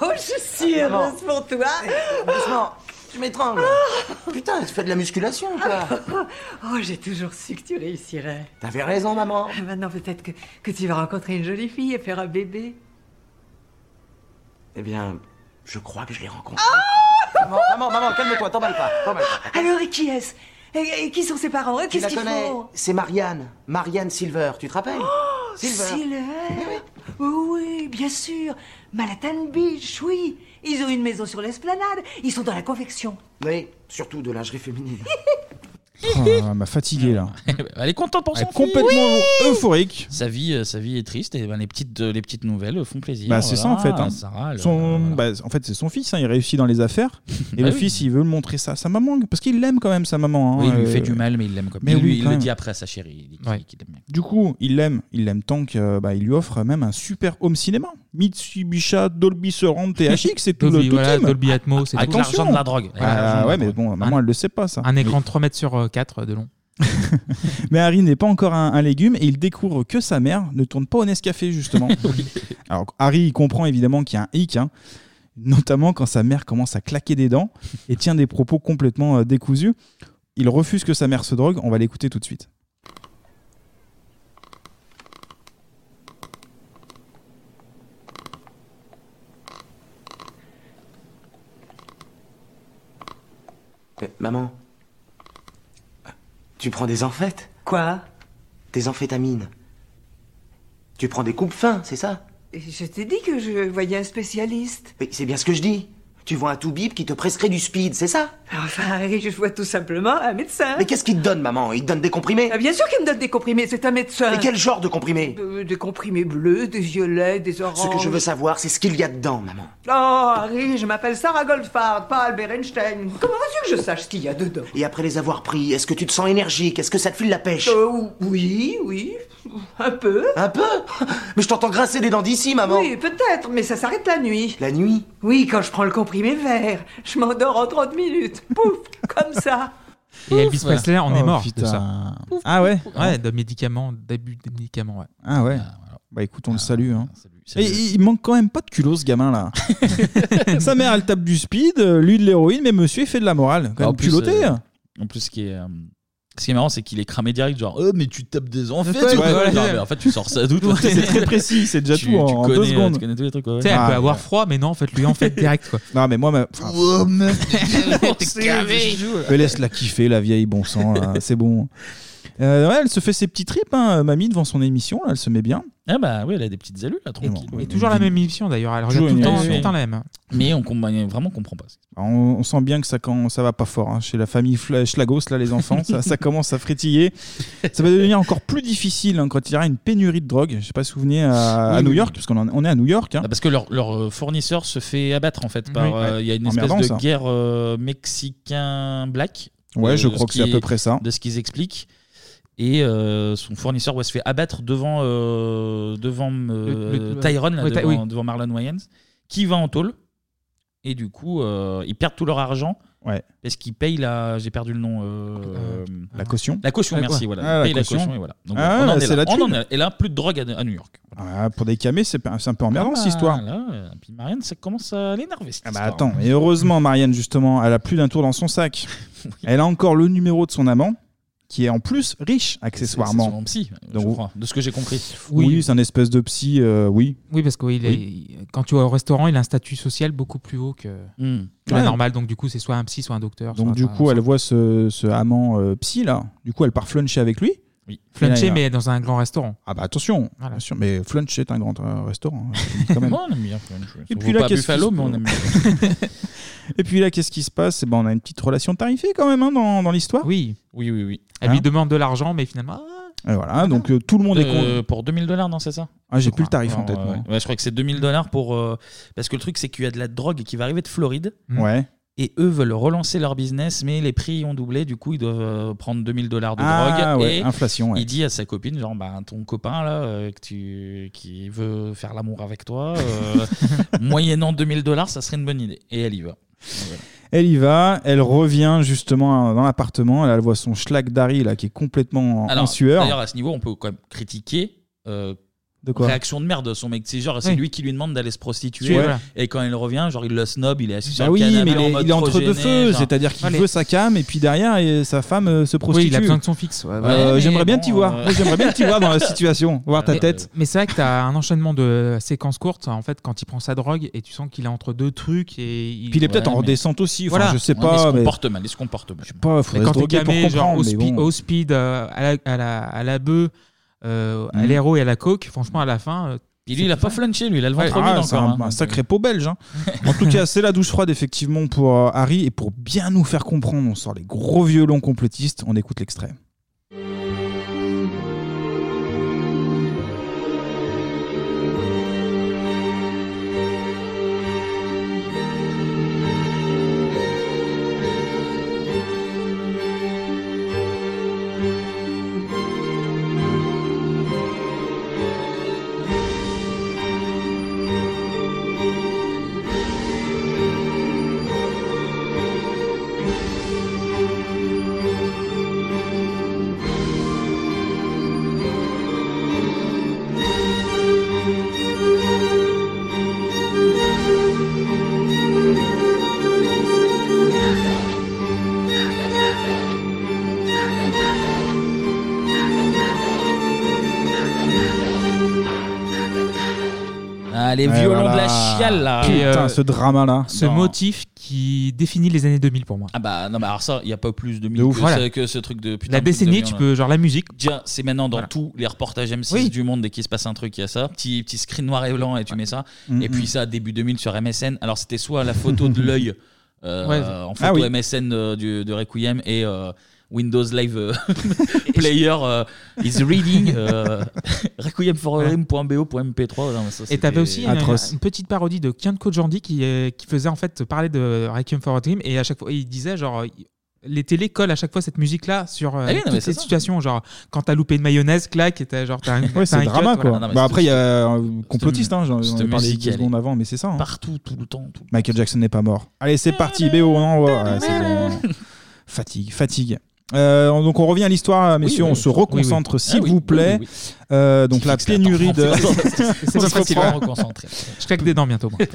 Speaker 21: Oh, je suis
Speaker 19: Ah, maman.
Speaker 21: heureuse pour toi Ah,
Speaker 19: Doucement, tu m'étrangle. Putain, tu fais de la musculation, toi.
Speaker 21: Oh, j'ai toujours su que tu réussirais Ah,
Speaker 19: T'avais raison, maman.
Speaker 21: Maintenant, peut-être que, que tu vas rencontrer une jolie fille et faire un bébé
Speaker 19: Eh bien, je crois que je l'ai rencontré.
Speaker 21: Oh
Speaker 19: Ah. maman, maman, maman, calme-toi, t'emballe pas, t'emballe pas.
Speaker 21: Alors, et qui est-ce et, et qui sont ses parents Eux,
Speaker 19: Tu
Speaker 21: Qu'est-ce
Speaker 19: la
Speaker 21: qu'ils
Speaker 19: connais
Speaker 21: font
Speaker 19: C'est Marianne, Marianne Silver, tu te rappelles
Speaker 21: Oh,
Speaker 19: Silver. Eh
Speaker 21: Silver. Oh, Oui, bien sûr. Manhattan Beach, oui. Ils ont une maison sur l'esplanade. Ils sont dans la confection.
Speaker 19: Oui, surtout de lingerie féminine.
Speaker 7: Oh, elle m'a fatigué là.
Speaker 1: elle est contente pour
Speaker 7: Elle
Speaker 1: son
Speaker 7: est complètement euphorique.
Speaker 1: Sa vie, euh, sa vie est triste et ben, les, petites, euh, les petites nouvelles font plaisir.
Speaker 7: Bah, c'est ça en fait.
Speaker 1: Voilà,
Speaker 7: hein.
Speaker 1: oh Sarah, elle- euh,
Speaker 7: son, bah, en fait, c'est son fils. hein, Il réussit dans les affaires. Et
Speaker 1: Bah
Speaker 7: le
Speaker 1: oui.
Speaker 7: fils, il veut le montrer ça à sa maman. Parce qu'il l'aime quand même, sa maman. hein,
Speaker 1: Oui, il lui
Speaker 7: euh,
Speaker 1: fait du mal, mais il l'aime comme
Speaker 7: mais
Speaker 1: il, lui-
Speaker 7: oui,
Speaker 1: il
Speaker 7: quand
Speaker 1: le
Speaker 7: même.
Speaker 1: dit après à sa chérie. Il dit qu'il- qu'il l'aime bien.
Speaker 7: Du coup, il l'aime, il l'aime tant que euh, bah, il lui offre même un super home cinéma. Mitsubishi Dolby Surround THX, c'est tout
Speaker 8: Dolby,
Speaker 7: le Ah, tout
Speaker 8: voilà,
Speaker 7: team.
Speaker 8: Dolby Atmos, c'est
Speaker 7: Avec
Speaker 8: tout.
Speaker 7: l'argent de la drogue. Avec l'argent de la drogue. Un-
Speaker 8: Un écran de 3 mètres sur 4 de long.
Speaker 7: Mais Harry n'est pas encore un, un légume et il découvre que sa mère ne tourne pas au Nescafé justement. Alors Harry il comprend évidemment qu'il y a un hic, hein, notamment quand sa mère commence à claquer des dents et tient des propos complètement euh, décousus. Il refuse que sa mère se drogue. On va l'écouter tout de suite.
Speaker 19: Euh, maman, tu prends des enfêtes
Speaker 21: Quoi
Speaker 19: Des amphétamines. Tu prends des coupes fins, c'est ça
Speaker 21: Et Je t'ai dit que je voyais un spécialiste.
Speaker 19: Mais c'est bien ce que je dis. Tu vois un tout bip qui te prescrit du speed, c'est ça
Speaker 21: Enfin, je vois tout simplement un médecin.
Speaker 19: Mais qu'est-ce qu'il te donne, maman Il te donne des comprimés
Speaker 21: Ah, Bien sûr qu'il me donne des comprimés, c'est un médecin.
Speaker 19: Mais quel genre de comprimés
Speaker 21: Euh, Des comprimés bleus, des violets, des oranges.
Speaker 19: Ce que je veux savoir, c'est ce qu'il y a dedans, maman.
Speaker 21: Oh, Harry, je m'appelle Sarah Goldfarb, pas Albert Einstein. Comment veux-tu que je sache ce qu'il y a dedans
Speaker 19: Et après les avoir pris, est-ce que tu te sens énergique Est-ce que ça te file la pêche
Speaker 21: Euh, Oui, oui, un peu.
Speaker 19: Un peu Mais je t'entends grincer les dents d'ici, maman.
Speaker 21: Oui, peut-être, mais ça s'arrête la nuit.
Speaker 19: La nuit
Speaker 21: Oui, quand je prends le comprimé vert, je m'endors en 30 minutes. Pouf, comme ça.
Speaker 8: Et Elvis
Speaker 1: voilà.
Speaker 8: Presley en est
Speaker 1: Oh,
Speaker 8: mort
Speaker 1: putain.
Speaker 8: de ça.
Speaker 1: Pouf,
Speaker 7: Ah ouais
Speaker 8: Ouais, de médicaments, d'abus de médicaments, ouais.
Speaker 7: Ah ouais. Bah écoute,
Speaker 1: Ah,
Speaker 7: on le salue. hein. Et il- il manque quand même pas de culot ce gamin là. Sa mère elle tape du speed, euh, lui de l'héroïne, mais monsieur il fait de la morale. Quand
Speaker 1: En
Speaker 7: même
Speaker 1: plus,
Speaker 7: culotté. hein.
Speaker 1: euh, en plus, ce qui est, euh, ce qui est marrant, c'est qu'il est cramé direct, genre, Euh, mais tu tapes des enfants.
Speaker 7: Ouais,
Speaker 1: tu vois.
Speaker 7: ouais.
Speaker 1: Non, mais en fait, tu sors ça d'où toi
Speaker 7: C'est très précis, c'est déjà
Speaker 1: Tu-
Speaker 7: tout en,
Speaker 1: tu
Speaker 7: en
Speaker 1: connais,
Speaker 7: deux
Speaker 1: euh,
Speaker 7: secondes.
Speaker 1: tu connais tous les trucs, ouais, ouais.
Speaker 8: Tu sais, elle peut
Speaker 1: Ah,
Speaker 8: avoir
Speaker 1: ouais.
Speaker 8: froid, mais non, en fait, lui, en fait, direct, quoi.
Speaker 7: Non mais moi, ma- enfin, mais laisse la kiffer la vieille bon sang, là, c'est bon. Euh, ouais, elle se fait ses petits trips, hein, mamie devant son émission, là, elle se met bien.
Speaker 1: Ah bah oui, elle a des petites allules, là, tranquille.
Speaker 8: Et toujours la même émission, d'ailleurs. Elle regarde tout le temps, tout le temps la même.
Speaker 1: Mais on comprend, vraiment, on comprend pas.
Speaker 7: Alors, Bah, On, on sent bien que ça, quand, ça va pas fort. hein. Chez la famille Fla- Schlagos, là, les enfants, ça, ça commence à frétiller. Ça va devenir encore plus difficile hein, quand il y aura une pénurie de drogue. Je sais pas si vous vous souvenez à, à
Speaker 1: Oui,
Speaker 7: New
Speaker 1: oui.
Speaker 7: York, parce qu'on en- on est à New York. hein.
Speaker 1: Parce que leur, leur, euh, fournisseur se fait abattre en fait. par
Speaker 7: Oui.
Speaker 1: euh, Il y a une espèce
Speaker 7: Emmerdant,
Speaker 1: de
Speaker 7: ça.
Speaker 1: guerre euh, mexicain-black.
Speaker 7: Ouais,
Speaker 1: euh,
Speaker 7: je
Speaker 1: de ce
Speaker 7: crois que c'est à
Speaker 1: qui-
Speaker 7: peu près ça.
Speaker 1: De ce qu'ils expliquent. Et euh, son fournisseur ouais, se fait abattre devant, euh, devant euh,
Speaker 8: Le- le-
Speaker 1: Tyrone, là,
Speaker 8: Ouais, Ty-
Speaker 1: devant,
Speaker 8: oui.
Speaker 1: devant Marlon Wayans, qui va en tôle. Et du coup, euh, ils perdent tout leur argent.
Speaker 7: Ouais.
Speaker 1: Parce qu'ils payent la. J'ai perdu le nom. euh,
Speaker 8: Ah.
Speaker 7: La caution
Speaker 1: La caution,
Speaker 7: Ah,
Speaker 1: merci.
Speaker 7: ouais.
Speaker 1: Voilà.
Speaker 7: Ah, la
Speaker 1: Ils payent la
Speaker 7: caution.
Speaker 1: caution. et voilà. Donc,
Speaker 7: Ah,
Speaker 1: on en
Speaker 7: ouais,
Speaker 1: est
Speaker 7: c'est
Speaker 1: là.
Speaker 7: la
Speaker 1: On en
Speaker 7: thune.
Speaker 1: est- et là, plus de drogue à, à New York.
Speaker 7: Ah, pour des camés, c'est pas- c'est un peu emmerdant cette histoire.
Speaker 1: Voilà, euh, puis Marianne, ça commence à l'énerver. cette
Speaker 7: Ah bah
Speaker 1: histoire.
Speaker 7: attends, et heureusement Marianne justement, elle a plus d'un tour dans son sac. Elle a encore le numéro de son amant, qui est en plus riche accessoirement.
Speaker 1: C'est son psy,
Speaker 7: Donc,
Speaker 1: je crois, de ce que j'ai compris.
Speaker 7: Oui, c'est un espèce de psy, euh, oui.
Speaker 8: Oui, parce que oui, il est- il- quand tu vas au restaurant, il a un statut social beaucoup plus haut que,
Speaker 1: Hmm.
Speaker 8: que la
Speaker 7: Ouais.
Speaker 8: normale. Donc, du coup, c'est soit un psy, soit un docteur.
Speaker 7: Donc
Speaker 8: soit
Speaker 7: du
Speaker 8: un-
Speaker 7: coup, elle voit ce, ce amant euh, psy là. Du coup, elle part fluncher avec lui.
Speaker 1: Oui.
Speaker 8: Fluncher, mais dans un grand restaurant.
Speaker 7: Ah bah attention, bien sûr, mais flunch est un grand euh, restaurant hein, quand même.
Speaker 1: Bon, on aime bien Flunch, ouais.
Speaker 7: Et
Speaker 1: On
Speaker 7: puis
Speaker 1: voit
Speaker 7: là,
Speaker 1: pas
Speaker 7: qu'est-ce qui
Speaker 1: Buffalo,
Speaker 7: se-
Speaker 1: mais on aime bien.
Speaker 7: Et puis là, qu'est-ce qui se passe Eh ben, on a une petite relation tarifée quand même hein, dans, dans l'histoire.
Speaker 8: Oui.
Speaker 1: Oui, oui, oui.
Speaker 8: Elle
Speaker 7: Hein
Speaker 8: lui demande de l'argent, mais finalement.
Speaker 7: Et voilà, donc euh, tout le monde est
Speaker 1: Euh,
Speaker 7: content.
Speaker 1: Pour 2000 dollars, non, c'est ça
Speaker 7: Ah, j'ai plus le tarif en
Speaker 1: Non,
Speaker 7: tête.
Speaker 1: euh,
Speaker 7: moi.
Speaker 1: ouais, je crois que c'est 2000 dollars pour. euh, parce que le truc, c'est qu'il y a de la drogue qui va arriver de Floride.
Speaker 7: Mm. Ouais.
Speaker 1: Et eux veulent relancer leur business, mais les prix ont doublé. Du coup, ils doivent euh, prendre 2000 dollars de
Speaker 7: Ah,
Speaker 1: drogue.
Speaker 7: ouais,
Speaker 1: et
Speaker 7: inflation, ouais.
Speaker 1: Il dit à sa copine genre, bah, ton copain là, euh, que tu, qui veut faire l'amour avec toi, euh, moyennant 2000 dollars, ça serait une bonne idée. Et elle y va. Voilà.
Speaker 7: Elle y va, elle revient justement hein, dans l'appartement, là, elle voit son schlag d'Harry là qui est complètement en- en
Speaker 1: Alors, d'ailleurs,
Speaker 7: sueur.
Speaker 1: à ce niveau, on peut quand même critiquer. euh,
Speaker 7: De quoi
Speaker 1: Réaction de merde, son mec. C'est genre, c'est
Speaker 7: Oui.
Speaker 1: lui qui lui demande d'aller se prostituer.
Speaker 7: Ouais, voilà.
Speaker 1: Et quand il revient, genre, il le snob, il est assis
Speaker 7: Bah
Speaker 1: sur
Speaker 7: oui,
Speaker 1: le
Speaker 7: mais
Speaker 1: canapé
Speaker 7: il
Speaker 1: en
Speaker 7: est,
Speaker 1: mode
Speaker 7: il est entre
Speaker 1: trop
Speaker 7: deux
Speaker 1: gêné,
Speaker 7: feux,
Speaker 1: genre.
Speaker 7: c'est-à-dire qu'il
Speaker 1: Allez.
Speaker 7: veut sa cam et puis derrière et sa femme euh, se prostitue.
Speaker 8: Oui, il a besoin de son fixe. Ouais, voilà.
Speaker 7: Euh,
Speaker 8: Ouais,
Speaker 7: j'aimerais
Speaker 8: mais
Speaker 7: bien
Speaker 8: bon,
Speaker 7: t'y voir.
Speaker 8: euh,
Speaker 7: Moi, J'aimerais bien t'y voir dans la situation, voir ta tête.
Speaker 8: Mais c'est vrai que t'as un enchaînement de séquences courtes, en fait, quand il prend sa drogue et tu sens qu'il est entre deux trucs. Et il...
Speaker 7: Puis il est peut-être en redescente aussi, enfin, je sais
Speaker 1: Ouais,
Speaker 7: pas,
Speaker 1: mais il se
Speaker 7: mais-
Speaker 1: comporte mal, il se comporte mal.
Speaker 7: sais pas, faudrait
Speaker 8: Mais quand
Speaker 7: se
Speaker 8: t'es
Speaker 7: droguer pour
Speaker 8: camé, genre
Speaker 7: comprendre,
Speaker 8: au,
Speaker 7: mais
Speaker 8: spi-
Speaker 7: bon.
Speaker 8: au speed, euh, à la, à la, à la bœuf, euh, à
Speaker 7: Mm.
Speaker 8: l'héros et à la coke, franchement, à la fin. euh,
Speaker 1: Et lui, il a pas flunché, lui, il a le ventre
Speaker 7: Ah,
Speaker 1: vide
Speaker 7: c'est
Speaker 1: encore.
Speaker 7: un,
Speaker 1: hein.
Speaker 7: un sacré pot belge. hein. en tout cas, c'est la douche froide effectivement pour euh, Harry et pour bien nous faire comprendre, on sort les gros violons complotistes, on écoute l'extrait.
Speaker 1: Ah, les
Speaker 7: Et
Speaker 1: violons
Speaker 7: voilà.
Speaker 1: de la chiale, là.
Speaker 7: Putain, ce drama là.
Speaker 8: euh, Ce motif qui qui définit les années 2000 pour moi.
Speaker 1: Ah bah non, mais alors ça, il n'y a pas plus de
Speaker 8: De
Speaker 1: mille
Speaker 8: ouf,
Speaker 1: que,
Speaker 8: voilà.
Speaker 1: ce- que ce truc de putain.
Speaker 8: La
Speaker 1: de mille
Speaker 8: décennie,
Speaker 1: de
Speaker 8: tu
Speaker 1: merde.
Speaker 8: peux, genre la musique.
Speaker 1: Tiens, c'est maintenant dans tous les reportages M6 du monde, dès qu'il se passe un truc, il y a ça. Petit, petit screen noir et blanc et tu mets ça.
Speaker 7: Mhm.
Speaker 1: Et puis ça, début 2000 sur MSN. Alors c'était soit la photo de l'œil euh,
Speaker 7: Ouais.
Speaker 1: en
Speaker 7: Ah
Speaker 1: photo
Speaker 7: oui.
Speaker 1: MSN euh, du- de Requiem et euh, Windows Live euh, Player euh, is reading euh, requiemforhim.bo.mp3. Non, mais ça,
Speaker 8: Et t'avais
Speaker 1: c'était
Speaker 8: aussi une, une petite parodie de Kianko Jordi qui, euh, qui faisait en fait parler de Requiem for a Dream et à chaque fois il disait genre euh, les télés collent à chaque fois cette musique là sur euh,
Speaker 1: Ah oui, non, mais c'est
Speaker 8: toutes ces
Speaker 1: ça.
Speaker 8: situations genre quand t'as loupé une mayonnaise clac et t'as genre t'as un,
Speaker 7: Ouais,
Speaker 8: t'as
Speaker 7: c'est
Speaker 8: un
Speaker 7: le
Speaker 8: cut,
Speaker 7: drama quoi.
Speaker 8: voilà.
Speaker 7: bah après il y a euh, complotiste, hein, j'en j'en ai
Speaker 1: cette
Speaker 7: parlé
Speaker 1: musique,
Speaker 7: deux
Speaker 1: elle
Speaker 7: secondes avant, mais c'est ça. hein.
Speaker 1: Partout, tout le temps. tout-
Speaker 7: Michael Jackson n'est pas mort. Allez, c'est parti, BO, on envoie. Ouais, c'est bon. Fatigue, fatigue. Euh, donc on revient à l'histoire, euh, messieurs,
Speaker 1: oui,
Speaker 7: on se
Speaker 1: oui.
Speaker 7: reconcentre,
Speaker 1: Oui, oui.
Speaker 7: s'il
Speaker 1: Ah oui,
Speaker 7: vous
Speaker 1: oui,
Speaker 7: plaît.
Speaker 1: oui,
Speaker 7: Euh, donc la
Speaker 1: la
Speaker 7: pénurie de...
Speaker 1: torrente, c'est- c'est- c'est
Speaker 7: On
Speaker 1: pas
Speaker 7: se
Speaker 1: facile à
Speaker 7: reprend.
Speaker 1: reconcentrer.
Speaker 8: Je claque des dents bientôt. moi.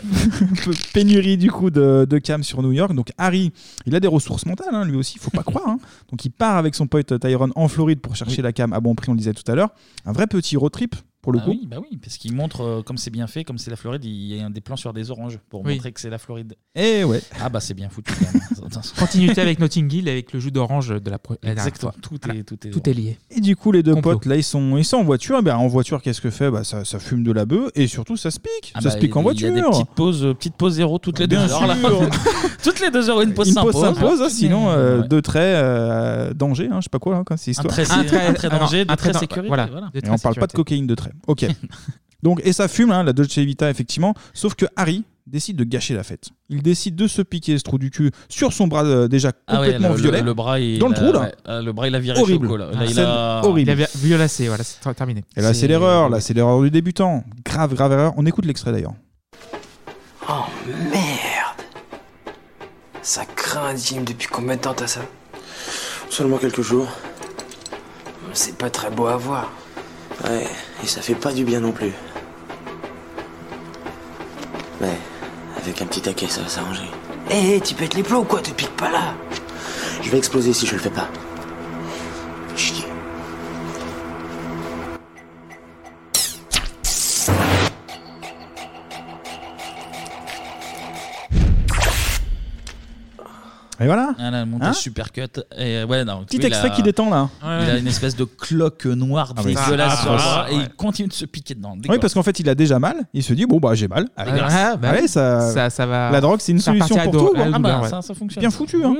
Speaker 7: pénurie du coup de, de cam sur New York. Donc Harry, il a des ressources mentales, hein, lui aussi, faut pas croire. hein. Donc il part avec son pote Tyrone en Floride pour chercher la cam à bon prix, on le disait tout à l'heure. Un vrai petit road trip pour le
Speaker 1: Ah
Speaker 7: coup.
Speaker 1: oui, bah oui, parce qu'il montre euh, comme c'est bien fait, comme c'est la Floride, il y a un des plans sur des oranges pour
Speaker 8: Oui.
Speaker 1: montrer que c'est la Floride.
Speaker 7: Eh ouais.
Speaker 1: Ah bah c'est bien foutu. quand même.
Speaker 8: Continuité avec Notting Hill avec le jus d'orange de la, pro- la dernière
Speaker 1: Exactement,
Speaker 8: fois.
Speaker 1: tout est-
Speaker 8: Voilà.
Speaker 1: tout est
Speaker 8: lié.
Speaker 7: Et du coup, les deux potes, là, ils sont, ils sont en voiture. Et ben, en voiture, qu'est-ce que fait bah, ça, ça fume de la bœuf et surtout, ça se pique.
Speaker 1: Ah
Speaker 7: ça
Speaker 1: bah,
Speaker 7: se pique en
Speaker 1: il y
Speaker 7: voiture.
Speaker 1: a des petites pauses, euh, petites pauses zéro toutes les
Speaker 7: Bien
Speaker 1: deux heures. là.
Speaker 7: sûr.
Speaker 1: toutes les deux heures, une pause
Speaker 7: Une pause
Speaker 1: s'impose.
Speaker 7: s'impose, hein, sinon euh,
Speaker 1: Ouais.
Speaker 7: deux traits euh, danger, hein, je sais pas quoi, hein, comme c'est
Speaker 1: Un
Speaker 7: histoire.
Speaker 1: trait sé- Un trait- un trait ah non, danger, un deux trait traits dan- sécurité,
Speaker 7: Voilà.
Speaker 1: voilà.
Speaker 7: Et
Speaker 1: Deux
Speaker 7: on
Speaker 1: traits
Speaker 7: parle pas de
Speaker 1: sécurité.
Speaker 7: cocaïne de trait. Ok. Donc et ça fume, hein, la Dolce Vita effectivement. Sauf que Harry décide de gâcher la fête. Il décide de se piquer ce trou du cul sur son bras euh, déjà
Speaker 1: Ah ouais,
Speaker 7: complètement
Speaker 1: le-
Speaker 7: violet,
Speaker 1: le- le bras, il
Speaker 7: dans le
Speaker 1: a-
Speaker 7: trou là.
Speaker 1: ouais, euh, le bras, il a viré
Speaker 7: horrible.
Speaker 1: choco, là. Là,
Speaker 7: Ah,
Speaker 1: il
Speaker 7: scène
Speaker 1: a-
Speaker 7: horrible.
Speaker 8: Il a vi- violacé, voilà, c'est ter- terminé.
Speaker 7: Et là c'est
Speaker 8: C'est-
Speaker 7: l'erreur, là c'est l'erreur du débutant. Grave grave erreur. On écoute l'extrait d'ailleurs.
Speaker 10: Oh merde Ça craint, Jim, depuis combien de temps t'as ça
Speaker 19: Seulement quelques jours.
Speaker 10: C'est pas très beau à voir.
Speaker 19: Ouais, et ça fait pas du bien non plus. Mais avec un petit taquet, ça va s'arranger.
Speaker 10: Hé,
Speaker 19: Eh,
Speaker 10: tu pètes les plombs ou quoi Te pique pas là
Speaker 19: Je vais exploser si je le fais pas. Chier.
Speaker 7: Et voilà.
Speaker 1: Ah, là, le montage
Speaker 7: Hein
Speaker 1: super cut. Et, euh, ouais, non,
Speaker 7: Petit
Speaker 1: lui, il
Speaker 7: extrait
Speaker 1: a-
Speaker 7: qui détend, là.
Speaker 1: Il a
Speaker 7: Ouais.
Speaker 1: une espèce de cloque noire
Speaker 7: Ah ouais.
Speaker 1: dégueulasse sur le bras
Speaker 7: Ah,
Speaker 1: et
Speaker 7: ouais.
Speaker 1: il continue de se piquer dedans.
Speaker 7: Oui, parce qu'en fait, il a déjà mal. Il se dit bon bah j'ai mal. Allez,
Speaker 1: Ah,
Speaker 7: grâce.
Speaker 1: ah, bah
Speaker 7: Allez,
Speaker 1: oui.
Speaker 7: ça,
Speaker 1: Ça- ça va
Speaker 7: La drogue, c'est une
Speaker 1: faire
Speaker 7: solution
Speaker 1: partir
Speaker 7: pour
Speaker 1: à do-
Speaker 7: tout.
Speaker 1: à la
Speaker 7: quoi.
Speaker 1: douleur, Ah bah, ouais. ça- ça fonctionne.
Speaker 7: Bien foutu. Hein.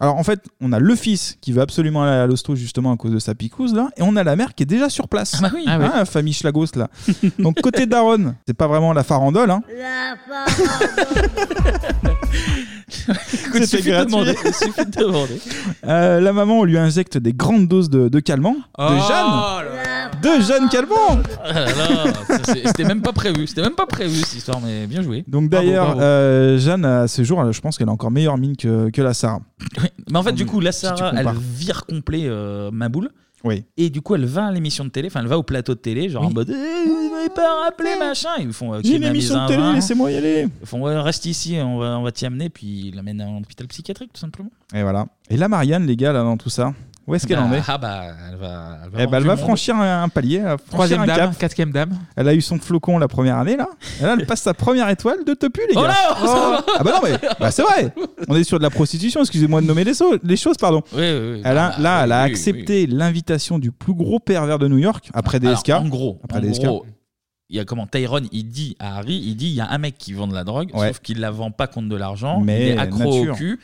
Speaker 7: Alors en fait, on a le fils qui va absolument aller à l'hosto justement à cause de sa picouse là, et on a la mère qui est déjà sur place.
Speaker 1: Ah bah oui. Ah ouais.
Speaker 7: Hein, la famille Schlagos là. Donc côté Daron, c'est pas vraiment la farandole. Hein.
Speaker 1: Écoute, il
Speaker 7: C'était
Speaker 1: suffit de
Speaker 7: gratuit.
Speaker 1: demander. il suffit de demander.
Speaker 7: Euh, la maman, on lui injecte des grandes doses de, de calmant.
Speaker 1: Oh.
Speaker 7: de Jeanne. De Jeanne Calmant.
Speaker 1: Ah là là, ça, c'est- C'était même pas prévu. C'était même pas prévu cette histoire, mais bien joué.
Speaker 7: Donc
Speaker 1: Bravo,
Speaker 7: d'ailleurs,
Speaker 1: bravo.
Speaker 7: euh, Jeanne, à ce jour, je pense qu'elle a encore meilleure mine que, que la Sarah.
Speaker 1: Mais en fait, du coup, la
Speaker 7: Si tu
Speaker 1: Sarah, elle
Speaker 7: compares.
Speaker 1: vire complet euh, ma boule.
Speaker 7: Oui.
Speaker 1: Et du coup, elle va à l'émission de télé, enfin, elle va au plateau de télé, genre en mode Eh, Vous m'avez pas rappelé, machin. Ils font euh,
Speaker 7: J'ai une
Speaker 1: Kim
Speaker 7: émission
Speaker 1: Amis
Speaker 7: de télé,
Speaker 1: 1, 20.
Speaker 7: laissez-moi y aller.
Speaker 1: Ils font Ouais, reste ici, on va, on va t'y amener. Puis ils l'amènent à un hôpital psychiatrique, tout simplement.
Speaker 7: Et voilà. Et la Marianne, les gars, là, dans tout ça, où est-ce qu'elle
Speaker 1: Bah,
Speaker 7: en est
Speaker 1: Ah bah, elle va. Elle va,
Speaker 7: Eh
Speaker 1: voir
Speaker 7: ben, elle
Speaker 1: du
Speaker 7: va
Speaker 1: monde.
Speaker 7: franchir un, un palier, elle va franchir
Speaker 1: Troisième
Speaker 7: un
Speaker 1: dame,
Speaker 7: cap.
Speaker 8: quatrième dame.
Speaker 7: Elle a eu son flocon la première année là. Et là, elle passe sa première étoile de topu les
Speaker 1: Oh
Speaker 7: gars.
Speaker 1: non, ça va.
Speaker 7: ah bah non mais bah, c'est vrai. On est sur de la prostitution. Excusez-moi de nommer les, so- les choses, pardon. elle a, là, elle a
Speaker 1: Bah, oui,
Speaker 7: accepté l'invitation du plus gros pervers de New York après
Speaker 1: Alors,
Speaker 7: DSK.
Speaker 1: en gros,
Speaker 7: après
Speaker 1: en
Speaker 7: DSK.
Speaker 1: gros, il y a comment Tyrone, il dit à Harry, il dit il y a un mec qui vend de la drogue,
Speaker 7: Ouais.
Speaker 1: sauf qu'il la vend pas contre de l'argent, il
Speaker 7: Mais
Speaker 1: est accro
Speaker 7: nature.
Speaker 1: au cul.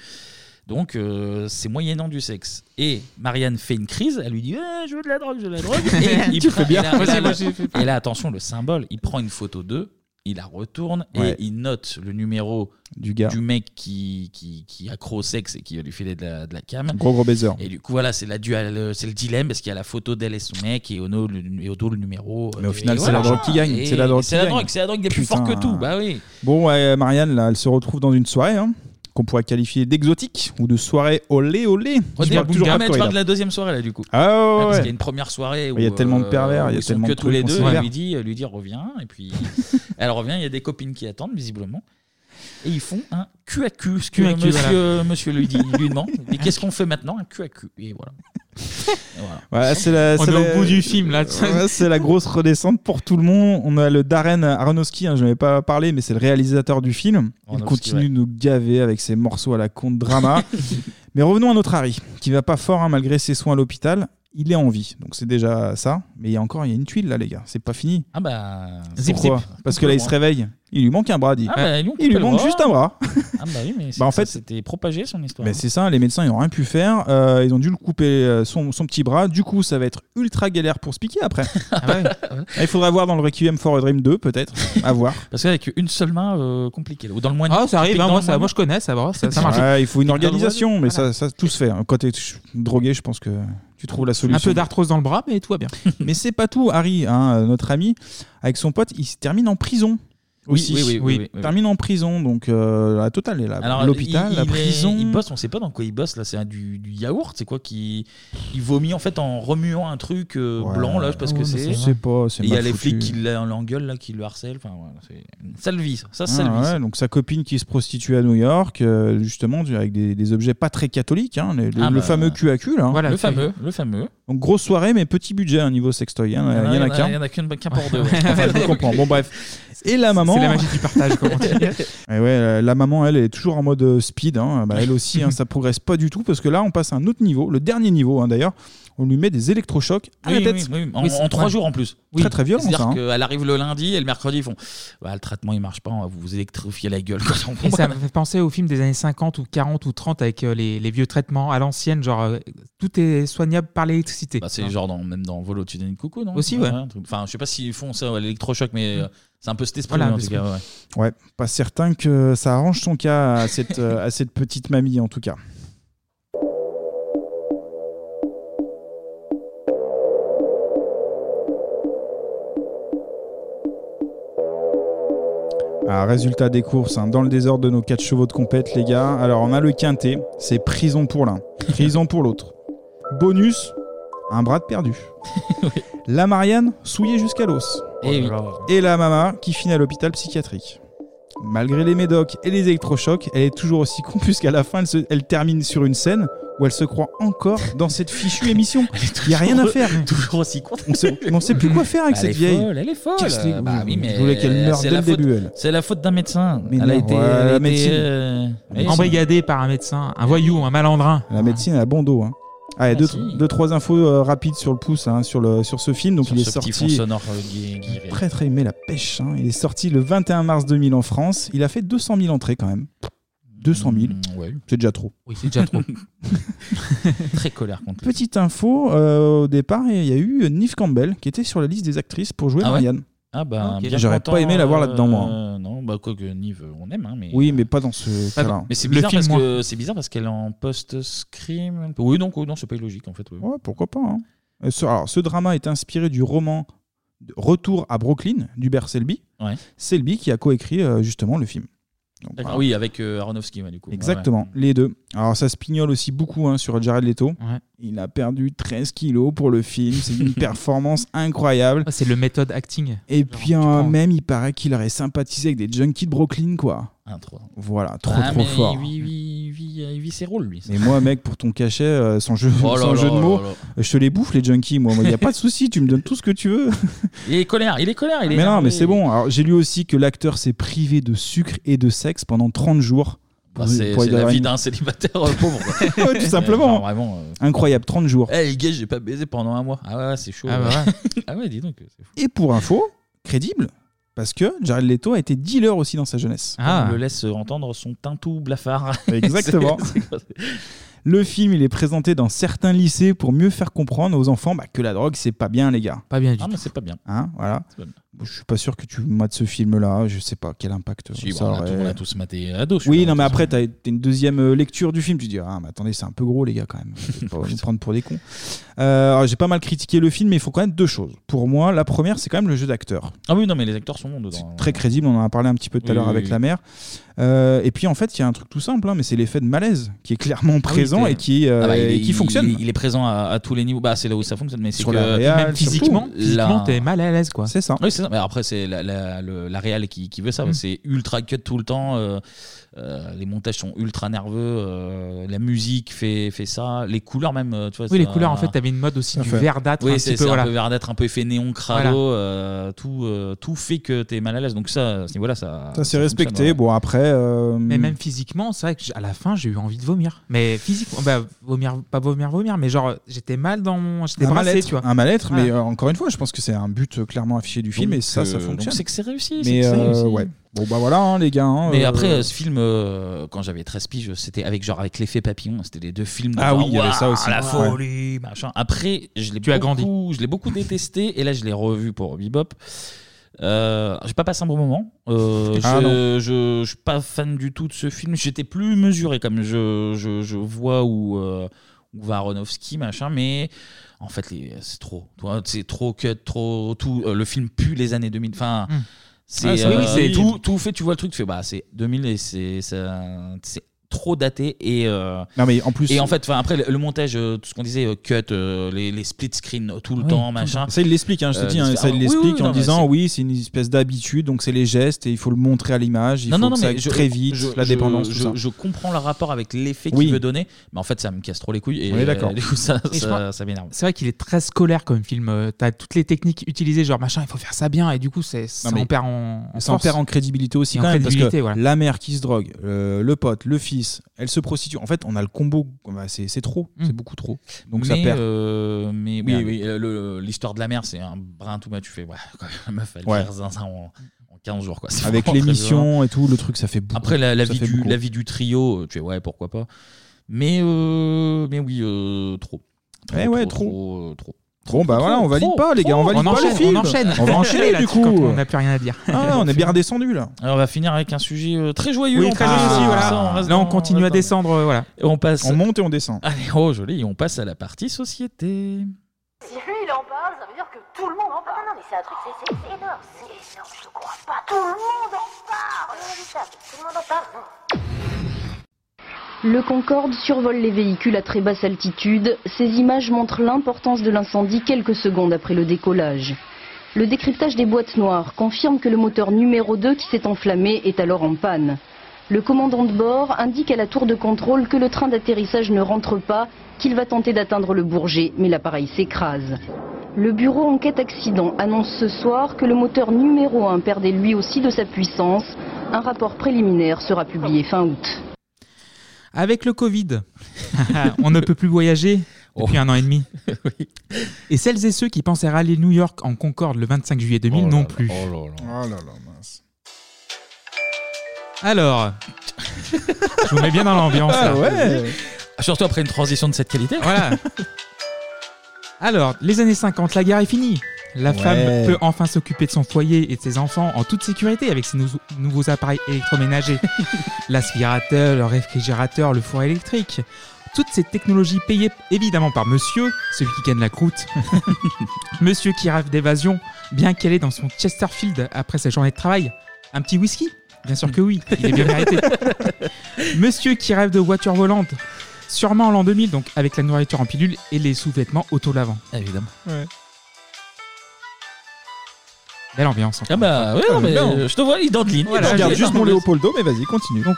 Speaker 1: Donc euh, c'est moyennant du sexe. Et Marianne fait une crise, elle lui dit Eh, je veux de la drogue, je veux de la drogue. Et il
Speaker 7: Tu
Speaker 1: prend-
Speaker 7: fais bien.
Speaker 1: et là-
Speaker 7: Moi,
Speaker 1: et là,
Speaker 7: c'est moi,
Speaker 1: le-
Speaker 7: j'ai fait
Speaker 1: et là, attention, le symbole, il prend une photo d'eux, il la retourne
Speaker 7: Ouais.
Speaker 1: et il note le numéro
Speaker 7: du, gars.
Speaker 1: mec qui, qui, qui est accro au sexe et qui va lui filer de la, de la cam.
Speaker 7: Gros, gros baiser.
Speaker 1: Et du coup, voilà, c'est la dual, euh, c'est le dilemme parce qu'il y a la photo d'elle et son mec et au, no- le- et au dos le numéro. euh,
Speaker 7: Mais au
Speaker 1: Et
Speaker 7: final, c'est
Speaker 1: voilà.
Speaker 7: la drogue qui gagne.
Speaker 1: Et
Speaker 7: C'est la drogue.
Speaker 1: C'est
Speaker 7: qui
Speaker 1: la
Speaker 7: gagne.
Speaker 1: drogue, c'est la drogue des plus
Speaker 7: Putain.
Speaker 1: forts que tout. Bah oui.
Speaker 7: Bon, ouais, euh, Marianne, là, elle se retrouve dans une soirée hein, qu'on pourrait qualifier d'exotique ou de soirée olé olé.
Speaker 1: Oh,
Speaker 7: Je
Speaker 1: d'ailleurs,
Speaker 7: parle toujours
Speaker 1: Bounga, mais tu
Speaker 7: hardcore,
Speaker 1: parles
Speaker 7: là.
Speaker 1: de la deuxième soirée là du coup.
Speaker 7: Ah, ouais, ouais,
Speaker 1: Parce
Speaker 7: ouais.
Speaker 1: qu'il y a une première soirée où
Speaker 7: Il y a tellement de pervers,
Speaker 1: euh,
Speaker 7: il y a
Speaker 1: où ils sont
Speaker 7: tellement
Speaker 1: que
Speaker 7: de
Speaker 1: tous
Speaker 7: trucs,
Speaker 1: les
Speaker 7: on
Speaker 1: deux.
Speaker 7: sait
Speaker 1: Elle
Speaker 7: faire.
Speaker 1: lui dit, elle lui dit reviens et puis elle revient. Il y a des copines qui attendent visiblement. Et ils font un cul à cul, ce que
Speaker 8: Cul à cul,
Speaker 1: monsieur, euh,
Speaker 8: voilà.
Speaker 1: monsieur lui, dit, lui demande. Mais qu'est-ce qu'on fait maintenant Un cul à cul. Et voilà.
Speaker 7: Voilà, c'est la,
Speaker 8: On
Speaker 7: c'est
Speaker 8: est au
Speaker 7: la-
Speaker 8: bout du film, là.
Speaker 7: Ouais, c'est la grosse redescente pour tout le monde. On a le Darren Aronofsky, hein, je n'avais pas parlé, mais c'est le réalisateur du film. Il
Speaker 1: Aronofsky,
Speaker 7: continue de nous gaver avec ses morceaux à la con de drama. mais revenons à notre Harry, qui va pas fort hein, malgré ses soins à l'hôpital. Il est en vie, donc c'est déjà ça. Mais il y a encore il y a une tuile là, les gars. C'est pas fini.
Speaker 1: Ah bah.
Speaker 7: Pourquoi Parce que là, il se réveille. Il lui manque un bras, dit.
Speaker 1: Ah bah, ils ont coupé
Speaker 7: il lui
Speaker 1: le
Speaker 7: manque
Speaker 1: bras.
Speaker 7: juste un bras.
Speaker 1: Ah bah oui, mais
Speaker 7: Bah, en
Speaker 1: ça,
Speaker 7: fait-
Speaker 1: c'était propagé son histoire. hein.
Speaker 7: Mais c'est ça, les médecins, ils n'ont rien pu faire. Euh, ils ont dû le couper euh, son, son petit bras. Du coup, ça va être ultra galère pour se piquer après.
Speaker 8: Ah
Speaker 7: Ah, Il faudra voir dans le Requiem for a Dream 2, peut-être. À voir.
Speaker 1: Parce qu'avec une seule main, euh, compliqué. là. Ou dans le moignon.
Speaker 8: Ah, ça arrive,
Speaker 1: Pique
Speaker 8: hein,
Speaker 1: dans
Speaker 8: moi,
Speaker 1: le
Speaker 8: ça-
Speaker 1: moignon.
Speaker 8: moi, je connais, ça va, ça- ça marche.
Speaker 7: Ouais, il faut une
Speaker 8: Pique dans le
Speaker 7: organisation, mais ça, ça tout se fait. hein. Quand tu es drogué, je pense que tu trouves la solution.
Speaker 8: Un peu d'arthrose dans le bras, mais tout va bien.
Speaker 7: mais c'est pas tout, Harry, hein, euh, notre ami, avec son pote, il se termine en prison.
Speaker 1: Oui,
Speaker 7: aussi.
Speaker 1: oui, oui, oui, oui, oui.
Speaker 7: termine en prison, donc euh, la totale est là.
Speaker 1: Alors,
Speaker 7: L'hôpital,
Speaker 1: il-
Speaker 7: la
Speaker 1: il est-
Speaker 7: prison.
Speaker 1: il bosse, on sait pas dans quoi il bosse là. C'est du, du yaourt, c'est quoi qui il vomit en fait en remuant un truc euh,
Speaker 7: Ouais.
Speaker 1: blanc là, je sais pas ce
Speaker 7: Ouais,
Speaker 1: que
Speaker 7: mais
Speaker 1: c'est.
Speaker 7: ça, je sais pas, c'est
Speaker 1: Et Il y a
Speaker 7: mal
Speaker 1: les
Speaker 7: foutu.
Speaker 1: flics qui l'en- l'engueulent là, qui le harcèlent. Enfin, voilà, c'est une sale vie. Ça, ça,
Speaker 7: Ah
Speaker 1: sale vie.
Speaker 7: ouais,
Speaker 1: ça.
Speaker 7: donc sa copine qui se prostitue à New York, euh, justement, du- avec des, des objets pas très catholiques, hein, le, le-
Speaker 1: Ah
Speaker 7: le
Speaker 1: bah,
Speaker 7: fameux QAQ. Là, hein.
Speaker 1: le fameux, le fameux.
Speaker 7: Donc grosse soirée, mais petit budget hein, niveau sextoy. hein, Il y en a qu'un.
Speaker 1: Il y en a qu'un qu'un pour deux. ouais.
Speaker 7: Enfin, je vous comprends. Bon, bref. Et la maman.
Speaker 1: C'est la magie
Speaker 8: du partage,
Speaker 1: comme on dit.
Speaker 7: Et ouais, euh, la maman, elle est toujours en mode euh, speed. hein. Bah, elle aussi, hein, ça progresse pas du tout parce que là, on passe à un autre niveau, le dernier niveau hein, d'ailleurs. On lui met des électrochocs à
Speaker 1: Oui,
Speaker 7: ah, la tête.
Speaker 1: oui, oui, En, en trois jours en plus.
Speaker 7: Très très violent
Speaker 1: C'est-à-dire
Speaker 7: ça. hein.
Speaker 1: qu'elle arrive le lundi et le mercredi, ils font bah, le traitement il marche pas, on va vous électrifier la gueule.
Speaker 8: Et ça me fait penser au film des années 50 ou 40 ou 30 avec euh, les, les vieux traitements à l'ancienne, genre euh, tout est soignable par l'électricité.
Speaker 1: Bah, C'est genre dans, même dans Volo, tu donnes une coucou, non
Speaker 8: Aussi, ouais.
Speaker 1: un truc. Enfin, je sais pas s'ils font ça à l'électrochoc, mais euh, c'est un peu cet esprit,
Speaker 8: Voilà,
Speaker 1: en tout
Speaker 8: parce
Speaker 1: cas.
Speaker 8: que-
Speaker 1: ouais.
Speaker 7: Ouais, pas certain que ça arrange son cas à cette, euh, à cette petite mamie en tout cas. Ah, résultat des courses, hein, dans le désordre de nos quatre chevaux de compète, les gars. Alors, on a le quintet, c'est prison pour l'un, prison pour l'autre. Bonus, un bras de perdu. La Marianne, souillée jusqu'à l'os.
Speaker 1: Et,
Speaker 7: euh. la Mama, qui finit à l'hôpital psychiatrique. Malgré les médocs et les électrochocs, elle est toujours aussi con puisqu'à la fin, elle, se- elle termine sur une scène où elle se croit encore dans cette fichue émission. Il n'y a rien à faire.
Speaker 1: Toujours aussi con.
Speaker 7: On sait, on sait plus quoi faire avec
Speaker 1: Bah, elle
Speaker 7: cette
Speaker 1: est
Speaker 7: vieille.
Speaker 1: folle, elle est folle.
Speaker 7: Qu'est-ce que-
Speaker 1: Bah oui, mais
Speaker 7: Je voulais qu'elle meure
Speaker 1: c'est
Speaker 7: dès
Speaker 1: la
Speaker 7: le début,
Speaker 1: faute-
Speaker 7: elle.
Speaker 1: C'est la faute d'un médecin.
Speaker 7: Mais
Speaker 1: elle a
Speaker 7: non,
Speaker 1: été,
Speaker 7: ouais,
Speaker 1: elle a
Speaker 7: la
Speaker 1: été,
Speaker 7: médecine.
Speaker 1: euh,
Speaker 7: La médecine.
Speaker 8: Embrigadé par un médecin, un voyou, un malandrin.
Speaker 7: La médecine, elle a bon dos. Hein.
Speaker 1: Ah,
Speaker 7: Allez, deux, deux, trois infos euh, rapides sur le pouce, hein, sur, le, sur ce film. Donc,
Speaker 1: sur
Speaker 7: il est
Speaker 1: ce
Speaker 7: sorti.
Speaker 1: petit fond sonore euh, gui- guiré.
Speaker 7: très très aimé la pêche. hein. Il est sorti le 21 mars 2000 en France. Il a fait 200 000 entrées quand même. 200 000, c'est déjà trop.
Speaker 1: Oui, c'est déjà trop. Très colère contre lui.
Speaker 7: Petite info, euh, au départ, il y a eu Nif Campbell qui était sur la liste des actrices pour jouer
Speaker 1: Ah ouais
Speaker 7: Marianne.
Speaker 1: Ah bah,
Speaker 7: Ok.
Speaker 1: bien
Speaker 7: J'aurais
Speaker 1: content,
Speaker 7: pas aimé la voir
Speaker 1: euh,
Speaker 7: là-dedans, moi. hein.
Speaker 1: non, bah quoi que Nive, on aime, hein, mais.
Speaker 7: Oui, mais pas dans ce
Speaker 1: Ah,
Speaker 7: cas-là.
Speaker 1: Mais c'est bizarre, parce que- c'est bizarre parce qu'elle est en post-scream. Oui, donc, oh, non, c'est pas illogique en fait. oui.
Speaker 7: Ouais, pourquoi pas. hein. Euh, ce, alors, ce drama est inspiré du roman de Retour à Brooklyn d'Hubert Selby.
Speaker 1: Ouais.
Speaker 7: Selby qui a coécrit euh, justement le film. Donc,
Speaker 1: D'accord.
Speaker 7: voilà.
Speaker 1: Oui, avec euh, Aronofsky, ouais, du coup.
Speaker 7: Exactement, les deux. Alors ça se pignole aussi beaucoup hein, sur Jared Leto. Il a perdu 13 kilos pour le film, c'est une performance incroyable.
Speaker 8: Ah, C'est le méthode acting.
Speaker 7: Et puis hein, même, il paraît qu'il aurait sympathisé avec des junkies de Brooklyn, quoi.
Speaker 1: Ah, trop.
Speaker 7: Voilà, trop
Speaker 1: Ah,
Speaker 7: trop
Speaker 1: mais
Speaker 7: fort.
Speaker 1: Il vit, il vit- il vit- il vit ses rôles, lui.
Speaker 7: Et moi, mec, pour ton cachet, euh, sans jeu,
Speaker 1: Oh là
Speaker 7: sans
Speaker 1: là
Speaker 7: jeu de
Speaker 1: là
Speaker 7: mots,
Speaker 1: là là.
Speaker 7: je te les bouffe, les junkies, moi. Il n'y a pas de souci, tu me donnes tout ce que tu veux.
Speaker 1: Il est colère, il est colère. Il est
Speaker 7: mais non,
Speaker 1: énervé.
Speaker 7: mais c'est bon. Alors, j'ai lu aussi que l'acteur s'est privé de sucre et de sexe pendant 30 jours.
Speaker 1: Bah, c'est
Speaker 7: pour
Speaker 1: c'est la
Speaker 7: avoir
Speaker 1: vie
Speaker 7: une-
Speaker 1: d'un célibataire euh, pauvre.
Speaker 7: Ouais, tout simplement.
Speaker 1: Enfin, vraiment. euh,
Speaker 7: Incroyable, 30 jours.
Speaker 1: Eh, les gars, j'ai pas baisé pendant un mois. Ah ouais, ouais, c'est chaud.
Speaker 7: Ah bah
Speaker 1: ah ouais, dis donc. c'est fou.
Speaker 7: Et pour info, crédible, parce que Jared Leto a été dealer aussi dans sa jeunesse.
Speaker 1: On le laisse entendre son tintou blafard.
Speaker 7: Exactement.
Speaker 1: C'est- c'est-
Speaker 7: Le film, il est présenté dans certains lycées pour mieux faire comprendre aux enfants bah, que la drogue, c'est pas bien, les gars.
Speaker 8: Pas bien du
Speaker 1: Ah, mais c'est pas bien.
Speaker 7: Hein, voilà.
Speaker 1: C'est pas bien.
Speaker 7: Bon, Je suis pas sûr que tu mates ce film-là. Je sais pas quel impact
Speaker 1: Si,
Speaker 7: ça
Speaker 1: bon, on a
Speaker 7: aurait.
Speaker 1: tous- on a tous maté ado,
Speaker 7: Oui,
Speaker 1: celui-là,
Speaker 7: non,
Speaker 1: de
Speaker 7: mais
Speaker 1: toute
Speaker 7: après, t'as t'as une deuxième euh, lecture du film. Tu te dis, ah, mais attendez, c'est un peu gros, les gars, quand même. Faut pas nous prendre pour des cons. Euh, alors, J'ai pas mal critiqué le film, mais il faut quand même deux choses. Pour moi, la première, c'est quand même le jeu d'acteur.
Speaker 1: Ah oui, non, mais les acteurs sont bons dedans. hein.
Speaker 7: Très crédible, on en a parlé un petit peu tout à
Speaker 1: Oui,
Speaker 7: l'heure
Speaker 1: oui,
Speaker 7: avec
Speaker 1: oui.
Speaker 7: la mère. Euh, et puis, en fait, il y a un truc tout simple, hein, mais c'est l'effet de malaise qui est clairement
Speaker 1: Ah oui,
Speaker 7: présent
Speaker 1: t'es-
Speaker 7: et qui, euh,
Speaker 1: Ah bah, il est-
Speaker 7: et qui fonctionne.
Speaker 1: Il, il est présent à, à tous les niveaux. Bah, c'est là où ça fonctionne, mais c'est
Speaker 7: Sur
Speaker 1: que
Speaker 7: la réal,
Speaker 1: même
Speaker 7: surtout.
Speaker 1: physiquement,
Speaker 7: Physiquement,
Speaker 1: la-
Speaker 8: T'es mal à l'aise, quoi.
Speaker 7: C'est ça.
Speaker 1: Oui, c'est c'est ça. Mais après, c'est la, la, le- la réal qui, qui veut ça.
Speaker 8: Mm.
Speaker 1: C'est ultra cut tout le temps. euh, euh, les montages sont ultra nerveux. euh, la musique fait, fait ça. Les couleurs, même. euh, Tu vois,
Speaker 8: Oui, les
Speaker 1: ça-
Speaker 8: couleurs, en fait, t'avais une mode aussi du verdâtre
Speaker 1: Oui,
Speaker 8: un
Speaker 1: c'est
Speaker 8: petit peu,
Speaker 1: c'est
Speaker 8: voilà.
Speaker 1: un peu verdâtre, un peu effet néon, crado.
Speaker 8: Voilà.
Speaker 1: euh, tout, euh, tout fait que t'es mal à l'aise. Donc, ça, à ce niveau-là, Ah, ça.
Speaker 7: Ça, c'est
Speaker 1: fonctionne,
Speaker 7: respecté.
Speaker 1: ouais.
Speaker 7: Bon, après. euh,
Speaker 8: Mais même physiquement, c'est vrai que j'- à la fin, j'ai eu envie de vomir. Mais physiquement, bah, vomir, pas vomir, vomir, mais genre, j'étais mal dans mon. J'étais
Speaker 7: un
Speaker 8: brassé,
Speaker 7: mal-être,
Speaker 8: tu vois.
Speaker 7: un mal-être,
Speaker 8: Voilà.
Speaker 7: mais euh, encore une fois, je pense que c'est un but euh, clairement affiché du film
Speaker 1: Donc,
Speaker 7: et ça, ça
Speaker 1: euh,
Speaker 7: fonctionne.
Speaker 1: donc c'est que c'est réussi, c'est
Speaker 7: Mais
Speaker 1: que c'est
Speaker 7: euh,
Speaker 1: réussi.
Speaker 7: ouais. Bon bah voilà hein, les gars. hein,
Speaker 1: Mais
Speaker 7: euh,
Speaker 1: après, euh, ce film, euh, quand j'avais 13 piges, c'était avec genre avec l'effet papillon. C'était les deux films. de
Speaker 7: Ah
Speaker 1: genre,
Speaker 7: oui, il y avait
Speaker 1: Waouh,
Speaker 7: ça aussi.
Speaker 1: La
Speaker 7: Ouais.
Speaker 1: folie, machin. Après, je l'ai
Speaker 8: Tu as grandi.
Speaker 1: beaucoup- Je l'ai beaucoup détesté et là, je l'ai revu pour Bebop. Euh, j'ai pas passé un bon moment. Euh,
Speaker 7: Ah,
Speaker 1: je,
Speaker 7: non.
Speaker 1: je- je suis pas fan du tout de ce film. J'étais plus mesuré comme je, je, je vois où, euh, où va Aronofsky machin, mais en fait les- c'est trop. Tu vois, C'est trop cut, trop tout. Euh, le film pue les années 2000. Enfin.
Speaker 8: Hmm.
Speaker 1: C'est
Speaker 8: Ah, c'est- oui, oui,
Speaker 1: euh,
Speaker 8: c'est-
Speaker 1: tout, tout fait, tu vois le truc, tu fais bah c'est 2000 et c'est ça- c'est trop daté et euh,
Speaker 7: Non, mais en plus-
Speaker 1: et en fait enfin, après le, le montage euh, tout ce qu'on disait euh, cut euh, les, les split screen tout le
Speaker 7: Ouais, tout
Speaker 1: temps
Speaker 7: le
Speaker 1: machin
Speaker 7: Ça, il l'explique, hein, je te
Speaker 1: Euh,
Speaker 7: dis, hein,
Speaker 1: les-
Speaker 7: ça, il
Speaker 1: Ah, oui,
Speaker 7: l'explique
Speaker 1: oui,
Speaker 7: en
Speaker 1: non, mais
Speaker 7: disant
Speaker 1: c'est-
Speaker 7: oui, c'est une espèce d'habitude, donc c'est les gestes et il faut le montrer à l'image, il faut que ça aille
Speaker 1: je-
Speaker 7: très vite,
Speaker 1: je-
Speaker 7: la
Speaker 1: je-
Speaker 7: dépendance, tout
Speaker 1: Je,
Speaker 7: ça.
Speaker 1: je comprends le rapport avec l'effet
Speaker 7: Oui.
Speaker 1: qu'il veut donner, mais en fait, ça me casse trop les couilles. Et
Speaker 7: On est d'accord.
Speaker 1: euh, du coup, ça,
Speaker 8: Et je
Speaker 1: ça,
Speaker 8: crois-
Speaker 1: ça m'énerve.
Speaker 8: C'est vrai qu'il est très scolaire comme film. Euh, T'as toutes les techniques utilisées, genre machin, il faut faire ça bien, et du coup, c'est ça
Speaker 7: Non, mais
Speaker 8: en perd en, en
Speaker 7: ça en
Speaker 8: force.
Speaker 7: perd en crédibilité aussi
Speaker 8: Et en
Speaker 7: quand même parce que
Speaker 8: crédibilité, voilà.
Speaker 7: la mère qui se drogue, euh, le pote, le fils, elle se prostitue. En fait, on a le combo, bah, c'est c'est trop, c'est beaucoup trop. Donc ça
Speaker 1: mais,
Speaker 7: perd.
Speaker 1: euh, mais oui,
Speaker 7: Merde.
Speaker 1: oui, euh, le- l'histoire de la mer, c'est un brin tout mal. Tu fais, ouais, quand même, la meuf, elle
Speaker 7: Ouais.
Speaker 1: perd zinzin en, en 15 jours. Quoi. C'est
Speaker 7: Avec
Speaker 1: vraiment très
Speaker 7: l'émission et tout, le truc, ça fait beaucoup.
Speaker 1: Après, la, la
Speaker 7: Ça
Speaker 1: vie
Speaker 7: fait
Speaker 1: du,
Speaker 7: beaucoup.
Speaker 1: la vie du trio, euh, tu es ouais, pourquoi pas. Mais, euh, mais oui, euh, trop.
Speaker 7: Eh ouais, trop.
Speaker 1: Trop, euh, trop.
Speaker 7: Bon bah voilà, on valide
Speaker 1: trop,
Speaker 7: pas les gars, on
Speaker 1: trop.
Speaker 7: valide
Speaker 1: On
Speaker 7: pas
Speaker 1: enchaîne,
Speaker 7: le film.
Speaker 1: on enchaîne.
Speaker 7: On va enchaîner
Speaker 1: Là,
Speaker 7: du
Speaker 1: tu-
Speaker 7: coup.
Speaker 1: quand on n'a plus rien à dire.
Speaker 7: Ah, on est bien redescendu là.
Speaker 1: Alors, on va finir avec un sujet euh, très joyeux.
Speaker 7: Oui,
Speaker 1: en
Speaker 7: très
Speaker 1: plus.
Speaker 7: joyeux aussi,
Speaker 1: Ah,
Speaker 7: voilà.
Speaker 1: ça, reste
Speaker 7: Là, on
Speaker 1: dans-
Speaker 7: continue à
Speaker 1: reste dans-
Speaker 7: descendre, euh, voilà.
Speaker 1: Et on passe.
Speaker 7: On monte et on descend.
Speaker 1: Allez, oh joli, on passe à la partie société.
Speaker 9: Si lui il en parle, ça veut dire que tout le monde en parle. Non, non, mais c'est un truc, c'est c'est- c'est énorme. C'est énorme, je ne crois pas. Tout le monde en parle. Regarde ça, Tout le monde en parle.
Speaker 23: Le Concorde survole les véhicules à très basse altitude. Ces images montrent l'importance de l'incendie quelques secondes après le décollage. Le décryptage des boîtes noires confirme que le moteur numéro 2 qui s'est enflammé est alors en panne. Le commandant de bord indique à la tour de contrôle que le train d'atterrissage ne rentre pas, qu'il va tenter d'atteindre le Bourget, mais l'appareil s'écrase. Le bureau enquête accident annonce ce soir que le moteur numéro 1 perdait lui aussi de sa puissance. Un rapport préliminaire sera publié fin août.
Speaker 8: Avec le Covid, on ne peut plus voyager depuis
Speaker 7: Oh.
Speaker 8: un an et demi. Et celles et ceux qui pensaient rallier New York en Concorde le 25 juillet 2000 non plus.
Speaker 7: Oh là là, mince.
Speaker 8: Alors, je vous mets bien dans l'ambiance.
Speaker 1: Ah
Speaker 8: là.
Speaker 1: ouais. Surtout après une transition de cette qualité.
Speaker 8: Voilà. Alors, les années 50, la guerre est finie. La
Speaker 1: Ouais.
Speaker 8: femme peut enfin s'occuper de son foyer et de ses enfants en toute sécurité avec ses nou- nouveaux appareils électroménagers. L'aspirateur, le réfrigérateur, le four électrique. Toutes ces technologies payées évidemment par monsieur, celui qui gagne la croûte. monsieur qui rêve d'évasion, bien qu'elle est dans son Chesterfield après sa journée de travail. Un petit whisky Bien sûr que oui, il est bien mérité. Monsieur qui rêve de voiture volante, sûrement en l'an 2000, donc avec la nourriture en pilule et les sous-vêtements auto-lavant.
Speaker 1: Évidemment.
Speaker 8: Belle ambiance. hein.
Speaker 1: Ah bah ouais, non, mais euh, je te vois, il dente ligne.
Speaker 8: Voilà,
Speaker 1: il dente
Speaker 8: regarde
Speaker 1: ligne.
Speaker 8: juste
Speaker 1: Non,
Speaker 8: mon
Speaker 1: mais-
Speaker 7: Léopoldo, mais vas-y, continue.
Speaker 8: Donc,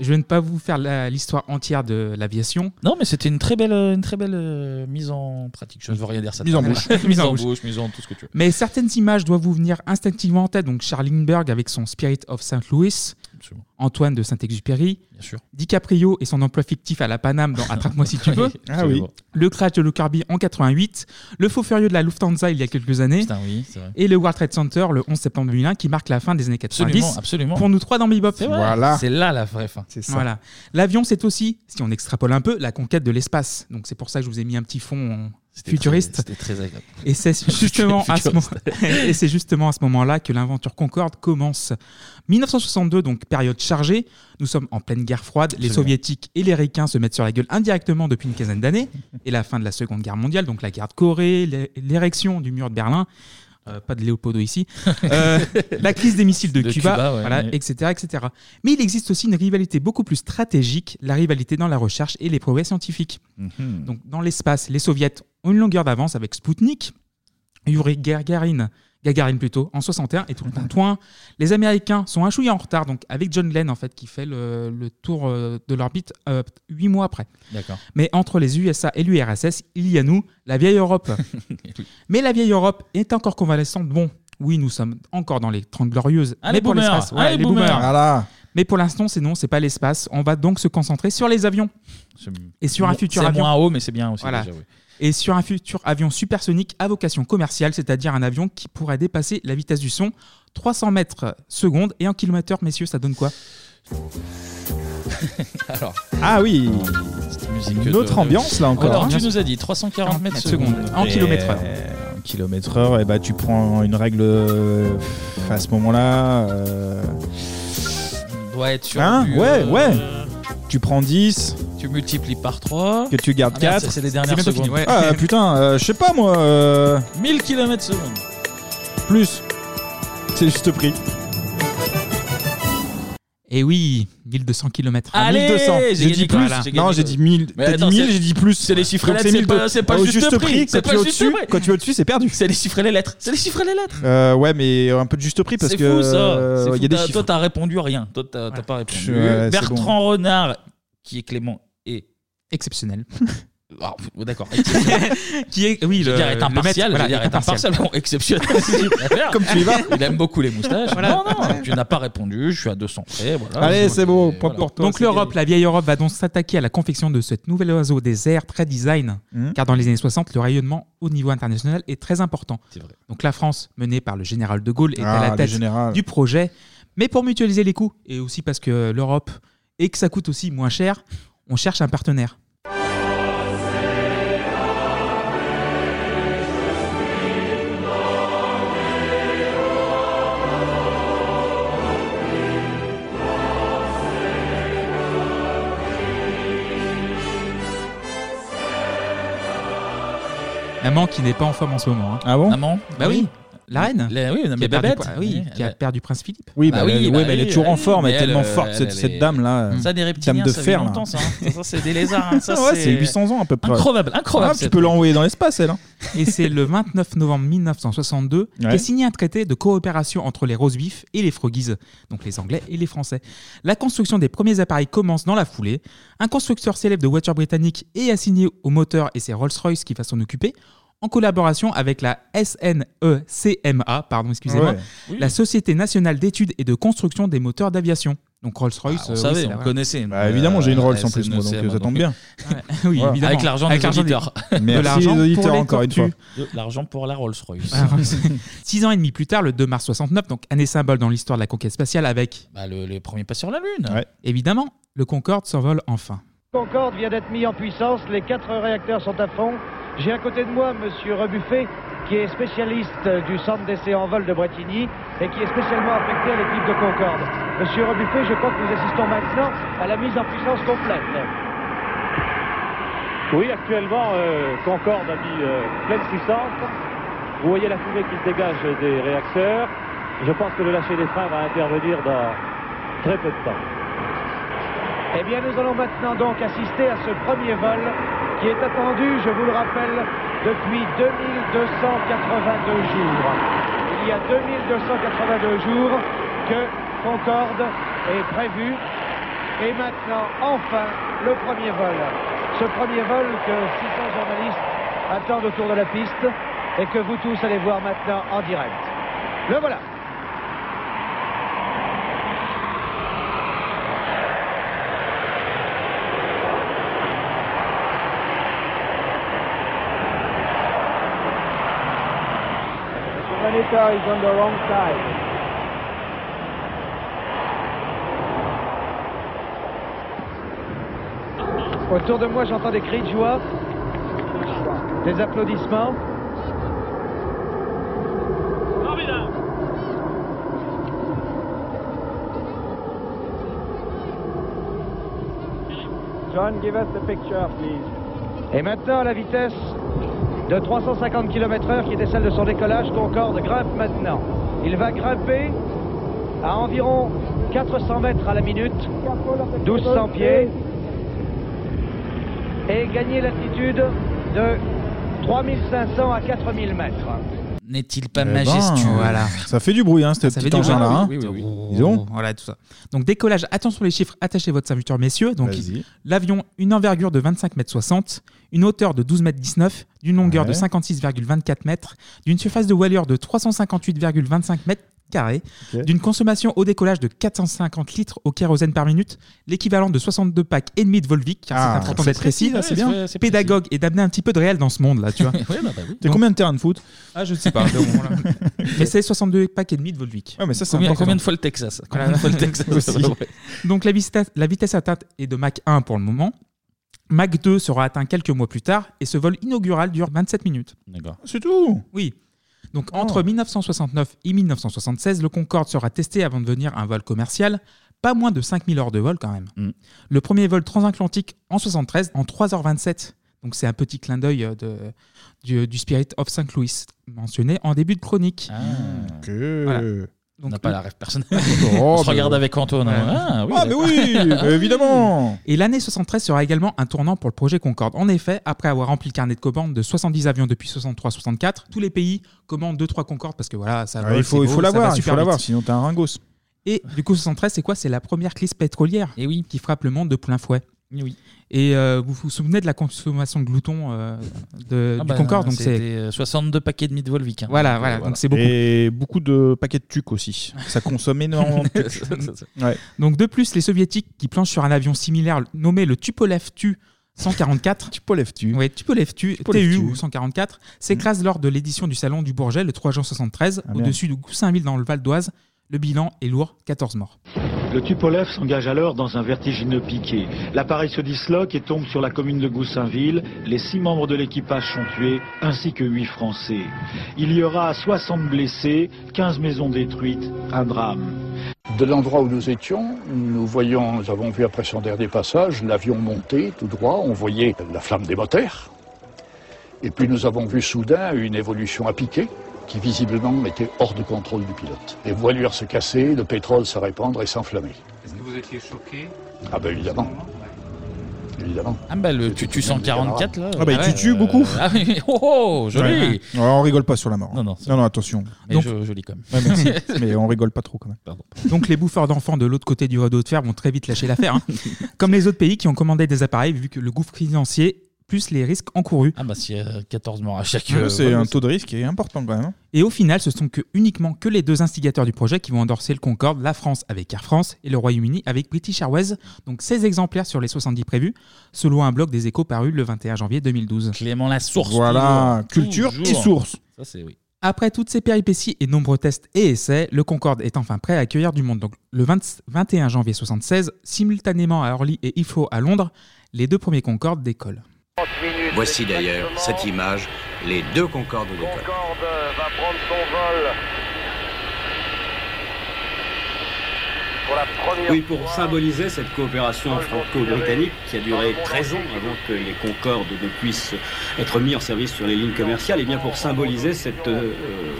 Speaker 8: Je vais ne pas vous faire la- l'histoire entière de l'aviation.
Speaker 1: Non, mais c'était une très belle, une très belle euh, mise en pratique. Je ne veux rien dire ça.
Speaker 8: Mise en bouche.
Speaker 1: mise en bouche, mise en tout ce que tu veux.
Speaker 8: Mais certaines images doivent vous venir instinctivement en tête. Donc Charles Lindbergh avec son Spirit of St. Louis, Antoine de Saint-Exupéry,
Speaker 1: Bien sûr.
Speaker 8: DiCaprio et son emploi fictif à la Paname dans Attrape-moi si tu veux,
Speaker 1: Oui, Ah oui.
Speaker 8: le crash de Lockerbie en 88, le faux furieux de la Lufthansa il y a quelques années,
Speaker 1: c'est vrai.
Speaker 8: et le World Trade Center le 11 septembre 2001 qui marque la fin des années 90.
Speaker 1: Absolument, absolument.
Speaker 8: Pour nous trois dans Bebop.
Speaker 1: C'est vrai. Voilà. C'est là la vraie fin. C'est ça.
Speaker 8: Voilà. L'avion, c'est aussi, si on extrapole un peu, la conquête de l'espace. Donc c'est pour ça que je vous ai mis un petit fond
Speaker 1: C'était
Speaker 8: futuriste.
Speaker 1: très- c'était très agréable.
Speaker 8: Et c'est justement à ce moment-
Speaker 1: Futuriste.
Speaker 8: et c'est justement à ce moment-là que l'aventure Concorde commence. 1962, donc période chargée. Nous sommes en pleine guerre froide. Les
Speaker 1: Absolument.
Speaker 8: soviétiques et les ricains se mettent sur la gueule indirectement depuis une quinzaine d'années. Et la fin de la Seconde Guerre mondiale, donc la guerre de Corée, l'é- l'érection du mur de Berlin. euh, pas de Léopoldo ici. Euh, la crise des missiles de,
Speaker 1: De
Speaker 8: Cuba,
Speaker 1: Cuba, ouais,
Speaker 8: voilà,
Speaker 1: ouais.
Speaker 8: etc., etc. Mais il existe aussi une rivalité beaucoup plus stratégique, la rivalité dans la recherche et les progrès scientifiques.
Speaker 1: Mhm.
Speaker 8: Donc dans l'espace, les soviets ont une longueur d'avance avec Sputnik. Yuri Gagarin, Gagarin plutôt, en 61 et tout le
Speaker 1: Mhm.
Speaker 8: tintouin. Les Américains sont un chouïa en retard, donc avec John Glenn en fait qui fait le, le tour euh, de l'orbite euh, huit mois après.
Speaker 1: D'accord.
Speaker 8: Mais entre les USA et l'URSS, il y a nous, la vieille Europe. mais la vieille Europe est encore convalescente. Bon, oui, nous sommes encore dans les 30 glorieuses.
Speaker 1: Ah,
Speaker 8: mais
Speaker 1: les
Speaker 8: pour
Speaker 1: boomers.
Speaker 8: l'espace,
Speaker 1: Ah, les boomers. Voilà.
Speaker 8: Mais pour l'instant, c'est non, c'est pas l'espace. On va donc se concentrer sur les avions. Et sur un
Speaker 1: Bon,
Speaker 8: futur
Speaker 1: c'est
Speaker 8: avion.
Speaker 1: moins haut, mais c'est bien aussi,
Speaker 8: Voilà.
Speaker 1: déjà, oui.
Speaker 8: Et sur un futur avion supersonique à vocation commerciale, c'est-à-dire un avion qui pourrait dépasser la vitesse du son, 300 mètres seconde et en kilomètres, messieurs, ça donne quoi
Speaker 1: Alors,
Speaker 7: Ah oui
Speaker 1: que
Speaker 7: Une autre
Speaker 1: de-
Speaker 7: ambiance là encore.
Speaker 1: Alors,
Speaker 7: hein.
Speaker 1: tu nous as dit 340 mètres secondes.
Speaker 8: en kilomètres heure.
Speaker 7: En kilomètre heure, et bah, tu prends une règle euh, à ce moment-là. euh,
Speaker 1: Doit être sur.
Speaker 7: hein
Speaker 1: du,
Speaker 7: Ouais,
Speaker 1: euh,
Speaker 7: ouais. Tu prends 10,
Speaker 1: Tu multiplies par 3.
Speaker 7: que tu gardes
Speaker 1: Ah merde,
Speaker 7: 4.
Speaker 1: ça, c'est les dernières secondes. Ouais.
Speaker 7: Ah putain, euh, je sais pas moi. euh,
Speaker 1: 1000 km secondes.
Speaker 7: plus. C'est juste prix.
Speaker 8: Et Eh oui, 1200 km.
Speaker 1: Ah, Allez, 1200. j'ai
Speaker 7: J'ai
Speaker 1: gagné
Speaker 7: dit
Speaker 1: quoi,
Speaker 7: plus.
Speaker 1: là. J'ai
Speaker 7: Non,
Speaker 1: gagné
Speaker 7: j'ai
Speaker 1: quoi.
Speaker 7: dit 1000.
Speaker 1: Mais
Speaker 7: T'as dit
Speaker 1: attends,
Speaker 7: 1000,
Speaker 1: c'est-
Speaker 7: j'ai dit plus.
Speaker 1: C'est les chiffres
Speaker 7: Donc,
Speaker 1: là, c'est pas,
Speaker 7: 1200.
Speaker 1: c'est pas
Speaker 7: Au
Speaker 1: juste le prix.
Speaker 7: Quand
Speaker 1: c'est pas
Speaker 7: tu es
Speaker 1: juste le
Speaker 7: au-dessus,
Speaker 1: prix.
Speaker 7: quand tu es au-dessus, c'est perdu.
Speaker 1: C'est les chiffres et les lettres. C'est les chiffres et les lettres.
Speaker 7: Euh, ouais, mais un peu de juste prix parce
Speaker 1: C'est
Speaker 7: que
Speaker 1: fou ça.
Speaker 7: euh,
Speaker 1: C'est
Speaker 7: il y
Speaker 1: fou.
Speaker 7: a des
Speaker 1: T'as-
Speaker 7: chiffres.
Speaker 1: Toi, t'as répondu à rien. Toi, t'as t'as pas répondu.
Speaker 7: Ouais, c'est
Speaker 1: Bertrand Renard, qui est Clément, est
Speaker 8: exceptionnel.
Speaker 1: Ah, D'accord.
Speaker 8: qui est
Speaker 1: Je
Speaker 8: oui
Speaker 1: veux
Speaker 8: le-
Speaker 1: dire, est
Speaker 8: le maître,
Speaker 1: impartial.
Speaker 8: voilà,
Speaker 1: je veux dire,
Speaker 8: il est
Speaker 1: est impartial.
Speaker 8: impartial.
Speaker 1: Bon, exceptionnel. c'est une affaire.
Speaker 8: Comme tu y vas.
Speaker 1: Il aime beaucoup les moustaches.
Speaker 8: Voilà.
Speaker 1: Non, non. Tu n'as pas répondu. Je suis à 200 près. Voilà.
Speaker 8: Allez,
Speaker 1: Je-
Speaker 8: c'est
Speaker 7: bon,
Speaker 1: point pour toi,
Speaker 8: Donc
Speaker 1: c'est
Speaker 8: l'Europe, la vieille Europe, va donc s'attaquer à la confection de ce nouvel oiseau des airs très design,
Speaker 7: Hmm.
Speaker 1: Mhm.
Speaker 8: car dans les années 60, le rayonnement au niveau international est très important.
Speaker 1: C'est vrai.
Speaker 8: Donc la France, menée par le général de Gaulle, est
Speaker 7: Ah,
Speaker 8: à la
Speaker 7: le
Speaker 8: tête
Speaker 7: général.
Speaker 8: du projet. Mais pour mutualiser les coûts, et aussi parce que l'Europe, et que ça coûte aussi moins cher, on cherche un partenaire. Maman qui n'est pas en forme en ce moment. hein.
Speaker 7: Ah bon
Speaker 1: Maman
Speaker 8: Bah oui. La reine
Speaker 1: La- oui, non,
Speaker 8: qui
Speaker 1: mais
Speaker 8: a perdu,
Speaker 1: Babette.
Speaker 8: poids- oui, qui a perdu Prince Philippe.
Speaker 7: Oui, bah, elle- ouais, mais elle est toujours en forme, elle est tellement forte, cette, cette euh, dame là.
Speaker 1: euh, Ça, des reptiliens,
Speaker 7: dame de
Speaker 1: ça vit
Speaker 7: fer là. Ah
Speaker 1: longtemps, ça. hein. Ça, ça, c'est des lézards. hein. Ça,
Speaker 7: ouais, c'est 800 ans à peu près.
Speaker 1: Incroyable, incroyable.
Speaker 7: Ah, tu peux l'envoyer dans l'espace, elle. hein.
Speaker 8: Et c'est le 29 novembre 1962
Speaker 7: Ouais.
Speaker 8: qu'est signé un traité de coopération entre les Rosebifs et les Froggies, donc les Anglais et les Français. La construction des premiers appareils commence dans la foulée. Un constructeur célèbre de voitures britanniques est assigné au moteur et c'est Rolls-Royce qui va s'en occuper. En collaboration avec la E SNECMA, pardon, excusez-moi,
Speaker 1: Ouais. Oui.
Speaker 8: la Société nationale d'études et de construction des moteurs d'aviation. Donc Rolls-Royce,
Speaker 1: Ah, on
Speaker 8: euh, oui,
Speaker 1: savait,
Speaker 8: c'est Euh,
Speaker 1: on
Speaker 8: la-
Speaker 1: connaissait.
Speaker 7: Bah, évidemment, j'ai une Rolls en plus, moi, donc, euh,
Speaker 1: SNCM,
Speaker 7: ça tombe bien.
Speaker 8: Ouais, oui,
Speaker 1: Voilà.
Speaker 8: évidemment.
Speaker 1: Avec l'argent des auditeurs.
Speaker 8: des- de
Speaker 7: Merci les
Speaker 8: l'argent pour
Speaker 7: auditeurs,
Speaker 8: les
Speaker 7: encore une
Speaker 8: tortues.
Speaker 1: De L'argent pour la Rolls-Royce.
Speaker 8: Alors, Six ans et demi plus tard, le 2 mars 69, donc année symbole dans l'histoire de la conquête spatiale avec
Speaker 1: Bah, le, le premier pas sur la Lune.
Speaker 8: évidemment le Concorde s'envole enfin.
Speaker 27: Concorde vient d'être mis en puissance, les quatre réacteurs sont à fond. J'ai à côté de moi Monsieur Rebuffet, qui est spécialiste du centre d'essai en vol de Bretigny et qui est spécialement affecté à l'équipe de Concorde. Monsieur Rebuffet, je crois que nous assistons maintenant à la mise en puissance complète.
Speaker 24: Oui, actuellement, euh, Concorde a mis euh, pleine puissance. Vous voyez la fumée qui se dégage des réacteurs. Je pense que le lâcher des freins va intervenir dans très peu de temps.
Speaker 27: Eh bien, nous allons maintenant donc assister à ce premier vol qui est attendu, je vous le rappelle, depuis 2282 jours. Il y a 2282 jours que Concorde est prévu. Et maintenant, enfin, le premier vol. Ce premier vol que 600 journalistes attendent autour de la piste et que vous tous allez voir maintenant en direct. Le voilà.
Speaker 4: The monitor is on the wrong side.
Speaker 27: Autour de moi, j'entends des cris de joie, des applaudissements.
Speaker 4: John, give us the picture, please.
Speaker 27: Et maintenant, à la vitesse de 350 km/h qui était celle de son décollage, Concorde grimpe maintenant. Il va grimper à environ 400 mètres à la minute, 1200 pieds, et gagner l'altitude de 3500 à 4000 mètres.
Speaker 1: N'est-il pas
Speaker 7: Eh ben,
Speaker 1: majestueux
Speaker 7: voilà. Ça fait du bruit, hein, cette
Speaker 8: Ça fait
Speaker 7: petite
Speaker 8: du
Speaker 7: engin là.
Speaker 8: bruit,
Speaker 7: hein.
Speaker 8: oui, oui, oui.
Speaker 7: Dis donc.
Speaker 8: Voilà tout ça. Donc décollage, attention les chiffres, attachez votre ceinture messieurs. Donc l'avion, une envergure de 25 mètres 60, une hauteur de 12 mètres 19, d'une longueur
Speaker 7: Ouais.
Speaker 8: de 56,24 mètres, d'une surface de voilure de 358,25 mètres carrés,
Speaker 7: Ok.
Speaker 8: d'une consommation au décollage de 450 litres au kérosène par minute, l'équivalent de 62 packs et demi de Volvic, car
Speaker 7: Ah,
Speaker 8: c'est important
Speaker 7: c'est
Speaker 8: d'être
Speaker 7: précis,
Speaker 8: précis,
Speaker 7: là, c'est bien. Ouais, c'est précis.
Speaker 8: pédagogue et d'amener un petit peu de réel dans ce monde là, tu vois.
Speaker 7: Ouais, bah, bah oui. T'as combien de terrains de foot
Speaker 8: Ah, je ne sais pas. mais bon, voilà. Mais c'est 62 packs et demi de Volvic.
Speaker 7: Ouais, mais ça, c'est
Speaker 1: Combien-
Speaker 7: important.
Speaker 1: combien de fois le Texas Combien de fois le Texas
Speaker 8: Aussi.
Speaker 1: Ouais.
Speaker 8: Donc la vitesse, la vitesse atteinte est de Mach 1 pour le moment. Mach 2 sera atteint quelques mois plus tard et ce vol inaugural dure 27 minutes.
Speaker 1: D'accord.
Speaker 8: C'est tout Oh. Oui. Donc entre 1969 et 1976, le Concorde sera testé avant de devenir un vol commercial. Pas moins de 5000 heures de vol quand même. Le premier vol transatlantique en 73 en 3h27. Donc c'est un petit clin d'œil euh, de, du, du Spirit of St. Louis mentionné en début de chronique. Voilà.
Speaker 1: Ah. On n'a pas la rêve personnelle.
Speaker 8: Oh,
Speaker 1: On se
Speaker 8: mais
Speaker 1: regarde
Speaker 8: oui.
Speaker 1: avec Antoine.
Speaker 8: Ouais.
Speaker 1: Ah,
Speaker 8: ben
Speaker 1: oui, d'accord.
Speaker 8: Et l'année 73 sera également un tournant pour le projet Concorde. En effet, après avoir rempli le carnet de commandes de 70 avions depuis 63-64, tous les pays commandent 2-3 Concorde parce que voilà, ça
Speaker 7: Ah,
Speaker 8: vole,
Speaker 7: il faut,
Speaker 8: c'est
Speaker 7: il
Speaker 8: beau,
Speaker 7: faut
Speaker 8: ça va
Speaker 7: l'avoir, il
Speaker 8: super
Speaker 7: faut
Speaker 8: vite.
Speaker 7: l'avoir, sinon t'as un ringos.
Speaker 8: Et du coup, 73, c'est quoi C'est la première crise pétrolière qui frappe le monde de plein fouet.
Speaker 1: Eh Oui.
Speaker 8: Et euh, vous vous souvenez de la consommation de gloutons euh, de,
Speaker 1: Ah
Speaker 8: du
Speaker 1: bah,
Speaker 8: Concorde donc
Speaker 1: c'était,
Speaker 8: c'est
Speaker 1: euh, 62 paquets et demi de Volvic. hein.
Speaker 8: Voilà,
Speaker 1: Donc, euh,
Speaker 8: voilà, donc c'est beaucoup.
Speaker 7: Et beaucoup de paquets de tuc aussi. Ça consomme énormément de tuc. Ouais.
Speaker 8: Donc de plus, les soviétiques qui planchent sur un avion similaire nommé le Tupolev Tu-144
Speaker 7: Tupolev Tu
Speaker 8: Oui, Tupolev Tu,
Speaker 7: Tupolev Tu.
Speaker 8: TU ou 144 s'écrase
Speaker 7: Mm.
Speaker 8: lors de l'édition du salon du Bourget le 3 juin 73
Speaker 24: Ah, merde.
Speaker 8: au-dessus de Goussainville dans le Val d'Oise. Le bilan est lourd, 14 morts.
Speaker 24: Le Tupolev s'engage alors dans un vertigineux piqué. L'appareil se disloque et tombe sur la commune de Goussainville. Les six membres de l'équipage sont tués, ainsi que huit Français. Il y aura 60 blessés, 15 maisons détruites, un drame.
Speaker 12: De l'endroit où nous étions, nous voyons, nous avons vu après son dernier passage l'avion monter tout droit, on voyait la flamme des moteurs. Et puis nous avons vu soudain une évolution à piquer qui visiblement était hors de contrôle du pilote. Les voilures se casser, le pétrole se répandre et s'enflammer.
Speaker 11: Est-ce que vous étiez choqué
Speaker 12: Ah ben évidemment. Évidemment.
Speaker 1: Ah bah le Tutu 144 là.
Speaker 7: Ah bah, il
Speaker 1: ouais,
Speaker 7: tutue
Speaker 1: euh,
Speaker 7: beaucoup.
Speaker 1: Ah oui, oh, oh joli.
Speaker 7: Ouais. Ouais, on rigole pas sur la mort. Non, non, attention.
Speaker 1: Mais
Speaker 7: Donc-
Speaker 1: je- joli quand même.
Speaker 7: Ouais, merci. mais on rigole pas trop quand même.
Speaker 8: Donc les bouffeurs d'enfants de l'autre côté du rideau de fer vont très vite lâcher l'affaire, hein. comme les autres pays qui ont commandé des appareils vu que le gouffre financier plus les risques encourus.
Speaker 1: Ah bah s'il y a 14 morts à chaque.
Speaker 7: Ouais,
Speaker 1: euh,
Speaker 7: Ah, c'est
Speaker 1: voilà,
Speaker 7: un taux de risque qui est important quand même.
Speaker 8: Et au final, ce sont que uniquement que les deux instigateurs du projet qui vont endorser le Concorde, la France avec Air France et le Royaume-Uni avec British Airways. Donc 16 exemplaires sur les 70 prévus, selon un blog des échos paru le 21 janvier 2012.
Speaker 1: Clément la source.
Speaker 7: Voilà, toujours. culture et Toujours. source.
Speaker 1: Ça c'est oui.
Speaker 8: Après toutes ces péripéties et nombreux tests et essais, le Concorde est enfin prêt à accueillir du monde. Donc le 20 21 janvier 76, simultanément à Orly et Heathrow à Londres, les deux premiers Concorde décollent.
Speaker 28: Voici d'ailleurs cette image, les deux Concordes de
Speaker 4: va prendre son vol. Pour la première
Speaker 14: Oui, pour symboliser cette coopération franco-britannique qui a duré 13 ans avant que les Concordes ne puissent être mis en service sur les lignes commerciales, et bien pour symboliser cette euh,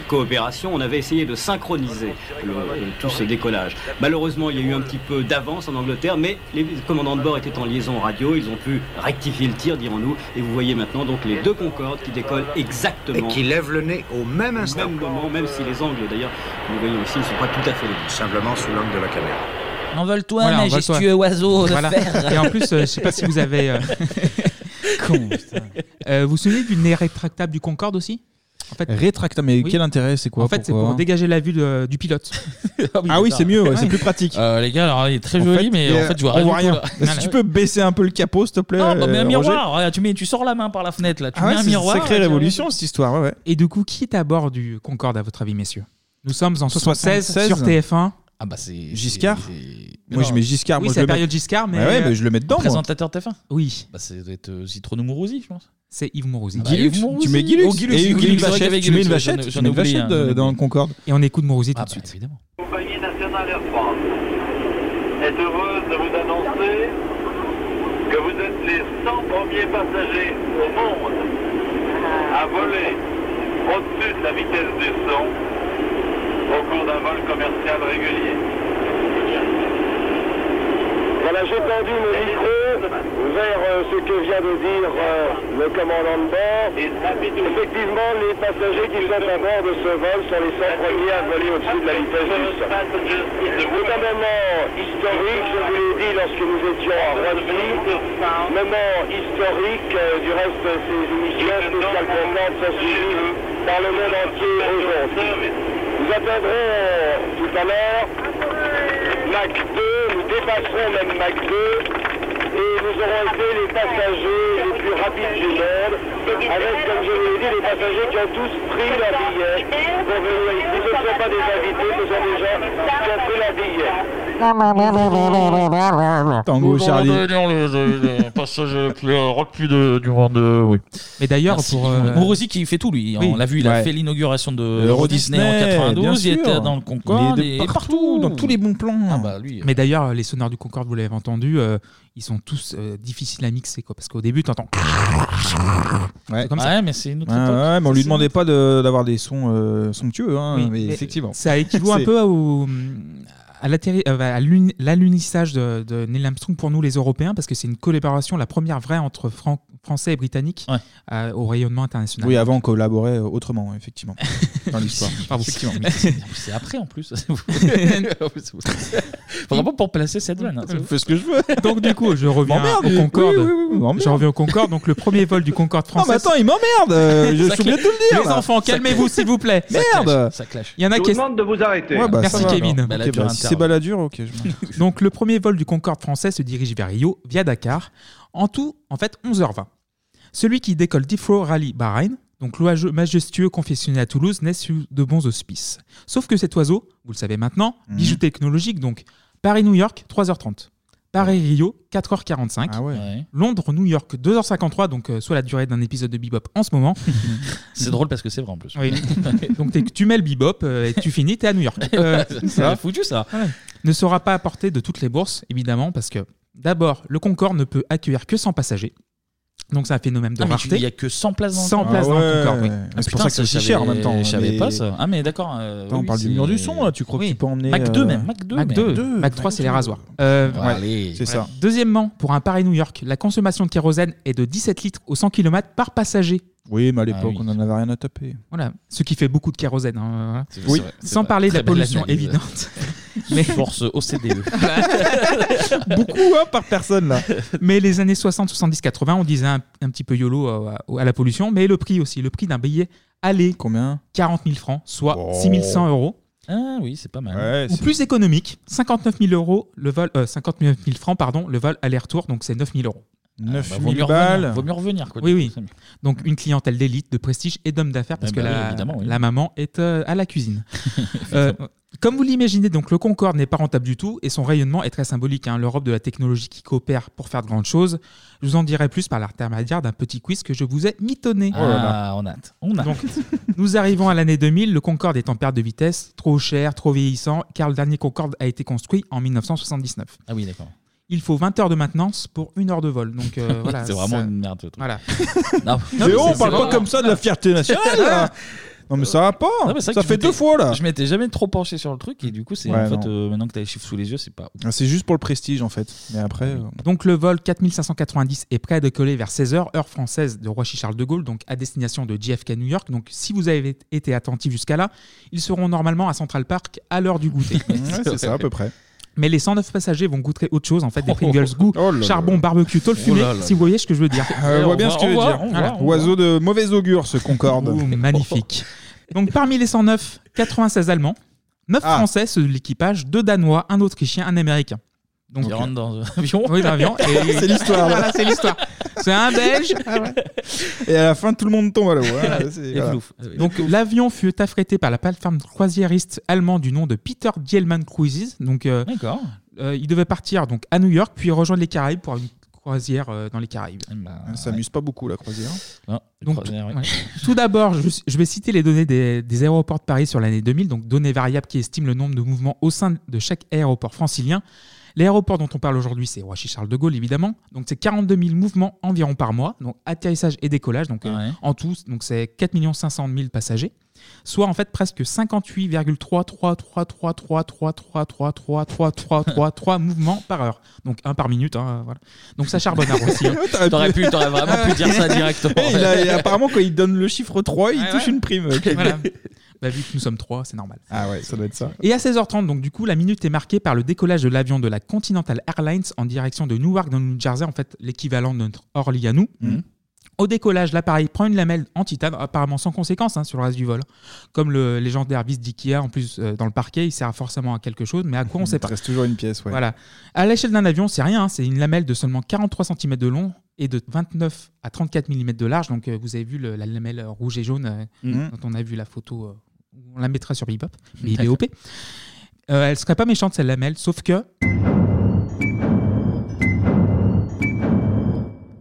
Speaker 14: coopération, on avait essayé de synchroniser le- le- tout ce décollage. Malheureusement, il y a eu un petit peu d'avance en Angleterre, mais les commandants de bord étaient en liaison radio, ils ont pu rectifier le tir, dirons-nous, et vous voyez maintenant donc les deux Concordes qui décollent exactement.
Speaker 28: Et qui lèvent le nez au même instant.
Speaker 14: Même moment, même si les angles d'ailleurs, que nous voyons ici, ne sont pas tout à fait les mêmes. Simplement sous l'angle de la caméra.
Speaker 1: Envole-toi,
Speaker 8: Voilà, envole-toi.
Speaker 1: majestueux oiseau de
Speaker 8: Voilà.
Speaker 1: fer.
Speaker 8: Et en plus, euh, je sais pas si vous avez. euh, Con, putain. Euh, vous vous souvenez du nez rétractable du Concorde aussi en fait,
Speaker 7: Rétractable, mais
Speaker 8: Oui.
Speaker 7: quel intérêt C'est quoi
Speaker 8: En fait, c'est
Speaker 7: pourquoi
Speaker 8: pour dégager la vue de- du pilote.
Speaker 7: Ah oui, c'est mieux, ouais, c'est plus pratique.
Speaker 1: Euh, les gars, alors il est très
Speaker 7: En
Speaker 1: joli,
Speaker 7: fait,
Speaker 1: mais
Speaker 7: il y
Speaker 1: en
Speaker 7: a-
Speaker 1: fait, je vois
Speaker 7: on
Speaker 1: rien.
Speaker 7: voit
Speaker 1: du tout,
Speaker 7: rien.
Speaker 1: là.
Speaker 7: Si tu peux baisser un peu le capot, s'il te plaît.
Speaker 1: Non, bah, mais un
Speaker 7: euh, Ah
Speaker 1: miroir. regarde, tu, mets, tu sors la main par la fenêtre
Speaker 8: Ah
Speaker 1: là. Tu mets un miroir. et tu-
Speaker 7: cette histoire. Ouais,
Speaker 8: Et du coup, qui est à bord du Concorde à votre avis, messieurs Nous sommes en 76, sur TF1.
Speaker 1: Ah bah c'est
Speaker 7: Giscard
Speaker 1: c'est- c'est-
Speaker 7: Moi, je mets Giscard,
Speaker 8: Oui,
Speaker 7: moi, je
Speaker 8: c'est
Speaker 7: le
Speaker 8: la période
Speaker 7: mets-
Speaker 8: Giscard, mais. euh,
Speaker 7: Bah ouais, mais je le mets dedans, moi.
Speaker 1: Présentateur TF1.
Speaker 8: Oui.
Speaker 1: Bah ça doit être euh, Zitronou Mourouzi, je pense.
Speaker 8: C'est Yves Mourouzi.
Speaker 1: Bah, Yves Mourouzi.
Speaker 7: tu mets Guilux.
Speaker 1: Oh, Guilux,
Speaker 7: Et
Speaker 1: Guilux,
Speaker 7: Guilux
Speaker 1: c'est vrai qu'il y
Speaker 7: Vachette,
Speaker 1: avait
Speaker 7: tu mets une
Speaker 1: Guilux,
Speaker 7: vachette,
Speaker 1: j'en ai-
Speaker 7: tu mets
Speaker 1: j'en ai
Speaker 7: une
Speaker 1: oublié, Ah bah, hein,
Speaker 7: vachette, euh,
Speaker 1: j'en ai
Speaker 7: dans le Concorde.
Speaker 8: Et on écoute Mourouzi tout de suite.
Speaker 4: compagnie nationale Air France est heureuse de vous annoncer que vous êtes les 100 premiers passagers au monde à voler au-dessus de la vitesse du son au cours d'un vol commercial régulier. Voilà, j'ai tendu mon micro vers ceux que vient de dire euh, le commandant de bord. Effectivement, les passagers qui sont à bord de ce vol sont les 100 premiers à voler au-dessus de la vitesse du son. C'est un moment historique, je vous l'ai dit lorsque nous étions à Roissy. Moment historique, euh, du reste, ces émissions spéciales contentes sont suivies par le monde entier aujourd'hui. Nous atteindrons euh, tout à l'heure Mac 2, nous dépasserons même Mac 2 et nous aurons été les passagers les plus rapides du monde, avec, comme je vous l'ai dit, des passagers qui ont tous pris leur billet pour venir ici. Ce ne sont pas des invités, ce sont des gens qui ont pris leur billet.
Speaker 7: Tango Charlie.
Speaker 1: le passage plus euh, plus du monde, oui.
Speaker 8: Mais d'ailleurs,
Speaker 1: Merci.
Speaker 8: pour. euh,
Speaker 1: Morosi qui fait tout lui.
Speaker 8: Oui.
Speaker 1: On l'a vu, il a
Speaker 8: Ouais.
Speaker 1: fait l'inauguration de
Speaker 7: Euh,
Speaker 8: Euro
Speaker 1: Euh, Euro Disney,
Speaker 8: Disney,
Speaker 1: en
Speaker 8: bien
Speaker 1: 92. Il
Speaker 8: sûr.
Speaker 1: était dans le Concorde
Speaker 8: Il est de
Speaker 1: et partout, dans tous les bons plans. Ah bah lui.
Speaker 8: Mais d'ailleurs, les sonores du Concorde, vous l'avez entendu, euh, ils sont tous euh, difficiles à mixer, quoi. Parce qu'au début, t'entends.
Speaker 7: Ouais.
Speaker 8: comme ça.
Speaker 1: Ouais, mais c'est une autre
Speaker 7: Ouais,
Speaker 8: époque.
Speaker 7: ouais, mais on lui
Speaker 8: C'est
Speaker 7: demandait pas de- d'avoir des sons euh, somptueux, hein,
Speaker 8: Oui,
Speaker 7: mais,
Speaker 8: mais
Speaker 7: effectivement.
Speaker 8: Ça équivaut un
Speaker 7: C'est-
Speaker 8: peu au- à l'atterri- euh, à l'uni- l'alunissage de, de Neil Armstrong pour nous les Européens, parce que c'est une collaboration, la première vraie entre Fran- Français et Britanniques euh, au rayonnement international.
Speaker 7: Oui, avant on collaborait euh, autrement, effectivement, dans l'histoire.
Speaker 8: Pardon.
Speaker 7: Effectivement.
Speaker 1: C'est après en plus. Vraiment pour placer cette vanne. hein, c'est
Speaker 8: Je
Speaker 1: ouf.
Speaker 8: fais ce que je veux. Donc du coup, je reviens
Speaker 7: M'emmerde.
Speaker 8: au Concorde.
Speaker 7: Oui, oui, oui, oui, m'emmerde.
Speaker 8: je reviens au Concorde. Donc le premier vol du Concorde
Speaker 7: Non,
Speaker 8: français.
Speaker 7: mais attends, il m'emmerde euh, Je
Speaker 8: Ça
Speaker 7: suis obligé de
Speaker 8: cla-
Speaker 7: te le dire
Speaker 8: Les
Speaker 7: là.
Speaker 8: enfants, calmez-vous s'il vous plaît.
Speaker 7: Merde
Speaker 8: Il y en a qui
Speaker 7: demandent
Speaker 8: de vous arrêter.
Speaker 7: Ouais, bah, ça
Speaker 8: Merci
Speaker 7: va,
Speaker 8: Kevin.
Speaker 7: alors. Ok, bah, si c'est baladure, ok. je m'en-
Speaker 8: Donc le premier vol du Concorde français se dirige vers Rio via Dakar, en tout en fait 11h20. Celui qui décolle d'Ifro Rally Bahreïn, donc l'oiseau majestueux confectionné à Toulouse, naît sous de bons auspices. Sauf que cet oiseau, vous le savez maintenant, bijou technologique, donc Paris-New York, 3h30. Paris-Rio, 4h45. Londres-New York, 2h53, donc euh, soit la durée d'un épisode de Bebop en ce moment.
Speaker 1: C'est drôle parce que c'est vrai en plus.
Speaker 8: Oui. Donc t'es- tu mets le bebop euh, et tu finis, t'es à New York. Euh,
Speaker 1: C'est foutu, ça.
Speaker 8: Ouais. Ne sera pas apporté de toutes les bourses, évidemment, parce que d'abord, le Concorde ne peut accueillir que 100 passagers. Donc c'est un phénomène de
Speaker 1: Ah, mais tu-
Speaker 8: rareté.
Speaker 1: Il y a que 100 places dans le
Speaker 8: 100
Speaker 1: Concorde.
Speaker 8: places dans le Concorde, oui.
Speaker 1: Ah, putain, je savais-
Speaker 8: hein,
Speaker 1: Je savais pas ça. Ah mais d'accord. euh,
Speaker 7: Attends, on
Speaker 1: oui,
Speaker 7: parle du
Speaker 1: c'est-
Speaker 7: mur du son, là, tu crois que tu peux emmener.
Speaker 1: Mac
Speaker 7: euh,
Speaker 1: 2 même, Mac 2.
Speaker 8: Mac 2, Mac 3 c'est les rasoirs. Euh,
Speaker 1: Ouais,
Speaker 8: ouais.
Speaker 1: allez.
Speaker 7: C'est ça.
Speaker 8: Deuxièmement, pour un Paris-New York, la consommation de kérosène est de 17 litres au 100 km par passager.
Speaker 7: Oui, mais à
Speaker 8: Ah
Speaker 7: l'époque,
Speaker 8: oui.
Speaker 7: on en avait rien à taper.
Speaker 8: Voilà, ce qui fait beaucoup de kérosène. hein.
Speaker 7: C'est vrai, Oui. c'est vrai, c'est
Speaker 8: Sans
Speaker 7: vrai.
Speaker 8: parler de
Speaker 7: Très
Speaker 8: la
Speaker 7: belle
Speaker 8: pollution
Speaker 7: analyse.
Speaker 8: évidente.
Speaker 1: Force OCDE.
Speaker 7: E.
Speaker 8: Beaucoup
Speaker 7: hein,
Speaker 8: par personne là. Mais les années 60, 70, 80, on disait un, un petit peu YOLO à, à- à la pollution, mais le prix aussi, le prix d'un billet aller.
Speaker 7: Combien
Speaker 8: 40 000 francs, soit 6 100 euros.
Speaker 1: Ah oui, c'est pas mal.
Speaker 8: Ou plus économique, 59 000 euros le vol, euh, 59 000 francs pardon, le vol aller-retour, donc c'est 9 000 euros.
Speaker 1: Ah
Speaker 7: 9
Speaker 1: bah, vaut 000 mieux balles. revenir, vaut mieux revenir, quoi,
Speaker 8: oui,
Speaker 1: du
Speaker 8: oui.
Speaker 1: coup,
Speaker 8: Donc une clientèle d'élite, de prestige et d'hommes d'affaires parce
Speaker 1: Ah
Speaker 8: que
Speaker 1: bah oui,
Speaker 8: la,
Speaker 1: évidemment, oui.
Speaker 8: la maman est euh, à la cuisine. Euh, comme vous l'imaginez, donc le Concorde n'est pas rentable du tout et son rayonnement est très symbolique. hein. L'Europe de la technologie qui coopère pour faire de grandes choses. Je vous en dirai plus par l'intermédiaire d'un petit quiz que je vous ai mitonné.
Speaker 1: Ah, Oh là là. on hâte, on hâte.
Speaker 8: Donc, nous arrivons à l'année 2000. Le Concorde est en perte de vitesse, trop cher, trop vieillissant, car le dernier Concorde a été construit en 1979.
Speaker 1: Ah oui, d'accord.
Speaker 8: Il faut 20 heures de maintenance pour une heure de vol. Donc euh,
Speaker 1: Oui,
Speaker 8: voilà.
Speaker 1: c'est vraiment
Speaker 8: ça-
Speaker 1: une merde, ce truc.
Speaker 8: Voilà.
Speaker 1: Non,
Speaker 8: Non,
Speaker 7: mais
Speaker 8: mais
Speaker 7: oh, on parle
Speaker 8: c'est- c'est
Speaker 7: pas
Speaker 8: vraiment-
Speaker 7: comme ça de la fierté nationale là. Non, mais ça va pas
Speaker 1: Non, mais c'est vrai
Speaker 7: Ça
Speaker 1: que je
Speaker 7: fait deux
Speaker 1: m'étais-
Speaker 7: fois là
Speaker 1: Je m'étais jamais trop penché sur le truc et du coup, c'est
Speaker 7: Ouais,
Speaker 1: en fait
Speaker 7: non.
Speaker 1: euh, maintenant que t'as les chiffres sous les yeux, c'est pas.
Speaker 7: Ah, C'est juste pour le prestige en fait. Mais après. euh,
Speaker 8: Donc le vol 4590 est prêt à décoller vers 16h, heure française de Roissy Charles de Gaulle, donc à destination de JFK New York. Donc si vous avez été attentif jusqu'à là, ils seront normalement à Central Park à l'heure du goûter.
Speaker 7: Ouais, c'est ça, à peu près.
Speaker 8: Mais les 109 passagers vont goûter autre chose, en fait, des
Speaker 7: Oh,
Speaker 8: Pringles
Speaker 7: oh,
Speaker 8: goût,
Speaker 7: oh là là.
Speaker 8: charbon, barbecue, tôle fumée,
Speaker 7: Oh là là.
Speaker 8: si vous voyez ce que je veux dire.
Speaker 7: Euh, on voit bien ce que tu veux dire. Voilà. Oiseau de mauvais augure, ce Concorde.
Speaker 8: magnifique. Donc parmi les 109, 96 Allemands, 9
Speaker 7: Ah.
Speaker 8: Français, ceux de l'équipage, 2 Danois, un Autrichien, un Américain. Donc,
Speaker 1: Ils
Speaker 8: euh,
Speaker 1: rentrent dans un avion.
Speaker 8: Oui, dans l'avion. Et-
Speaker 7: C'est l'histoire, là.
Speaker 8: Voilà, c'est l'histoire. C'est un Belge.
Speaker 1: Ah
Speaker 7: Et à la fin, tout le monde tombe à l'eau. hein. C'est-
Speaker 8: Et
Speaker 7: voilà.
Speaker 8: plouf.
Speaker 1: Ah
Speaker 8: Donc l'avion fut affrété par la plateforme croisiériste allemande du nom de Peter Dielman Cruises. Donc euh,
Speaker 1: D'accord.
Speaker 8: euh, il devait partir donc à New York puis rejoindre les Caraïbes pour une croisière euh, dans les Caraïbes.
Speaker 1: Eh ben,
Speaker 7: On s'amuse pas beaucoup la croisière.
Speaker 1: Ah,
Speaker 8: Donc, tout, ouais. Tout d'abord, je, je vais citer les données des, des aéroports de Paris sur l'année 2000, donc données variables qui estiment le nombre de mouvements au sein de chaque aéroport francilien. L'aéroport dont on parle aujourd'hui, c'est Roissy-Charles de Gaulle, évidemment. Donc, c'est 42 000 mouvements environ par mois, donc atterrissage et décollage. Donc, euh, en tout, donc c'est 4 500 000 passagers, soit en fait presque 58,3333333333333 mouvements par heure. Donc, un par minute. hein, voilà. Donc, ça charbonne à Roissy. hein.
Speaker 1: T'aurais pu- t'aurais vraiment pu dire ça directement.
Speaker 7: Eh, il a- et apparemment, quand il donne le chiffre 3, il
Speaker 8: Ouais,
Speaker 7: touche
Speaker 8: Ah ouais.
Speaker 7: une prime. Ok.
Speaker 8: Voilà. Bah, vu que nous sommes trois, c'est normal.
Speaker 7: Ah ouais, ça doit être ça.
Speaker 8: Et à 16h30, donc du coup, la minute est marquée par le décollage de l'avion de la Continental Airlines en direction de Newark dans le New Jersey, en fait l'équivalent de notre Orly à nous.
Speaker 7: Mm. Hmm.
Speaker 8: Au décollage, l'appareil prend une lamelle en titane, apparemment sans conséquence hein, sur le reste du vol. Comme le légendaire vis d'IKEA, en plus euh, dans le parquet, il sert forcément à quelque chose, mais à quoi on sait pas.
Speaker 7: reste toujours une pièce, ouais.
Speaker 8: Voilà. À l'échelle d'un avion, c'est rien, hein, c'est une lamelle de seulement 43 cm de long et de 29 à 34 mm de large. Donc euh, vous avez vu le- la lamelle euh, rouge et jaune euh,
Speaker 7: Mhm.
Speaker 8: dont on a vu la photo, euh, on la mettra sur Bebop, mais il est
Speaker 1: D'accord.
Speaker 8: OP. Euh, elle serait pas méchante cette lamelle, sauf que.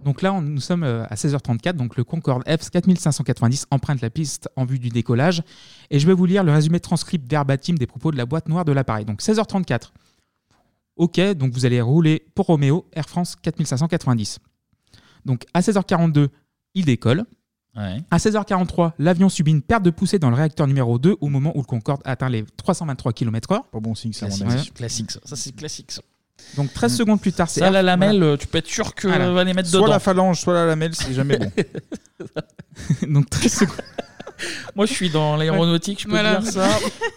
Speaker 8: Donc là, on- nous sommes euh, à 16h34, donc le Concorde F4590 emprunte la piste en vue du décollage, et je vais vous lire le résumé transcript verbatim des propos de la boîte noire de l'appareil. Donc 16h34, Ok, donc vous allez rouler pour Romeo Air France 4590. Donc à 16h42, il décolle. À 16h43, l'avion subit une perte de poussée dans le réacteur numéro 2 au moment où le Concorde atteint les 323 km/h.
Speaker 7: Pas bon signe, ça,
Speaker 1: Classique, classique, ça. Ça, c'est classique, ça. Mm.
Speaker 8: Donc 13 secondes plus tard, c'est
Speaker 1: Ça,
Speaker 8: Air-
Speaker 1: la lamelle,
Speaker 8: voilà.
Speaker 1: euh, tu peux être sûr que
Speaker 8: Voilà.
Speaker 1: euh, va les mettre
Speaker 8: Soit
Speaker 1: dedans.
Speaker 8: la
Speaker 7: phalange, soit la lamelle, c'est jamais bon.
Speaker 8: Donc 13 secondes.
Speaker 1: Moi, je suis dans l'aéronautique, je peux
Speaker 8: Voilà.
Speaker 1: dire ça.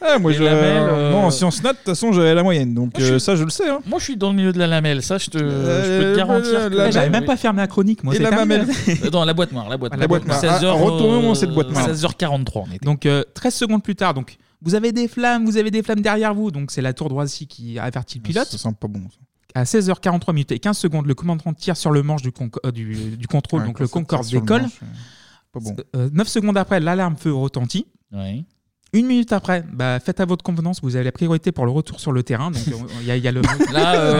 Speaker 7: Ah, moi,
Speaker 1: Les
Speaker 7: je-
Speaker 1: lamelles, euh,
Speaker 7: moi, en sciences nat, de toute façon, j'avais la moyenne. Donc, euh, ça, je le sais. hein.
Speaker 1: Moi, je suis dans le milieu de la lamelle, ça, je te, je peux
Speaker 7: Euh,
Speaker 1: te garantir.
Speaker 7: la-
Speaker 1: que-
Speaker 7: la-
Speaker 8: J'avais même pas fermé la chronique, moi.
Speaker 1: Et
Speaker 8: c'est
Speaker 1: la
Speaker 8: terminé.
Speaker 1: mamelle. Dans la boîte noire, la boîte
Speaker 8: La
Speaker 1: noire.
Speaker 8: boîte noire.
Speaker 1: 16h,
Speaker 8: Ah, retournons
Speaker 1: euh,
Speaker 8: cette boîte noire.
Speaker 1: 16h43, on était.
Speaker 8: Donc euh, 13 secondes plus tard, donc vous avez des flammes, vous avez des flammes derrière vous, donc c'est la tour de Roissy qui avertit le pilote.
Speaker 7: Ah, Ça sent pas bon. ça.
Speaker 8: À 16h43 minutes et 15 secondes, le commandant tire sur le manche du, conco- euh, du, du contrôle,
Speaker 7: Ouais,
Speaker 8: donc
Speaker 7: quand
Speaker 8: le
Speaker 7: ça tire
Speaker 8: Concorde
Speaker 7: sur le
Speaker 8: décolle.
Speaker 7: manche, euh, pas bon.
Speaker 8: Euh, 9 secondes après, l'alarme feu retentit. Une minute après, bah, faites à votre convenance, vous avez la priorité pour le retour sur le terrain. Donc, euh, il y, a- il y a le.
Speaker 1: Là, euh,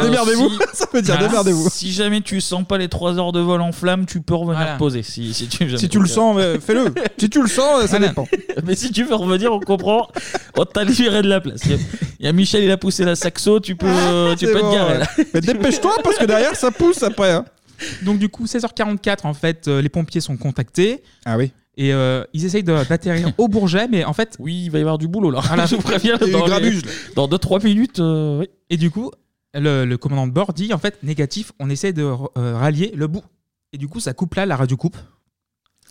Speaker 1: si- Là,
Speaker 8: démerdez-vous.
Speaker 1: Si jamais tu sens pas les 3 heures de vol en flamme, tu peux revenir te poser. Si, si, tu,
Speaker 7: Si tu le sens, euh, fais-le. Si tu le sens, euh, ça dépend.
Speaker 1: Mais si tu veux revenir, on comprend. On t'a libéré de la place. Il y a- il y, a Michel, il a poussé la saxo, tu peux,
Speaker 8: Ah,
Speaker 1: euh, tu
Speaker 7: C'est
Speaker 1: peux
Speaker 7: bon,
Speaker 1: te garer.
Speaker 7: ouais.
Speaker 1: là.
Speaker 7: Mais dépêche-toi parce que derrière, ça pousse après. hein.
Speaker 8: Donc du coup, 16h44, en fait, euh, les pompiers sont contactés.
Speaker 7: Ah oui.
Speaker 8: Et euh, ils essayent de- d'atterrir au Bourget, mais en fait.
Speaker 1: Oui, il va y avoir du boulot là. Je vous préviens,
Speaker 8: Il y a eu
Speaker 1: dans les-
Speaker 8: grabuge, là.
Speaker 1: dans 2-3 minutes. euh, oui.
Speaker 8: Et du coup, le, le commandant de bord dit en fait, négatif, on essaie de euh, rallier le bout. Et du coup, ça coupe là, la radio coupe.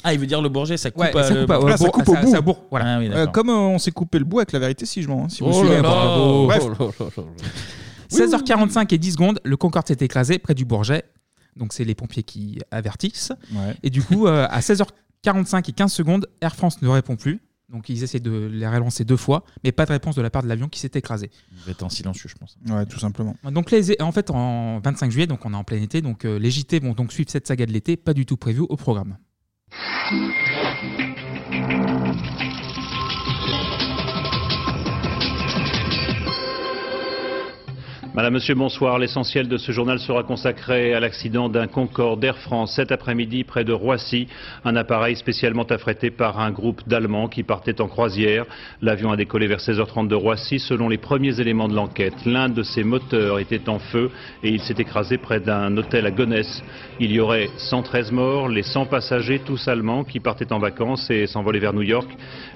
Speaker 1: Ah, il veut dire le Bourget, ça coupe,
Speaker 8: Ouais,
Speaker 1: à
Speaker 8: ça
Speaker 1: le-
Speaker 8: coupe à-
Speaker 7: Ah, ça
Speaker 8: bourg-
Speaker 7: coupe
Speaker 8: ah,
Speaker 7: au
Speaker 8: ça-
Speaker 7: bout.
Speaker 8: ça bourg, voilà.
Speaker 1: Ah oui, d'accord.
Speaker 7: Euh, comme euh, on s'est coupé le bout avec la vérité, si je m'en. Si vous
Speaker 1: Oh
Speaker 7: suivez,
Speaker 1: là là,
Speaker 7: bravo.
Speaker 1: oh
Speaker 7: Bref.
Speaker 1: là là là là.
Speaker 8: 16h45 et 10 secondes, le Concorde s'est écrasé près du Bourget. Donc c'est les pompiers qui avertissent.
Speaker 7: Ouais.
Speaker 8: Et du coup, euh, à 16h45 et 15 secondes, Air France ne répond plus. Donc ils essaient de les relancer deux fois, mais pas de réponse de la part de l'avion qui s'est écrasé.
Speaker 1: Il va être en silencieux, je pense.
Speaker 7: Ouais, tout simplement.
Speaker 8: Donc les, en fait, en 25 juillet, donc on est en plein été, donc euh, les JT vont donc suivre cette saga de l'été, pas du tout prévue au programme.
Speaker 22: Madame, Monsieur, bonsoir. L'essentiel de ce journal sera consacré à l'accident d'un Concorde Air France cet après-midi près de Roissy, un appareil spécialement affrété par un groupe d'Allemands qui partaient en croisière. L'avion a décollé vers 16h30 de Roissy. Selon les premiers éléments de l'enquête, l'un de ses moteurs était en feu et il s'est écrasé près d'un hôtel à Gonesse. Il y aurait 113 morts, les 100 passagers, tous allemands, qui partaient en vacances et s'envolaient vers New York,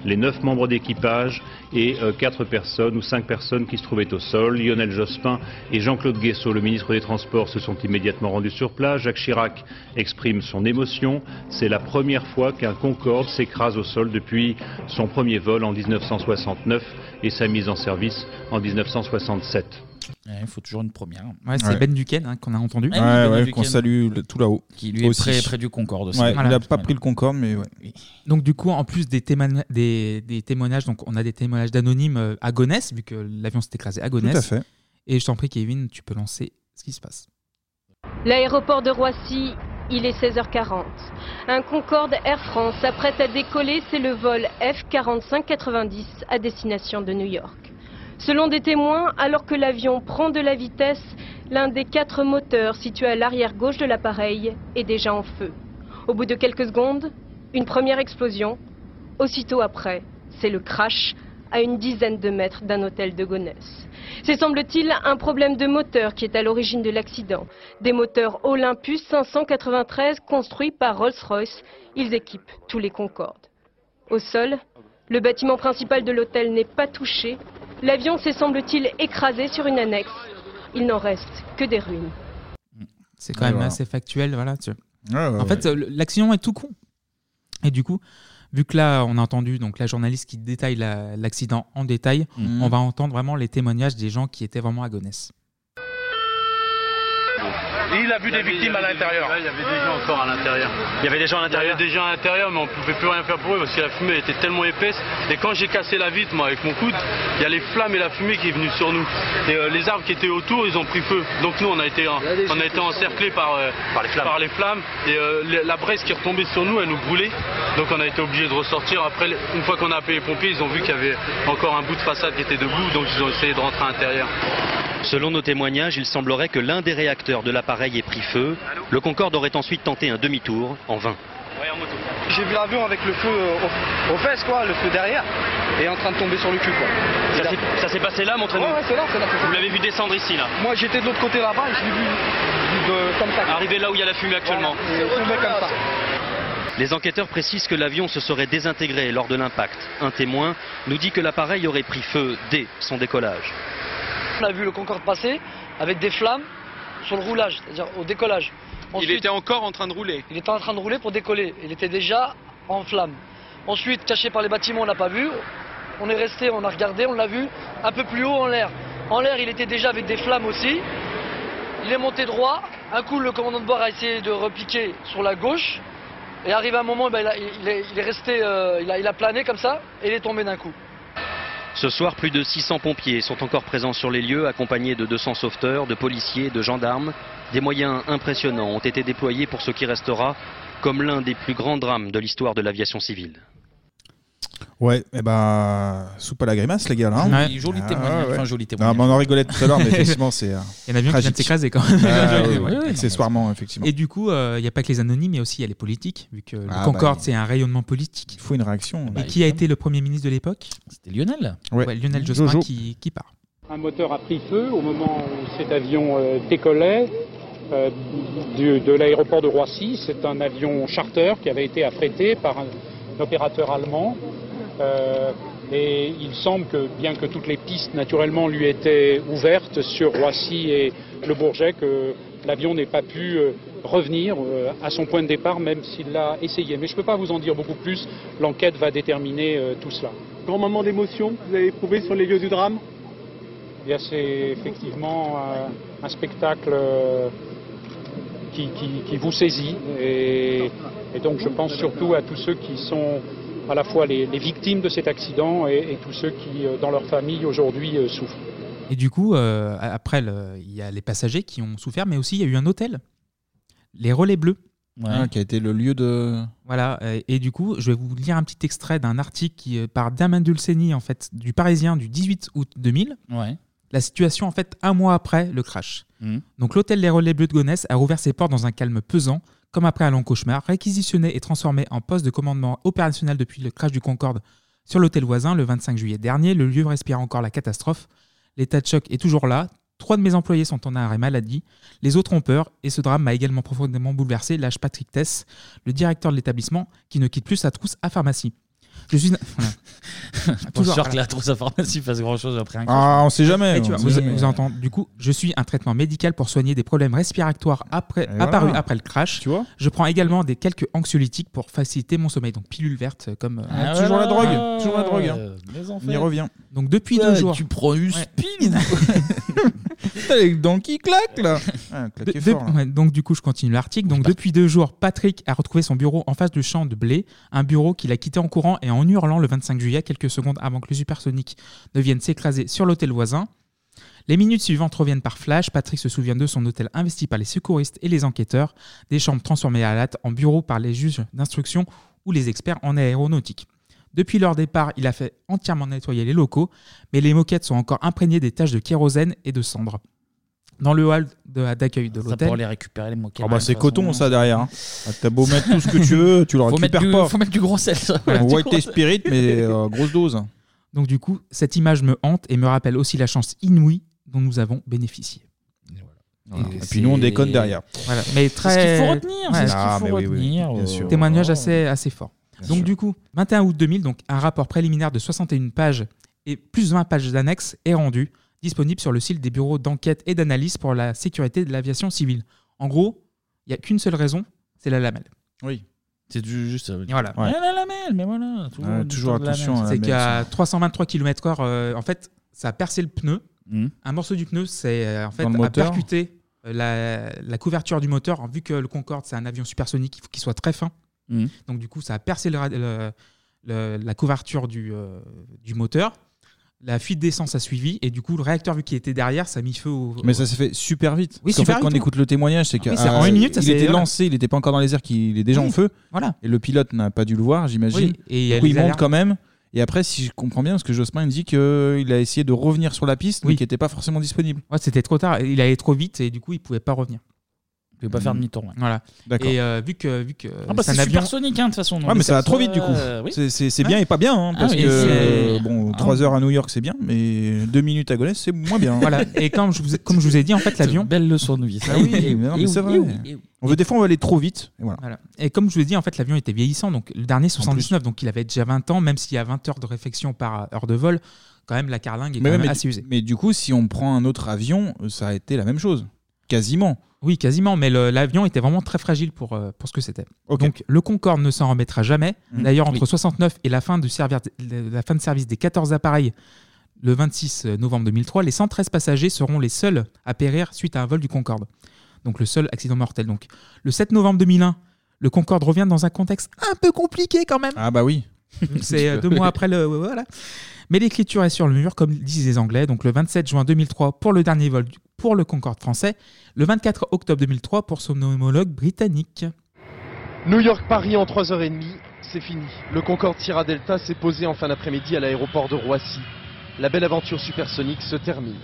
Speaker 22: les 9 membres d'équipage et 4 personnes ou 5 personnes qui se trouvaient au sol. Lionel Jospin et Jean-Claude Guessot, le ministre des Transports, se sont immédiatement rendus sur place. Jacques Chirac exprime son émotion. C'est la première fois qu'un Concorde s'écrase au sol depuis son premier vol en 1969 et sa mise en service en 1967.
Speaker 1: Ouais, Il faut toujours une première.
Speaker 8: Ouais, c'est Ben Duquesne hein, qu'on a entendu.
Speaker 7: Ouais,
Speaker 1: Ah
Speaker 7: ouais, qu'on salue le- tout là-haut.
Speaker 1: Qui, lui, est
Speaker 7: Aussi.
Speaker 1: près- près du Concorde aussi.
Speaker 7: Ouais,
Speaker 1: Voilà.
Speaker 7: Il a pas pris le Concorde, mais ouais.
Speaker 8: Donc du coup, en plus des, témoign- des, des témoignages, donc on a des témoignages d'anonymes euh, à Gonesse, vu que l'avion s'est écrasé à Gonesse.
Speaker 7: Tout à fait.
Speaker 8: Et je t'en prie, Kevin, tu peux lancer ce qui se passe.
Speaker 13: L'aéroport de Roissy, il est 16h40. Un Concorde Air France s'apprête à décoller, c'est le vol F4590 à destination de New York. Selon des témoins, alors que l'avion prend de la vitesse, l'un des quatre moteurs situés à l'arrière gauche de l'appareil est déjà en feu. Au bout de quelques secondes, une première explosion. Aussitôt après, c'est le crash à une dizaine de mètres d'un hôtel de Gonesse. C'est semble-t-il un problème de moteur qui est à l'origine de l'accident. Des moteurs Olympus 593 construits par Rolls-Royce, ils équipent tous les Concorde. Au sol, le bâtiment principal de l'hôtel n'est pas touché. L'avion s'est semble-t-il écrasé sur une annexe. Il n'en reste que des ruines.
Speaker 8: C'est quand même
Speaker 7: voilà.
Speaker 8: assez factuel, voilà. tu-
Speaker 7: ouais,
Speaker 8: en fait,
Speaker 7: ouais.
Speaker 8: euh, l'accident est tout con. Et du coup, vu que là, on a entendu donc la journaliste qui détaille la- l'accident en détail,
Speaker 7: Mhm.
Speaker 8: on va entendre vraiment les témoignages des gens qui étaient vraiment à Gonesse.
Speaker 29: Il a vu des victimes à l'intérieur. Il y avait des gens encore à l'intérieur.
Speaker 16: Il y avait des gens à
Speaker 29: Il
Speaker 16: l'intérieur
Speaker 29: y avait des gens à l'intérieur, mais on ne pouvait plus rien faire pour eux parce que la fumée était tellement épaisse. Et quand j'ai cassé la vitre, moi, avec mon coude, il y a les flammes et la fumée qui est venue sur nous. Et euh, les arbres qui étaient autour, ils ont pris feu. Donc nous, on a été, en- on a été encerclés par, euh, par, les flammes. Et euh, le- la braise qui retombait sur nous, elle nous brûlait. Donc on a été obligé de ressortir. Après, une fois qu'on a appelé les pompiers, ils ont vu qu'il y avait encore un bout de façade qui était debout. Donc ils ont essayé de rentrer à l'intérieur.
Speaker 16: Selon nos témoignages, il semblerait que l'un des réacteurs de l'appareil ait pris feu. Le Concorde aurait ensuite tenté un demi-tour, en vain.
Speaker 27: J'ai vu l'avion avec le feu euh, aux, aux fesses, quoi, le feu derrière, et en train de tomber sur le cul, quoi.
Speaker 16: Ça s'est- Ça s'est passé là, montrez-nous.
Speaker 27: Ouais, ouais, c'est là, c'est là, c'est là.
Speaker 16: Vous l'avez vu descendre ici, là.
Speaker 27: Moi, j'étais de l'autre côté là-bas et je l'ai vu de- comme ça. quoi.
Speaker 16: Arrivé là où il y a la fumée actuellement.
Speaker 27: Et tombé comme ça.
Speaker 16: Les enquêteurs précisent que l'avion se serait désintégré lors de l'impact. Un témoin nous dit que l'appareil aurait pris feu dès son décollage.
Speaker 15: On a vu le Concorde passer avec des flammes sur le roulage, c'est-à-dire au décollage. il était encore en train de rouler Il était en train de rouler pour décoller. Il était déjà en flammes. Ensuite, caché par les bâtiments, on n'a pas vu. On est resté, on a regardé, on l'a vu un peu plus haut en l'air. En l'air, il était déjà avec des flammes aussi. Il est monté droit. Un coup, le commandant de bord a essayé de repiquer sur la gauche. Et arrivé à un moment, ben, il, a- il est, il est resté, euh, il, a, il a plané comme ça et il est tombé d'un coup.
Speaker 16: Ce soir, plus de 600 pompiers sont encore présents sur les lieux, accompagnés de 200 sauveteurs, de policiers, de gendarmes. Des moyens impressionnants ont été déployés pour ce qui restera comme l'un des plus grands drames de l'histoire de l'aviation civile.
Speaker 7: Ouais, et ben, soupe à la grimace, les gars. Là, hein.
Speaker 1: Joli- joli témoignage, enfin, joli
Speaker 7: Non,
Speaker 1: témoignage.
Speaker 7: mais on en rigolait tout à l'heure, mais effectivement, c'est. euh,
Speaker 8: Il y en a bien qui vient de
Speaker 7: tragique.
Speaker 8: s'écraser quand même.
Speaker 7: Ah, ouais,
Speaker 8: Ouais,
Speaker 7: ouais,
Speaker 8: ouais.
Speaker 7: Accessoirement, effectivement.
Speaker 8: Et du coup, euh, il n'y a pas que les anonymes, il y a aussi il y a les politiques, vu que le
Speaker 7: Ah,
Speaker 8: Concorde,
Speaker 7: bah,
Speaker 8: c'est un rayonnement politique.
Speaker 7: Il faut une réaction.
Speaker 8: Et qui a été le Premier ministre de l'époque
Speaker 1: C'était Lionel.
Speaker 7: Ouais.
Speaker 8: Lionel Jospin
Speaker 7: Jojo.
Speaker 8: Qui, qui part.
Speaker 26: Un moteur a pris feu au moment où cet avion euh, décollait euh, du- de l'aéroport de Roissy. C'est un avion charter qui avait été affrété par un, un opérateur allemand. Euh, et il semble que, bien que toutes les pistes naturellement lui étaient ouvertes sur Roissy et le Bourget, que l'avion n'ait pas pu euh, revenir euh, à son point de départ, même s'il l'a essayé. Mais je ne peux pas vous en dire beaucoup plus. L'enquête va déterminer euh, tout cela.
Speaker 30: Grand moment d'émotion que vous avez éprouvé sur les lieux du drame
Speaker 26: Eh bien, c'est effectivement euh, un, un spectacle euh, qui, qui- qui vous saisit. Et, et donc, je pense surtout à tous ceux qui sont à la fois les, les victimes de cet accident et, et tous ceux qui, euh, dans leur famille, aujourd'hui, euh, souffrent.
Speaker 8: Et du coup, euh, après, le- il y a les passagers qui ont souffert, mais aussi il y a eu un hôtel, les Relais Bleus.
Speaker 7: Ah, qui a été le lieu de.
Speaker 8: Voilà, euh, et du coup, je vais vous lire un petit extrait d'un article qui, euh, par Damien Dulceni, en fait, du Parisien du 18 août 2000.
Speaker 1: Ouais.
Speaker 8: La situation, en fait, un mois après le crash. Donc, l'hôtel Les Relais Bleus de Gonesse a rouvert ses portes dans un calme pesant, comme après un long cauchemar, réquisitionné et transformé en poste de commandement opérationnel depuis le crash du Concorde sur l'hôtel voisin le 25 juillet dernier. Le lieu respire encore la catastrophe. L'état de choc est toujours là. Trois de mes employés sont en arrêt maladie. Les autres ont peur et ce drame m'a également profondément bouleversé, lâche Patrick Tess, le directeur de l'établissement, qui ne quitte plus sa trousse à pharmacie. Je suis. Voilà.
Speaker 1: Pour
Speaker 8: Toujours-
Speaker 1: sûr que la trousse à pharmacie fasse grand chose après un
Speaker 8: Ah,
Speaker 1: crash.
Speaker 8: on sait jamais.
Speaker 1: Et tu vois, vous- vous entendez-
Speaker 8: Du coup, je suis un traitement médical pour soigner des problèmes respiratoires après,
Speaker 1: voilà.
Speaker 8: apparus après le crash. je prends également des quelques anxiolytiques pour faciliter mon sommeil. Donc pilule verte euh, comme euh,
Speaker 7: Ah, toujours la drogue, toujours la drogue, hein.
Speaker 1: mais
Speaker 7: On y revient.
Speaker 8: Donc depuis deux
Speaker 7: Ouais,
Speaker 8: jours.
Speaker 7: tu prends une
Speaker 8: spin.
Speaker 7: T'as les dents qui claquent là. Ah,
Speaker 8: De-
Speaker 7: claquez
Speaker 8: de-
Speaker 7: fort, là. Bah.
Speaker 8: ouais, donc du coup, je continue l'article. Donc depuis deux jours, Patrick a retrouvé son bureau en face du champ de blé, un bureau qu'il a quitté en courant et en hurlant le 25 juillet, quelques secondes avant que le supersonique ne vienne s'écraser sur l'hôtel voisin. Les minutes suivantes reviennent par flash. Patrick se souvient de son hôtel investi par les secouristes et les enquêteurs, des chambres transformées à la latte en bureaux par les juges d'instruction ou les experts en aéronautique. Depuis leur départ, il a fait entièrement nettoyer les locaux, mais les moquettes sont encore imprégnées des taches de kérosène et de cendres. Dans le hall de- d'accueil de
Speaker 1: Ça
Speaker 8: l'hôtel.
Speaker 1: pour les récupérer les moquettes.
Speaker 7: Ah bah
Speaker 1: de
Speaker 7: c'est
Speaker 1: toute façon.
Speaker 7: coton ça derrière. hein. Ah, T'as beau mettre tout ce que tu veux, tu le
Speaker 1: Faut
Speaker 7: récupères
Speaker 1: mettre du-
Speaker 7: pas.
Speaker 1: faut mettre du gros sel, ça.
Speaker 7: Ouais,
Speaker 1: Du
Speaker 7: White
Speaker 1: gros
Speaker 7: tea
Speaker 1: sel.
Speaker 7: spirit mais euh, grosse dose.
Speaker 8: Donc du coup, cette image me hante et me rappelle aussi la chance inouïe dont nous avons bénéficié.
Speaker 7: Voilà. Et puis nous, on déconne derrière.
Speaker 8: Voilà. Mais
Speaker 7: C'est
Speaker 8: très...
Speaker 7: ce qu'il faut
Speaker 1: retenir,
Speaker 7: c'est ce qu'il Ah, faut mais oui, oui, retenir. bien sûr.
Speaker 8: Témoignage
Speaker 7: Oh.
Speaker 8: assez, assez fort.
Speaker 7: Bien
Speaker 8: donc
Speaker 7: sûr.
Speaker 8: du coup, 21 août 2000, donc un rapport préliminaire de 61 pages et plus 20 pages d'annexes est rendu, disponible sur le site des bureaux d'enquête et d'analyse pour la sécurité de l'aviation civile. En gros, il n'y a qu'une seule raison, c'est la lamelle.
Speaker 7: Oui.
Speaker 1: C'est du- juste ça.
Speaker 8: Voilà.
Speaker 1: Ah, la lamelle, mais voilà. tout le monde
Speaker 8: toujours
Speaker 1: parle de la
Speaker 8: attention.
Speaker 1: lamelle.
Speaker 8: C'est qu'à 323 km/h, euh, en fait, ça a percé le pneu. Un morceau du pneu, c'est euh, en fait
Speaker 7: Hmm. Dans le
Speaker 8: a
Speaker 7: moteur.
Speaker 8: percuté euh, la, la couverture du moteur. Vu que le Concorde, c'est un avion supersonique, il faut qu'il soit très fin.
Speaker 7: Hmm.
Speaker 1: Mhm.
Speaker 8: Donc du coup, ça a percé le ra- le- le- la couverture du, euh, du moteur. La fuite d'essence a suivi et du coup, le réacteur, vu qu'il était derrière, ça a mis feu au.
Speaker 7: Mais ça s'est fait super vite.
Speaker 8: Oui,
Speaker 7: Parce qu'en
Speaker 8: super
Speaker 7: fait, quand on
Speaker 8: vite, oui.
Speaker 7: écoute le témoignage, c'est que
Speaker 8: Oui, c'est
Speaker 7: ah,
Speaker 8: en une minute, ça
Speaker 7: il
Speaker 8: s'est-
Speaker 7: était
Speaker 8: voilà.
Speaker 7: lancé, il n'était pas encore dans les airs, qu'il il est déjà en
Speaker 8: Oui,
Speaker 7: feu.
Speaker 8: voilà.
Speaker 7: Et le pilote n'a pas dû le voir, j'imagine.
Speaker 8: Oui, et il y a
Speaker 7: Du coup,
Speaker 8: les
Speaker 7: il monte
Speaker 8: alertes.
Speaker 7: quand même. Et après, si je comprends bien, parce que Jospin il dit qu'il a essayé de revenir sur la piste, mais qu'il n'était pas forcément disponible.
Speaker 8: Ouais, c'était trop tard. Il allait trop vite et du coup, il pouvait pas revenir. Il
Speaker 1: pouvait pas faire demi-tour, ouais.
Speaker 8: Voilà.
Speaker 7: Hmm. D'accord.
Speaker 8: Et euh, vu que vu que
Speaker 1: Ah bah,
Speaker 8: c'est un
Speaker 1: c'est
Speaker 8: avion
Speaker 1: supersonique, hein, de toute façon, donc
Speaker 7: Ouais, mais
Speaker 1: ça
Speaker 7: ça va trop
Speaker 1: sera-
Speaker 7: vite du coup.
Speaker 1: euh, oui.
Speaker 7: C'est- C'est c'est bien et pas bien, hein,
Speaker 1: Ah
Speaker 7: parce
Speaker 1: oui,
Speaker 7: que
Speaker 1: c'est-
Speaker 7: euh, bon,
Speaker 1: Ah.
Speaker 7: 3 heures à New York c'est bien, mais 2 minutes à Gonesse c'est moins bien.
Speaker 8: Voilà. Et comme je vous ai, comme je vous ai dit, en fait, l'avion.
Speaker 1: Belle leçon de vie.
Speaker 7: Ah oui, non, mais c'est vrai. On veut des fois on veut aller trop vite. Et voilà.
Speaker 8: Voilà. Et comme je vous ai dit, en fait, l'avion était vieillissant. Donc, le dernier 79, donc il avait déjà 20 ans, même s'il y a 20 heures de réflexion par heure de vol, quand même, la carlingue est
Speaker 7: Mais,
Speaker 8: quand
Speaker 7: ouais,
Speaker 8: même
Speaker 7: mais
Speaker 8: assez
Speaker 7: du-
Speaker 8: usée.
Speaker 7: mais du coup, si on prend un autre avion, euh, ça a été la même chose. Quasiment.
Speaker 8: Oui, quasiment. Mais le- l'avion était vraiment très fragile pour, euh, pour ce que c'était.
Speaker 7: Ok.
Speaker 8: Donc, le Concorde ne s'en remettra jamais.
Speaker 7: Mhm.
Speaker 8: D'ailleurs, entre
Speaker 7: Oui.
Speaker 8: 69 et la fin, du servir- de- la fin de service des 14 appareils, le 26 novembre 2003, les 113 passagers seront les seuls à périr suite à un vol du Concorde. Donc, le seul accident mortel. Donc, le 7 novembre 2001, le Concorde revient dans un contexte un peu compliqué quand même.
Speaker 7: Ah bah oui.
Speaker 8: Donc, C'est euh, deux mois après le. ouais, Voilà. Mais l'écriture est sur le mur, comme disent les Anglais. Donc le 27 juin 2003 pour le dernier vol du- pour le Concorde français. Le 24 octobre 2003 pour son homologue britannique.
Speaker 3: New York-Paris en 3h30, c'est fini. Le Concorde Sierra Delta s'est posé en fin d'après-midi à l'aéroport de Roissy. La belle aventure supersonique se termine.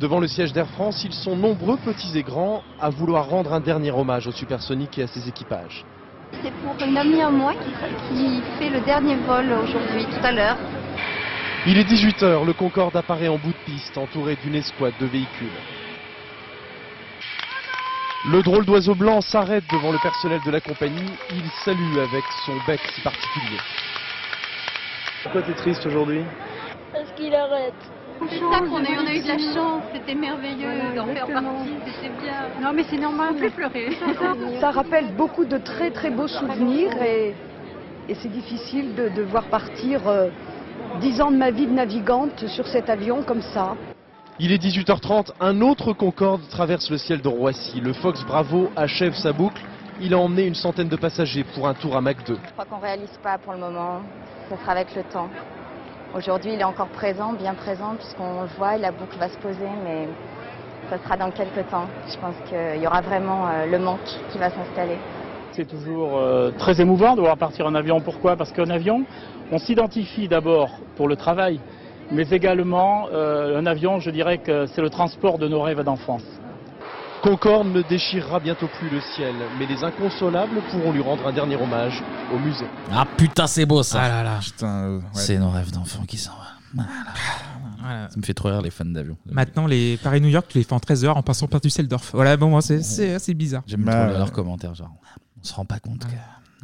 Speaker 3: Devant le siège d'Air France, ils sont nombreux, petits et grands, à vouloir rendre un dernier hommage au supersonique et à ses équipages.
Speaker 23: C'est pour une amie à moi qui, qui fait le dernier vol aujourd'hui, tout à l'heure.
Speaker 3: Il est 18h, le Concorde apparaît en bout de piste, entouré d'une escouade de véhicules. Le drôle d'oiseau blanc s'arrête devant le personnel de la compagnie. Il salue avec son bec si particulier. Pourquoi t'es triste aujourd'hui
Speaker 23: Parce qu'il arrête. C'est ça qu'on a, eu- on a eu de la chance, c'était merveilleux d'en faire partie, c'était bien. Non mais c'est normal. plus pleurer.
Speaker 31: Ça rappelle beaucoup de très très beaux souvenirs et, et c'est difficile de, de voir partir euh, dix ans de ma vie de navigante sur cet avion comme ça.
Speaker 3: Il est 18h30, un autre Concorde traverse le ciel de Roissy. Le Fox Bravo achève sa boucle. Il a emmené une centaine de passagers pour un tour à Mac 2.
Speaker 32: Je crois qu'on réalise pas pour le moment. Ce sera avec le temps. Aujourd'hui, il est encore présent, bien présent, puisqu'on le voit, la boucle va se poser, mais ça sera dans quelques temps. Je pense qu'il y aura vraiment euh, le manque qui va s'installer.
Speaker 26: C'est toujours euh, très émouvant de voir partir un avion. Pourquoi Parce qu'un avion, on s'identifie d'abord pour le travail, mais également euh, un avion, je dirais que c'est le transport de nos rêves d'enfance.
Speaker 3: Concorde ne déchirera bientôt plus le ciel, mais les inconsolables pourront lui rendre un dernier hommage au musée.
Speaker 1: Ah putain, c'est beau ça.
Speaker 3: Ah là là.
Speaker 8: euh,
Speaker 1: C'est nos rêves d'enfants qui s'en vont. Voilà. Ça me fait trop rire les fans d'avion.
Speaker 8: Maintenant, les Paris-New York, tu les fais en 13 heures en passant par Düsseldorf. Voilà, bon, moi, c'est- c'est assez bizarre.
Speaker 1: J'aime
Speaker 8: Bah,
Speaker 1: trop leurs commentaires, genre, on se rend pas compte que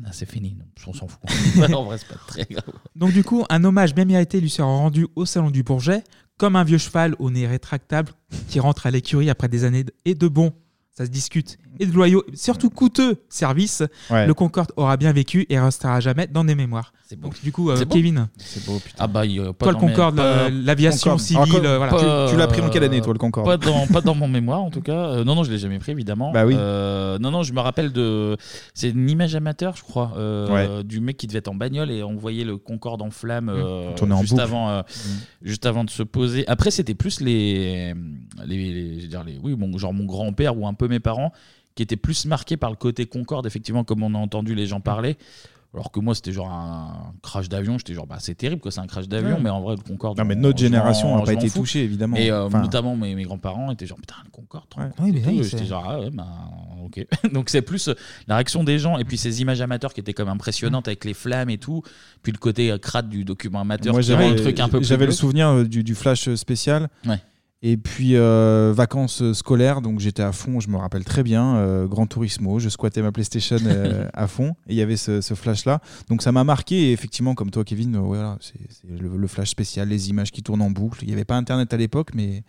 Speaker 1: ah, c'est fini, donc on s'en fout. Ouais, en vrai, c'est pas très grave.
Speaker 8: Donc du coup, un hommage bien mérité lui sera rendu au Salon du Bourget, comme un vieux cheval au nez rétractable qui rentre à l'écurie après des années de- et de bons, ça se discute, et de loyaux, surtout coûteux services,
Speaker 1: Ouais.
Speaker 8: le Concorde aura bien vécu et restera jamais dans des mémoires. Donc du coup, euh, Kevin,
Speaker 1: Ah bah, il, euh, pas
Speaker 8: Toi, le
Speaker 1: dans mes-
Speaker 8: Concorde,
Speaker 1: pas-
Speaker 8: le- l'aviation
Speaker 1: Concorde.
Speaker 8: civile,
Speaker 1: Encore-
Speaker 8: euh, voilà.
Speaker 1: pas-
Speaker 8: Tu- tu l'as pris en quelle année,
Speaker 7: toi, le Concorde
Speaker 1: Pas dans, pas dans mon mémoire, en tout cas. Euh, non, non, je l'ai jamais pris, évidemment.
Speaker 7: Bah oui.
Speaker 1: Euh, non, non, je me rappelle de. C'est une image amateur, je crois, euh, du mec qui devait être en bagnole et on voyait le Concorde en
Speaker 7: Mmh.
Speaker 1: flamme euh,
Speaker 7: Tourner en
Speaker 1: juste
Speaker 7: boucle. Mmh.
Speaker 1: avant, euh, juste avant de se poser. Après, c'était plus les, les, les- je veux dire les, oui, mon, genre mon grand-père ou un peu mes parents qui étaient plus marqués par le côté Concorde, effectivement, comme on a entendu les gens parler. Alors que moi, c'était genre un crash d'avion. J'étais genre, bah, c'est terrible que c'est un crash d'avion,
Speaker 7: Ouais.
Speaker 1: mais en vrai, le Concorde.
Speaker 7: Non, mais
Speaker 1: on-
Speaker 7: notre
Speaker 1: je m'en-
Speaker 7: génération n'a
Speaker 1: je
Speaker 7: pas
Speaker 1: m'en
Speaker 7: été
Speaker 1: fous.
Speaker 7: touchée, évidemment.
Speaker 1: Et euh,
Speaker 7: Enfin-
Speaker 1: notamment, mes, mes grands-parents étaient genre, putain, le Concorde, trop
Speaker 7: Ouais.
Speaker 1: cool
Speaker 7: Oui,
Speaker 1: et
Speaker 7: mais oui,
Speaker 1: tout.
Speaker 7: c'est-
Speaker 1: J'étais genre, ah ouais, bah, ok. Donc, c'est plus euh, la réaction des gens et puis ces images amateurs qui étaient comme
Speaker 7: Mm.
Speaker 1: impressionnantes avec les flammes et tout. Puis le côté euh, crade du document amateur
Speaker 7: Moi,
Speaker 1: qui rend le
Speaker 7: j'avais
Speaker 1: truc un peu plus
Speaker 7: j'avais le
Speaker 1: glauque.
Speaker 7: souvenir euh, du, du flash euh, spécial.
Speaker 1: Ouais.
Speaker 7: Et puis euh, vacances euh, scolaires, donc j'étais à fond, je me rappelle très bien, euh, Grand Turismo, je squattais ma PlayStation euh, à fond, et il y avait ce, ce flash-là. Donc ça m'a marqué, et effectivement, comme toi Kevin, euh, voilà, c'est c'est le, le flash spécial, les images qui tournent en boucle. Il n'y avait pas Internet à l'époque, mais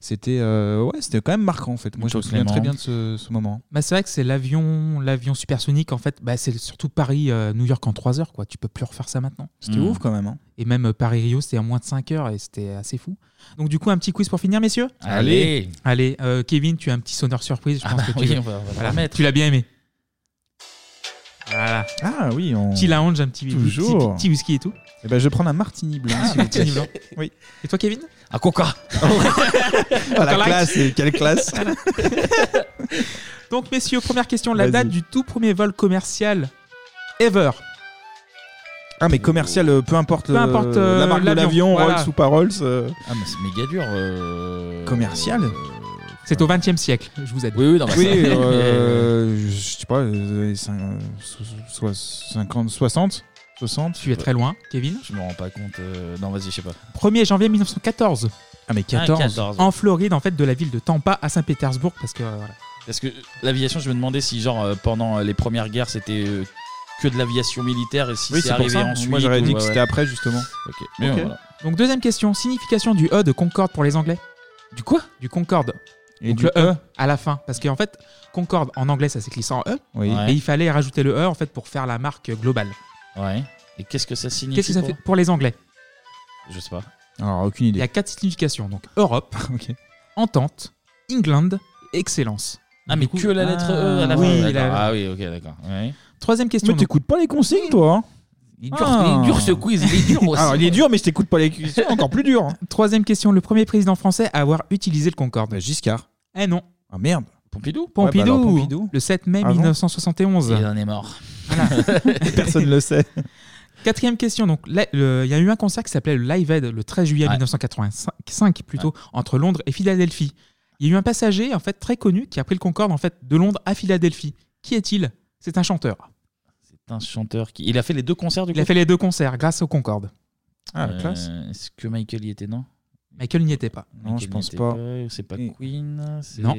Speaker 7: c'était euh, ouais, c'était quand même marquant en fait. Moi je me
Speaker 1: Toi,
Speaker 7: souviens très
Speaker 1: Clément.
Speaker 7: bien de ce, ce moment.
Speaker 8: Bah, c'est vrai que c'est l'avion, l'avion supersonique en fait. Bah, c'est surtout Paris, euh, New York en 3 heures quoi. Tu peux plus refaire ça maintenant.
Speaker 7: C'était
Speaker 1: Hmm.
Speaker 8: Mm.
Speaker 7: ouf quand même, hein.
Speaker 8: Et même euh, Paris Rio, c'était en moins de 5 heures et c'était assez fou. Donc du coup un petit quiz pour finir messieurs.
Speaker 1: Allez.
Speaker 8: allez. euh, Kevin, tu as un petit sonore surprise. Je
Speaker 1: Ah
Speaker 8: pense
Speaker 1: bah
Speaker 8: que tu
Speaker 1: oui,
Speaker 8: veux-
Speaker 1: on va- on va le
Speaker 8: Voilà.
Speaker 1: remettre.
Speaker 8: Tu l'as bien aimé. Voilà.
Speaker 7: Ah oui, on...
Speaker 8: Petit lounge, un petit- petit-
Speaker 7: Toujours.
Speaker 8: petit whisky et tout.
Speaker 7: Eh ben, je prends un martini blanc.
Speaker 8: Ah,
Speaker 7: s'il vous plaît.
Speaker 8: Martini blanc.
Speaker 7: Oui.
Speaker 8: Et toi Kevin
Speaker 1: Un coca.
Speaker 7: Ah, la classe, et quelle classe.
Speaker 8: Donc messieurs, première question, la
Speaker 7: Vas-y.
Speaker 8: date du tout premier vol commercial ever.
Speaker 7: Ah, mais commercial, euh, peu importe,
Speaker 8: Peu
Speaker 7: euh,
Speaker 8: importe, euh,
Speaker 7: la marque de
Speaker 8: l'avion,
Speaker 7: l'avion,
Speaker 8: voilà.
Speaker 7: Rolls ou pas Rolls. euh,
Speaker 1: Ah, mais c'est méga dur. euh,
Speaker 7: Commercial
Speaker 8: C'est au 20 e siècle, je vous aide.
Speaker 1: Oui, oui, non, mais
Speaker 7: Oui,
Speaker 1: ça-
Speaker 7: euh, je sais pas, euh, cin- euh, so- so- 50, 60 60
Speaker 8: Tu es très loin, Kevin.
Speaker 1: Je me rends pas compte. euh, Non, vas-y, je sais pas.
Speaker 8: 1er janvier 1914.
Speaker 7: Ah mais
Speaker 1: 14. Ah, 14.
Speaker 8: En Floride, en fait, de la ville de Tampa à Saint-Pétersbourg, parce que euh, voilà.
Speaker 1: Parce que l'aviation, je me demandais si, genre, euh, pendant les premières guerres, c'était euh, que de l'aviation militaire et si
Speaker 7: Oui,
Speaker 1: c'est
Speaker 7: c'est pour
Speaker 1: arrivé
Speaker 7: ça.
Speaker 1: ensuite.
Speaker 7: Moi, j'aurais
Speaker 1: ou-
Speaker 7: dit que
Speaker 1: ouais,
Speaker 7: c'était
Speaker 1: ouais.
Speaker 7: après, justement.
Speaker 1: Ok. Mais
Speaker 7: Ok.
Speaker 1: bon, voilà.
Speaker 8: Donc deuxième question, signification du E de Concorde pour les Anglais.
Speaker 1: Du quoi
Speaker 8: Du Concorde.
Speaker 7: Et
Speaker 8: Donc
Speaker 7: du
Speaker 8: le e,
Speaker 7: E.
Speaker 8: à la fin, parce qu'en fait Concorde en anglais ça s'écrit sans E,
Speaker 7: Oui.
Speaker 8: et
Speaker 7: Ouais.
Speaker 8: il fallait rajouter le E en fait pour faire la marque globale.
Speaker 1: Ouais. Et qu'est-ce que ça signifie
Speaker 8: Qu'est-ce que ça
Speaker 1: pour-
Speaker 8: fait pour les Anglais
Speaker 1: Je sais pas.
Speaker 7: Alors, aucune
Speaker 8: Il y
Speaker 7: idée.
Speaker 8: a quatre significations donc Europe, Entente, England, Excellence.
Speaker 1: Ah, mais
Speaker 8: Du coup-
Speaker 1: que la lettre E à la
Speaker 8: oui,
Speaker 1: fin.
Speaker 8: la-
Speaker 1: d'accord. Ah oui, ok, d'accord. Ouais.
Speaker 8: Troisième question.
Speaker 7: Mais t'écoutes pas les consignes, toi hein
Speaker 1: Il est dur- il est dur, ce quiz, il est dur aussi.
Speaker 7: Alors, il est dur, mais je t'écoute pas les consignes, encore plus dur. hein.
Speaker 8: Troisième question, le premier président français à avoir utilisé le Concorde.
Speaker 7: Bah, Giscard.
Speaker 8: Eh non.
Speaker 7: Ah merde.
Speaker 1: Pompidou
Speaker 8: Pompidou,
Speaker 7: Ouais, bah alors, Pompidou.
Speaker 8: Le 7 mai
Speaker 7: Ah bon
Speaker 8: 1971.
Speaker 1: Il en est mort.
Speaker 7: Personne le sait.
Speaker 8: Quatrième question. Donc, là, le- il y a eu un concert qui s'appelait le Live Aid le 13 juillet 1985, plutôt, entre Londres et Philadelphie. Il y a eu un passager, en fait, très connu, qui a pris le Concorde, en fait, de Londres à Philadelphie. Qui est-il C'est un chanteur.
Speaker 1: C'est un chanteur qui. Il a fait les deux concerts du
Speaker 8: Il a fait les deux concerts grâce au Concorde.
Speaker 7: Ah,
Speaker 1: Euh, Est-ce que Michael y était, non
Speaker 8: Michael n'y était pas.
Speaker 7: Non, je
Speaker 1: Michael
Speaker 7: pense
Speaker 1: n'était
Speaker 7: pas.
Speaker 1: C'est pas Queen. c'est-
Speaker 8: Non.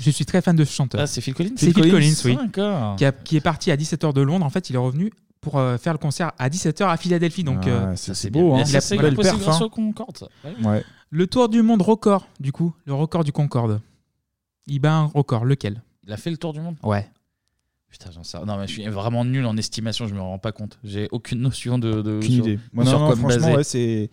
Speaker 8: Je suis très fan de ce chanteur.
Speaker 1: Ah, c'est Phil Collins
Speaker 8: C'est Phil Collins, oui.
Speaker 1: Ah, D'accord.
Speaker 8: Qui, a- qui est parti à 17h de Londres. En fait, il est revenu pour euh, faire le concert à 17h à Philadelphie. Donc,
Speaker 7: Ah,
Speaker 8: euh,
Speaker 7: ça, c'est beau, hein.
Speaker 1: Ça, c'est
Speaker 8: Il a-
Speaker 1: possible
Speaker 8: voilà.
Speaker 1: grâce au Ah Concorde. ça. Ouais.
Speaker 7: Ouais.
Speaker 8: Le tour du monde record, du coup, le record du Concorde. Il bat un record, lequel
Speaker 1: Il a fait le tour du monde
Speaker 8: Ouais.
Speaker 1: Putain, j'en sais. Non, mais je suis vraiment nul en estimation, je me rends pas compte. J'ai aucune notion de. de
Speaker 7: Aucune
Speaker 1: sur-
Speaker 7: idée. Moi, non,
Speaker 1: sur
Speaker 7: non,
Speaker 1: quoi me
Speaker 7: franchement,
Speaker 1: baser.
Speaker 7: ouais, c'est.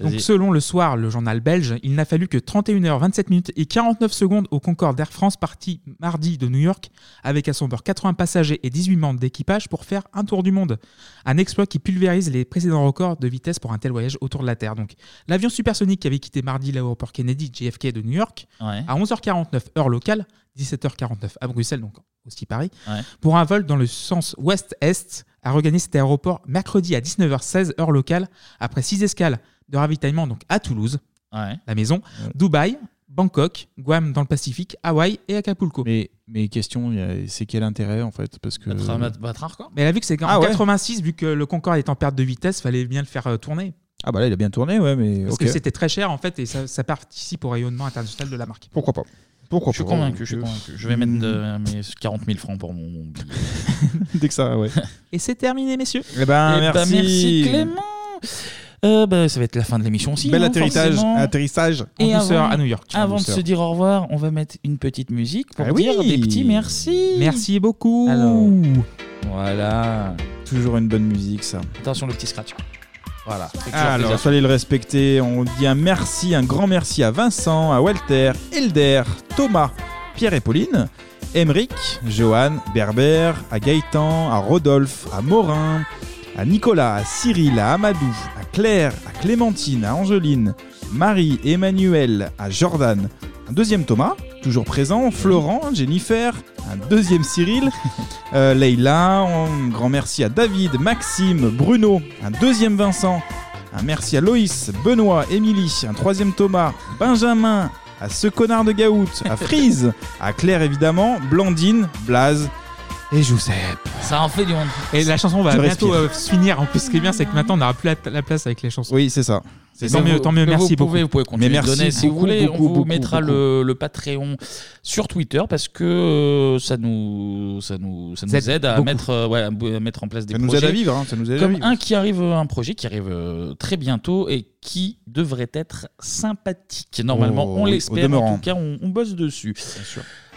Speaker 1: Vas-y.
Speaker 8: Donc selon le soir, le journal belge, il n'a fallu que 31h27 minutes et 49 secondes au Concorde Air France parti mardi de New York avec à son bord 80 passagers et 18 membres d'équipage pour faire un tour du monde. Un exploit qui pulvérise les précédents records de vitesse pour un tel voyage autour de la Terre. Donc l'avion supersonique qui avait quitté mardi l'aéroport Kennedy JFK de New York
Speaker 1: Ouais.
Speaker 8: à 11h49 heure locale, 17h49 à Bruxelles donc aussi Paris,
Speaker 1: Ouais.
Speaker 8: pour un vol dans le sens ouest-est a regagné cet aéroport mercredi à 19h16 heure locale après six escales de ravitaillement donc à Toulouse,
Speaker 1: Ouais.
Speaker 8: la maison, Dubaï, Bangkok, Guam dans le Pacifique, Hawaï et Acapulco.
Speaker 7: Mais, mais question, il y a- c'est quel intérêt, en fait Parce que.
Speaker 1: Battre un- battre un record
Speaker 8: Mais la vu que c'est en
Speaker 7: Ah ouais.
Speaker 8: 86, vu que le Concorde est en perte de vitesse, fallait bien le faire euh, tourner.
Speaker 7: Ah, bah là, il a bien tourné, ouais, mais.
Speaker 8: Parce
Speaker 7: ok.
Speaker 8: que c'était très cher en fait et ça, ça participe au rayonnement international de la marque.
Speaker 7: Pourquoi pas Pourquoi
Speaker 1: Je suis
Speaker 7: pas
Speaker 1: convaincu, je suis convaincu. Je vais mettre
Speaker 7: Hmm.
Speaker 1: de- mes 40 000 francs pour mon. mon billet.
Speaker 7: Dès que ça, ouais.
Speaker 8: Et c'est terminé messieurs.
Speaker 7: Eh ben,
Speaker 1: Eh ben,
Speaker 7: merci.
Speaker 1: merci Clément. Euh, bah, ça va être la fin de l'émission aussi.
Speaker 7: Bel
Speaker 1: hein,
Speaker 7: atterrissage,
Speaker 1: forcément.
Speaker 7: atterrissage
Speaker 1: Et
Speaker 8: En douceur
Speaker 1: avant-
Speaker 8: à New York. En
Speaker 1: Avant de
Speaker 8: douceur.
Speaker 1: se dire au revoir, on va mettre une petite musique pour
Speaker 7: Ah oui.
Speaker 1: dire des petits merci.
Speaker 8: Merci beaucoup.
Speaker 1: Alors, voilà.
Speaker 7: Toujours une bonne musique, ça.
Speaker 1: Attention, le petit scratch. Voilà. c'est toujours
Speaker 7: Alors,
Speaker 1: plaisir.
Speaker 7: fallait le respecter. On dit un merci, un grand merci à Vincent, à Walter, Elder, Thomas, Pierre et Pauline, Emeric, Johan, Berber, à Gaëtan, à Rodolphe, à Morin, à Nicolas, à Cyril, à Amadou, à Claire, à Clémentine, à Angeline, Marie, Emmanuel, à Jordan, un deuxième Thomas, toujours présents, Florent, Jennifer, un deuxième Cyril, euh, Leïla, un grand merci à David, Maxime, Bruno, un deuxième Vincent, un merci à Loïs, Benoît, Émilie, un troisième Thomas, Benjamin, à ce connard de Gaout, à Frise, à Claire évidemment, Blandine, Blaze et Joussep.
Speaker 1: Ça en fait du monde.
Speaker 8: Et la chanson va
Speaker 7: Je
Speaker 8: bientôt
Speaker 7: respire.
Speaker 8: euh, se finir. En plus, ce qui est bien, c'est que maintenant, on n'aura plus la, la place avec les chansons.
Speaker 7: Oui, c'est ça.
Speaker 1: C'est
Speaker 8: Tant
Speaker 1: ça.
Speaker 8: mieux, tant mieux.
Speaker 1: Mais
Speaker 8: Merci
Speaker 1: vous pouvez,
Speaker 8: beaucoup.
Speaker 1: Vous pouvez continuer
Speaker 8: Mais
Speaker 1: à
Speaker 8: merci
Speaker 1: donner si vous
Speaker 8: beaucoup,
Speaker 1: voulez. on
Speaker 8: beaucoup,
Speaker 1: vous
Speaker 8: beaucoup,
Speaker 1: mettra
Speaker 8: beaucoup.
Speaker 1: Le, le Patreon sur Twitter parce que euh, ça nous, ça nous, ça nous
Speaker 7: Ça aide
Speaker 1: aide à
Speaker 7: beaucoup.
Speaker 1: mettre, euh, ouais, à bou- à mettre en place des
Speaker 7: Ça nous
Speaker 1: projets.
Speaker 7: aide à vivre, hein, ça nous aide à
Speaker 1: Comme
Speaker 7: vivre.
Speaker 1: un qui arrive, euh, un projet qui arrive euh, très bientôt et qui devrait être sympathique. Normalement,
Speaker 7: Oh,
Speaker 1: on
Speaker 7: oui, au
Speaker 1: l'espère. En
Speaker 7: demeurant.
Speaker 1: tout cas, on, on bosse dessus.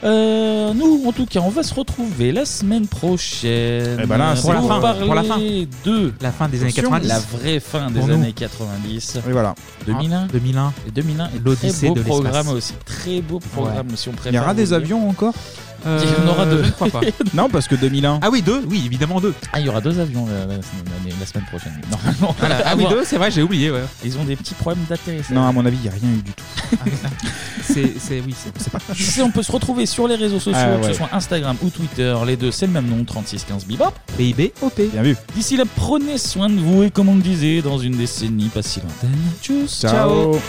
Speaker 1: Euh, nous, en tout cas, on va se retrouver la semaine prochaine
Speaker 7: Eh ben là, c'est
Speaker 1: pour,
Speaker 7: pour-
Speaker 1: parler
Speaker 7: pour la fin.
Speaker 1: de
Speaker 8: la fin des années 90.
Speaker 1: la vraie fin des
Speaker 8: Pour nous.
Speaker 1: années 90.
Speaker 7: Et voilà.
Speaker 1: 2001.
Speaker 8: 2001.
Speaker 1: Et 2001 est
Speaker 8: L'Odyssée
Speaker 1: très beau
Speaker 8: de l'espace.
Speaker 1: programme aussi. Très beau programme si on
Speaker 7: Il y aura
Speaker 1: préfère
Speaker 7: des
Speaker 1: vous le dire.
Speaker 7: avions euh, encore
Speaker 1: Il y en aura deux.
Speaker 8: Euh, je ne crois pas.
Speaker 7: Non, parce que 2001.
Speaker 8: Ah oui, deux, oui, évidemment deux.
Speaker 1: Ah, il y aura deux avions la, la- la- la semaine prochaine. Normalement.
Speaker 8: Voilà. Ah oui, deux, c'est vrai, j'ai oublié. ouais. Ah,
Speaker 1: Ils ont des petits problèmes d'atterrissage.
Speaker 7: Non, à mon avis, il n'y a rien eu du tout.
Speaker 8: C'est, c'est, oui, c'est,
Speaker 7: pas.
Speaker 1: Tu sais, on peut se retrouver sur les réseaux sociaux,
Speaker 7: Ah,
Speaker 1: que
Speaker 7: ouais.
Speaker 1: ce soit Instagram ou Twitter, les deux, c'est le même nom, 3615 Bibop.
Speaker 8: BIBOP.
Speaker 7: Bien vu.
Speaker 1: D'ici là, prenez soin de vous et comme on le disait, dans une décennie pas si lointaine. Tchuss, ciao.
Speaker 7: ciao.